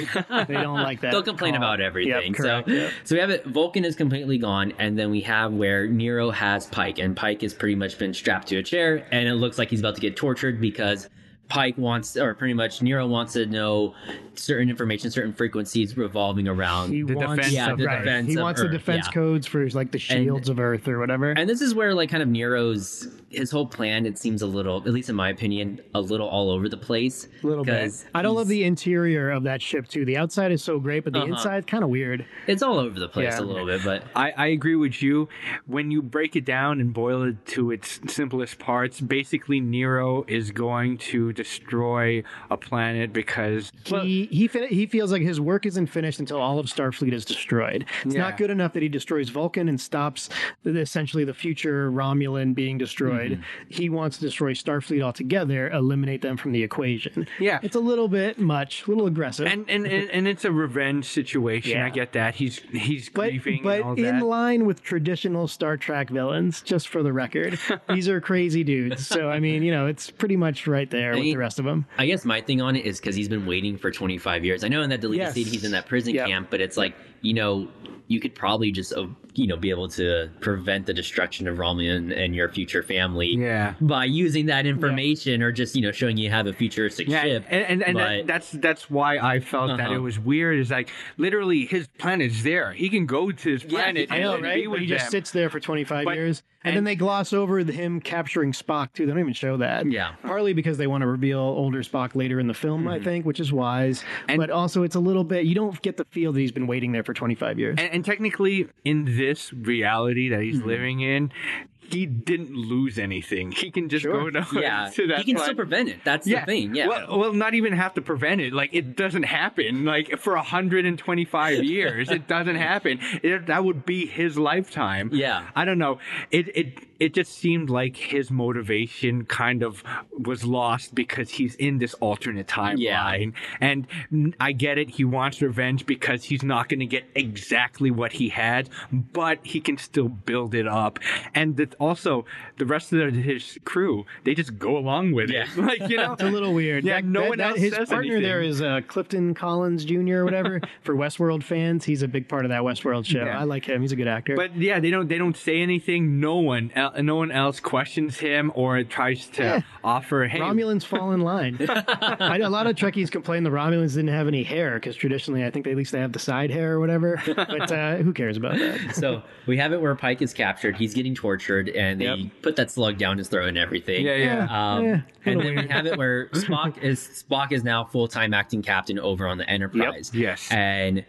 [SPEAKER 3] they don't like that.
[SPEAKER 1] They'll complain
[SPEAKER 3] call.
[SPEAKER 1] about everything.
[SPEAKER 3] Yep, correct,
[SPEAKER 1] so,
[SPEAKER 3] yep.
[SPEAKER 1] so we have it. Vulcan is completely gone, and then we have where Nero has Pike, and Pike has pretty much been strapped to a chair, and it looks like he's about to get tortured because Pike wants, or pretty much Nero wants to know certain information, certain frequencies revolving around.
[SPEAKER 3] he
[SPEAKER 2] The
[SPEAKER 3] wants,
[SPEAKER 2] defense
[SPEAKER 1] Yeah, of the Earth. defense
[SPEAKER 3] he
[SPEAKER 1] of
[SPEAKER 3] wants
[SPEAKER 1] Earth,
[SPEAKER 3] the defense
[SPEAKER 1] yeah.
[SPEAKER 3] codes for like the shields of Earth or whatever.
[SPEAKER 1] and this is where like kind of Nero's his whole plan it seems a little at least in my opinion a little all over the place
[SPEAKER 3] a little bit.
[SPEAKER 1] 'cause
[SPEAKER 3] I don't love
[SPEAKER 1] he's-
[SPEAKER 3] the interior of that ship too. The outside is so great, but the
[SPEAKER 1] Uh-huh.
[SPEAKER 3] inside kind of weird.
[SPEAKER 1] it's all over the place
[SPEAKER 3] Yeah.
[SPEAKER 1] a little bit but
[SPEAKER 2] I, I agree with you. When you break it down and boil it to its simplest parts, basically Nero is going to destroy a planet because
[SPEAKER 3] he he fin- he feels like his work isn't finished until all of Starfleet is destroyed. It's
[SPEAKER 2] Yeah.
[SPEAKER 3] not good enough that he destroys Vulcan and stops the, essentially the future Romulan being destroyed.
[SPEAKER 2] Mm-hmm.
[SPEAKER 3] He wants to destroy Starfleet altogether, eliminate them from the equation.
[SPEAKER 2] Yeah.
[SPEAKER 3] it's a little bit much, a little aggressive.
[SPEAKER 2] and and, and, and it's a revenge situation.
[SPEAKER 3] Yeah.
[SPEAKER 2] I get that. He's he's
[SPEAKER 3] but,
[SPEAKER 2] grieving
[SPEAKER 3] but
[SPEAKER 2] and all
[SPEAKER 3] in
[SPEAKER 2] that.
[SPEAKER 3] line with traditional Star Trek villains, just for the
[SPEAKER 2] (laughs)
[SPEAKER 3] record, these are crazy dudes. So I mean, you know, it's pretty much right there with
[SPEAKER 1] mean,
[SPEAKER 3] the rest of them.
[SPEAKER 1] I guess my thing on it is because he's been waiting for 25 years. I know in that deleted
[SPEAKER 3] Yes.
[SPEAKER 1] scene he's in that prison
[SPEAKER 3] Yep.
[SPEAKER 1] camp, but it's like you know you could probably just uh, you know be able to prevent the destruction of Romulan and your future family
[SPEAKER 2] Yeah.
[SPEAKER 1] by using that information or just you know showing you have a futuristic
[SPEAKER 2] Yeah,
[SPEAKER 1] ship.
[SPEAKER 2] and and, and that,
[SPEAKER 1] but-
[SPEAKER 2] that's that's why I felt that
[SPEAKER 1] Uh-huh.
[SPEAKER 2] it was weird. Is like literally his planet's there. He can go to his
[SPEAKER 1] Yeah,
[SPEAKER 2] planet.
[SPEAKER 1] I
[SPEAKER 3] I know,
[SPEAKER 2] and
[SPEAKER 3] right?
[SPEAKER 2] Be
[SPEAKER 3] But
[SPEAKER 2] with
[SPEAKER 3] he
[SPEAKER 2] them.
[SPEAKER 3] just sits there for 25
[SPEAKER 2] But-
[SPEAKER 3] years, and, then
[SPEAKER 2] and-
[SPEAKER 3] they gloss over the- him capturing Spock too. They don't even show that.
[SPEAKER 1] Yeah.
[SPEAKER 3] partly because they want to reveal older Spock later in the film,
[SPEAKER 2] Mm-hmm.
[SPEAKER 3] I think, which is wise. but also, it's a little bit you don't get the feel that he's been waiting there for 25 years.
[SPEAKER 2] And, and technically, in this reality that he's living in, he didn't lose anything. He can just
[SPEAKER 3] Sure.
[SPEAKER 2] go to,
[SPEAKER 1] (laughs) yeah,
[SPEAKER 2] (laughs) to that.
[SPEAKER 1] you can
[SPEAKER 2] planet.
[SPEAKER 1] still prevent it. That's the thing. Yeah,
[SPEAKER 2] Well, well, not even have to prevent it. Like it doesn't happen. Like
[SPEAKER 1] (laughs)
[SPEAKER 2] for 125 years, it doesn't happen. It, that would be his lifetime.
[SPEAKER 1] Yeah.
[SPEAKER 2] I don't know. It it it just seemed like his motivation kind of was lost because he's in this alternate timeline.
[SPEAKER 1] Yeah.
[SPEAKER 2] And I get it. He wants revenge because he's not going to get exactly what he had, but he can still build it up. And that also the rest of his crew, they just go along with it.
[SPEAKER 1] Yeah.
[SPEAKER 2] (laughs) Like you know,
[SPEAKER 3] it's a little weird.
[SPEAKER 2] Yeah,
[SPEAKER 3] That-
[SPEAKER 2] no
[SPEAKER 3] that-
[SPEAKER 2] one
[SPEAKER 3] that-
[SPEAKER 2] else
[SPEAKER 3] His
[SPEAKER 2] says
[SPEAKER 3] partner
[SPEAKER 2] anything.
[SPEAKER 3] there is uh, Clifton Collins Jr.
[SPEAKER 2] (laughs)
[SPEAKER 3] or whatever. For Westworld fans, he's a big part of that Westworld show.
[SPEAKER 2] Yeah.
[SPEAKER 3] I like him. He's a good actor.
[SPEAKER 2] But yeah, they don't they don't say anything. No one el- no one else questions him or tries to
[SPEAKER 3] Yeah.
[SPEAKER 2] offer hey.
[SPEAKER 3] Romulans fall
[SPEAKER 1] (laughs)
[SPEAKER 3] in line. I know a lot of Trekkies complain the Romulans didn't have any hair because traditionally I think they at least they have the side hair or whatever. But uh, who cares
[SPEAKER 1] (laughs)
[SPEAKER 3] about
[SPEAKER 1] (laughs)
[SPEAKER 3] that?
[SPEAKER 1] so we have it where Pike is captured. He's getting tortured, and they
[SPEAKER 2] Yep.
[SPEAKER 1] put that slug down his throat and everything.
[SPEAKER 2] yeah, yeah.
[SPEAKER 1] Um,
[SPEAKER 3] Yeah,
[SPEAKER 1] and
[SPEAKER 3] kinda
[SPEAKER 1] then we
[SPEAKER 3] weird.
[SPEAKER 1] have it
[SPEAKER 3] (laughs)
[SPEAKER 1] where Spock is Spock is now full time acting captain over on the Enterprise.
[SPEAKER 2] Yes.
[SPEAKER 1] and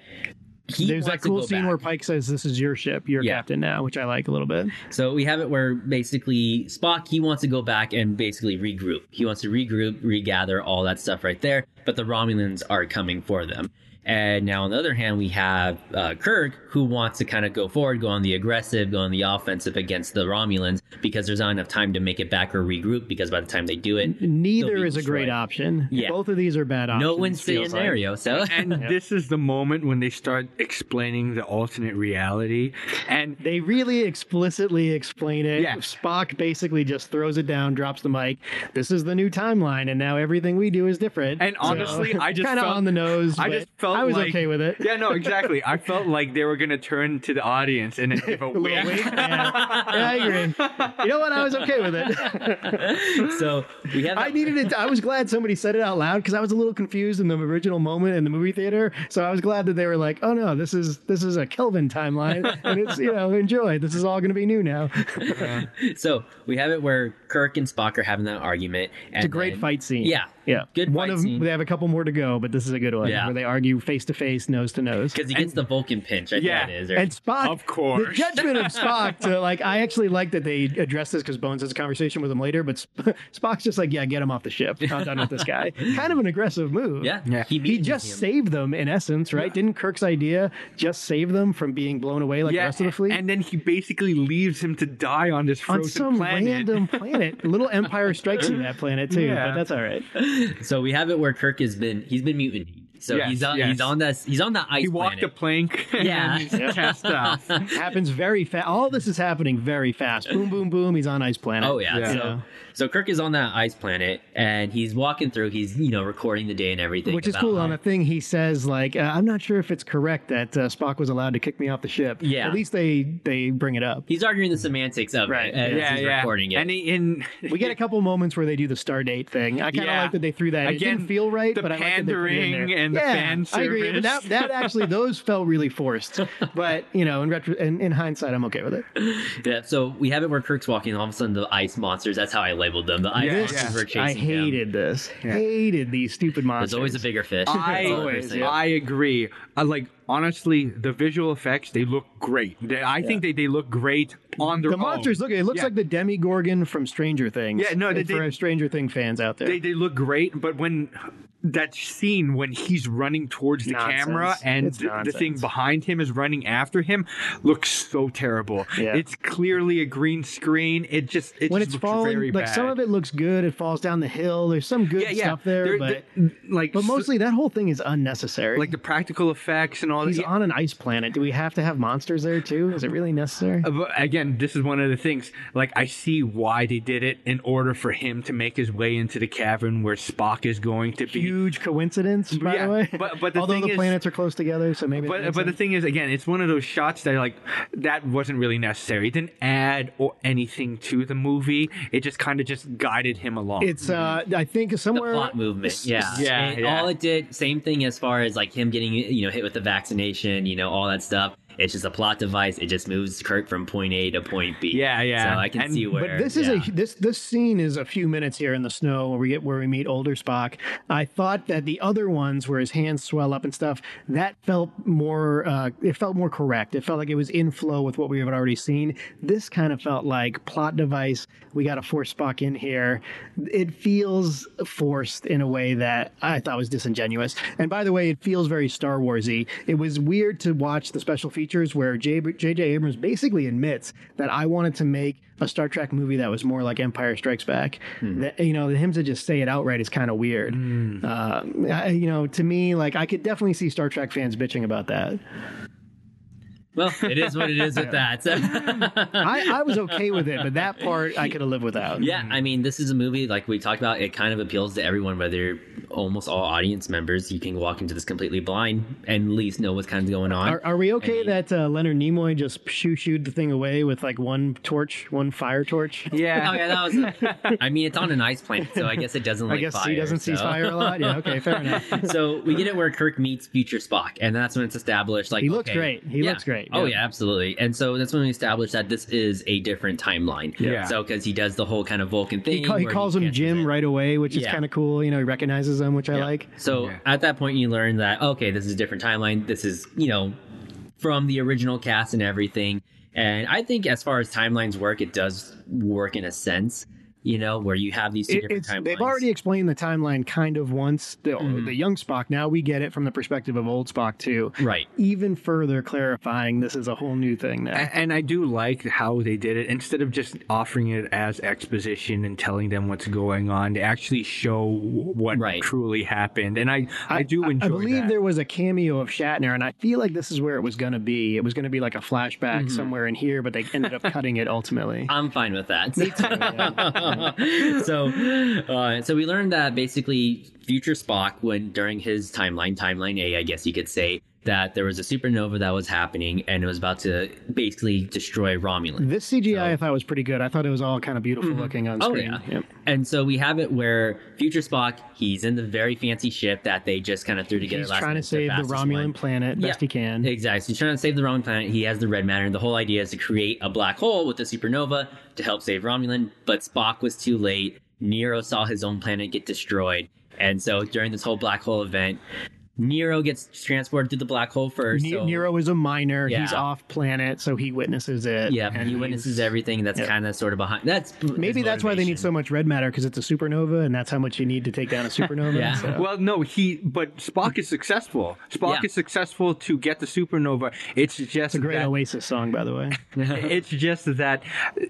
[SPEAKER 1] he
[SPEAKER 3] There's that
[SPEAKER 1] wants to
[SPEAKER 3] cool
[SPEAKER 1] go
[SPEAKER 3] scene
[SPEAKER 1] back.
[SPEAKER 3] where Pike says, "This is your ship. You're
[SPEAKER 1] Yeah.
[SPEAKER 3] captain now," which I like a little bit.
[SPEAKER 1] So we have it where basically Spock he wants to go back and basically regroup. He wants to regroup, regather all that stuff right there. But the Romulans are coming for them. And now on the other hand, we have uh, Kirk who wants to kind of go forward, go on the aggressive, go on the offensive against the Romulans because there's not enough time to make it back or regroup. Because by the time they do it,
[SPEAKER 3] Neither
[SPEAKER 1] be
[SPEAKER 3] is a great
[SPEAKER 1] destroyed.
[SPEAKER 3] option.
[SPEAKER 1] Yeah.
[SPEAKER 3] Both of these are bad options.
[SPEAKER 1] no one's
[SPEAKER 3] feels
[SPEAKER 1] saying scenario. So
[SPEAKER 2] and this is the moment when they start explaining the alternate reality. And
[SPEAKER 3] They really explicitly explain it.
[SPEAKER 2] Yeah.
[SPEAKER 3] Spock basically just throws it down, drops the mic. This is the new timeline, and now everything we do is different.
[SPEAKER 2] And honestly, I just
[SPEAKER 3] kind of
[SPEAKER 2] felt-
[SPEAKER 3] on the nose.
[SPEAKER 2] I
[SPEAKER 3] but
[SPEAKER 2] just felt
[SPEAKER 3] I was
[SPEAKER 2] like-
[SPEAKER 3] okay with it.
[SPEAKER 2] yeah, no, exactly.
[SPEAKER 3] (laughs)
[SPEAKER 2] I felt like they were gonna turn to the audience and then give a
[SPEAKER 3] A
[SPEAKER 2] (laughs)
[SPEAKER 3] little
[SPEAKER 2] wink.
[SPEAKER 3] wink, yeah. Yeah, I agree. You know what? I was okay with it. (laughs)
[SPEAKER 1] so we have
[SPEAKER 3] I needed it. I was glad somebody said it out loud because I was a little confused in the original moment in the movie theater. So I was glad that they were like, "Oh no, this is this is a Kelvin timeline, and it's you know enjoy. This is all going to be new now." It's
[SPEAKER 1] so we have it where Kirk and Spock are having that argument. And
[SPEAKER 3] a great
[SPEAKER 1] then-
[SPEAKER 3] fight scene.
[SPEAKER 1] Yeah,
[SPEAKER 3] yeah.
[SPEAKER 1] Good
[SPEAKER 3] One
[SPEAKER 1] fight
[SPEAKER 3] of
[SPEAKER 1] scene.
[SPEAKER 3] they have a couple more to go, but this is a good one
[SPEAKER 1] Yeah.
[SPEAKER 3] where they argue face to face, nose to nose.
[SPEAKER 1] Because he gets the Vulcan pinch, I
[SPEAKER 2] Yeah,
[SPEAKER 1] think it is. or-
[SPEAKER 3] And Spock,
[SPEAKER 2] Of course.
[SPEAKER 3] the judgment
[SPEAKER 1] (laughs)
[SPEAKER 3] of Spock to like. I actually like that they address this because Bones has a conversation with him later, but Sp- (laughs) Spock's just like, "Yeah, get him off the ship. I'm done with
[SPEAKER 1] (laughs)
[SPEAKER 3] this guy." kind of an aggressive move.
[SPEAKER 1] yeah,
[SPEAKER 2] Yeah.
[SPEAKER 1] He,
[SPEAKER 3] He
[SPEAKER 1] mutinies
[SPEAKER 3] just
[SPEAKER 1] him.
[SPEAKER 3] saved them in essence, right? Didn't Kirk's idea just save them from being blown away like the rest of the fleet?
[SPEAKER 2] And then he basically leaves him to die on this
[SPEAKER 3] on
[SPEAKER 2] frozen
[SPEAKER 3] some
[SPEAKER 2] planet.
[SPEAKER 3] random planet.
[SPEAKER 1] (laughs)
[SPEAKER 3] Little Empire strikes you that planet too,
[SPEAKER 2] Yeah.
[SPEAKER 3] but that's all right.
[SPEAKER 1] So we have it where Kirk has been. He's been mutinied. So
[SPEAKER 2] Yes,
[SPEAKER 1] he's on.
[SPEAKER 2] yes.
[SPEAKER 1] He's on that. He's on the ice
[SPEAKER 2] he walked
[SPEAKER 1] planet.
[SPEAKER 2] a plank (laughs)
[SPEAKER 1] Yeah.
[SPEAKER 2] and
[SPEAKER 1] (laughs)
[SPEAKER 2] his chest off.
[SPEAKER 3] Happens very fast. All this is happening very fast. Boom, boom, boom. He's on ice planet.
[SPEAKER 1] Oh yeah.
[SPEAKER 2] Yeah.
[SPEAKER 1] So, so Kirk is on that ice planet, and he's walking through. He's you know recording the day and everything,
[SPEAKER 3] Which is
[SPEAKER 1] about
[SPEAKER 3] cool.
[SPEAKER 1] how-
[SPEAKER 3] On a thing, he says like, uh, "I'm not sure if it's correct that uh, Spock was allowed to kick me off the ship."
[SPEAKER 1] Yeah.
[SPEAKER 3] At least they they bring it up.
[SPEAKER 1] He's arguing the semantics of
[SPEAKER 3] Right.
[SPEAKER 1] it as
[SPEAKER 2] yeah,
[SPEAKER 1] he's
[SPEAKER 2] yeah.
[SPEAKER 1] recording it.
[SPEAKER 2] And he,
[SPEAKER 3] (laughs)
[SPEAKER 2] in
[SPEAKER 3] We get a couple moments where they do the Stardate thing. I kind of
[SPEAKER 2] Yeah.
[SPEAKER 3] like that they threw that. in. it
[SPEAKER 2] Again,
[SPEAKER 3] didn't feel right,
[SPEAKER 2] the
[SPEAKER 3] but I like that they put it in
[SPEAKER 2] pandering
[SPEAKER 3] there.
[SPEAKER 2] and the
[SPEAKER 3] yeah,
[SPEAKER 2] fan
[SPEAKER 3] I agree. But that,
[SPEAKER 2] service.
[SPEAKER 1] (laughs)
[SPEAKER 3] that actually, those felt really forced. But you know, in retro, in, in hindsight, I'm okay with it.
[SPEAKER 1] yeah, so we have it where Kirk's walking. All of a sudden, the ice monsters. That's how I labeled them. The ice
[SPEAKER 2] Yeah,
[SPEAKER 1] monsters
[SPEAKER 2] yeah.
[SPEAKER 1] were chasing
[SPEAKER 3] I
[SPEAKER 1] him.
[SPEAKER 3] hated this. Hated these stupid monsters.
[SPEAKER 1] There's always a bigger fish.
[SPEAKER 2] I,
[SPEAKER 1] That's all I'm saying.
[SPEAKER 2] I agree. I like honestly, the visual effects they look great. They, I think they, they look great on their
[SPEAKER 3] the
[SPEAKER 2] own.
[SPEAKER 3] monsters look. It looks
[SPEAKER 2] Yeah.
[SPEAKER 3] like the Demigorgon from Stranger Things.
[SPEAKER 2] Yeah, no, they-
[SPEAKER 3] for our Stranger Thing fans out there.
[SPEAKER 2] they they look great, but when that scene when he's running towards the
[SPEAKER 3] Nonsense.
[SPEAKER 2] camera and
[SPEAKER 3] It's
[SPEAKER 2] th- the thing
[SPEAKER 3] nonsense.
[SPEAKER 2] behind him is running after him looks so terrible.
[SPEAKER 3] Yeah.
[SPEAKER 2] It's clearly a green screen. It just it
[SPEAKER 3] when
[SPEAKER 2] just looks
[SPEAKER 3] it's falling,
[SPEAKER 2] very
[SPEAKER 3] like some
[SPEAKER 2] bad.
[SPEAKER 3] of it looks good. It falls down the hill. There's some good
[SPEAKER 2] yeah, yeah.
[SPEAKER 3] stuff there,
[SPEAKER 2] They're-
[SPEAKER 3] but
[SPEAKER 2] they're- like
[SPEAKER 3] but
[SPEAKER 2] so-
[SPEAKER 3] mostly that whole thing is unnecessary.
[SPEAKER 2] like the practical effects and all
[SPEAKER 3] He's
[SPEAKER 2] that.
[SPEAKER 3] on an ice planet. Do we have to have monsters there too? Is it really necessary?
[SPEAKER 2] Uh, but again, this is one of the things. Like, I see why they did it in order for him to make his way into the cavern where Spock is going to be
[SPEAKER 3] huge coincidence, by
[SPEAKER 2] Yeah,
[SPEAKER 3] the way.
[SPEAKER 2] but- but the
[SPEAKER 3] although
[SPEAKER 2] thing
[SPEAKER 3] the
[SPEAKER 2] is-
[SPEAKER 3] planets are close together, so maybe. that
[SPEAKER 2] But
[SPEAKER 3] makes
[SPEAKER 2] but the
[SPEAKER 3] sense.
[SPEAKER 2] thing is, again, it's one of those shots that like that wasn't really necessary. It didn't add or anything to the movie. It just kind of just guided him along.
[SPEAKER 3] it's uh, I think
[SPEAKER 1] the
[SPEAKER 3] somewhere
[SPEAKER 1] plot movement. Yeah,
[SPEAKER 2] yeah,
[SPEAKER 1] And
[SPEAKER 2] yeah.
[SPEAKER 1] All it did, same thing as far as like him getting you know hit with the vaccination, you know, all that stuff. It's just a plot device. It just moves Kirk from point A to point B.
[SPEAKER 2] Yeah, yeah.
[SPEAKER 1] So I can
[SPEAKER 2] And-
[SPEAKER 1] see where.
[SPEAKER 2] but
[SPEAKER 3] But this is
[SPEAKER 1] yeah.
[SPEAKER 3] a this this scene is a few minutes here in the snow where we get where we meet older Spock. I thought that the other ones where his hands swell up and stuff that felt more uh, it felt more correct. It felt like it was in flow with what we had already seen. This kind of felt like plot device. We got to force Spock in here. It feels forced in a way that I thought was disingenuous. And by the way, it feels very Star Warsy. It was weird to watch the special features where J- J.J. Abrams basically admits that I wanted to make a Star Trek movie that was more like Empire Strikes Back. That, you know, him to just say it outright is kind of weird. Um, I, you know, to me, like I could definitely see Star Trek fans bitching about that.
[SPEAKER 1] well, it is what it is
[SPEAKER 2] (laughs)
[SPEAKER 1] with that.
[SPEAKER 3] I, I was okay with it, but that part I could have lived
[SPEAKER 1] (laughs)
[SPEAKER 3] without.
[SPEAKER 1] Yeah, I mean, this is a movie like we talked about. It kind of appeals to everyone, whether almost all audience members. You can walk into this completely blind and at least know what's kind of going on.
[SPEAKER 3] Are, are we okay
[SPEAKER 1] mean-
[SPEAKER 3] that uh, Leonard Nimoy just shoo shooed the thing away with like one torch, one fire torch?
[SPEAKER 2] yeah.
[SPEAKER 1] oh yeah, that was. (laughs) I mean, it's on an ice planet, so I guess it doesn't. Like
[SPEAKER 3] I guess
[SPEAKER 1] fire,
[SPEAKER 3] he doesn't see
[SPEAKER 1] so.
[SPEAKER 3] fire a lot. Yeah, okay, fair enough.
[SPEAKER 1] (laughs) so we get it where Kirk meets future Spock, and that's when it's established. Like
[SPEAKER 3] He looks
[SPEAKER 1] okay,
[SPEAKER 3] great. He
[SPEAKER 1] yeah.
[SPEAKER 3] looks great,
[SPEAKER 1] Oh
[SPEAKER 3] yeah.
[SPEAKER 1] yeah, absolutely. And so that's when we establish that this is a different timeline.
[SPEAKER 2] Yeah.
[SPEAKER 1] So because he does the whole kind of Vulcan thing,
[SPEAKER 3] He, ca- he
[SPEAKER 1] where
[SPEAKER 3] calls him
[SPEAKER 1] catches
[SPEAKER 3] Jim
[SPEAKER 1] it.
[SPEAKER 3] right away, which is
[SPEAKER 1] Yeah.
[SPEAKER 3] kind of cool. You know, he recognizes him, which I
[SPEAKER 1] Yeah.
[SPEAKER 3] like.
[SPEAKER 1] So
[SPEAKER 2] Yeah.
[SPEAKER 1] at that point, you learn that okay, this is a different timeline. This is you know from the original cast and everything. And I think as far as timelines work, it does work in a sense. You know where you have these two
[SPEAKER 3] It-
[SPEAKER 1] different
[SPEAKER 3] it's-
[SPEAKER 1] timelines. Mm-hmm.
[SPEAKER 3] they've already explained the timeline kind of once. The, the young Spock. Now we get it from the perspective of old Spock too.
[SPEAKER 1] right.
[SPEAKER 3] Even further clarifying, this is a whole new thing now.
[SPEAKER 2] A- And I do like how they did it. Instead of just offering it as exposition and telling them what's going on, they actually show what
[SPEAKER 1] Right.
[SPEAKER 2] truly happened. And I, I, do enjoy
[SPEAKER 3] I believe
[SPEAKER 2] that.
[SPEAKER 3] there was a cameo of Shatner, and I feel like this is where it was going to be. It was going to be like a flashback
[SPEAKER 1] Mm-hmm.
[SPEAKER 3] somewhere in here, but they ended up cutting
[SPEAKER 1] (laughs)
[SPEAKER 3] it ultimately.
[SPEAKER 1] I'm fine with that. so, uh, so we learned that basically, future Spock, when during his timeline, timeline A, I guess you could say, that there was a supernova that was happening and it was about to basically destroy Romulan.
[SPEAKER 3] This CGI I thought was pretty good. I thought it was all kind of beautiful looking on
[SPEAKER 1] Oh
[SPEAKER 3] screen.
[SPEAKER 1] yeah.
[SPEAKER 3] Yep.
[SPEAKER 1] And so we have it where future Spock, he's in the very fancy ship that they just kind of threw together.
[SPEAKER 3] He's
[SPEAKER 1] last
[SPEAKER 3] trying to
[SPEAKER 1] minute, their
[SPEAKER 3] save the
[SPEAKER 1] fastest
[SPEAKER 3] Romulan
[SPEAKER 1] one.
[SPEAKER 3] planet best he can.
[SPEAKER 1] Exactly. So he's trying to save the wrong planet. He has the red matter. The whole idea is to create a black hole with a supernova to help save Romulan, but Spock was too late. Nero saw his own planet get destroyed. And so during this whole black hole event, Nero gets transported through the black hole first.
[SPEAKER 3] Ne-
[SPEAKER 1] so,
[SPEAKER 3] Nero is a minor. He's
[SPEAKER 1] Yeah.
[SPEAKER 3] off planet, so he witnesses it.
[SPEAKER 1] Yeah,
[SPEAKER 3] and
[SPEAKER 1] he witnesses
[SPEAKER 3] he's-
[SPEAKER 1] everything. That's
[SPEAKER 3] yeah.
[SPEAKER 1] kind of sort of behind. That's
[SPEAKER 3] Maybe
[SPEAKER 1] his
[SPEAKER 3] that's why they need
[SPEAKER 1] motivation.
[SPEAKER 3] so much red matter because it's a supernova, and that's how much you need to take
[SPEAKER 1] (laughs)
[SPEAKER 3] down a supernova.
[SPEAKER 1] Yeah.
[SPEAKER 3] so-
[SPEAKER 2] Well, no, he. But Spock is successful. Spock
[SPEAKER 1] Yeah.
[SPEAKER 2] is successful to get the supernova. It's just
[SPEAKER 3] It's a great
[SPEAKER 2] that,
[SPEAKER 3] Oasis song, by the way.
[SPEAKER 2] (laughs) It's just that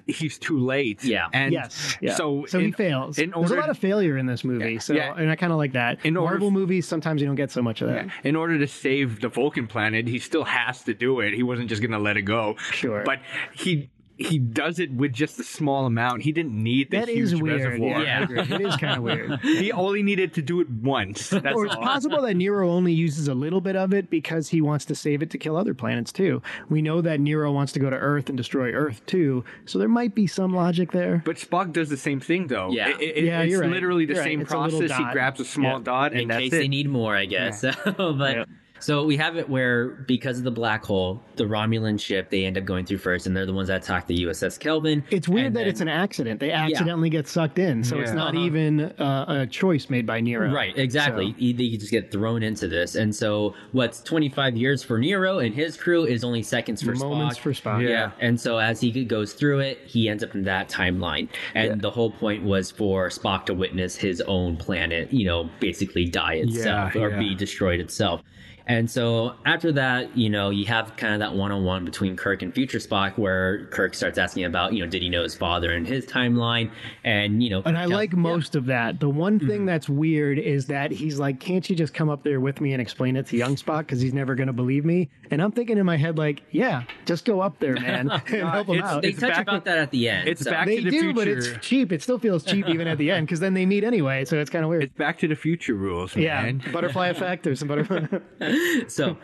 [SPEAKER 2] he's too late.
[SPEAKER 1] Yeah.
[SPEAKER 2] And
[SPEAKER 3] yes. yeah.
[SPEAKER 2] So
[SPEAKER 3] so he
[SPEAKER 2] in-
[SPEAKER 3] fails.
[SPEAKER 2] in
[SPEAKER 3] There's a
[SPEAKER 2] order-
[SPEAKER 3] lot of failure in this movie.
[SPEAKER 2] Yeah,
[SPEAKER 3] so
[SPEAKER 2] yeah.
[SPEAKER 3] and I kind of like that.
[SPEAKER 2] In order
[SPEAKER 3] Marvel
[SPEAKER 2] f-
[SPEAKER 3] movies sometimes you don't get so much of that.
[SPEAKER 2] In order to save the Vulcan planet, he still has to do it. He wasn't just going to let it go.
[SPEAKER 3] Sure.
[SPEAKER 2] But he he does it with just a small amount. He didn't need the
[SPEAKER 3] That
[SPEAKER 2] huge
[SPEAKER 3] is weird.
[SPEAKER 2] reservoir.
[SPEAKER 3] Yeah, I agree. it is kind of weird.
[SPEAKER 2] He only needed to do it
[SPEAKER 3] (laughs)
[SPEAKER 2] once. (laughs) That's
[SPEAKER 3] or it's
[SPEAKER 2] all.
[SPEAKER 3] possible that Nero only uses a little bit of it because he wants to save it to kill other planets too. We know that Nero wants to go to Earth and destroy Earth too, so there might be some logic there.
[SPEAKER 2] But Spock does the same thing though.
[SPEAKER 1] Yeah.
[SPEAKER 2] It- it-
[SPEAKER 3] Yeah,
[SPEAKER 2] it's
[SPEAKER 3] you're right.
[SPEAKER 2] literally the
[SPEAKER 3] You're right.
[SPEAKER 2] same
[SPEAKER 3] It's a little
[SPEAKER 2] process. He
[SPEAKER 3] dot.
[SPEAKER 2] grabs a small
[SPEAKER 3] Yeah.
[SPEAKER 2] dot, and
[SPEAKER 1] in
[SPEAKER 2] that's
[SPEAKER 1] case
[SPEAKER 2] it.
[SPEAKER 1] they need more, I guess. So, (laughs) but
[SPEAKER 3] Yep.
[SPEAKER 1] so we have it where because of the black hole, the Romulan ship they end up going through first, and they're the ones that attack the USS Kelvin.
[SPEAKER 3] It's weird
[SPEAKER 1] And
[SPEAKER 3] that
[SPEAKER 1] then-
[SPEAKER 3] it's an accident. They accidentally get sucked in, so it's
[SPEAKER 2] Yeah.
[SPEAKER 3] not
[SPEAKER 1] Uh-huh.
[SPEAKER 3] even uh, a choice made by Nero.
[SPEAKER 1] Right, exactly.
[SPEAKER 3] So-
[SPEAKER 1] You- You just get thrown into this, and so what's 25 years for Nero and his crew is only seconds for
[SPEAKER 3] Moments
[SPEAKER 1] Spock.
[SPEAKER 3] for Spock.
[SPEAKER 1] yeah.
[SPEAKER 2] Yeah.
[SPEAKER 1] and so as he goes through it, he ends up in that timeline, and the whole point was for Spock to witness his own planet, you know, basically die itself or
[SPEAKER 2] yeah.
[SPEAKER 1] be destroyed itself. And so after that, you know, you have kind of that one on one between Kirk and Future Spock where Kirk starts asking about, you know, did he know his father and his timeline? And, you know,
[SPEAKER 3] And I
[SPEAKER 1] tell-
[SPEAKER 3] like most of that. The one thing that's weird is that he's like, "Can't you just come up there with me and explain it to young Spock? Because he's never going to believe me." And I'm thinking in my head, like, "Yeah, just go up there,
[SPEAKER 2] (laughs)
[SPEAKER 3] man, and help him
[SPEAKER 2] it's-
[SPEAKER 3] out."
[SPEAKER 1] They
[SPEAKER 2] it's
[SPEAKER 1] touch
[SPEAKER 2] back-
[SPEAKER 1] about that at the end.
[SPEAKER 2] it's
[SPEAKER 1] so-
[SPEAKER 2] back-
[SPEAKER 3] they
[SPEAKER 2] to the
[SPEAKER 3] do, but it's
[SPEAKER 2] Future.
[SPEAKER 3] cheap. It still feels cheap even at the end because then they meet anyway. So it's kind of weird.
[SPEAKER 2] It's (laughs) Back to the Future rules,
[SPEAKER 3] yeah,
[SPEAKER 2] man. (laughs)
[SPEAKER 3] butterfly effect or some butterfly. (laughs)
[SPEAKER 1] so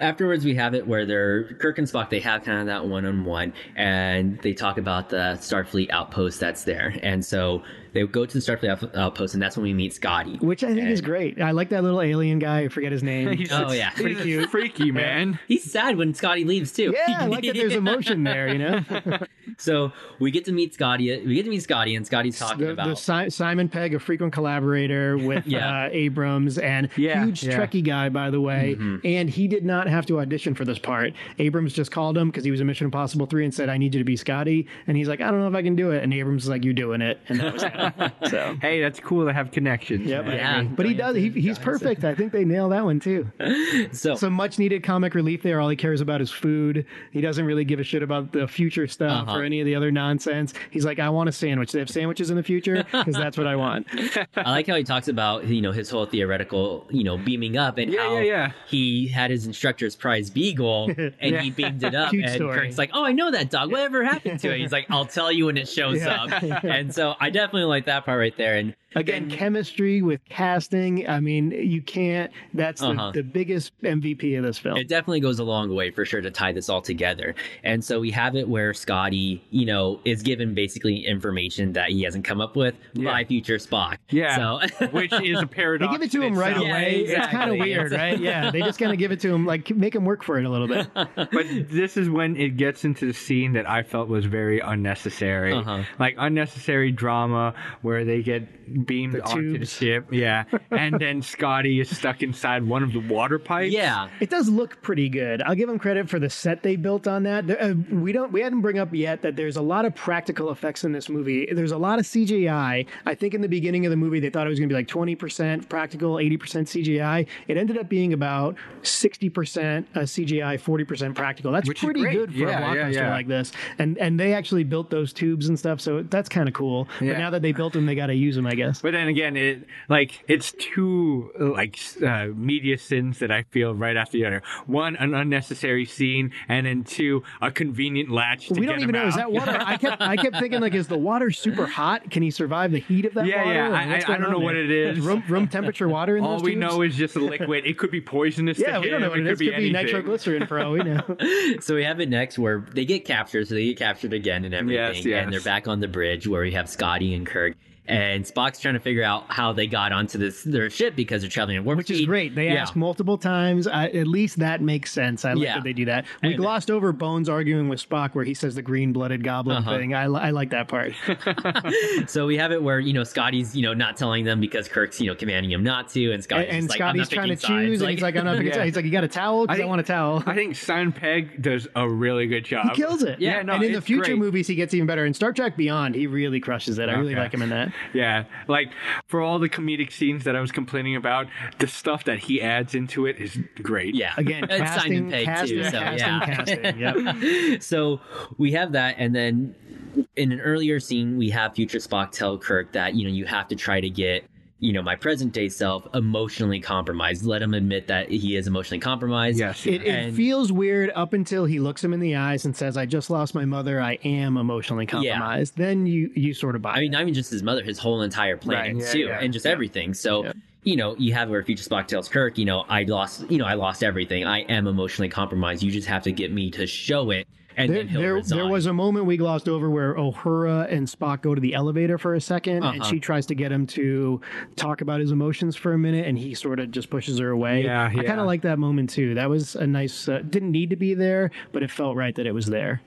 [SPEAKER 1] afterwards we have it where they're kirk and spock they have kind of that one-on-one and they talk about the starfleet outpost that's there and so they go to the starfleet out- outpost and that's when we meet scotty
[SPEAKER 3] which I think is great. I like that little alien guy. I forget his name.
[SPEAKER 2] (laughs) He's
[SPEAKER 1] Oh,
[SPEAKER 2] a-
[SPEAKER 1] yeah.
[SPEAKER 2] he's
[SPEAKER 1] Pretty
[SPEAKER 2] a freaky man.
[SPEAKER 1] he's sad when scotty leaves too
[SPEAKER 3] yeah, I like
[SPEAKER 1] (laughs)
[SPEAKER 3] that. There's emotion there, you know.
[SPEAKER 1] so we get to meet scotty we get to meet scotty and scotty's talking
[SPEAKER 3] the,
[SPEAKER 1] about
[SPEAKER 3] the Si- Simon Pegg, a frequent collaborator with
[SPEAKER 1] Yeah.
[SPEAKER 3] uh, Abrams, and
[SPEAKER 2] Yeah,
[SPEAKER 3] huge
[SPEAKER 2] yeah.
[SPEAKER 3] Trekkie guy, by the way.
[SPEAKER 1] Mm-hmm.
[SPEAKER 3] And he did not have to audition for this part. Abrams just called him because he was in Mission Impossible three and said, "I need you to be Scotty." And he's like, "I don't know if I can do it." And Abrams is like, "You're doing it."
[SPEAKER 1] (laughs)
[SPEAKER 3] And that was that. so.
[SPEAKER 2] Hey, that's cool to have connections.
[SPEAKER 3] Yep, I
[SPEAKER 1] Yeah.
[SPEAKER 3] agree. but he does. He, he's perfect. I think they nail that
[SPEAKER 1] (laughs)
[SPEAKER 3] one too.
[SPEAKER 1] so
[SPEAKER 3] Some much needed comic relief there. All he cares about is food. He doesn't really give a shit about the future stuff
[SPEAKER 1] Uh-huh.
[SPEAKER 3] or any of the other nonsense. He's like, I want a sandwich. They have sandwiches in
[SPEAKER 1] (laughs)
[SPEAKER 3] the future because that's what I want.
[SPEAKER 1] I like how he talks about you know his whole theoretical you know beaming up and
[SPEAKER 2] Yeah,
[SPEAKER 1] how
[SPEAKER 2] yeah, yeah.
[SPEAKER 1] he had his instructor's prize beagle
[SPEAKER 2] (laughs)
[SPEAKER 1] and
[SPEAKER 2] Yeah.
[SPEAKER 1] he beamed
[SPEAKER 2] (laughs)
[SPEAKER 1] it up
[SPEAKER 3] Cute
[SPEAKER 1] and
[SPEAKER 3] story.
[SPEAKER 1] Kirk's like oh I know that dog whatever happened to it he's like I'll tell you when it shows
[SPEAKER 2] (laughs)
[SPEAKER 3] Yeah.
[SPEAKER 1] up and so I definitely like that part right there and
[SPEAKER 3] Again, chemistry with casting. I mean, you can't. That's
[SPEAKER 1] Uh-huh.
[SPEAKER 3] the, the biggest MVP of this film.
[SPEAKER 1] it definitely goes a long way for sure to tie this all together and so we have it where Scotty you know is given basically information that he hasn't come up with
[SPEAKER 2] Yeah.
[SPEAKER 1] by future Spock
[SPEAKER 2] Yeah.
[SPEAKER 1] so (laughs)
[SPEAKER 2] Which is a
[SPEAKER 3] they
[SPEAKER 2] paradox.
[SPEAKER 3] give it to him
[SPEAKER 2] in
[SPEAKER 3] right
[SPEAKER 2] itself.
[SPEAKER 1] Yeah,
[SPEAKER 3] away. It's kind
[SPEAKER 1] exactly.
[SPEAKER 3] of weird, right? Yeah, they just kind of give it to him, like make him work for it a little bit.
[SPEAKER 2] but this is when it gets into the scene that I felt was very unnecessary,
[SPEAKER 1] Uh-huh.
[SPEAKER 2] like unnecessary drama where they get beamed
[SPEAKER 3] The
[SPEAKER 2] onto the
[SPEAKER 3] tubes.
[SPEAKER 2] ship,
[SPEAKER 3] (laughs)
[SPEAKER 2] yeah, and then Scotty is stuck inside one of the water pipes.
[SPEAKER 1] yeah
[SPEAKER 3] It does look pretty good. I'll give them credit for the set they built on that. There- uh, we don't we hadn't bring up yet that there's a lot of practical effects in this movie. There's a lot of CGI. I think in the beginning of the movie they thought it was going to be like 20% practical, 80% CGI. It ended up being about 60% uh, CGI, 40% practical. That's
[SPEAKER 2] Which is
[SPEAKER 3] pretty
[SPEAKER 2] great.
[SPEAKER 3] good for a
[SPEAKER 2] Yeah, yeah,
[SPEAKER 3] blockbuster
[SPEAKER 2] yeah.
[SPEAKER 3] like this. And and they actually built those tubes and stuff, so that's kind of cool.
[SPEAKER 2] Yeah.
[SPEAKER 3] But now that they built them, they got to use them, I guess.
[SPEAKER 2] But then again, it like it's two like s- uh, media sins that I feel right after the other. One, an unnecessary scene, and then two, a convenient latch. To
[SPEAKER 3] we don't
[SPEAKER 2] get
[SPEAKER 3] even
[SPEAKER 2] him
[SPEAKER 3] know. Is
[SPEAKER 2] out.
[SPEAKER 3] that water? I kept I kept thinking like, is the water super hot? Can he survive the heat of that
[SPEAKER 2] Yeah,
[SPEAKER 3] water?
[SPEAKER 2] yeah,
[SPEAKER 3] Like,
[SPEAKER 2] I-
[SPEAKER 3] what's
[SPEAKER 2] I- I
[SPEAKER 3] going
[SPEAKER 2] don't
[SPEAKER 3] on
[SPEAKER 2] know what
[SPEAKER 3] there?
[SPEAKER 2] it is.
[SPEAKER 3] It's room, room temperature water in
[SPEAKER 2] All
[SPEAKER 3] those
[SPEAKER 2] we
[SPEAKER 3] tubes?
[SPEAKER 2] know is just a
[SPEAKER 3] (laughs)
[SPEAKER 2] liquid. It could be poisonous.
[SPEAKER 3] yeah,
[SPEAKER 2] to
[SPEAKER 3] we don't
[SPEAKER 2] him.
[SPEAKER 3] know what it is. Could be
[SPEAKER 2] anything.
[SPEAKER 3] nitroglycerin for all we
[SPEAKER 2] (laughs)
[SPEAKER 3] know.
[SPEAKER 1] (laughs) so we have it next where they get captured, so they get captured again and everything.
[SPEAKER 2] Yes, yes.
[SPEAKER 1] And they're back on the bridge where we have Scotty and Kirk. And Spock's trying to figure out how they got onto this their ship because they're traveling at warp
[SPEAKER 3] Which is great. They
[SPEAKER 1] yeah.
[SPEAKER 3] ask multiple times. I, at least that makes sense. I like
[SPEAKER 1] Yeah.
[SPEAKER 3] that they do that. We
[SPEAKER 1] And-
[SPEAKER 3] glossed over Bones arguing with Spock where he says the green-blooded goblin
[SPEAKER 1] Uh-huh.
[SPEAKER 3] thing. I, li- I like
[SPEAKER 2] (laughs)
[SPEAKER 3] that part.
[SPEAKER 1] So we have it where you know Scotty's you know not telling them because Kirk's you know commanding him not to, and Scotty's
[SPEAKER 3] and
[SPEAKER 1] just like, I'm
[SPEAKER 3] Scotty's
[SPEAKER 1] not
[SPEAKER 3] trying
[SPEAKER 1] picking
[SPEAKER 3] to choose,
[SPEAKER 1] sides.
[SPEAKER 3] and he's
[SPEAKER 2] (laughs)
[SPEAKER 3] like, I'm not picking
[SPEAKER 2] Yeah.
[SPEAKER 3] sides. He's like, you got a towel? Because I,
[SPEAKER 2] think-
[SPEAKER 3] want a towel. (laughs)
[SPEAKER 2] I think Simon Pegg does a really good job.
[SPEAKER 3] he kills it.
[SPEAKER 2] Yeah, no,
[SPEAKER 3] and in the
[SPEAKER 2] it's
[SPEAKER 3] future
[SPEAKER 2] great.
[SPEAKER 3] movies, he gets even better. In Star Trek Beyond, he really crushes it. I really
[SPEAKER 2] Okay.
[SPEAKER 3] like him in that.
[SPEAKER 2] (laughs) Yeah, like for all the comedic scenes that I was complaining about, the stuff that he adds into it is
[SPEAKER 1] (laughs)
[SPEAKER 2] great.
[SPEAKER 1] yeah, (laughs)
[SPEAKER 3] Again,
[SPEAKER 1] it's
[SPEAKER 3] casting,
[SPEAKER 1] Simon Pegg
[SPEAKER 3] casting,
[SPEAKER 1] too. So
[SPEAKER 3] casting,
[SPEAKER 1] yeah,
[SPEAKER 3] casting.
[SPEAKER 1] (laughs)
[SPEAKER 3] Yep.
[SPEAKER 1] so we have that and then in an earlier scene we have future spock tell kirk that you know you have to try to get you know my present day self emotionally compromised let him admit that he is emotionally compromised
[SPEAKER 2] Yes.
[SPEAKER 3] It, it
[SPEAKER 1] And-
[SPEAKER 3] feels weird up until he looks him in the eyes and says, "I just lost my mother. I am emotionally compromised." Then you you sort of buy.
[SPEAKER 1] I
[SPEAKER 3] it.
[SPEAKER 1] mean, not even just his mother, his whole entire planet
[SPEAKER 2] Right. Yeah,
[SPEAKER 1] too,
[SPEAKER 2] yeah.
[SPEAKER 1] and just everything. So, you know, you have where Future Spock tells Kirk, you know, I lost, you know, I lost everything. I am emotionally compromised. You just have to get me to show it, and
[SPEAKER 3] There,
[SPEAKER 1] then he'll
[SPEAKER 3] there,
[SPEAKER 1] resign.
[SPEAKER 3] there was a moment we glossed over where O'Hara and Spock go to the elevator for a 2nd and
[SPEAKER 1] Uh-huh.
[SPEAKER 3] she tries to get him to talk about his emotions for a minute, and he sort of just pushes her away.
[SPEAKER 2] Yeah,
[SPEAKER 3] I kind
[SPEAKER 2] yeah.
[SPEAKER 3] of like that moment too. That was a nice. Uh, didn't need to be there, but it felt right that it was there.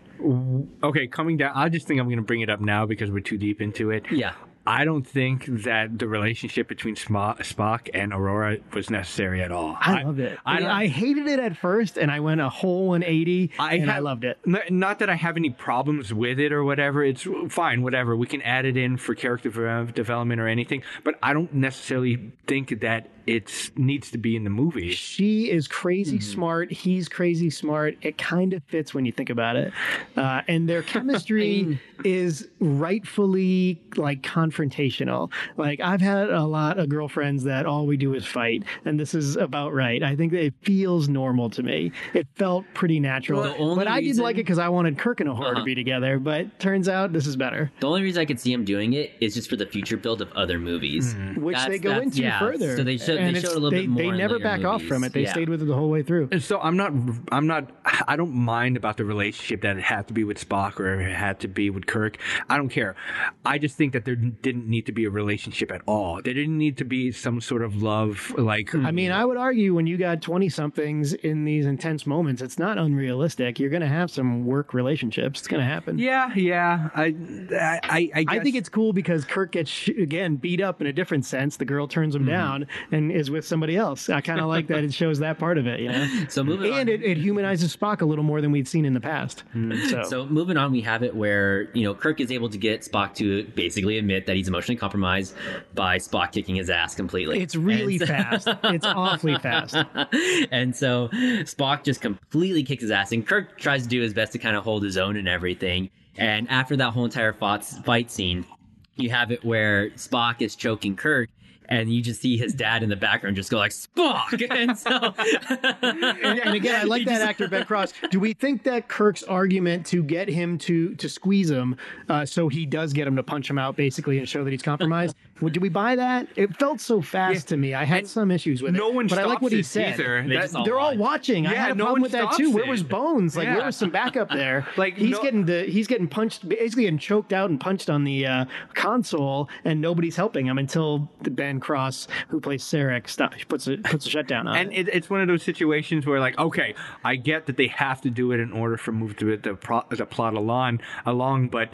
[SPEAKER 2] Okay, coming down, I just think I'm going to bring it up now because we're too deep into it.
[SPEAKER 1] yeah.
[SPEAKER 2] I don't think that the relationship between Sma- Spock and Aurora was necessary at all.
[SPEAKER 3] I, loved it.
[SPEAKER 2] I don't-
[SPEAKER 3] I, hated it at first, and I went a whole 180,
[SPEAKER 2] I
[SPEAKER 3] and I
[SPEAKER 2] have-
[SPEAKER 3] loved it.
[SPEAKER 2] N- Not that I have any problems with it or whatever. It's fine, whatever. We can add it in for character dev- development or anything. But I don't necessarily think that it needs to be in the movie.
[SPEAKER 3] She is crazy
[SPEAKER 1] Mm-hmm.
[SPEAKER 3] smart. He's crazy smart. It kind of fits when you think about it. Uh, and
[SPEAKER 1] (laughs)
[SPEAKER 3] their chemistry is rightfully like confrontational. Like I've had a lot of girlfriends that all we do is fight, and this is about right. I think that it feels normal to me. It felt pretty natural.
[SPEAKER 1] The only
[SPEAKER 3] but I did
[SPEAKER 1] reason-
[SPEAKER 3] like it because I wanted Kirk and O'Hara to
[SPEAKER 1] Uh-huh.
[SPEAKER 3] be together. But turns out this is better,
[SPEAKER 1] The only reason I could see him doing it is just for the future build of other movies.
[SPEAKER 3] which
[SPEAKER 1] That's-
[SPEAKER 3] they go
[SPEAKER 1] that's-
[SPEAKER 3] into
[SPEAKER 1] yeah,
[SPEAKER 3] further.
[SPEAKER 1] so they showed- they
[SPEAKER 3] and
[SPEAKER 1] showed
[SPEAKER 3] it's-
[SPEAKER 1] a little
[SPEAKER 3] they,
[SPEAKER 1] bit more
[SPEAKER 3] They
[SPEAKER 1] in
[SPEAKER 3] never
[SPEAKER 1] later
[SPEAKER 3] back off from
[SPEAKER 1] movies.
[SPEAKER 3] it. They
[SPEAKER 1] Yeah.
[SPEAKER 3] stayed with it the whole way through.
[SPEAKER 2] And so I'm not, I'm not, I don't mind about the relationship that it had to be with Spock or it had to be with Kirk. I don't care. I just think that there didn't need to be a relationship at all. There didn't need to be some sort of love, like
[SPEAKER 3] I mean, I would argue when you got 20 somethings in these intense moments, it's not unrealistic. You're going to have some work relationships. It's going to happen.
[SPEAKER 2] Yeah, yeah. I, I, I, I,
[SPEAKER 3] I
[SPEAKER 2] guess-
[SPEAKER 3] think it's cool because Kirk gets sh- again beat up in a different sense. The girl turns him
[SPEAKER 1] Mm-hmm.
[SPEAKER 3] down and is with somebody else. I kind of like that it shows that part of it, you
[SPEAKER 1] (laughs)
[SPEAKER 3] know.
[SPEAKER 1] So moving on.
[SPEAKER 3] And it, it humanizes Spock a little more than we'd seen in the past. So,
[SPEAKER 1] Mm. So moving on, we have it where you know Kirk is able to get Spock to basically admit that he's emotionally compromised by Spock kicking his ass completely.
[SPEAKER 3] it's really
[SPEAKER 1] And so-
[SPEAKER 3] fast. It's awfully fast.
[SPEAKER 1] (laughs) and so Spock just completely kicks his ass, and Kirk tries to do his best to kind of hold his own and everything. And after that whole entire fought, fight scene, you have it where Spock is choking Kirk, and you just see his dad in the background just go like Spock, (laughs) and so.
[SPEAKER 3] And and again,
[SPEAKER 2] (laughs)
[SPEAKER 3] I like that actor Ben Cross. Do we think that Kirk's argument to get him to to squeeze him, uh, so he does get him to punch him out basically and show that
[SPEAKER 2] (laughs)
[SPEAKER 3] he's compromised? well, do we buy that? It felt so fast to me. I had some issues with it.
[SPEAKER 2] no one
[SPEAKER 3] but I like
[SPEAKER 2] stops
[SPEAKER 3] what he
[SPEAKER 2] it
[SPEAKER 3] said.
[SPEAKER 2] either.
[SPEAKER 1] They
[SPEAKER 2] That-
[SPEAKER 1] just all
[SPEAKER 3] They're all
[SPEAKER 1] watch.
[SPEAKER 3] watching. I
[SPEAKER 2] Yeah,
[SPEAKER 3] had a
[SPEAKER 2] no
[SPEAKER 3] problem
[SPEAKER 2] one
[SPEAKER 3] with that
[SPEAKER 2] stops
[SPEAKER 3] too. Where
[SPEAKER 2] it.
[SPEAKER 3] was Bones? Like,
[SPEAKER 2] Yeah.
[SPEAKER 3] where was some backup there?
[SPEAKER 2] (laughs) Like,
[SPEAKER 3] he's
[SPEAKER 2] no-
[SPEAKER 3] getting the he's getting punched. He's getting choked out and punched on the uh, console, and nobody's helping him until the Ben Cross, who plays Sarek, stops. puts a puts a shutdown on. it.
[SPEAKER 2] and it, it's one of those situations where, like, okay, I get that they have to do it in order for move to the pro, the plot along, along, but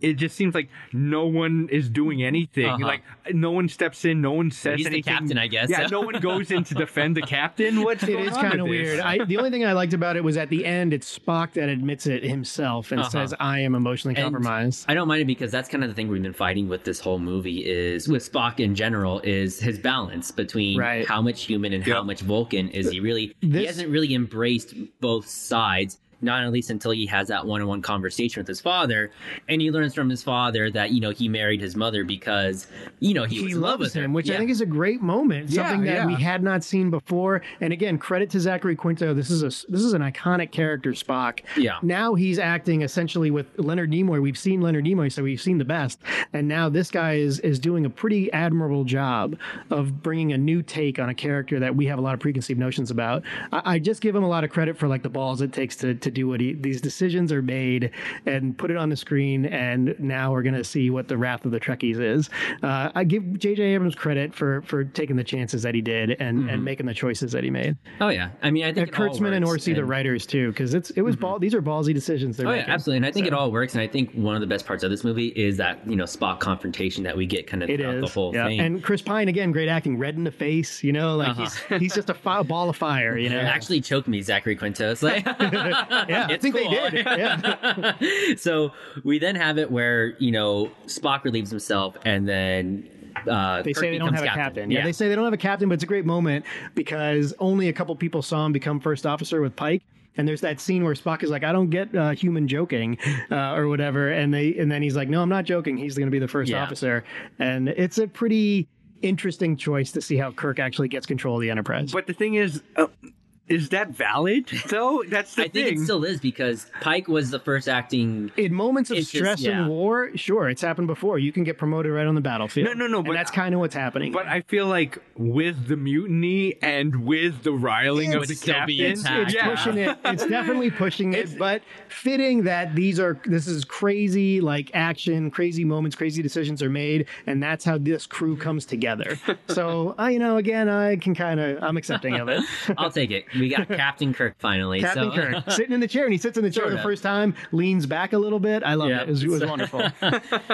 [SPEAKER 2] it just seems like no one is doing anything.
[SPEAKER 1] Uh-huh.
[SPEAKER 2] Like, no one steps in, no one says
[SPEAKER 1] He's the
[SPEAKER 2] anything.
[SPEAKER 1] captain, I guess,
[SPEAKER 2] Yeah,
[SPEAKER 1] so.
[SPEAKER 2] no one goes in to defend the captain. What's
[SPEAKER 3] It is kind of weird. I, the only thing I liked about it was at the end, it's Spock that admits it himself and
[SPEAKER 1] Uh-huh.
[SPEAKER 3] says, "I am emotionally
[SPEAKER 1] And-
[SPEAKER 3] compromised."
[SPEAKER 1] I don't mind it because that's kind of the thing we've been fighting with this whole movie is with Spock in general is his balance between
[SPEAKER 3] Right.
[SPEAKER 1] how much human and how
[SPEAKER 2] Yep.
[SPEAKER 1] much Vulcan is he really he
[SPEAKER 3] This-
[SPEAKER 1] hasn't really embraced both sides not at least until he has that one-on-one conversation with his father and he learns from his father that you know he married his mother because you know he, was
[SPEAKER 3] he
[SPEAKER 1] in love
[SPEAKER 3] loves
[SPEAKER 1] with her.
[SPEAKER 3] him, which I
[SPEAKER 1] Yeah.
[SPEAKER 3] think is a great moment.
[SPEAKER 2] Yeah,
[SPEAKER 3] something that
[SPEAKER 2] yeah.
[SPEAKER 3] we had not seen before. And again, credit to Zachary Quinto. This is a this is an iconic character, Spock.
[SPEAKER 1] Yeah.
[SPEAKER 3] Now he's acting essentially with Leonard Nimoy. We've seen Leonard Nimoy, so we've seen the best. And now this guy is is doing a pretty admirable job of bringing a new take on a character that we have a lot of preconceived notions about. I, I just give him a lot of credit for like the balls it takes to to do what he these decisions are made and put it on the screen. And now we're gonna see what the Wrath of the Trekkies is. Uh, I give J.J. Abrams credit for for taking the chances that he did and and making the choices that he made.
[SPEAKER 1] oh yeah i mean i think it all
[SPEAKER 3] Kurtzman and Mm-hmm.
[SPEAKER 1] works,
[SPEAKER 3] Orsi, the writers too, because it's it was ball. These are ballsy decisions they're
[SPEAKER 1] Oh yeah,
[SPEAKER 3] making.
[SPEAKER 1] absolutely, and I think it all works. And I think one of the best parts of this movie is that you know spot confrontation that we get kind of
[SPEAKER 3] It
[SPEAKER 1] throughout
[SPEAKER 3] is
[SPEAKER 1] the whole
[SPEAKER 3] yeah.
[SPEAKER 1] thing.
[SPEAKER 3] And Chris Pine again, great acting, red in the face. You know, like he's he's just a fi- ball of
[SPEAKER 1] (laughs)
[SPEAKER 3] fire. You know,
[SPEAKER 1] It actually choked me, Zachary Quintos.
[SPEAKER 3] (laughs)
[SPEAKER 1] Like, (laughs)
[SPEAKER 3] yeah, I
[SPEAKER 1] it's
[SPEAKER 3] think
[SPEAKER 1] cool. (laughs)
[SPEAKER 3] they did. Yeah.
[SPEAKER 1] so we then have it where you know Spock relieves himself, and then uh,
[SPEAKER 3] They
[SPEAKER 1] Kirk
[SPEAKER 3] say they don't
[SPEAKER 1] becomes
[SPEAKER 3] have a captain. Yeah. they say they don't have a captain, but it's a great moment because only a couple people saw him become first officer with Pike. And there's that scene where Spock is like, "I don't get uh, human joking, uh, or whatever," and they and then he's like, "No, I'm not joking. He's going to be the first
[SPEAKER 1] Yeah.
[SPEAKER 3] officer." And it's a pretty interesting choice to see how Kirk actually gets control of the Enterprise.
[SPEAKER 2] But the thing is, uh, is that valid? Though that's the
[SPEAKER 1] I
[SPEAKER 2] thing.
[SPEAKER 1] think it still is because Pike was the first acting.
[SPEAKER 3] in moments of
[SPEAKER 1] It's just-
[SPEAKER 3] stress
[SPEAKER 1] yeah.
[SPEAKER 3] and war, sure, it's happened before. You can get promoted right on the battlefield.
[SPEAKER 2] No, no, no,
[SPEAKER 3] And
[SPEAKER 2] but-
[SPEAKER 3] that's kind of what's happening.
[SPEAKER 2] But I feel like with the mutiny and with the riling of
[SPEAKER 1] Would
[SPEAKER 2] the
[SPEAKER 1] still be
[SPEAKER 2] captain,
[SPEAKER 1] intact,
[SPEAKER 3] it's
[SPEAKER 1] yeah.
[SPEAKER 3] pushing it. It's
[SPEAKER 1] (laughs)
[SPEAKER 3] definitely pushing it. but fitting that these are this is crazy like action, crazy moments, crazy decisions are made, and that's how this crew
[SPEAKER 1] (laughs)
[SPEAKER 3] comes together. so I, you know, again, I can kind of I'm accepting
[SPEAKER 1] (laughs)
[SPEAKER 3] of it.
[SPEAKER 1] I'll take it. We
[SPEAKER 3] (laughs)
[SPEAKER 1] got Captain Kirk finally.
[SPEAKER 3] Captain
[SPEAKER 1] so.
[SPEAKER 3] Kirk sitting in the chair, and he sits in the chair
[SPEAKER 1] Sort
[SPEAKER 3] the
[SPEAKER 1] of.
[SPEAKER 3] first time, leans back a little bit. I love
[SPEAKER 1] Yeah.
[SPEAKER 3] it. It was, it was
[SPEAKER 1] (laughs)
[SPEAKER 3] wonderful.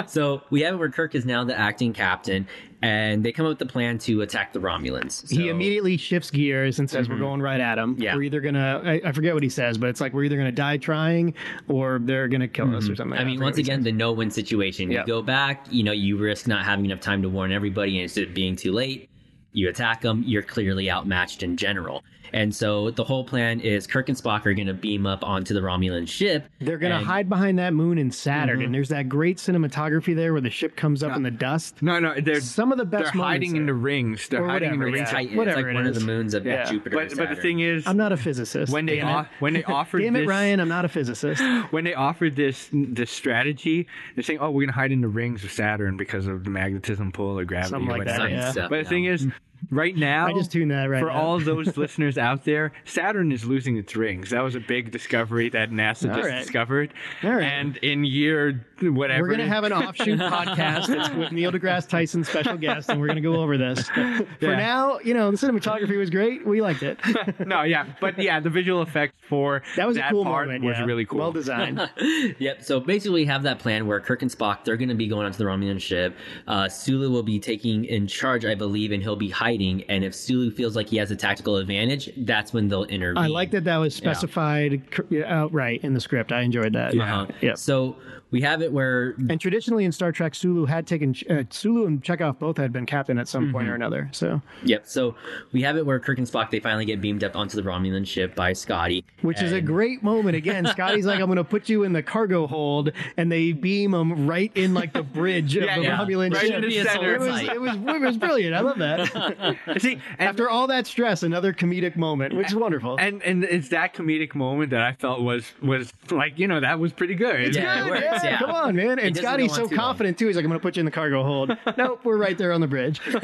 [SPEAKER 1] So we have it where Kirk is now the acting captain, and they come up with the plan to attack the Romulans. So, Mm-hmm.
[SPEAKER 3] he immediately shifts gears and says, "We're going right at him.
[SPEAKER 1] Yeah.
[SPEAKER 3] We're either gonna I, I forget what he says, but it's like we're either gonna die trying or they're gonna kill us or something."
[SPEAKER 1] Mm-hmm. I
[SPEAKER 3] forget
[SPEAKER 1] mean,
[SPEAKER 3] what
[SPEAKER 1] once
[SPEAKER 3] he
[SPEAKER 1] again, the no-win situation.
[SPEAKER 3] Yeah.
[SPEAKER 1] You go back, you know, you risk not having enough time to warn everybody, and it's just being too late. You attack them, you're clearly outmatched in general. And so the whole plan is Kirk and Spock are going to beam up onto the Romulan ship.
[SPEAKER 3] They're gonna
[SPEAKER 1] and-
[SPEAKER 3] hide behind that moon and Saturn,
[SPEAKER 2] Mm-hmm.
[SPEAKER 3] and there's that great cinematography there where the ship comes up in the dust.
[SPEAKER 2] No, no, they're
[SPEAKER 3] Some of the
[SPEAKER 2] they're
[SPEAKER 3] best
[SPEAKER 2] hiding in
[SPEAKER 3] moments
[SPEAKER 2] the
[SPEAKER 3] there.
[SPEAKER 2] rings. They're
[SPEAKER 3] Or
[SPEAKER 2] hiding in the
[SPEAKER 3] whatever,
[SPEAKER 2] rings.
[SPEAKER 3] yeah.
[SPEAKER 1] Titan. It's
[SPEAKER 3] whatever
[SPEAKER 1] like
[SPEAKER 3] it
[SPEAKER 1] one of
[SPEAKER 3] is.
[SPEAKER 1] the moons of
[SPEAKER 2] Yeah.
[SPEAKER 1] Jupiter.
[SPEAKER 2] But, but the thing is,
[SPEAKER 3] I'm not a physicist.
[SPEAKER 2] when they
[SPEAKER 3] damn
[SPEAKER 2] off,
[SPEAKER 3] it.
[SPEAKER 2] when
[SPEAKER 3] (laughs)
[SPEAKER 2] they offered
[SPEAKER 3] Damn it,
[SPEAKER 2] this,
[SPEAKER 3] Ryan, I'm not
[SPEAKER 2] (gasps)
[SPEAKER 3] a physicist.
[SPEAKER 2] when they offered this this strategy, they're saying, "Oh, we're gonna hide in the rings of Saturn because of the magnetism pull or gravity
[SPEAKER 3] Something
[SPEAKER 2] or
[SPEAKER 3] like that,
[SPEAKER 2] whatever."
[SPEAKER 1] science
[SPEAKER 3] yeah.
[SPEAKER 1] stuff.
[SPEAKER 2] But the
[SPEAKER 1] yeah.
[SPEAKER 2] thing
[SPEAKER 3] (laughs)
[SPEAKER 2] is, right now,
[SPEAKER 3] I just tuned that right
[SPEAKER 2] for
[SPEAKER 3] now.
[SPEAKER 2] all those
[SPEAKER 3] (laughs)
[SPEAKER 2] listeners out there, Saturn is losing its rings. That was a big discovery that NASA
[SPEAKER 3] All
[SPEAKER 2] just
[SPEAKER 3] right.
[SPEAKER 2] discovered.
[SPEAKER 3] All right.
[SPEAKER 2] And in year whatever,
[SPEAKER 3] We're gonna have
[SPEAKER 2] (laughs)
[SPEAKER 3] an offshoot podcast that's with Neil deGrasse Tyson special guest, and we're gonna go
[SPEAKER 2] (laughs)
[SPEAKER 3] over this. For
[SPEAKER 2] Yeah.
[SPEAKER 3] now, you know the cinematography was great. We liked it.
[SPEAKER 2] no, yeah, but yeah, the visual effects for
[SPEAKER 3] That was a cool
[SPEAKER 2] part
[SPEAKER 3] moment.
[SPEAKER 2] was
[SPEAKER 3] yeah.
[SPEAKER 2] really cool.
[SPEAKER 3] Well designed.
[SPEAKER 1] (laughs)
[SPEAKER 2] (laughs)
[SPEAKER 1] yep. So basically, we have that plan where Kirk and Spock they're going to be going onto the Romulan ship. Uh, Sulu will be taking in charge, I believe, and he'll be hiding. And if Sulu feels like he has a tactical advantage, that's when they'll intervene.
[SPEAKER 3] I like that that was specified cor- yeah, outright in the script. I enjoyed that.
[SPEAKER 2] Yeah.
[SPEAKER 1] Uh,
[SPEAKER 3] Yeah.
[SPEAKER 1] So we have it where
[SPEAKER 3] And traditionally in Star Trek, Sulu had taken uh, Sulu and Chekhov both had been captain at some
[SPEAKER 2] Mm-hmm.
[SPEAKER 3] point or another. So,
[SPEAKER 1] Yep. So we have it where Kirk and Spock they finally get beamed up onto the Romulan ship by Scotty,
[SPEAKER 3] which is a
[SPEAKER 1] And-
[SPEAKER 3] great moment again. Scotty's like, "I'm going to put you in the cargo hold," and they beam him right in like the bridge of
[SPEAKER 2] Yeah,
[SPEAKER 3] the
[SPEAKER 2] yeah.
[SPEAKER 3] Romulan
[SPEAKER 2] Right
[SPEAKER 3] ship.
[SPEAKER 2] in
[SPEAKER 1] the center.
[SPEAKER 3] it, was, it was it was brilliant. I love that. (laughs)
[SPEAKER 2] See, and,
[SPEAKER 3] After all that stress, another comedic moment, which is wonderful.
[SPEAKER 2] and and it's that comedic moment that I felt was was like you know that was pretty good.
[SPEAKER 1] Yeah. it works,
[SPEAKER 3] yeah,
[SPEAKER 1] yeah.
[SPEAKER 3] come on, man. And
[SPEAKER 1] doesn't
[SPEAKER 3] Scotty's
[SPEAKER 1] go
[SPEAKER 3] so
[SPEAKER 1] on too long.
[SPEAKER 3] confident too. He's like, "I'm going to put you in the cargo hold." nope, we're right there on the bridge.
[SPEAKER 2] (laughs)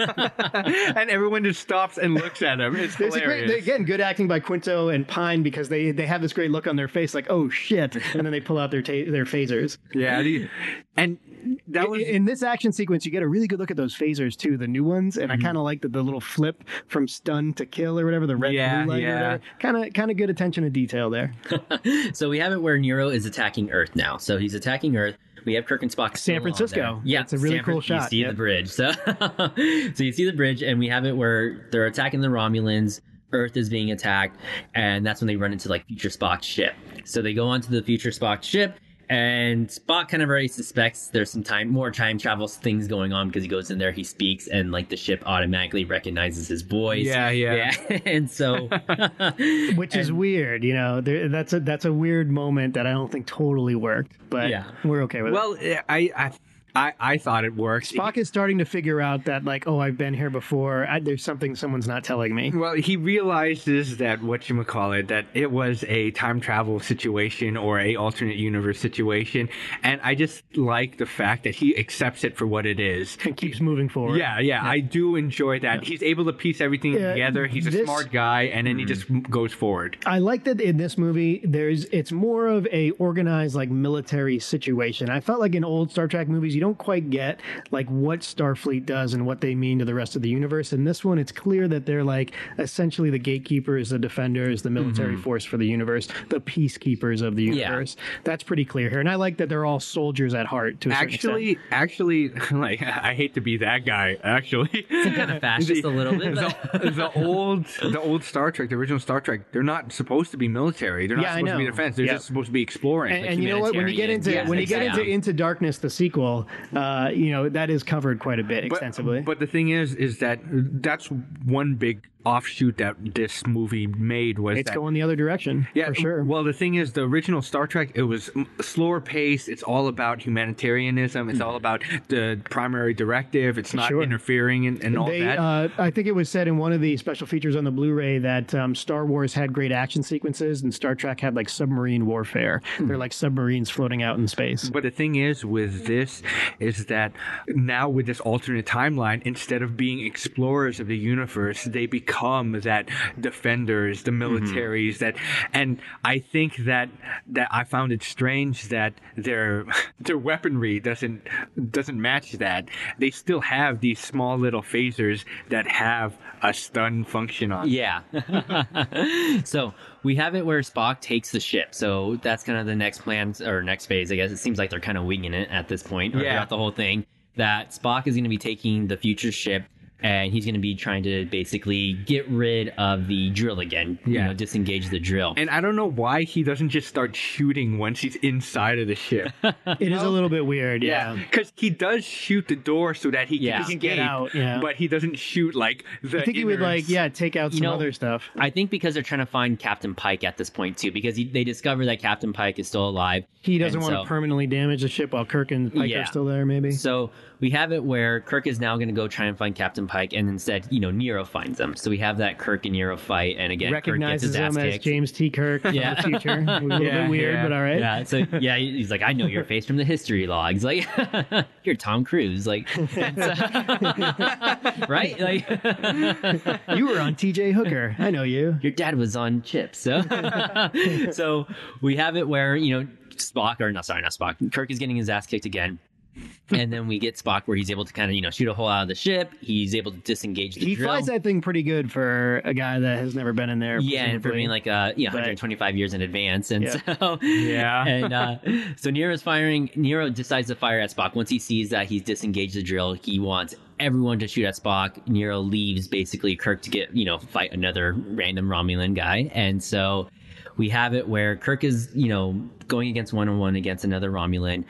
[SPEAKER 2] and everyone just stops and looks at him. It's
[SPEAKER 3] There's a great,
[SPEAKER 2] hilarious.
[SPEAKER 3] again, good acting by Quinto and Pine because they they have this great look on their face, like "oh shit," and then they pull out their ta- their phasers.
[SPEAKER 2] yeah, the- and that was
[SPEAKER 3] In this action sequence, you get a really good look at those phasers too, the new ones, and
[SPEAKER 2] Mm-hmm.
[SPEAKER 3] I kind of like the, the little flip from stun to kill or whatever, the red
[SPEAKER 2] Yeah,
[SPEAKER 3] blue light
[SPEAKER 2] yeah.
[SPEAKER 3] Kind of kind of good attention to detail there.
[SPEAKER 1] so we have it where Nero is attacking Earth now. So he's attacking Earth. We have Kirk and Spock. still
[SPEAKER 3] San
[SPEAKER 1] on
[SPEAKER 3] Francisco.
[SPEAKER 1] there. Yeah,
[SPEAKER 3] That's a really
[SPEAKER 1] San
[SPEAKER 3] cool
[SPEAKER 1] Fran-
[SPEAKER 3] shot,
[SPEAKER 1] You see
[SPEAKER 3] yeah.
[SPEAKER 1] the bridge. So, (laughs) so you see the bridge, and we have it where they're attacking the Romulans. Earth is being attacked, and that's when they run into like future Spock's ship. So they go onto the future Spock ship. And Spock kind of already suspects there's some time, more time travel things going on because he goes in there, he speaks, and like the ship automatically recognizes his voice.
[SPEAKER 2] Yeah, yeah.
[SPEAKER 1] yeah. (laughs) and
[SPEAKER 3] (laughs)
[SPEAKER 1] so
[SPEAKER 3] Which is weird, you know. There, that's a that's a weird moment that I don't think totally worked, but
[SPEAKER 1] Yeah.
[SPEAKER 3] we're okay with it.
[SPEAKER 2] well. I I I, I thought it worked.
[SPEAKER 3] Spock is starting to figure out that like, oh, I've been here before. I, there's something someone's not telling me.
[SPEAKER 2] Well, he realizes that what you call it that it was a time travel situation or a alternate universe situation, and I just like the fact that he accepts it for what it is.
[SPEAKER 3] And keeps moving forward.
[SPEAKER 2] Yeah, yeah, I do enjoy that. He's able to piece everything
[SPEAKER 3] Yeah,
[SPEAKER 2] together. He's a
[SPEAKER 3] this-
[SPEAKER 2] smart guy, and
[SPEAKER 3] Mm.
[SPEAKER 2] then he just goes forward.
[SPEAKER 3] I like that in this movie there's it's more of a organized like military situation. I felt like in old Star Trek movies you don't quite get like what Starfleet does and what they mean to the rest of the universe. In this one it's clear that they're like essentially the gatekeepers, the defenders, the
[SPEAKER 2] Mm-hmm.
[SPEAKER 3] military force for the universe, the peacekeepers of the universe. That's pretty clear here. And I like that they're all soldiers at heart to a certain extent.
[SPEAKER 2] Actually, actually, (laughs) like I hate to be that guy. (laughs) Actually,
[SPEAKER 1] kind of fascist a little bit. but-
[SPEAKER 2] the, (laughs) the old the old Star Trek, the original Star Trek, they're not supposed to be military. They're not
[SPEAKER 3] Yeah, I
[SPEAKER 2] supposed to be
[SPEAKER 3] know.
[SPEAKER 2] defense. They're
[SPEAKER 3] Yeah.
[SPEAKER 2] just supposed to be exploring.
[SPEAKER 3] and, and you know what? When you get into
[SPEAKER 1] humanitarian.
[SPEAKER 3] when you
[SPEAKER 1] Yes,
[SPEAKER 3] get into
[SPEAKER 1] exactly.
[SPEAKER 3] Into Darkness, the sequel, uh, you know that is covered quite a bit
[SPEAKER 2] but,
[SPEAKER 3] extensively.
[SPEAKER 2] But the thing is, is that that's one big offshoot that this movie made was
[SPEAKER 3] it's
[SPEAKER 2] that
[SPEAKER 3] going the other direction
[SPEAKER 2] Yeah,
[SPEAKER 3] for sure.
[SPEAKER 2] Well, the thing is, the original Star Trek it was m- slower paced. It's all about humanitarianism. It's all about the primary directive. It's not
[SPEAKER 3] Hmm. Sure.
[SPEAKER 2] interfering and, and all
[SPEAKER 3] They,
[SPEAKER 2] that.
[SPEAKER 3] uh, I think it was said in one of the special features on the Blu-ray that um, Star Wars had great action sequences and Star Trek had like submarine warfare. They're like submarines floating out in
[SPEAKER 1] (laughs)
[SPEAKER 3] space.
[SPEAKER 2] But the thing is with this is that now with this alternate timeline, instead of being explorers of the universe, they become that defenders, the militaries that and I think that that I found it strange that their (laughs) their weaponry doesn't doesn't match that. They still have these small little phasers that have a stun function on. them.
[SPEAKER 1] Yeah. (laughs) so we have it where Spock takes the ship. So that's kind of the next plan or next phase, I guess. It seems like they're kind of winging it at this point or
[SPEAKER 2] Yeah.
[SPEAKER 1] throughout the whole thing. That Spock is going to be taking the future ship and he's going to be trying to basically get rid of the drill again.
[SPEAKER 2] Yeah.
[SPEAKER 1] you know, disengage the drill.
[SPEAKER 2] And I don't know why he doesn't just start shooting once he's inside of the ship.
[SPEAKER 3] It is a little bit weird. Yeah.
[SPEAKER 1] Uh,
[SPEAKER 2] because he does shoot the door so that he
[SPEAKER 1] Yeah.
[SPEAKER 2] can,
[SPEAKER 1] He
[SPEAKER 3] can get
[SPEAKER 2] escape,
[SPEAKER 3] out, yeah.
[SPEAKER 2] but he doesn't shoot like the.
[SPEAKER 3] I think he would like, yeah, take out some
[SPEAKER 1] know-
[SPEAKER 3] other stuff.
[SPEAKER 1] I think because they're trying to find Captain Pike at this point too, because he, they discover that Captain Pike is still alive.
[SPEAKER 3] He doesn't
[SPEAKER 1] And
[SPEAKER 3] want
[SPEAKER 1] so-
[SPEAKER 3] to permanently damage the ship while Kirk and Pike
[SPEAKER 1] Yeah.
[SPEAKER 3] are still there, maybe.
[SPEAKER 1] So we have it where Kirk is now going to go try and find Captain Pike, and instead, you know, Nero finds him. So we have that Kirk and Nero fight, and again, Kirk
[SPEAKER 3] Recognizes
[SPEAKER 1] gets
[SPEAKER 3] him
[SPEAKER 1] his ass
[SPEAKER 3] as
[SPEAKER 1] kicked.
[SPEAKER 3] James T. Kirk
[SPEAKER 1] Yeah.
[SPEAKER 3] yeah. in the future.
[SPEAKER 1] (laughs)
[SPEAKER 3] A little
[SPEAKER 2] Yeah,
[SPEAKER 3] bit weird,
[SPEAKER 2] yeah.
[SPEAKER 3] but all right.
[SPEAKER 1] Yeah, so
[SPEAKER 3] (laughs)
[SPEAKER 1] yeah, he's like, I know your face from the history logs. Like, (laughs) you're Tom Cruise. Like, (laughs) it's- (laughs) right? Like,
[SPEAKER 3] You were on T.J. Hooker. I
[SPEAKER 1] (laughs)
[SPEAKER 3] know you.
[SPEAKER 1] your dad was on Chips. So, (laughs) so we have it where you know Spock, or no, sorry, not Spock. Kirk is getting his ass kicked again. and then we get Spock where he's able to kind of, you know, shoot a hole out of the ship. He's able to disengage the
[SPEAKER 3] He
[SPEAKER 1] drill.
[SPEAKER 3] flies that thing pretty good for a guy that has never been in there.
[SPEAKER 1] yeah, and for
[SPEAKER 3] presumably.
[SPEAKER 1] being like uh, you know, 125 years in advance, and
[SPEAKER 3] Yeah.
[SPEAKER 1] so (laughs)
[SPEAKER 2] Yeah.
[SPEAKER 1] and
[SPEAKER 3] (laughs)
[SPEAKER 1] uh, so Nero's firing. Nero decides to fire at Spock once he sees that he's disengaged the drill. He wants everyone to shoot at Spock. Nero leaves basically Kirk to get you know fight another random Romulan guy, and so we have it where Kirk is you know going against one on one against another Romulan.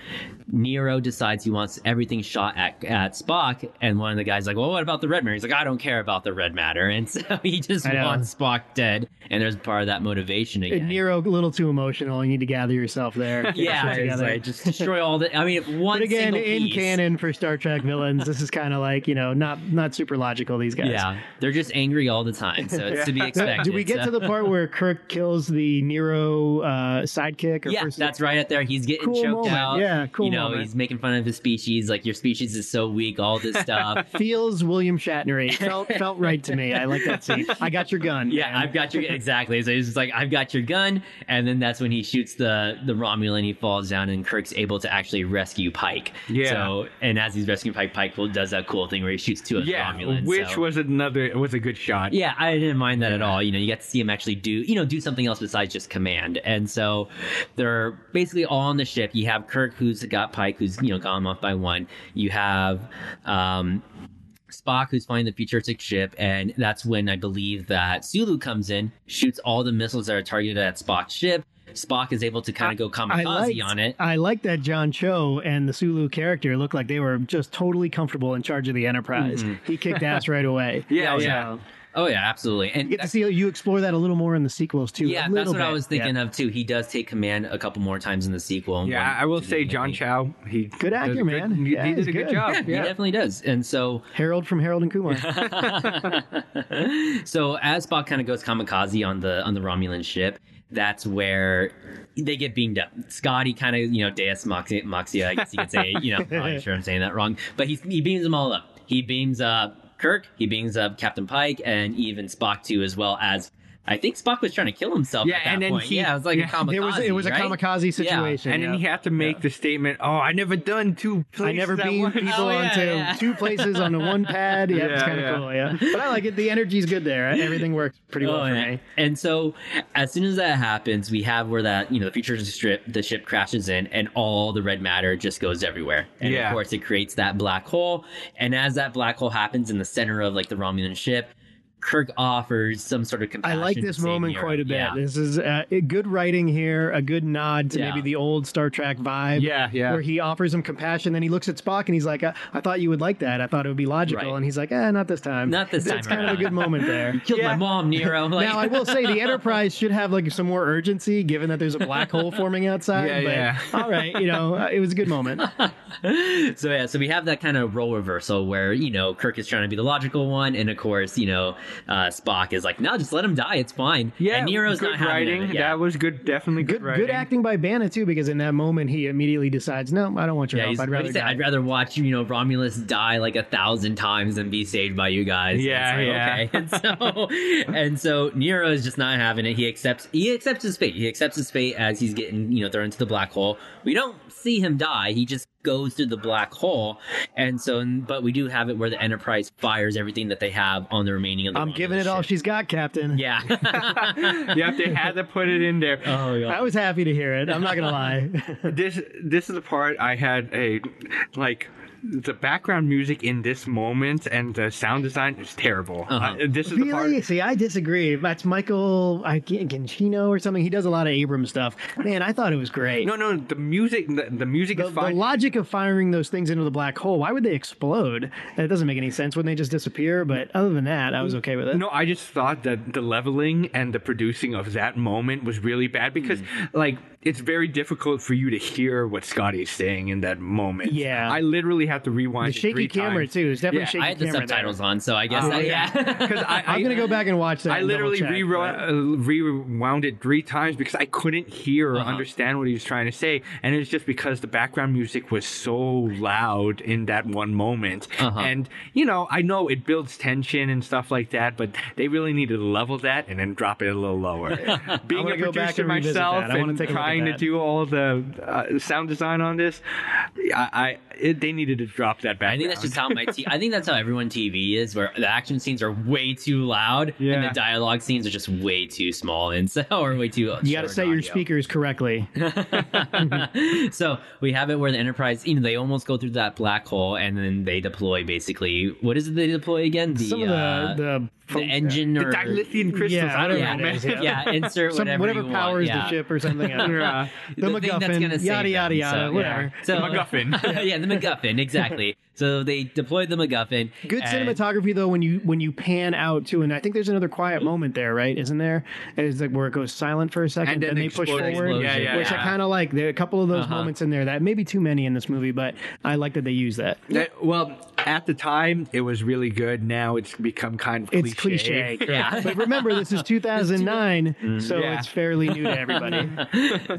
[SPEAKER 1] Nero decides he wants everything shot at, at Spock, and one of the guys like, "Well, what about the red matter?" He's like, "I don't care about the red matter," and (laughs) so he just
[SPEAKER 3] I know.
[SPEAKER 1] wants Spock dead. And there's part of that motivation again.
[SPEAKER 3] And Nero, a little too emotional. You need to gather yourself there.
[SPEAKER 1] (laughs)
[SPEAKER 3] Get
[SPEAKER 1] yeah,
[SPEAKER 3] yourself
[SPEAKER 1] it's
[SPEAKER 3] together.
[SPEAKER 1] like, just destroy all the. I mean, if one
[SPEAKER 3] But again,
[SPEAKER 1] single
[SPEAKER 3] in
[SPEAKER 1] piece,
[SPEAKER 3] canon for Star Trek villains, this is kind of like you know not not super logical. These guys.
[SPEAKER 1] Yeah, they're just angry all the time, so it's to be
[SPEAKER 3] Now,
[SPEAKER 1] expected.
[SPEAKER 3] (laughs) Do we get
[SPEAKER 1] so-
[SPEAKER 3] to the part where Kirk kills the Nero uh, sidekick? Or
[SPEAKER 1] Yeah, (laughs)
[SPEAKER 3] person?
[SPEAKER 1] that's right. Up there, he's getting
[SPEAKER 3] Cool
[SPEAKER 1] choked
[SPEAKER 3] moment,
[SPEAKER 1] out.
[SPEAKER 3] yeah, cool
[SPEAKER 1] You know,
[SPEAKER 3] moment.
[SPEAKER 1] he's making fun of his species. Like your species is so weak. All this
[SPEAKER 3] (laughs)
[SPEAKER 1] stuff.
[SPEAKER 3] feels William Shatnery. Felt felt right to me. I like that scene. I got your gun.
[SPEAKER 1] Yeah, I've got your exactly. So he's just like, I've got your gun, and then that's when he shoots the the Romulan. He falls down, and Kirk's able to actually rescue Pike.
[SPEAKER 2] Yeah.
[SPEAKER 1] So and as he's rescuing Pike, Pike will, does that cool thing where he shoots two of the
[SPEAKER 2] yeah,
[SPEAKER 1] Romulans.
[SPEAKER 2] which
[SPEAKER 1] so-
[SPEAKER 2] was another was a good shot.
[SPEAKER 1] Yeah, I didn't mind that at all. You know, you got to see him actually do, you know, do something else besides just command. And so they're basically all on the ship. You have Kirk, who's got Pike, who's, you know, gone off by one. You have, um, Spock, who's flying the futuristic ship, and that's when I believe that Sulu comes in, shoots all the missiles that are targeted at Spock's ship. Spock is able to kind of go
[SPEAKER 3] I
[SPEAKER 1] kamikaze
[SPEAKER 3] liked,
[SPEAKER 1] on it.
[SPEAKER 3] I liked that John Cho and the Sulu character looked like they were just totally comfortable in charge of the Enterprise.
[SPEAKER 1] Mm-hmm.
[SPEAKER 3] He kicked ass right away.
[SPEAKER 2] Yeah, yeah.
[SPEAKER 3] So,
[SPEAKER 1] Oh yeah, absolutely. And
[SPEAKER 3] You get to see you explore that a little more in the sequels too.
[SPEAKER 1] yeah, that's
[SPEAKER 3] a little
[SPEAKER 1] what I
[SPEAKER 3] bit.
[SPEAKER 1] was thinking of too. He does take command a couple more times in the sequel.
[SPEAKER 2] Yeah,
[SPEAKER 1] One-
[SPEAKER 2] I will say John
[SPEAKER 1] maybe.
[SPEAKER 2] Chow, he
[SPEAKER 3] Good actor,
[SPEAKER 2] does a
[SPEAKER 3] man.
[SPEAKER 2] He,
[SPEAKER 3] Yeah,
[SPEAKER 2] he did
[SPEAKER 3] he's
[SPEAKER 2] a good,
[SPEAKER 3] good.
[SPEAKER 2] job.
[SPEAKER 1] (laughs)
[SPEAKER 3] (laughs)
[SPEAKER 1] He
[SPEAKER 2] Oh, Yeah.
[SPEAKER 1] definitely does. And so, (laughs)
[SPEAKER 3] Harold from Harold and Kumar.
[SPEAKER 1] Oh, so as Spock kind of goes kamikaze on the on the Romulan ship, that's where they get beamed up. Scotty kind of you know Deus Moxia, Moxia, I guess you could say. You know, I'm sure I'm saying that wrong, but he he beams them all up. He beams up Kirk. He beams up Captain Pike, and even Spock too, as well as. I think Spock was trying to kill himself.
[SPEAKER 2] Yeah,
[SPEAKER 1] at that
[SPEAKER 2] and then
[SPEAKER 1] point.
[SPEAKER 2] he-
[SPEAKER 1] yeah, it was like
[SPEAKER 2] yeah.
[SPEAKER 1] a kamikaze.
[SPEAKER 3] It was it was a
[SPEAKER 1] right?
[SPEAKER 3] kamikaze situation.
[SPEAKER 2] And then
[SPEAKER 3] yeah.
[SPEAKER 2] he had to make the statement, "Oh, I never done two places
[SPEAKER 3] I never
[SPEAKER 2] at
[SPEAKER 3] beam
[SPEAKER 2] once."
[SPEAKER 3] people
[SPEAKER 1] Oh, yeah,
[SPEAKER 3] onto
[SPEAKER 1] yeah.
[SPEAKER 3] two places
[SPEAKER 1] (laughs)
[SPEAKER 3] onto one pad. Yeah, it's
[SPEAKER 2] Yeah,
[SPEAKER 3] kind of
[SPEAKER 2] yeah.
[SPEAKER 3] cool. Yeah, but I like it. The energy's
[SPEAKER 1] (laughs)
[SPEAKER 3] good there. Everything works pretty well
[SPEAKER 1] Oh,
[SPEAKER 3] for
[SPEAKER 1] yeah.
[SPEAKER 3] me.
[SPEAKER 1] And so, as soon as that happens, we have where that you know the future strip, the ship crashes in, and all the red matter just goes everywhere. And
[SPEAKER 2] Yeah.
[SPEAKER 1] of course, it creates that black hole. And as that black hole happens in the center of like the Romulan ship, Kirk offers some sort of
[SPEAKER 3] I
[SPEAKER 1] compassion.
[SPEAKER 3] like
[SPEAKER 1] to
[SPEAKER 3] this
[SPEAKER 1] save
[SPEAKER 3] moment
[SPEAKER 1] Nero.
[SPEAKER 3] quite a bit.
[SPEAKER 1] Yeah.
[SPEAKER 3] This is uh, a good writing here, a good nod to
[SPEAKER 1] Yeah.
[SPEAKER 3] maybe the old Star Trek vibe.
[SPEAKER 2] Yeah, yeah.
[SPEAKER 3] Where he offers him compassion, then he looks at Spock and he's like, I, "I thought you would like that. I thought it would be logical."
[SPEAKER 1] Right.
[SPEAKER 3] And he's like, "Eh, not this time.
[SPEAKER 1] Not this
[SPEAKER 3] That's
[SPEAKER 1] time
[SPEAKER 3] kind of
[SPEAKER 1] around.
[SPEAKER 3] a good moment there.
[SPEAKER 1] You (laughs) killed my
[SPEAKER 2] Yeah.
[SPEAKER 1] mom,
[SPEAKER 3] (laughs)
[SPEAKER 1] Nero. Like,
[SPEAKER 3] now I will say the Enterprise should have like some more urgency, given that there's a black hole forming outside.
[SPEAKER 2] Yeah,
[SPEAKER 3] but
[SPEAKER 2] yeah.
[SPEAKER 3] all right, you know, uh, it was a
[SPEAKER 1] (laughs)
[SPEAKER 3] good moment.
[SPEAKER 1] (laughs) so yeah, so we have that kind of role reversal where you know Kirk is trying to be the logical one, and of course you know uh, Spock is like, no, just let him die, it's fine.
[SPEAKER 2] Yeah,
[SPEAKER 1] and Nero's
[SPEAKER 2] good
[SPEAKER 1] not having
[SPEAKER 2] writing.
[SPEAKER 1] It. Yeah.
[SPEAKER 2] That was good, definitely good,
[SPEAKER 3] Good,
[SPEAKER 2] writing.
[SPEAKER 3] good acting by Bana too, because in that moment he immediately decides, "No, I don't want your
[SPEAKER 1] Yeah,
[SPEAKER 3] help.
[SPEAKER 1] he's,
[SPEAKER 3] I'd rather."
[SPEAKER 1] he said,
[SPEAKER 3] die."
[SPEAKER 1] I'd rather watch you know Romulus die like a thousand times than be saved by you guys. (laughs) And
[SPEAKER 2] Yeah,
[SPEAKER 1] it's like, Okay. And so, and so Nero is just not having it. He accepts. He accepts his fate. He accepts his fate as he's getting you know thrown into the black hole. We don't see him die. He just goes through the black hole. And so, but we do have it where the Enterprise fires everything that they have on the remaining of the.
[SPEAKER 3] I'm
[SPEAKER 1] Romulus
[SPEAKER 3] giving it all
[SPEAKER 1] ship.
[SPEAKER 3] she's got, Captain.
[SPEAKER 1] yeah.
[SPEAKER 2] yep, they had to put it in there.
[SPEAKER 1] (laughs) oh
[SPEAKER 3] I
[SPEAKER 1] (laughs)
[SPEAKER 3] was happy to hear it. I'm not gonna lie.
[SPEAKER 2] this this is the part I had a like the background music in this moment and the sound design is terrible.
[SPEAKER 1] Uh-huh.
[SPEAKER 2] Uh, this is the part.
[SPEAKER 3] Really? See, I disagree. That's Michael I can't- Gambino or something. He does a lot of Abrams stuff. Man, I thought it was great.
[SPEAKER 2] No, no, the music, the, the music
[SPEAKER 3] the,
[SPEAKER 2] is
[SPEAKER 3] the
[SPEAKER 2] fine.
[SPEAKER 3] logic of firing those things into the black hole, why would they explode? It doesn't make any sense when they just disappear. But other than that, I was okay with it.
[SPEAKER 2] No, I just thought that the leveling and the producing of that moment was really bad because, like, it's very difficult for you to hear what Scotty is saying in that moment.
[SPEAKER 3] Yeah.
[SPEAKER 2] I literally have to rewind
[SPEAKER 3] the
[SPEAKER 2] it three
[SPEAKER 3] shaky camera,
[SPEAKER 2] times. (laughs)
[SPEAKER 3] too. It's definitely
[SPEAKER 2] Yeah,
[SPEAKER 3] shaky
[SPEAKER 1] I had the
[SPEAKER 3] camera there.
[SPEAKER 1] subtitles on, so I guess.
[SPEAKER 2] Oh,
[SPEAKER 1] I,
[SPEAKER 2] okay.
[SPEAKER 1] yeah. (laughs)
[SPEAKER 2] Because I,
[SPEAKER 3] I'm going to go back and watch that.
[SPEAKER 2] I
[SPEAKER 3] and double
[SPEAKER 2] literally
[SPEAKER 3] check,
[SPEAKER 2] rewrote,
[SPEAKER 3] but-
[SPEAKER 2] uh, rewound it three times because I couldn't hear or
[SPEAKER 1] Uh-huh.
[SPEAKER 2] understand what he was trying to say, and it's just because the background music was so loud in that one moment.
[SPEAKER 1] Uh-huh.
[SPEAKER 2] And you know, I know it builds tension and stuff like that, but they really needed to level that and then drop it a little
[SPEAKER 3] (laughs)
[SPEAKER 2] lower. Being
[SPEAKER 3] wanna
[SPEAKER 2] a
[SPEAKER 3] go back
[SPEAKER 2] producer
[SPEAKER 3] and revisit
[SPEAKER 2] myself
[SPEAKER 3] that. I wanna
[SPEAKER 2] and
[SPEAKER 3] take a look at
[SPEAKER 2] trying to
[SPEAKER 3] that.
[SPEAKER 2] do all the uh, sound design on this, I, I it, they needed to drop that back.
[SPEAKER 1] I think that's just how my t- I think that's how everyone TV is, where the action scenes are way too loud and
[SPEAKER 2] Yeah.
[SPEAKER 1] the dialogue scenes are just way too small and so (laughs) or way too.
[SPEAKER 2] (laughs)
[SPEAKER 3] You got to
[SPEAKER 1] short
[SPEAKER 3] set your
[SPEAKER 1] audio.
[SPEAKER 3] speakers correctly.
[SPEAKER 1] (laughs) so we have it where the Enterprise, you know, they almost go through that black hole and then they deploy basically. What is it they deploy again? The
[SPEAKER 3] Some of
[SPEAKER 1] uh,
[SPEAKER 3] the,
[SPEAKER 1] the engine
[SPEAKER 2] the
[SPEAKER 1] or
[SPEAKER 2] dilithium crystals.
[SPEAKER 3] Yeah, (laughs)
[SPEAKER 2] I don't
[SPEAKER 1] yeah,
[SPEAKER 2] know,
[SPEAKER 3] it
[SPEAKER 2] man.
[SPEAKER 3] is,
[SPEAKER 1] (laughs)
[SPEAKER 3] yeah.
[SPEAKER 1] yeah, insert
[SPEAKER 3] the some,
[SPEAKER 1] whatever,
[SPEAKER 3] whatever
[SPEAKER 1] you want,
[SPEAKER 3] powers
[SPEAKER 1] yeah.
[SPEAKER 3] the
[SPEAKER 1] (laughs)
[SPEAKER 3] ship or something.
[SPEAKER 2] (laughs) Yeah.
[SPEAKER 3] The
[SPEAKER 1] thing that's
[SPEAKER 3] MacGuffin,
[SPEAKER 1] gonna save
[SPEAKER 3] yada, yada,
[SPEAKER 1] them,
[SPEAKER 3] yada,
[SPEAKER 1] so,
[SPEAKER 3] whatever.
[SPEAKER 1] Yeah. So,
[SPEAKER 2] The MacGuffin.
[SPEAKER 1] (laughs) yeah, the MacGuffin, exactly. So they deployed the MacGuffin.
[SPEAKER 3] Good
[SPEAKER 1] and-
[SPEAKER 3] cinematography though when you when you pan out too, and I think there's another quiet moment there, right? Isn't there? It's like where it goes silent for a second,
[SPEAKER 2] And
[SPEAKER 3] then,
[SPEAKER 2] then
[SPEAKER 3] they push
[SPEAKER 2] explodes.
[SPEAKER 3] forward.
[SPEAKER 1] Yeah, yeah,
[SPEAKER 3] which I
[SPEAKER 1] yeah.
[SPEAKER 3] kind of like. There are a couple of those
[SPEAKER 1] Uh-huh.
[SPEAKER 3] moments in there that may be too many in this movie, but I like that they use that.
[SPEAKER 2] That- well, at the time, it was really good. Now it's become kind of cliche.
[SPEAKER 3] It's cliche,
[SPEAKER 2] (laughs)
[SPEAKER 1] (laughs) Yeah.
[SPEAKER 3] but remember this is 2009, so
[SPEAKER 2] Yeah.
[SPEAKER 3] it's fairly new to everybody.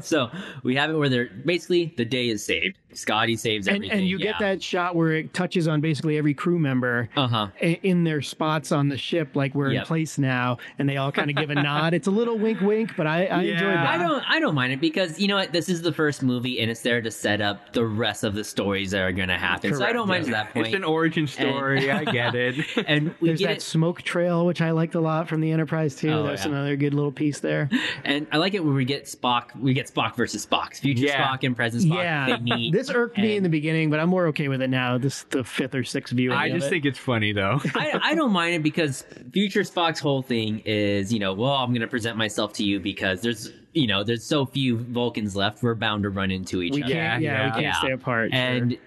[SPEAKER 1] (laughs) so we have it where they're basically the day is saved. Scotty saves
[SPEAKER 3] and
[SPEAKER 1] everything.
[SPEAKER 3] and you get that shot where it touches on basically every crew member
[SPEAKER 1] Uh huh.
[SPEAKER 3] i- in their spots on the ship, like we're in
[SPEAKER 1] Yep.
[SPEAKER 3] place now, and they all kind of give a nod. It's a little wink, wink, but I, I enjoyed
[SPEAKER 2] Yeah.
[SPEAKER 3] that.
[SPEAKER 1] I don't I don't mind it because you know what this is the first movie and it's there to set up the rest of the stories that are going to happen. So I don't mind that point.
[SPEAKER 2] It's
[SPEAKER 3] (laughs)
[SPEAKER 2] an origin story. (laughs) I get it.
[SPEAKER 1] and we
[SPEAKER 3] There's
[SPEAKER 1] get
[SPEAKER 3] that
[SPEAKER 1] it,
[SPEAKER 3] smoke trail, which I liked a lot from the Enterprise too.
[SPEAKER 1] Oh,
[SPEAKER 3] That's
[SPEAKER 1] yeah.
[SPEAKER 3] another good little piece there.
[SPEAKER 1] and I like it when we get Spock. We get Spock versus Spock, future
[SPEAKER 2] Yeah.
[SPEAKER 1] Spock and present Spock.
[SPEAKER 3] yeah,
[SPEAKER 2] (laughs)
[SPEAKER 1] they meet.
[SPEAKER 3] (laughs) this irked me in
[SPEAKER 1] and-
[SPEAKER 3] the beginning, but I'm more okay with it now. This is the fifth or sixth viewing.
[SPEAKER 2] I
[SPEAKER 3] of
[SPEAKER 2] just
[SPEAKER 3] it.
[SPEAKER 2] think it's funny though.
[SPEAKER 1] I, I don't mind it because future Spock's whole thing is, you know, well, I'm going to present myself to you because there's, you know, there's so few Vulcans left. We're bound to run into each
[SPEAKER 3] we
[SPEAKER 1] other.
[SPEAKER 3] can't. Yeah,
[SPEAKER 2] Yeah,
[SPEAKER 3] we
[SPEAKER 2] yeah.
[SPEAKER 3] can't
[SPEAKER 1] Yeah.
[SPEAKER 3] stay apart. sure.
[SPEAKER 1] And,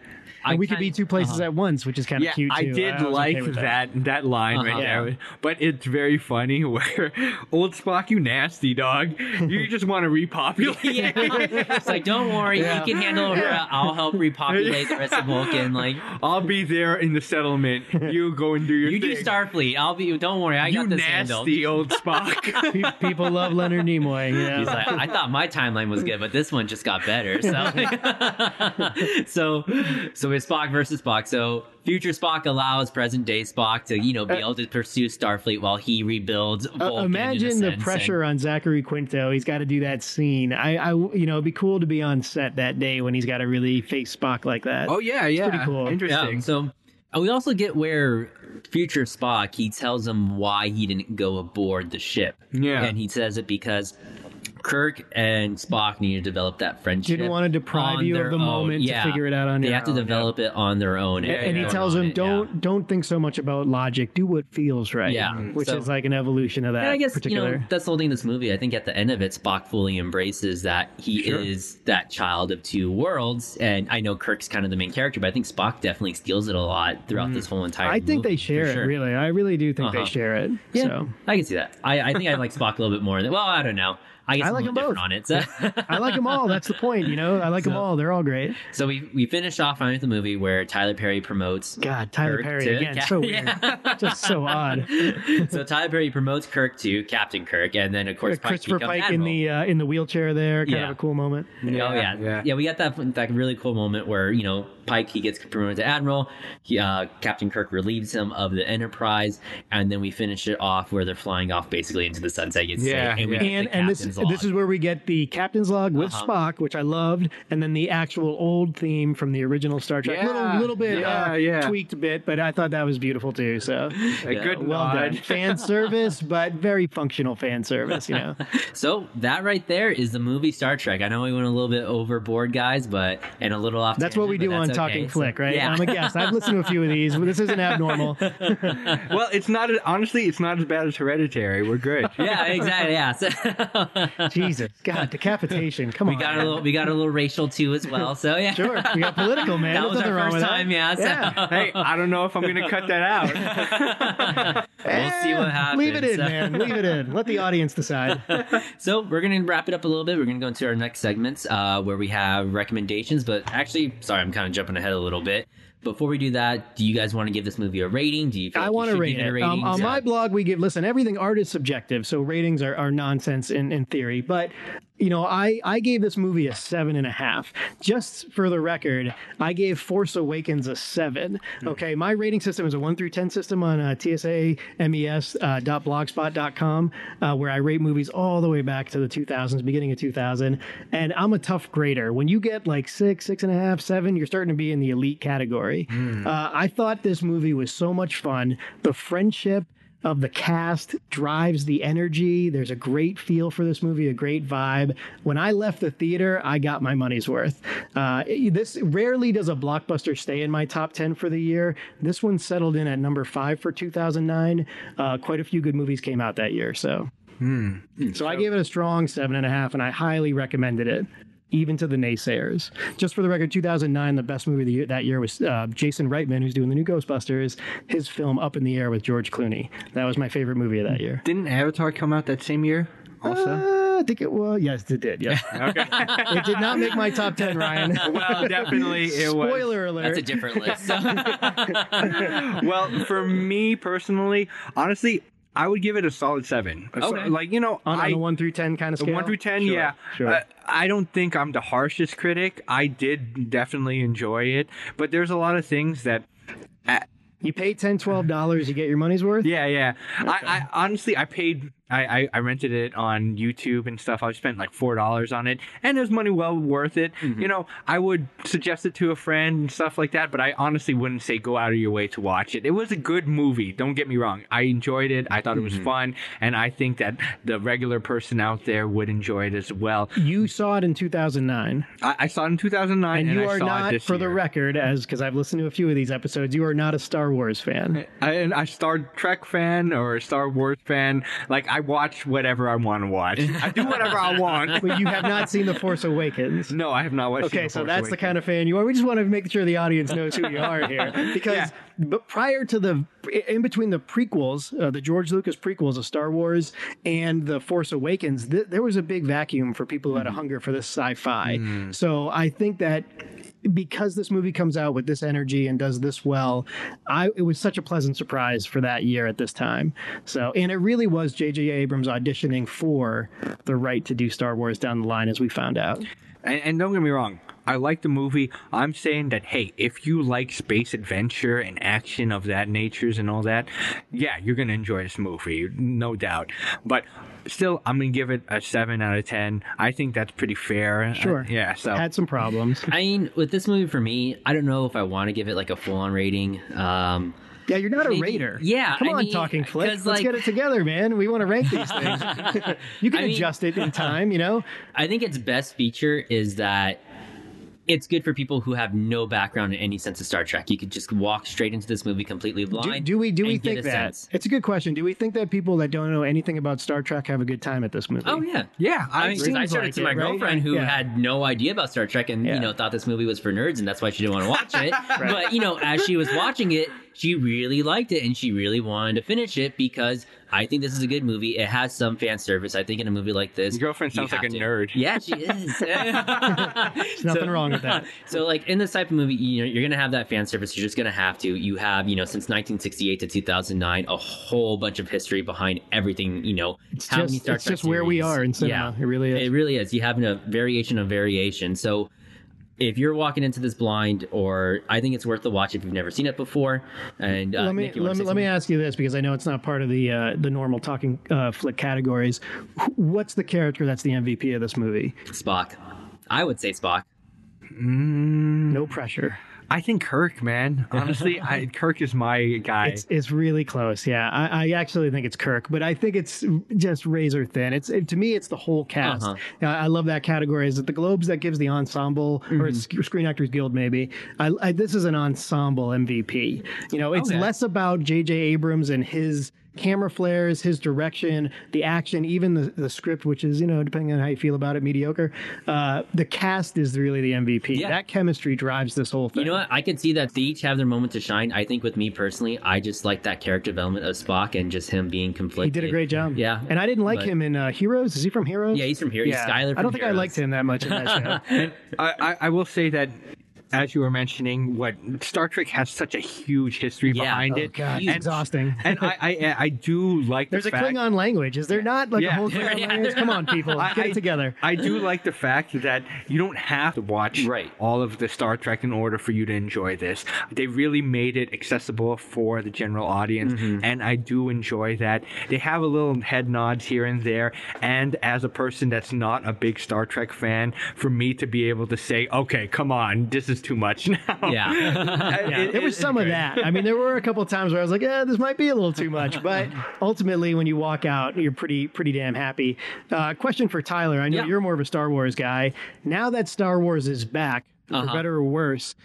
[SPEAKER 1] I
[SPEAKER 3] And we could
[SPEAKER 1] kinda-
[SPEAKER 3] be two places (laughs)
[SPEAKER 1] uh-huh.
[SPEAKER 3] at once, which is kind
[SPEAKER 2] (laughs)
[SPEAKER 3] of
[SPEAKER 2] yeah,
[SPEAKER 3] cute.
[SPEAKER 2] I
[SPEAKER 3] too.
[SPEAKER 2] did
[SPEAKER 3] was okay
[SPEAKER 2] like
[SPEAKER 3] with
[SPEAKER 2] that. that line right
[SPEAKER 1] Uh-huh.
[SPEAKER 2] there. But it's very funny (laughs) where old Spock, you nasty dog, you
[SPEAKER 3] (laughs)
[SPEAKER 2] just want to repopulate.
[SPEAKER 1] yeah. It's like, don't worry,
[SPEAKER 3] Yeah.
[SPEAKER 1] you can handle it. I'll help repopulate the rest of
[SPEAKER 3] (laughs)
[SPEAKER 1] Vulcan. Like,
[SPEAKER 2] (laughs) I'll be there in the settlement. You go and do your
[SPEAKER 1] you
[SPEAKER 2] thing.
[SPEAKER 1] do Starfleet. I'll be. Don't worry, I
[SPEAKER 2] You
[SPEAKER 1] got this handled.
[SPEAKER 2] nasty old (laughs) Spock.
[SPEAKER 3] Pe- People love Leonard Nimoy. You know?
[SPEAKER 1] He's like, I thought my timeline was good, but this one just got better. So, (laughs) so, so it's Spock versus Spock. So, future Spock allows present day Spock to, you know, be able to pursue Starfleet while he rebuilds.
[SPEAKER 3] Uh,
[SPEAKER 1] Vulcan in a
[SPEAKER 3] imagine the
[SPEAKER 1] sense,
[SPEAKER 3] pressure on Zachary Quinto. He's got to do that scene. I, I, you know, it'd be cool to be on set that day when he's got to really face Spock like that.
[SPEAKER 2] oh yeah, yeah.
[SPEAKER 3] pretty cool.
[SPEAKER 1] And, yeah.
[SPEAKER 2] Interesting.
[SPEAKER 1] So. and we also get where future Spock he tells him why he didn't go aboard the ship.
[SPEAKER 2] Yeah.
[SPEAKER 1] and he says it because. Kirk and Spock need to develop that friendship.
[SPEAKER 3] Didn't want to deprive
[SPEAKER 1] on
[SPEAKER 3] you
[SPEAKER 1] their
[SPEAKER 3] of the
[SPEAKER 1] own.
[SPEAKER 3] moment
[SPEAKER 1] Yeah.
[SPEAKER 3] to figure it out on
[SPEAKER 1] They
[SPEAKER 3] your
[SPEAKER 1] have to
[SPEAKER 3] own.
[SPEAKER 1] develop it on their own.
[SPEAKER 3] And, and he
[SPEAKER 1] work
[SPEAKER 3] tells
[SPEAKER 1] on
[SPEAKER 3] him,
[SPEAKER 1] it, yeah.
[SPEAKER 3] "Don't don't think so much about logic. Do what feels right."
[SPEAKER 1] Yeah,
[SPEAKER 3] which
[SPEAKER 1] so-
[SPEAKER 3] is like an evolution of that.
[SPEAKER 1] And I guess you
[SPEAKER 3] particular.
[SPEAKER 1] know that's the whole thing. in This movie, I think, at the end of it, Spock fully embraces that he
[SPEAKER 2] Sure.
[SPEAKER 1] is that child of two worlds. And I know Kirk's kind of the main character, but I think Spock definitely steals it a lot throughout this whole entire.
[SPEAKER 3] Mm. I think
[SPEAKER 1] movie,
[SPEAKER 3] they
[SPEAKER 1] for
[SPEAKER 3] share
[SPEAKER 1] sure.
[SPEAKER 3] it. Really, I really do think
[SPEAKER 1] Uh-huh.
[SPEAKER 3] they share it.
[SPEAKER 1] Yeah,
[SPEAKER 3] So.
[SPEAKER 1] I can see that. I, I think I like Spock a little bit more. Than, well, I don't know. I guess
[SPEAKER 3] I
[SPEAKER 1] I'm
[SPEAKER 3] like
[SPEAKER 1] a little
[SPEAKER 3] 'em both.
[SPEAKER 1] different on it. So.
[SPEAKER 3] I like them all. That's the point, you know. I like them all. They're all great.
[SPEAKER 1] (laughs) So we we finished off with the movie where Tyler Perry promotes.
[SPEAKER 3] God, Tyler
[SPEAKER 1] Kirk
[SPEAKER 3] Perry
[SPEAKER 1] to-
[SPEAKER 3] again.
[SPEAKER 1] (laughs) yeah,
[SPEAKER 3] So weird. Just so odd.
[SPEAKER 1] (laughs) so Tyler Perry promotes Kirk to Captain Kirk, and then of course Pike
[SPEAKER 3] Christopher
[SPEAKER 1] becomes
[SPEAKER 3] Pike in
[SPEAKER 1] Admiral.
[SPEAKER 3] the uh, in the wheelchair there, kind
[SPEAKER 1] Yeah.
[SPEAKER 3] of a cool moment.
[SPEAKER 1] oh yeah. yeah,
[SPEAKER 2] yeah.
[SPEAKER 1] We got that that really cool moment where you know Pike he gets promoted to admiral. He, uh, Captain Kirk relieves him of the Enterprise, and then we finish it off where they're flying off basically into the sunset. You'd say,
[SPEAKER 2] Yeah,
[SPEAKER 1] and we
[SPEAKER 2] yeah.
[SPEAKER 1] get
[SPEAKER 3] And
[SPEAKER 1] the
[SPEAKER 3] and this
[SPEAKER 1] captain's log.
[SPEAKER 3] This is where we get the captain's log with
[SPEAKER 1] Uh-huh.
[SPEAKER 3] Spock, which I loved, and then the actual old theme from the original Star Trek.
[SPEAKER 2] Yeah,
[SPEAKER 3] little little bit
[SPEAKER 2] yeah,
[SPEAKER 3] uh,
[SPEAKER 2] yeah.
[SPEAKER 3] tweaked a bit, but I thought that was beautiful too.
[SPEAKER 1] (laughs)
[SPEAKER 3] So
[SPEAKER 2] A good
[SPEAKER 3] well
[SPEAKER 2] nod.
[SPEAKER 3] done. fan service, but very functional fan service,
[SPEAKER 1] (laughs)
[SPEAKER 3] you know.
[SPEAKER 1] So that right there is the movie Star Trek. I know we went a little bit overboard, guys, but and a little off.
[SPEAKER 3] That's what we
[SPEAKER 1] tangent,
[SPEAKER 3] do
[SPEAKER 1] but
[SPEAKER 3] on
[SPEAKER 1] that's
[SPEAKER 3] Talking
[SPEAKER 1] okay. So-
[SPEAKER 3] Flick, right?
[SPEAKER 1] Yeah.
[SPEAKER 3] I'm a guest. I've listened to a few of these, but this isn't abnormal.
[SPEAKER 2] well, it's not honestly, it's not as bad as Hereditary. We're
[SPEAKER 3] (laughs)
[SPEAKER 2] good.
[SPEAKER 1] (laughs) yeah, exactly. Yeah. So
[SPEAKER 3] Jesus, God, decapitation. Come
[SPEAKER 1] we
[SPEAKER 3] on.
[SPEAKER 1] got a
[SPEAKER 3] man.
[SPEAKER 1] little we got a little racial too as well. So yeah.
[SPEAKER 3] Sure, we got political, man.
[SPEAKER 1] (laughs) That
[SPEAKER 3] There's
[SPEAKER 1] was
[SPEAKER 3] nothing
[SPEAKER 1] our
[SPEAKER 3] wrong
[SPEAKER 1] first
[SPEAKER 3] with
[SPEAKER 1] time, yeah. So
[SPEAKER 2] Hey, I don't know if I'm gonna cut that out.
[SPEAKER 1] (laughs) we'll see what
[SPEAKER 3] Eh,
[SPEAKER 1] happens.
[SPEAKER 3] Leave it in,
[SPEAKER 1] So-
[SPEAKER 3] man. Leave it in. Let the
[SPEAKER 1] (laughs)
[SPEAKER 3] audience decide.
[SPEAKER 1] So we're gonna wrap it up a little bit. We're gonna go into our next segments uh, where we have recommendations. But actually, sorry, I'm kind of jumping ahead a little bit. Before we do that, do you guys want to give this movie a rating? Do you? Feel
[SPEAKER 3] I
[SPEAKER 1] like you
[SPEAKER 3] want to
[SPEAKER 1] should
[SPEAKER 3] rate
[SPEAKER 1] give
[SPEAKER 3] it.
[SPEAKER 1] a
[SPEAKER 3] Um,
[SPEAKER 1] rating?
[SPEAKER 3] on
[SPEAKER 1] Yeah.
[SPEAKER 3] my blog, we give listen. Everything art is subjective, so ratings are, are nonsense in, in theory. But you know, I I gave this movie a seven and a half. Just for the record, I gave Force Awakens a seven. Okay, my rating system is a one through ten system on uh, TSA MES uh, dot blogspot.com, uh, where I rate movies all the way back to the 2000s, beginning of 2000. And I'm a tough grader. When you get like six, six and a half, seven, you're starting to be in the elite category. Uh, I thought this movie was so much fun. The friendship of the cast drives the energy. There's a great feel for this movie, a great vibe. When I left the theater, I got my money's worth. Uh, it- this rarely does a blockbuster stay in my top 10 for the year. This one settled in at number five for 2009. Uh, quite a few good movies came out that year. So, so I gave it a strong seven and a half, and I highly recommended it. Even to the naysayers. Just for the record, 2009, the best movie of the year, that year was uh, Jason Reitman, who's doing the new Ghostbusters, his film Up in the Air with George Clooney. That was my favorite movie of that year.
[SPEAKER 2] Didn't Avatar come out that same year? Also.
[SPEAKER 3] Uh, I think it was. Yes, it did. Yeah.
[SPEAKER 2] (laughs) okay.
[SPEAKER 3] (laughs) it did not make my top 10, Ryan.
[SPEAKER 2] (laughs) Well, Uh, definitely it was.
[SPEAKER 3] Spoiler alert.
[SPEAKER 1] That's a different
[SPEAKER 3] (laughs)
[SPEAKER 1] list. So.
[SPEAKER 2] well, for me personally, honestly, I would give it a solid seven. A so-
[SPEAKER 1] Okay.
[SPEAKER 2] like you know,
[SPEAKER 3] on, on
[SPEAKER 2] I,
[SPEAKER 3] a 1 through 10 kind of
[SPEAKER 2] a
[SPEAKER 3] scale?
[SPEAKER 2] one through ten,
[SPEAKER 3] Sure,
[SPEAKER 2] yeah.
[SPEAKER 3] Sure.
[SPEAKER 2] I, I don't think I'm the harshest critic. I did definitely enjoy it, but there's a lot of things that
[SPEAKER 3] you pay $10, $12, you get your money's worth?
[SPEAKER 2] Yeah, yeah. I, I honestly, I paid. I, I, I rented it on YouTube and stuff. I spent like four dollars on it, and it was money well worth it.
[SPEAKER 3] Mm-hmm.
[SPEAKER 2] You know, I would suggest it to a friend and stuff like that. But I honestly wouldn't say go out of your way to watch it. It was a good movie. Don't get me wrong. I enjoyed it. I thought it was
[SPEAKER 3] Mm-hmm.
[SPEAKER 2] fun, and I think that the regular person out there would enjoy it as well.
[SPEAKER 3] You saw it in 2009.
[SPEAKER 2] I, I saw it in 2009,
[SPEAKER 3] And,
[SPEAKER 2] and,
[SPEAKER 3] you
[SPEAKER 2] I
[SPEAKER 3] are
[SPEAKER 2] saw it
[SPEAKER 3] not,
[SPEAKER 2] this
[SPEAKER 3] for the
[SPEAKER 2] year.
[SPEAKER 3] record, as because I've listened to a few of these episodes, you are not a Star Wars
[SPEAKER 2] (laughs)
[SPEAKER 3] fan.
[SPEAKER 2] I, and I Star Trek fan or a Star Wars fan. Like I watch whatever I want to watch. I do whatever I
[SPEAKER 3] (laughs)
[SPEAKER 2] want.
[SPEAKER 3] but you have not seen The Force Awakens.
[SPEAKER 2] No, I have not watched.
[SPEAKER 3] Okay, so that's the kind of fan you are. We just want to make sure the audience knows who you are here, because but prior to the in between the prequels, uh, the George Lucas prequels of Star Wars and the Force Awakens, th- there was a big vacuum for people who had a hunger for this sci-fi. So I think that because this movie comes out with this energy and does this well, I it was such a pleasant surprise for that year at this time. So and it really was J.J. Abrams auditioning for the right to do Star Wars down the line, as we found out.
[SPEAKER 2] And, and don't get me wrong. I like the movie. I'm saying that hey, if you like space adventure and action of that natures and all that, yeah, you're gonna enjoy this movie, no doubt. But still, I'm gonna give it a seven out of ten. I think that's pretty fair.
[SPEAKER 3] Sure.
[SPEAKER 2] Uh, yeah. So
[SPEAKER 3] had some problems.
[SPEAKER 1] I mean, with this movie for me, I don't know if I want to give it like a full on rating. Um,
[SPEAKER 3] Yeah, you're not a
[SPEAKER 1] Maybe-
[SPEAKER 3] rater.
[SPEAKER 1] yeah,
[SPEAKER 3] come
[SPEAKER 1] I
[SPEAKER 3] on,
[SPEAKER 1] mean,
[SPEAKER 3] talking flick.
[SPEAKER 1] 'cause,
[SPEAKER 3] Let's
[SPEAKER 1] like-
[SPEAKER 3] get it together, man. We want to rank
[SPEAKER 1] (laughs)
[SPEAKER 3] these things. you can
[SPEAKER 1] I mean-
[SPEAKER 3] adjust it in time, you know.
[SPEAKER 1] I think its best feature is that it's good for people who have no background in any sense of Star Trek. You could just walk straight into this movie completely
[SPEAKER 3] Do,
[SPEAKER 1] blind.
[SPEAKER 3] do we do we
[SPEAKER 1] and get
[SPEAKER 3] think
[SPEAKER 1] a
[SPEAKER 3] that?
[SPEAKER 1] sense.
[SPEAKER 3] It's a good question. Do we think that people that don't know anything about Star Trek have a good time at this movie?
[SPEAKER 1] Oh yeah.
[SPEAKER 2] yeah, I,
[SPEAKER 1] I mean, 'cause I
[SPEAKER 3] seems
[SPEAKER 1] showed
[SPEAKER 3] like
[SPEAKER 1] it to
[SPEAKER 3] it,
[SPEAKER 1] my
[SPEAKER 3] right?
[SPEAKER 1] girlfriend who
[SPEAKER 3] Yeah.
[SPEAKER 1] had no idea about Star Trek and
[SPEAKER 3] Yeah.
[SPEAKER 1] you know thought this movie was for nerds and that's why she didn't want to watch
[SPEAKER 3] (laughs)
[SPEAKER 1] it. But you know, as she was watching it, she really liked it and she really wanted to finish it because I think this is a good movie. It has some fan service. I think in a movie like this,
[SPEAKER 2] Your girlfriend
[SPEAKER 1] you
[SPEAKER 2] sounds like
[SPEAKER 1] have
[SPEAKER 2] a nerd.
[SPEAKER 1] Yeah, she is. (laughs) There's
[SPEAKER 3] (laughs) nothing wrong with that.
[SPEAKER 1] (laughs) So, like in this type of movie, you know, you're gonna have that fan service. You're just gonna have to. You have, you know, since 1968 to 2009, a whole bunch of history behind everything. You know,
[SPEAKER 3] It's just, it's just where we are in cinema. It really is.
[SPEAKER 1] it really is. You have a variation of variation. So if you're walking into this blind, or I think it's worth the watch if you've never seen it before. And uh,
[SPEAKER 3] let me
[SPEAKER 1] Nick, you wanna
[SPEAKER 3] let
[SPEAKER 1] say
[SPEAKER 3] me, let me ask you this because I know it's not part of the uh, the normal talking uh, flick categories. Wh- What's the character that's the MVP of this movie?
[SPEAKER 1] something? Spock. I would say Spock.
[SPEAKER 3] No pressure.
[SPEAKER 2] I think Kirk, man. Honestly, I, Kirk is my guy.
[SPEAKER 3] It's it's really close. Yeah, I, I actually think it's Kirk, but I think it's just razor thin. It's it, to me, it's the whole cast.
[SPEAKER 1] Uh-huh.
[SPEAKER 3] Now, I love that category. Is it the Globes that gives the ensemble,
[SPEAKER 1] Mm-hmm.
[SPEAKER 3] or it's Sc- Screen Actors Guild? Maybe I, I, this is an ensemble MVP. You know, it's
[SPEAKER 2] Okay.
[SPEAKER 3] less about J.J. Abrams and his camera flares, his direction, the action, even the, the script, which is you know depending on how you feel about it, mediocre. Uh, the cast is really the MVP.
[SPEAKER 1] Yeah.
[SPEAKER 3] That chemistry drives this whole thing.
[SPEAKER 1] You know what? I can see that they each have their moment to shine. I think with me personally, I just like that character development of Spock and just him being
[SPEAKER 3] He
[SPEAKER 1] conflicted.
[SPEAKER 3] did a great job.
[SPEAKER 1] Yeah.
[SPEAKER 3] And I didn't like
[SPEAKER 1] But-
[SPEAKER 3] him in uh, Heroes. Is he from Heroes?
[SPEAKER 1] Yeah, he's from here. He's Skyler.
[SPEAKER 3] I
[SPEAKER 1] from
[SPEAKER 3] don't think I
[SPEAKER 1] Heroes.
[SPEAKER 3] liked him that much in that
[SPEAKER 1] (laughs)
[SPEAKER 3] show.
[SPEAKER 2] I, I, I will say that as you were mentioning, what Star Trek has such a huge history
[SPEAKER 1] Yeah.
[SPEAKER 2] behind
[SPEAKER 1] Oh,
[SPEAKER 2] it.
[SPEAKER 3] God,
[SPEAKER 2] and,
[SPEAKER 3] exhausting.
[SPEAKER 2] (laughs) And I, I I- I do like
[SPEAKER 3] There's
[SPEAKER 2] the
[SPEAKER 3] a
[SPEAKER 2] fact,
[SPEAKER 3] Klingon language. Is there not like a
[SPEAKER 2] Yeah.
[SPEAKER 3] whole
[SPEAKER 1] (laughs)
[SPEAKER 3] Klingon
[SPEAKER 1] Yeah.
[SPEAKER 3] language? Come on, people,
[SPEAKER 2] I-
[SPEAKER 3] get
[SPEAKER 2] I-
[SPEAKER 3] it together.
[SPEAKER 2] I do like the fact that you don't have to watch
[SPEAKER 1] Right.
[SPEAKER 2] all of the Star Trek in order for you to enjoy this. They really made it accessible for the general audience,
[SPEAKER 1] Mm-hmm.
[SPEAKER 2] and I do enjoy that. They have a little head nods here and there, and as a person that's not a big Star Trek fan, for me to be able to say, "Okay, come on, this is too much (laughs) now."
[SPEAKER 1] Yeah. (laughs)
[SPEAKER 2] I-
[SPEAKER 3] Yeah,
[SPEAKER 2] Uh, it-
[SPEAKER 3] there was
[SPEAKER 2] it's
[SPEAKER 3] some of
[SPEAKER 2] good.
[SPEAKER 3] that. I mean, there were a couple times where I was like, "Yeah, this might be a little too
[SPEAKER 1] (laughs)
[SPEAKER 3] much," but ultimately, when you walk out, you're pretty pretty damn happy. Uh, question for Tyler: I know
[SPEAKER 1] Yeah.
[SPEAKER 3] you're more of a Star Wars guy. Now that Star Wars is back, for
[SPEAKER 1] Uh-huh.
[SPEAKER 3] better or worse,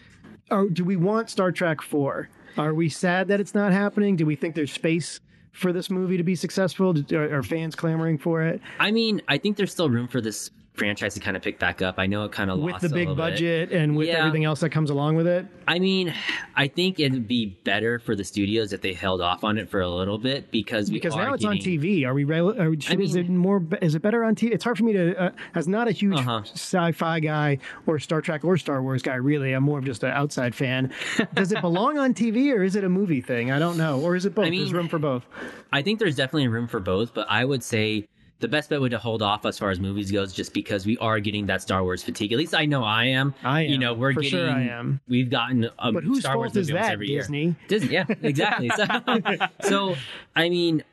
[SPEAKER 3] are, do we want Star Trek Four? Are we sad that it's not happening? Do we think there's space for this movie to be successful? Do- Are, are fans clamoring for it
[SPEAKER 1] I mean, I think there's still room for this franchise to kind of pick back up. I know it kind of
[SPEAKER 3] with
[SPEAKER 1] lost
[SPEAKER 3] the
[SPEAKER 1] a
[SPEAKER 3] big
[SPEAKER 1] little bit.
[SPEAKER 3] budget and with
[SPEAKER 1] Yeah.
[SPEAKER 3] everything else that comes along with it?
[SPEAKER 1] I mean, I think it'd be better for the studios if they held off on it for a little bit because we
[SPEAKER 3] because
[SPEAKER 1] are
[SPEAKER 3] now it's on
[SPEAKER 1] getting,
[SPEAKER 3] TV. Are we? Rel- are, we- should, is it
[SPEAKER 1] mean-
[SPEAKER 3] more? be- Is it better on TV? It's hard for me to. Uh, as not a huge
[SPEAKER 1] Uh-huh.
[SPEAKER 3] sci-fi guy or Star Trek or Star Wars guy, really, I'm more of just an
[SPEAKER 1] (laughs)
[SPEAKER 3] outside fan. Does it belong on TV or is it a movie thing? I don't know. Or is it both? There's
[SPEAKER 1] mean-
[SPEAKER 3] room for both.
[SPEAKER 1] I think there's definitely room for both, but I would say the best bet would to hold off as far as movies goes, just because we are getting that Star Wars fatigue. At least I know I am.
[SPEAKER 3] I am.
[SPEAKER 1] You know, we're
[SPEAKER 3] For
[SPEAKER 1] getting.
[SPEAKER 3] sure I am.
[SPEAKER 1] We've gotten. Um,
[SPEAKER 3] But whose
[SPEAKER 1] Star Wars
[SPEAKER 3] fault is
[SPEAKER 1] movie almost
[SPEAKER 3] that,
[SPEAKER 1] Every
[SPEAKER 3] Disney?
[SPEAKER 1] Year. Disney. Yeah, exactly.
[SPEAKER 2] (laughs)
[SPEAKER 1] so, so, I mean,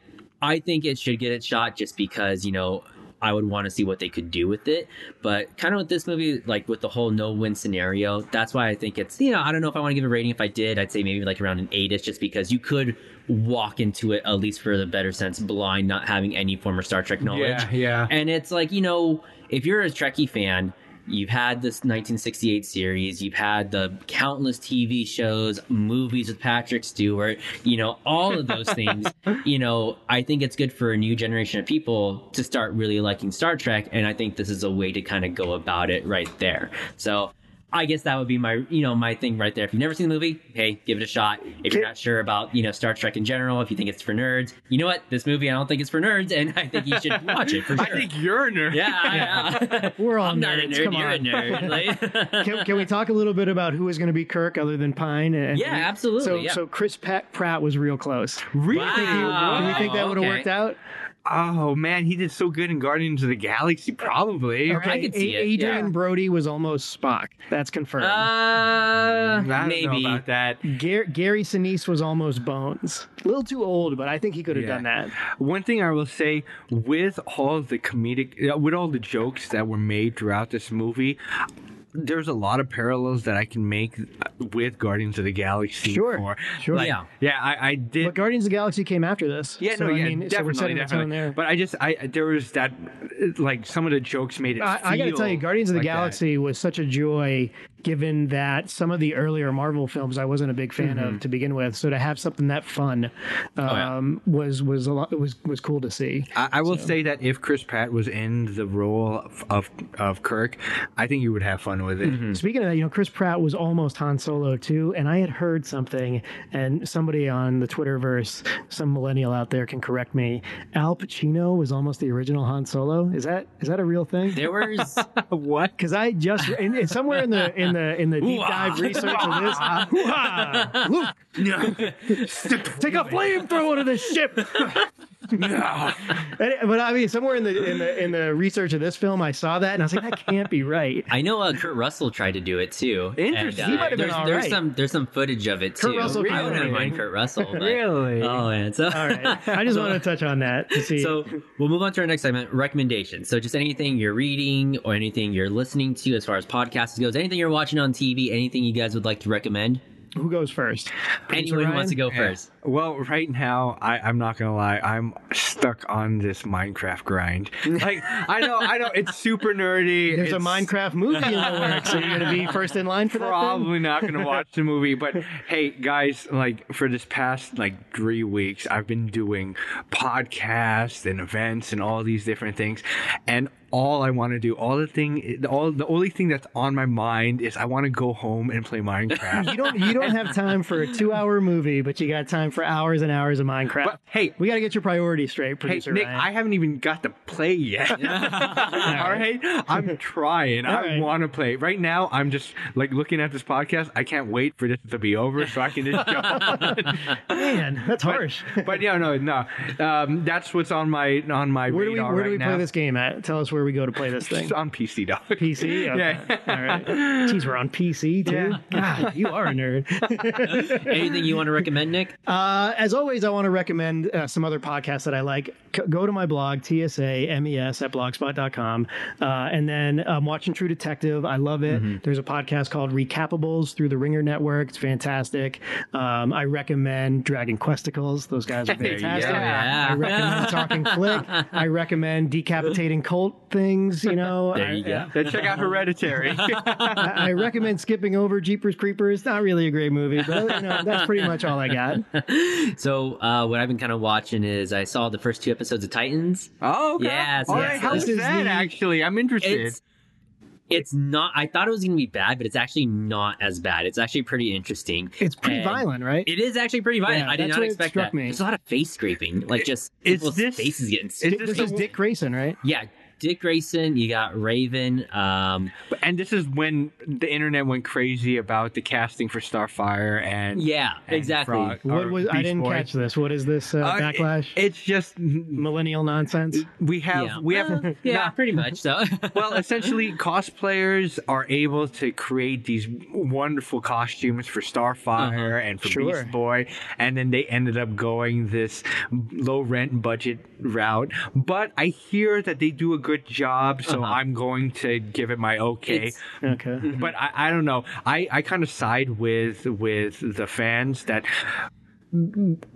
[SPEAKER 1] I think it should get its shot just because you know. I would want to see what they could do with it, but kind of with this movie, like with the whole no-win scenario, that's why I think it's you know I don't know if I want to give a rating. If I did, I'd say maybe like around an eight-ish, just because you could walk into it at least for the better sense blind, not having any former Star Trek knowledge.
[SPEAKER 2] Yeah, yeah.
[SPEAKER 1] And it's like, you know, if you're a Trekkie fan, you've had this 1968 series, you've had the countless TV shows, movies with Patrick Stewart, you know, all of those things. You know, I think it's good for a new generation of people to start really liking Star Trek. And I think this is a way to kind of go about it right there. So. I guess that would be my, you know, my thing right there. If you've never seen the movie, hey, give it a shot. If you're not sure about, you know, Star Trek in general, if you think it's for nerds, you know what? This movie, I don't think it's for nerds, and I think you should watch it for sure.
[SPEAKER 2] I think you're a
[SPEAKER 1] (laughs)
[SPEAKER 2] nerd.
[SPEAKER 1] Yeah, I- I-
[SPEAKER 3] We're
[SPEAKER 1] (laughs)
[SPEAKER 3] all
[SPEAKER 1] I'm not a
[SPEAKER 3] nerds,
[SPEAKER 1] nerd.
[SPEAKER 3] come
[SPEAKER 1] you're
[SPEAKER 3] on.
[SPEAKER 1] a (laughs) nerd. Like,
[SPEAKER 3] (laughs) Can, can we talk a little bit about who is going to be Kirk other than Pine? And,
[SPEAKER 1] Yeah, absolutely,
[SPEAKER 3] So,
[SPEAKER 1] yeah.
[SPEAKER 3] so Chris Pat, Pratt was real close.
[SPEAKER 2] Really?
[SPEAKER 1] Wow.
[SPEAKER 3] Do we think that would have
[SPEAKER 1] okay.
[SPEAKER 3] worked out?
[SPEAKER 2] Oh man, he did so good in Guardians of the Galaxy. Probably.
[SPEAKER 1] I could see
[SPEAKER 3] A-
[SPEAKER 1] it,
[SPEAKER 3] Adrian
[SPEAKER 1] yeah.
[SPEAKER 3] Brody was almost Spock. That's confirmed.
[SPEAKER 1] uh,
[SPEAKER 2] I don't
[SPEAKER 1] maybe.
[SPEAKER 2] know about that.
[SPEAKER 3] Gar- Gary Sinise was almost Bones. A little too old, but I think he could have
[SPEAKER 2] Yeah.
[SPEAKER 3] done that.
[SPEAKER 2] One thing I will say with all the comedic, uh, with all the jokes that were made throughout this movie, there's a lot of parallels that I can make uh, with Guardians of the Galaxy.
[SPEAKER 3] Sure,
[SPEAKER 2] for-
[SPEAKER 3] sure.
[SPEAKER 2] like-
[SPEAKER 1] Yeah.
[SPEAKER 2] yeah, I, I did.
[SPEAKER 3] But Guardians of the Galaxy came after this.
[SPEAKER 2] yeah,
[SPEAKER 3] so,
[SPEAKER 2] no,
[SPEAKER 3] I
[SPEAKER 2] yeah,
[SPEAKER 3] mean,
[SPEAKER 2] definitely,
[SPEAKER 3] so we're setting the
[SPEAKER 2] definitely.
[SPEAKER 3] tone there.
[SPEAKER 2] But I just, I there was that, uh, like some of the jokes made it.
[SPEAKER 3] I, I got to
[SPEAKER 2] feel
[SPEAKER 3] tell you, Guardians of the
[SPEAKER 2] like that.
[SPEAKER 3] Galaxy was such a joy, given that some of the earlier Marvel films I wasn't a big fan
[SPEAKER 2] Mm-hmm.
[SPEAKER 3] of to begin with. So to have something that fun
[SPEAKER 2] Oh,
[SPEAKER 1] yeah.
[SPEAKER 3] um, was was a lot was was cool to see.
[SPEAKER 2] I, I will say that if Chris Pratt was in the role of of, of Kirk, I think you would have fun with it.
[SPEAKER 3] Speaking of that, you know, Chris Pratt was almost Han Solo too, and I had heard something, and somebody on the Twitterverse, some millennial out there can correct me. Al Pacino was almost the original Han Solo. Is that is that a real thing?
[SPEAKER 1] There (laughs) was.
[SPEAKER 2] What? (laughs)
[SPEAKER 3] Because I just in, in- somewhere in the in the in the deep
[SPEAKER 1] Ooh-ah.
[SPEAKER 3] dive research of this, Ooh-ah. Luke,
[SPEAKER 2] No.
[SPEAKER 1] (laughs)
[SPEAKER 3] take a flamethrower to the ship. And it- but I mean, somewhere in the in the in the research of this film, I saw that and I was like, that can't be right.
[SPEAKER 1] I know uh, Kurt Russell tried to do it too.
[SPEAKER 2] Interesting. He
[SPEAKER 1] And, uh,
[SPEAKER 3] might have been
[SPEAKER 1] there's,
[SPEAKER 3] all
[SPEAKER 1] there's
[SPEAKER 3] right.
[SPEAKER 1] some there's some footage of it
[SPEAKER 3] Kurt
[SPEAKER 1] too.
[SPEAKER 3] Russell
[SPEAKER 1] I
[SPEAKER 3] can do
[SPEAKER 1] wouldn't mind
[SPEAKER 3] anything.
[SPEAKER 1] Kurt Russell. But,
[SPEAKER 2] Really?
[SPEAKER 1] Oh man. So
[SPEAKER 3] All right, I just wanted to touch on that to
[SPEAKER 1] (laughs)
[SPEAKER 3] see.
[SPEAKER 1] So we'll move on to our next segment, recommendations. So just anything you're reading or anything you're listening to as far as podcasts goes, anything you're watching on TV, anything you guys would like to recommend.
[SPEAKER 3] who goes first?
[SPEAKER 1] Anyone who wants to go
[SPEAKER 2] Yeah.
[SPEAKER 1] first.
[SPEAKER 2] Well, right now, I, I'm not gonna lie, I'm stuck on this Minecraft
[SPEAKER 3] (laughs)
[SPEAKER 2] grind. Like, I know, I know, it's super nerdy.
[SPEAKER 3] There's a
[SPEAKER 2] it's-
[SPEAKER 3] Minecraft movie
[SPEAKER 2] (laughs)
[SPEAKER 3] in the works. Are you going to be first in line for that? thing?
[SPEAKER 2] probably not going to watch the movie but hey guys like for this past like three weeks i've been doing podcasts and events and all these different things and all i want to do all the thing all the only thing that's on my mind is i want to go home and play minecraft
[SPEAKER 3] (laughs) You don't you don't have time for a two hour movie, but you got time for hours and hours of Minecraft.
[SPEAKER 2] but hey
[SPEAKER 3] we got to get your priorities straight,
[SPEAKER 2] Hey,
[SPEAKER 3] producer
[SPEAKER 2] Nick,
[SPEAKER 3] Ryan.
[SPEAKER 2] I haven't even got to play yet. (laughs) All right. I'm trying.
[SPEAKER 3] All
[SPEAKER 2] I
[SPEAKER 3] right.
[SPEAKER 2] want to play. Right now, I'm just like looking at this podcast. I can't wait for this to be over so I can just jump on.
[SPEAKER 3] Man, that's harsh.
[SPEAKER 2] but yeah, no, no. Um, that's what's on my on my
[SPEAKER 3] (laughs) Where do we
[SPEAKER 2] radar
[SPEAKER 3] where do
[SPEAKER 2] right
[SPEAKER 3] we
[SPEAKER 2] now.
[SPEAKER 3] play this game at? Tell us where we go to play this
[SPEAKER 2] (laughs)
[SPEAKER 3] thing.
[SPEAKER 2] It's on PC, dog.
[SPEAKER 3] PC. Okay.
[SPEAKER 2] Yeah.
[SPEAKER 3] All right. Jeez, we're on PC too. God, you are
[SPEAKER 2] (laughs)
[SPEAKER 3] a nerd.
[SPEAKER 1] Anything you want to recommend, Nick?
[SPEAKER 3] Uh, as always, I want to recommend uh, some other podcasts that I like. C- go to my blog, TSA MES E at blogspot.com. Uh, and then I'm watching True Detective. I love it.
[SPEAKER 1] Mm-hmm.
[SPEAKER 3] There's a podcast called Recapables through the Ringer Network. It's fantastic. Um, I recommend Dragon Questicles. Those guys are
[SPEAKER 2] you go.
[SPEAKER 3] fantastic.
[SPEAKER 1] Yeah.
[SPEAKER 3] I recommend Talking Flick. I recommend Decapitating Cult Things, you
[SPEAKER 1] (laughs)
[SPEAKER 3] know.
[SPEAKER 1] There you
[SPEAKER 3] I-
[SPEAKER 1] go.
[SPEAKER 2] Then check
[SPEAKER 1] (laughs)
[SPEAKER 2] out Hereditary.
[SPEAKER 3] I, I recommend skipping over Jeepers Creepers. Not really a great movie, but you know, that's pretty much all I got.
[SPEAKER 1] So uh, what I've been kind of watching is I saw the first two episodes of Titans.
[SPEAKER 2] oh, okay.
[SPEAKER 1] Yes,
[SPEAKER 2] All
[SPEAKER 1] yes,
[SPEAKER 2] right, how
[SPEAKER 1] this
[SPEAKER 2] is
[SPEAKER 3] is
[SPEAKER 2] that
[SPEAKER 3] the-
[SPEAKER 2] actually? I'm interested.
[SPEAKER 1] It's it's not. I thought it was going to be bad, but it's actually not as bad. It's actually pretty interesting.
[SPEAKER 3] It's pretty
[SPEAKER 1] And
[SPEAKER 3] violent, right?
[SPEAKER 1] It is actually pretty violent.
[SPEAKER 3] Yeah,
[SPEAKER 1] I did
[SPEAKER 3] that's
[SPEAKER 1] not
[SPEAKER 3] what it
[SPEAKER 1] expect
[SPEAKER 3] struck
[SPEAKER 1] that.
[SPEAKER 3] me.
[SPEAKER 1] There's a lot of face scraping, like just
[SPEAKER 2] Is
[SPEAKER 1] people's
[SPEAKER 2] this-
[SPEAKER 1] faces getting.
[SPEAKER 2] is
[SPEAKER 1] stitched.
[SPEAKER 2] this
[SPEAKER 3] this
[SPEAKER 2] the
[SPEAKER 3] is Dick Grayson, right?
[SPEAKER 1] yeah, Dick Grayson. You got Raven. Um,
[SPEAKER 2] and this is when the internet went crazy about the casting for Starfire and
[SPEAKER 1] yeah,
[SPEAKER 2] and
[SPEAKER 1] exactly.
[SPEAKER 2] Frog,
[SPEAKER 3] What
[SPEAKER 2] or
[SPEAKER 3] was I
[SPEAKER 2] Beast
[SPEAKER 3] didn't
[SPEAKER 2] Boy.
[SPEAKER 3] catch this. What is this uh,
[SPEAKER 2] Uh, it-
[SPEAKER 3] backlash?
[SPEAKER 2] it's just
[SPEAKER 3] Millennial nonsense.
[SPEAKER 2] we have
[SPEAKER 1] Yeah.
[SPEAKER 2] we have (laughs)
[SPEAKER 1] Uh, yeah, pretty much. So
[SPEAKER 2] well, essentially, cosplayers are able to create these wonderful costumes for
[SPEAKER 1] Uh-huh.
[SPEAKER 2] Starfire and for
[SPEAKER 3] Sure.
[SPEAKER 2] Beast Boy, and then they ended up going this low rent budget route. But I hear that they do a good job, so
[SPEAKER 1] Uh-huh.
[SPEAKER 2] I'm going to give it my okay.
[SPEAKER 1] It's-
[SPEAKER 3] Okay.
[SPEAKER 1] Mm-hmm.
[SPEAKER 2] but I, I don't know. I, I kind of side with with the fans that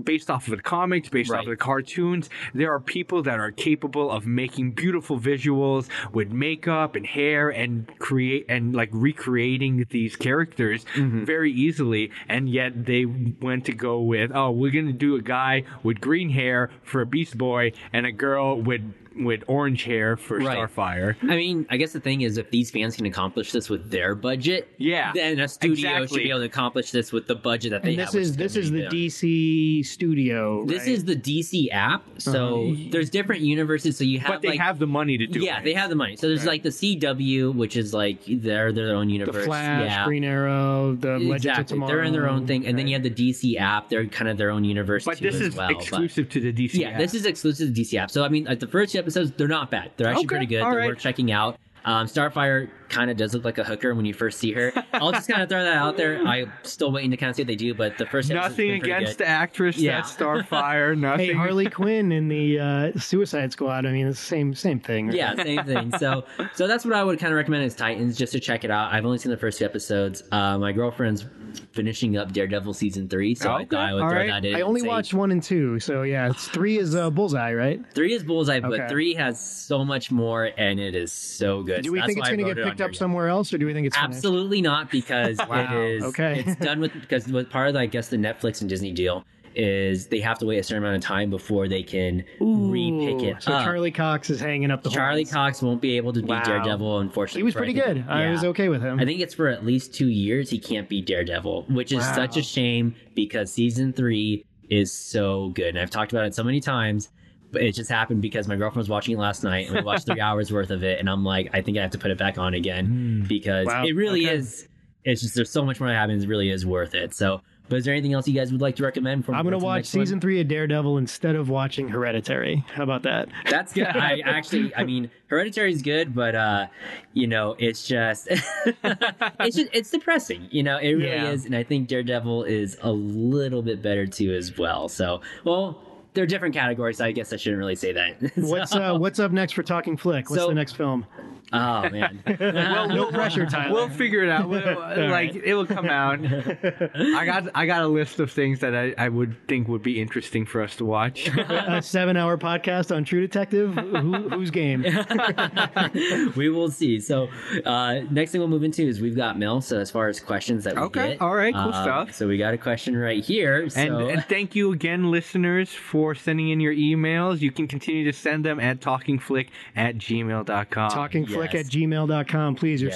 [SPEAKER 2] based off of the comics, based off
[SPEAKER 1] Right.
[SPEAKER 2] of the cartoons, there are people that are capable of making beautiful visuals with makeup and hair and create and like recreating these characters
[SPEAKER 1] Mm-hmm.
[SPEAKER 2] very easily. And yet they went to go with, oh, we're gonna do a guy with green hair for Beast Boy and a girl with with orange hair for
[SPEAKER 1] Right.
[SPEAKER 2] Starfire.
[SPEAKER 1] I mean, I guess the thing is, if these fans can accomplish this with their budget,
[SPEAKER 2] Yeah,
[SPEAKER 1] then a studio should
[SPEAKER 2] exactly.
[SPEAKER 1] be able to accomplish this with the budget that they
[SPEAKER 3] And
[SPEAKER 1] have.
[SPEAKER 3] this
[SPEAKER 1] which
[SPEAKER 3] is this
[SPEAKER 1] gonna
[SPEAKER 3] is
[SPEAKER 1] be
[SPEAKER 3] the
[SPEAKER 1] there.
[SPEAKER 3] DC studio.
[SPEAKER 1] This
[SPEAKER 3] right? Uh-huh.
[SPEAKER 1] is the DC app. So there's different universes. So you have
[SPEAKER 2] But they
[SPEAKER 1] like
[SPEAKER 2] have the money to do
[SPEAKER 1] yeah,
[SPEAKER 2] it.
[SPEAKER 1] they have the money. So there's like the CW, which is like they're their own
[SPEAKER 3] the
[SPEAKER 1] universe.
[SPEAKER 3] Flash,
[SPEAKER 1] yeah.
[SPEAKER 3] Green Arrow, the Legends of
[SPEAKER 1] Exactly.
[SPEAKER 3] Tomorrow.
[SPEAKER 1] They're in their own thing. And then you have the DC app. They're kind of their own universe
[SPEAKER 2] But
[SPEAKER 1] too
[SPEAKER 2] this
[SPEAKER 1] as
[SPEAKER 2] is
[SPEAKER 1] well. But-
[SPEAKER 2] exclusive to the DC.
[SPEAKER 1] yeah, this is exclusive to DC app. So I mean, like the first two episodes, they're not bad. They're actually
[SPEAKER 2] Okay,
[SPEAKER 1] pretty good.
[SPEAKER 2] all
[SPEAKER 1] They're
[SPEAKER 2] right.
[SPEAKER 1] worth checking out. Um, Starfire kind of does look like a hooker when you first see her. I'll just kind of throw that out there. I'm still waiting to kind of see what they do, but the first episode's
[SPEAKER 2] nothing
[SPEAKER 1] been pretty
[SPEAKER 2] against
[SPEAKER 1] good.
[SPEAKER 2] the actress
[SPEAKER 1] Yeah. (laughs)
[SPEAKER 2] that's Starfire. Nothing.
[SPEAKER 3] Hey, Harley Quinn in the uh, Suicide Squad. I mean, it's the same same thing. right?
[SPEAKER 1] yeah, same thing. So, so that's what I would kind of recommend is Titans, just to check it out. I've only seen the first two episodes. Uh, my girlfriend's finishing up Daredevil season three, so I
[SPEAKER 2] Okay,
[SPEAKER 1] thought I would
[SPEAKER 2] all
[SPEAKER 1] throw
[SPEAKER 2] right.
[SPEAKER 1] that in.
[SPEAKER 3] I
[SPEAKER 1] and
[SPEAKER 3] only
[SPEAKER 1] say-
[SPEAKER 3] watched one and two, so yeah, it's three is uh, Bullseye, right?
[SPEAKER 1] three is Bullseye,
[SPEAKER 3] Okay.
[SPEAKER 1] but three has so much more, and it is so good.
[SPEAKER 3] Do we
[SPEAKER 1] That's
[SPEAKER 3] think it's
[SPEAKER 1] why I
[SPEAKER 3] going to
[SPEAKER 1] wrote
[SPEAKER 3] get
[SPEAKER 1] it on
[SPEAKER 3] picked
[SPEAKER 1] here.
[SPEAKER 3] up somewhere else, or do we think it's finished?
[SPEAKER 1] Absolutely not,
[SPEAKER 3] (laughs)
[SPEAKER 1] because
[SPEAKER 2] Wow.
[SPEAKER 1] it is
[SPEAKER 3] Okay.
[SPEAKER 1] it's done
[SPEAKER 3] (laughs)
[SPEAKER 1] with because with part of the, I guess the Netflix and Disney deal is they have to wait a certain amount of time before they can re-pick
[SPEAKER 3] Ooh,
[SPEAKER 1] it
[SPEAKER 3] So
[SPEAKER 1] up.
[SPEAKER 3] Charlie Cox is hanging up the
[SPEAKER 1] Charlie
[SPEAKER 3] horns.
[SPEAKER 1] Cox won't be able to be
[SPEAKER 3] Wow.
[SPEAKER 1] Daredevil, unfortunately.
[SPEAKER 3] He was
[SPEAKER 1] for, I
[SPEAKER 3] pretty
[SPEAKER 1] think-
[SPEAKER 3] good. I
[SPEAKER 1] yeah.
[SPEAKER 3] was okay with him.
[SPEAKER 1] I think it's for at least two years he can't be Daredevil, which is
[SPEAKER 3] Wow.
[SPEAKER 1] such a shame because season three is so good. And I've talked about it so many times, but it just happened because my girlfriend was watching it last night and we watched
[SPEAKER 3] (laughs)
[SPEAKER 1] three hours worth of it. And I'm like, I think I have to put it back on again because
[SPEAKER 3] Hmm. Wow.
[SPEAKER 1] it really
[SPEAKER 3] Okay.
[SPEAKER 1] is. It's just there's so much more that happens. It really is worth it. So But is there anything else you guys would like to recommend? Before we
[SPEAKER 3] I'm
[SPEAKER 1] go
[SPEAKER 3] going to
[SPEAKER 1] the
[SPEAKER 3] watch
[SPEAKER 1] next one?
[SPEAKER 3] season three of Daredevil instead of watching Hereditary. How
[SPEAKER 1] (laughs)
[SPEAKER 3] about that?
[SPEAKER 1] That's good. I actually, I mean, Hereditary is good, but uh, you know, it's just, (laughs) it's just, it's depressing. You know, it really
[SPEAKER 2] Yeah.
[SPEAKER 1] is, and I think Daredevil is a little bit better too as well. So, well, they're different categories. So I guess I shouldn't really say that. (laughs) So-
[SPEAKER 3] What's uh, what's up next for Talking Flick? What's
[SPEAKER 1] So-
[SPEAKER 3] the next
[SPEAKER 1] (laughs)
[SPEAKER 3] film?
[SPEAKER 1] oh man,
[SPEAKER 2] Well,
[SPEAKER 3] No pressure, Tyler.
[SPEAKER 2] We'll figure it
[SPEAKER 1] (laughs)
[SPEAKER 2] out. We'll- like it will come out. I got I got a list of things that I, I would think would be interesting for us
[SPEAKER 1] (laughs)
[SPEAKER 2] to watch.
[SPEAKER 3] a seven-hour podcast on True Detective. Who, who's
[SPEAKER 1] (laughs)
[SPEAKER 3] game?
[SPEAKER 1] we will see. So, uh, next thing we'll move into is we've got mail. So as far as questions that we
[SPEAKER 2] Okay.
[SPEAKER 1] get,
[SPEAKER 2] All right. Cool
[SPEAKER 1] uh,
[SPEAKER 2] stuff.
[SPEAKER 1] So we got a question right here. So.
[SPEAKER 2] And, and thank you again, listeners, for sending in your emails. You can continue to send them at talkingflick at gmail.com.
[SPEAKER 3] TalkingFlick
[SPEAKER 1] yes.
[SPEAKER 3] at gmail.com. Please, your
[SPEAKER 1] Yes.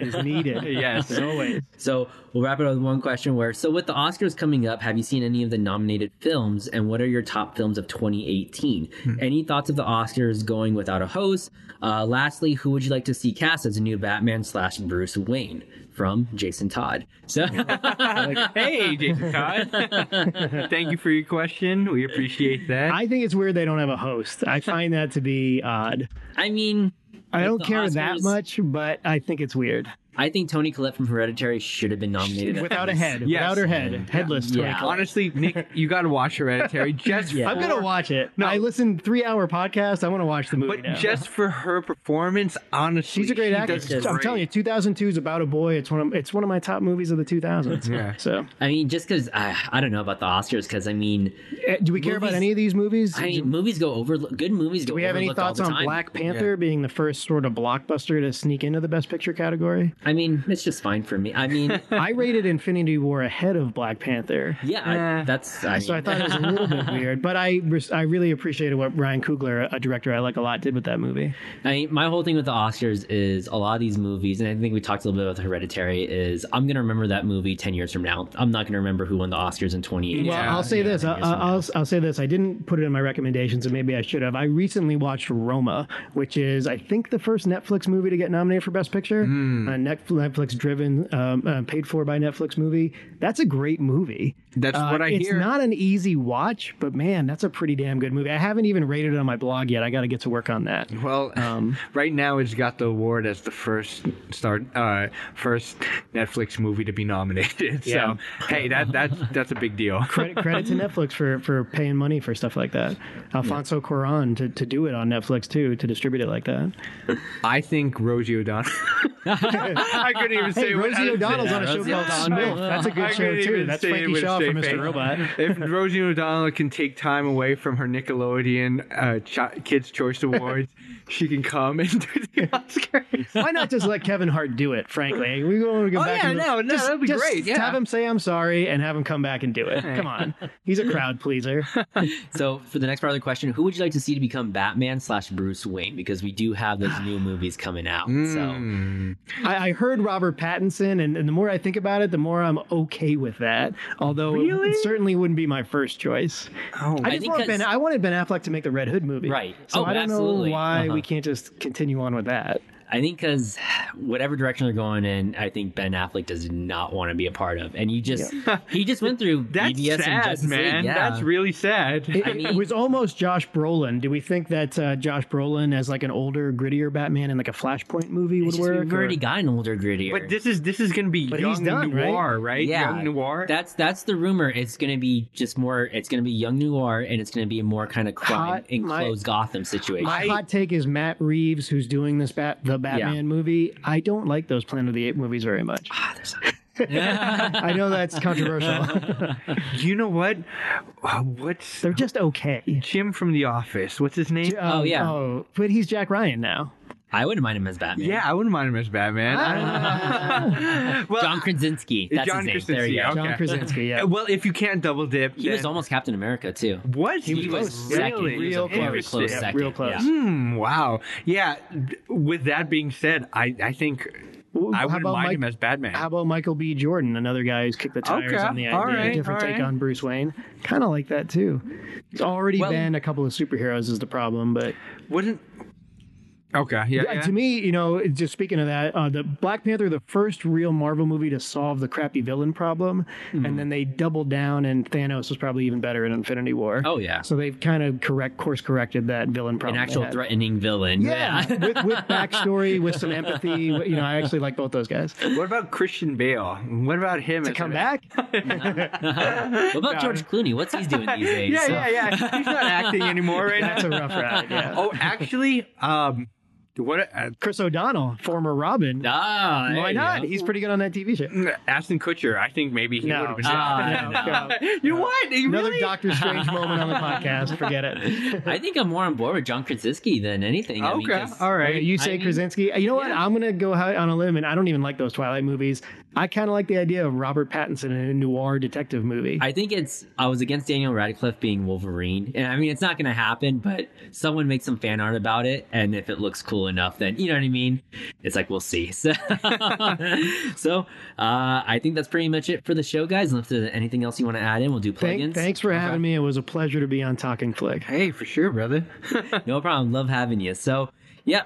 [SPEAKER 1] (laughs)
[SPEAKER 3] is needed.
[SPEAKER 2] Yes. (laughs)
[SPEAKER 3] As always.
[SPEAKER 1] So we'll wrap it up with one question where so with the Oscars coming up, have you seen any of the nominated films and what are your top films of 2018?
[SPEAKER 3] Hmm.
[SPEAKER 1] Any thoughts of the Oscars going without a host? Uh, lastly, who would you like to see cast as a new Batman slash Bruce Wayne from Jason Todd? So (laughs)
[SPEAKER 2] hey, Jason Todd. thank you for your question. We appreciate that.
[SPEAKER 3] I think it's weird they don't have a host. I find that to be odd.
[SPEAKER 1] I mean,
[SPEAKER 3] I
[SPEAKER 1] With
[SPEAKER 3] don't
[SPEAKER 1] the
[SPEAKER 3] care that
[SPEAKER 1] Oscars-
[SPEAKER 3] much, but I think it's weird.
[SPEAKER 1] I think Tony Collette from Hereditary should have been nominated at (laughs)
[SPEAKER 3] Without a
[SPEAKER 1] least.
[SPEAKER 3] head.
[SPEAKER 2] Yes.
[SPEAKER 3] Without her head. Headless.
[SPEAKER 1] Yeah.
[SPEAKER 3] Tony Collette.
[SPEAKER 2] Honestly,
[SPEAKER 3] (laughs)
[SPEAKER 2] Nick, you got to watch Hereditary just
[SPEAKER 1] Yeah.
[SPEAKER 2] for-
[SPEAKER 3] I'm gonna watch it.
[SPEAKER 2] No.
[SPEAKER 3] I listened three hour podcast. I want to watch the movie.
[SPEAKER 2] But
[SPEAKER 3] now.
[SPEAKER 2] just for her performance, honestly,
[SPEAKER 3] she's a great
[SPEAKER 2] she
[SPEAKER 3] actress.
[SPEAKER 2] does
[SPEAKER 3] I'm
[SPEAKER 2] great.
[SPEAKER 3] telling you, 2002 is about a boy. It's one of it's one of my top movies of the 2000s.
[SPEAKER 2] Yeah.
[SPEAKER 3] So,
[SPEAKER 1] I mean, just because I, I don't know about the Oscars because I mean,
[SPEAKER 3] eh, do we care about
[SPEAKER 1] Movies-
[SPEAKER 3] any of these movies?
[SPEAKER 1] I mean,
[SPEAKER 3] do
[SPEAKER 1] movies go over good movies go.
[SPEAKER 3] we have any
[SPEAKER 1] overlooked all
[SPEAKER 3] thoughts
[SPEAKER 1] the
[SPEAKER 3] on
[SPEAKER 1] time.
[SPEAKER 3] Black Panther being the first sort of blockbuster to sneak into the Best
[SPEAKER 1] (laughs)
[SPEAKER 3] Picture category?
[SPEAKER 1] I mean, it's just fine for me. I
[SPEAKER 3] (laughs)
[SPEAKER 1] mean,
[SPEAKER 3] I rated Infinity War ahead of Black Panther.
[SPEAKER 1] yeah, I- that's. I
[SPEAKER 3] So I
[SPEAKER 1] mean-
[SPEAKER 3] thought it was a
[SPEAKER 1] (laughs)
[SPEAKER 3] little bit weird, but I res- I really appreciated what Ryan Coogler, a director I like a lot, did with that movie.
[SPEAKER 1] I mean, my whole thing with the Oscars is a lot of these movies, and I think we talked a little bit about Hereditary. Is I'm gonna remember that movie ten years from now. I'm not gonna remember who won the Oscars in 2018.
[SPEAKER 3] Well, I'll say this. I, I- I'll, I'll say this. I didn't put it in my recommendations, and maybe I should have. I recently watched Roma, which is, I think, the first Netflix movie to get nominated for Best Picture.
[SPEAKER 2] Hmm.
[SPEAKER 3] A Netflix driven, um, uh, paid for by Netflix movie. That's a great movie.
[SPEAKER 2] That's
[SPEAKER 3] Uh,
[SPEAKER 2] what I
[SPEAKER 3] it's
[SPEAKER 2] hear.
[SPEAKER 3] not an easy watch, but man, that's a pretty damn good movie. I haven't even rated it on my blog yet. I got to get to work on
[SPEAKER 2] (laughs)
[SPEAKER 3] that. (laughs)
[SPEAKER 2] well,
[SPEAKER 3] Um,
[SPEAKER 2] right now it's got the award as the first start, uh, first Netflix movie to be nominated. (laughs)
[SPEAKER 3] Yeah.
[SPEAKER 2] So hey, that that's that's a big deal.
[SPEAKER 3] credit credit to Netflix for for paying money for stuff like that. Alfonso Cuarón to, to do it on Netflix too to distribute it like that.
[SPEAKER 2] I think Rosie
[SPEAKER 3] (laughs)
[SPEAKER 2] O'Donnell. I couldn't even say
[SPEAKER 3] Hey,
[SPEAKER 2] what
[SPEAKER 3] Rosie O'Donnell's on a show
[SPEAKER 1] Rosie
[SPEAKER 3] called
[SPEAKER 1] O'Donnell.
[SPEAKER 3] Smith. That's a
[SPEAKER 2] I
[SPEAKER 3] good show
[SPEAKER 2] couldn't
[SPEAKER 3] too.
[SPEAKER 2] even
[SPEAKER 3] That's
[SPEAKER 2] say it
[SPEAKER 3] Frankie
[SPEAKER 2] with
[SPEAKER 3] Shaw from
[SPEAKER 2] straight
[SPEAKER 3] Mr.
[SPEAKER 2] face.
[SPEAKER 3] Robot.
[SPEAKER 2] if Rosie O'Donnell can take time away from her Nickelodeon uh, Ch- Kids Choice
[SPEAKER 3] (laughs)
[SPEAKER 2] Awards, she can come and do the Oscars.
[SPEAKER 3] Why not just let Kevin Hart do
[SPEAKER 1] (laughs)
[SPEAKER 3] it? Frankly, we want to go
[SPEAKER 2] Oh,
[SPEAKER 3] back.
[SPEAKER 2] yeah,
[SPEAKER 3] and-
[SPEAKER 2] no, no,
[SPEAKER 3] just,
[SPEAKER 2] that'd be
[SPEAKER 3] just
[SPEAKER 2] great, yeah.
[SPEAKER 3] have him say I'm sorry and have him come back and do it. Come on, he's a
[SPEAKER 1] (laughs)
[SPEAKER 3] crowd pleaser.
[SPEAKER 1] so for the next part of the question, who would you like to see to become Batman slash Bruce Wayne? Because we do have those new movies coming out.
[SPEAKER 2] Hmm.
[SPEAKER 1] So
[SPEAKER 3] I, I heard Robert Pattinson, and, and the more I think about it, the more I'm okay with that. Although it-
[SPEAKER 2] Really?
[SPEAKER 3] it certainly wouldn't be my first choice.
[SPEAKER 2] Oh,
[SPEAKER 3] I
[SPEAKER 1] I
[SPEAKER 3] just
[SPEAKER 1] think
[SPEAKER 3] want Ben.
[SPEAKER 1] 'cause-
[SPEAKER 3] I wanted Ben Affleck to make the Red Hood movie,
[SPEAKER 1] Right.
[SPEAKER 3] So
[SPEAKER 1] Oh,
[SPEAKER 3] I don't
[SPEAKER 1] absolutely.
[SPEAKER 3] know why
[SPEAKER 1] Uh-huh.
[SPEAKER 3] we can't just continue on with that.
[SPEAKER 1] I think because whatever direction they're going in, I think Ben Affleck does not want to be a part of. And you just he just went through
[SPEAKER 2] (laughs) that's
[SPEAKER 1] BBS and
[SPEAKER 2] sad,
[SPEAKER 1] Justice
[SPEAKER 2] man.
[SPEAKER 1] League. Yeah.
[SPEAKER 2] That's really sad.
[SPEAKER 3] It,
[SPEAKER 1] I mean-
[SPEAKER 3] it was almost Josh Brolin. Do we think that uh, Josh Brolin as like an older, grittier Batman in like a Flashpoint movie would
[SPEAKER 1] It's just
[SPEAKER 3] work?
[SPEAKER 1] we've
[SPEAKER 3] or-
[SPEAKER 1] already got an older grittier.
[SPEAKER 2] but this is this is going to be
[SPEAKER 3] But
[SPEAKER 2] young
[SPEAKER 3] he's done, right?
[SPEAKER 2] noir, right?
[SPEAKER 1] Yeah,
[SPEAKER 2] young noir.
[SPEAKER 1] That's that's the rumor. It's going to be just more. It's going to be young noir, and it's going to be a more kind of crime
[SPEAKER 3] Hot- my-
[SPEAKER 1] enclosed Gotham situation.
[SPEAKER 3] My hot take is Matt Reeves, who's doing this bat the Batman movie. I don't like those Planet of the Apes movies very much.
[SPEAKER 1] Ah, there's-
[SPEAKER 2] (laughs)
[SPEAKER 3] I know
[SPEAKER 1] (laughs)
[SPEAKER 3] that's controversial.
[SPEAKER 2] you know what? Uh, What's
[SPEAKER 3] They're just okay. Um,
[SPEAKER 2] Jim from The Office? What's his name?
[SPEAKER 1] Oh, yeah.
[SPEAKER 3] Oh, but he's Jack Ryan now.
[SPEAKER 1] (laughs) I wouldn't mind him as Batman.
[SPEAKER 2] yeah, I wouldn't mind him as Batman. I
[SPEAKER 3] Ah.
[SPEAKER 2] don't know. (laughs) well,
[SPEAKER 1] John Krasinski. That's
[SPEAKER 2] John
[SPEAKER 1] his name. There you go.
[SPEAKER 2] Krasinski,
[SPEAKER 3] John
[SPEAKER 2] Okay.
[SPEAKER 3] Krasinski. Yeah.
[SPEAKER 2] well, if you can't double dip,
[SPEAKER 1] He was
[SPEAKER 2] then-
[SPEAKER 1] almost Captain America too.
[SPEAKER 2] Was (laughs) he,
[SPEAKER 1] was second.
[SPEAKER 2] really
[SPEAKER 1] He was
[SPEAKER 3] Real
[SPEAKER 1] very
[SPEAKER 3] close.
[SPEAKER 1] close
[SPEAKER 3] Yeah,
[SPEAKER 1] second.
[SPEAKER 3] real close.
[SPEAKER 1] Yeah.
[SPEAKER 2] Hmm, wow. Yeah. d- With that being said, I, I think
[SPEAKER 3] Well,
[SPEAKER 2] I
[SPEAKER 3] Mm, how
[SPEAKER 2] wouldn't
[SPEAKER 3] about
[SPEAKER 2] mind
[SPEAKER 3] Mike-
[SPEAKER 2] him as Batman.
[SPEAKER 3] How about Michael B. Jordan, another guy who's kicked the tires
[SPEAKER 2] Okay,
[SPEAKER 3] on the
[SPEAKER 2] all
[SPEAKER 3] idea,
[SPEAKER 2] right,
[SPEAKER 3] different
[SPEAKER 2] all
[SPEAKER 3] take
[SPEAKER 2] right.
[SPEAKER 3] on Bruce Wayne? Kind of like that too. It's already
[SPEAKER 1] Well-
[SPEAKER 3] been a couple of superheroes is the problem, but
[SPEAKER 2] Wouldn't Okay. Yeah.
[SPEAKER 3] Yeah,
[SPEAKER 2] yeah.
[SPEAKER 3] uh, To me, you know, just speaking of that, uh, the Black Panther, the first real Marvel movie to solve the crappy villain problem,
[SPEAKER 1] Hmm.
[SPEAKER 3] and then they doubled down, and Thanos was probably even better in Infinity War.
[SPEAKER 1] Oh, yeah.
[SPEAKER 3] So they've kind of correct course corrected that villain
[SPEAKER 1] An
[SPEAKER 3] problem. they
[SPEAKER 1] actual
[SPEAKER 3] had.
[SPEAKER 1] threatening villain.
[SPEAKER 3] Yeah, (laughs) with, with backstory, with some empathy. You know, I actually like both those guys.
[SPEAKER 2] What about Christian Bale? What about him?
[SPEAKER 3] To come back,
[SPEAKER 1] (laughs)
[SPEAKER 2] (laughs)
[SPEAKER 1] what about George Clooney? What's he's doing these days?
[SPEAKER 2] Yeah, yeah, yeah. He's
[SPEAKER 3] (laughs)
[SPEAKER 2] not acting anymore right
[SPEAKER 3] uh, that's
[SPEAKER 2] now.
[SPEAKER 3] a rough ride. Yeah.
[SPEAKER 1] (laughs)
[SPEAKER 2] Oh, actually, um, what? Uh,
[SPEAKER 3] Chris O'Donnell, former Robin.
[SPEAKER 1] Ah, there
[SPEAKER 3] Why
[SPEAKER 1] you
[SPEAKER 3] not?
[SPEAKER 1] go.
[SPEAKER 3] He's pretty good on that TV show.
[SPEAKER 2] Ashton Kutcher. I think maybe he
[SPEAKER 3] No.
[SPEAKER 2] would have been.
[SPEAKER 1] Ah,
[SPEAKER 2] (laughs)
[SPEAKER 3] No,
[SPEAKER 1] no.
[SPEAKER 3] no.
[SPEAKER 2] you what? You
[SPEAKER 3] Another
[SPEAKER 2] really?
[SPEAKER 1] (laughs)
[SPEAKER 3] Doctor Strange moment on the podcast. Forget it.
[SPEAKER 1] I think I'm more on board with John Krasinski than anything. I mean,
[SPEAKER 2] Okay.
[SPEAKER 1] 'cause-
[SPEAKER 2] All right.
[SPEAKER 3] Okay, you say
[SPEAKER 1] I mean-
[SPEAKER 3] Krasinski. You know what? I'm gonna go out on a limb, and I don't even like those Twilight movies. I kind of like the idea of Robert Pattinson in a noir detective movie.
[SPEAKER 1] I think it's I was against Daniel Radcliffe being Wolverine, and I mean it's not going to happen, but someone makes some fan art about it, and if it looks cool enough, then you know what I mean. It's like we'll see. (laughs) So, so, uh, I think that's pretty much it for the show, guys. Unless there's anything else you want to add in, we'll do
[SPEAKER 3] Thank-
[SPEAKER 1] plugins.
[SPEAKER 3] thanks for having me. It was a pleasure to be on Talking Flick.
[SPEAKER 2] Hey, for sure, brother.
[SPEAKER 1] No problem. Love having you. So, yeah,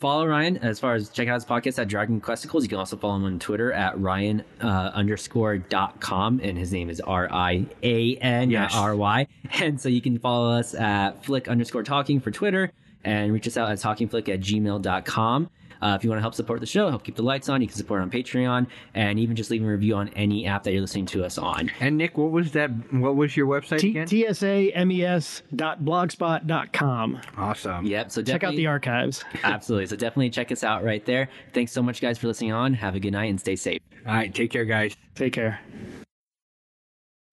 [SPEAKER 1] follow Ryan as far as check out his podcast at Dragon Questicles. You can also follow him on Twitter at Ryan uh, underscore dot com, and his name is R I A N
[SPEAKER 2] Yes.
[SPEAKER 1] R Y. And so you can follow us at Flick underscore Talking for Twitter, and reach us out at talkingflick at gmail.com. Uh, if you want to help support the show, help keep the lights on, you can support on Patreon, and even just leave a review on any app that you're listening to us on.
[SPEAKER 2] (laughs) and Nick, what was that? What was your website
[SPEAKER 3] T-
[SPEAKER 2] again?
[SPEAKER 3] E TSAMES.blogspot.com.
[SPEAKER 2] awesome.
[SPEAKER 1] Yep. So
[SPEAKER 3] Check out
[SPEAKER 1] definitely-
[SPEAKER 3] the archives.
[SPEAKER 1] Absolutely. So definitely check us out right there. Thanks so much, guys, for listening on. Have a good night and stay safe.
[SPEAKER 2] All right. Take care, guys.
[SPEAKER 3] Take care.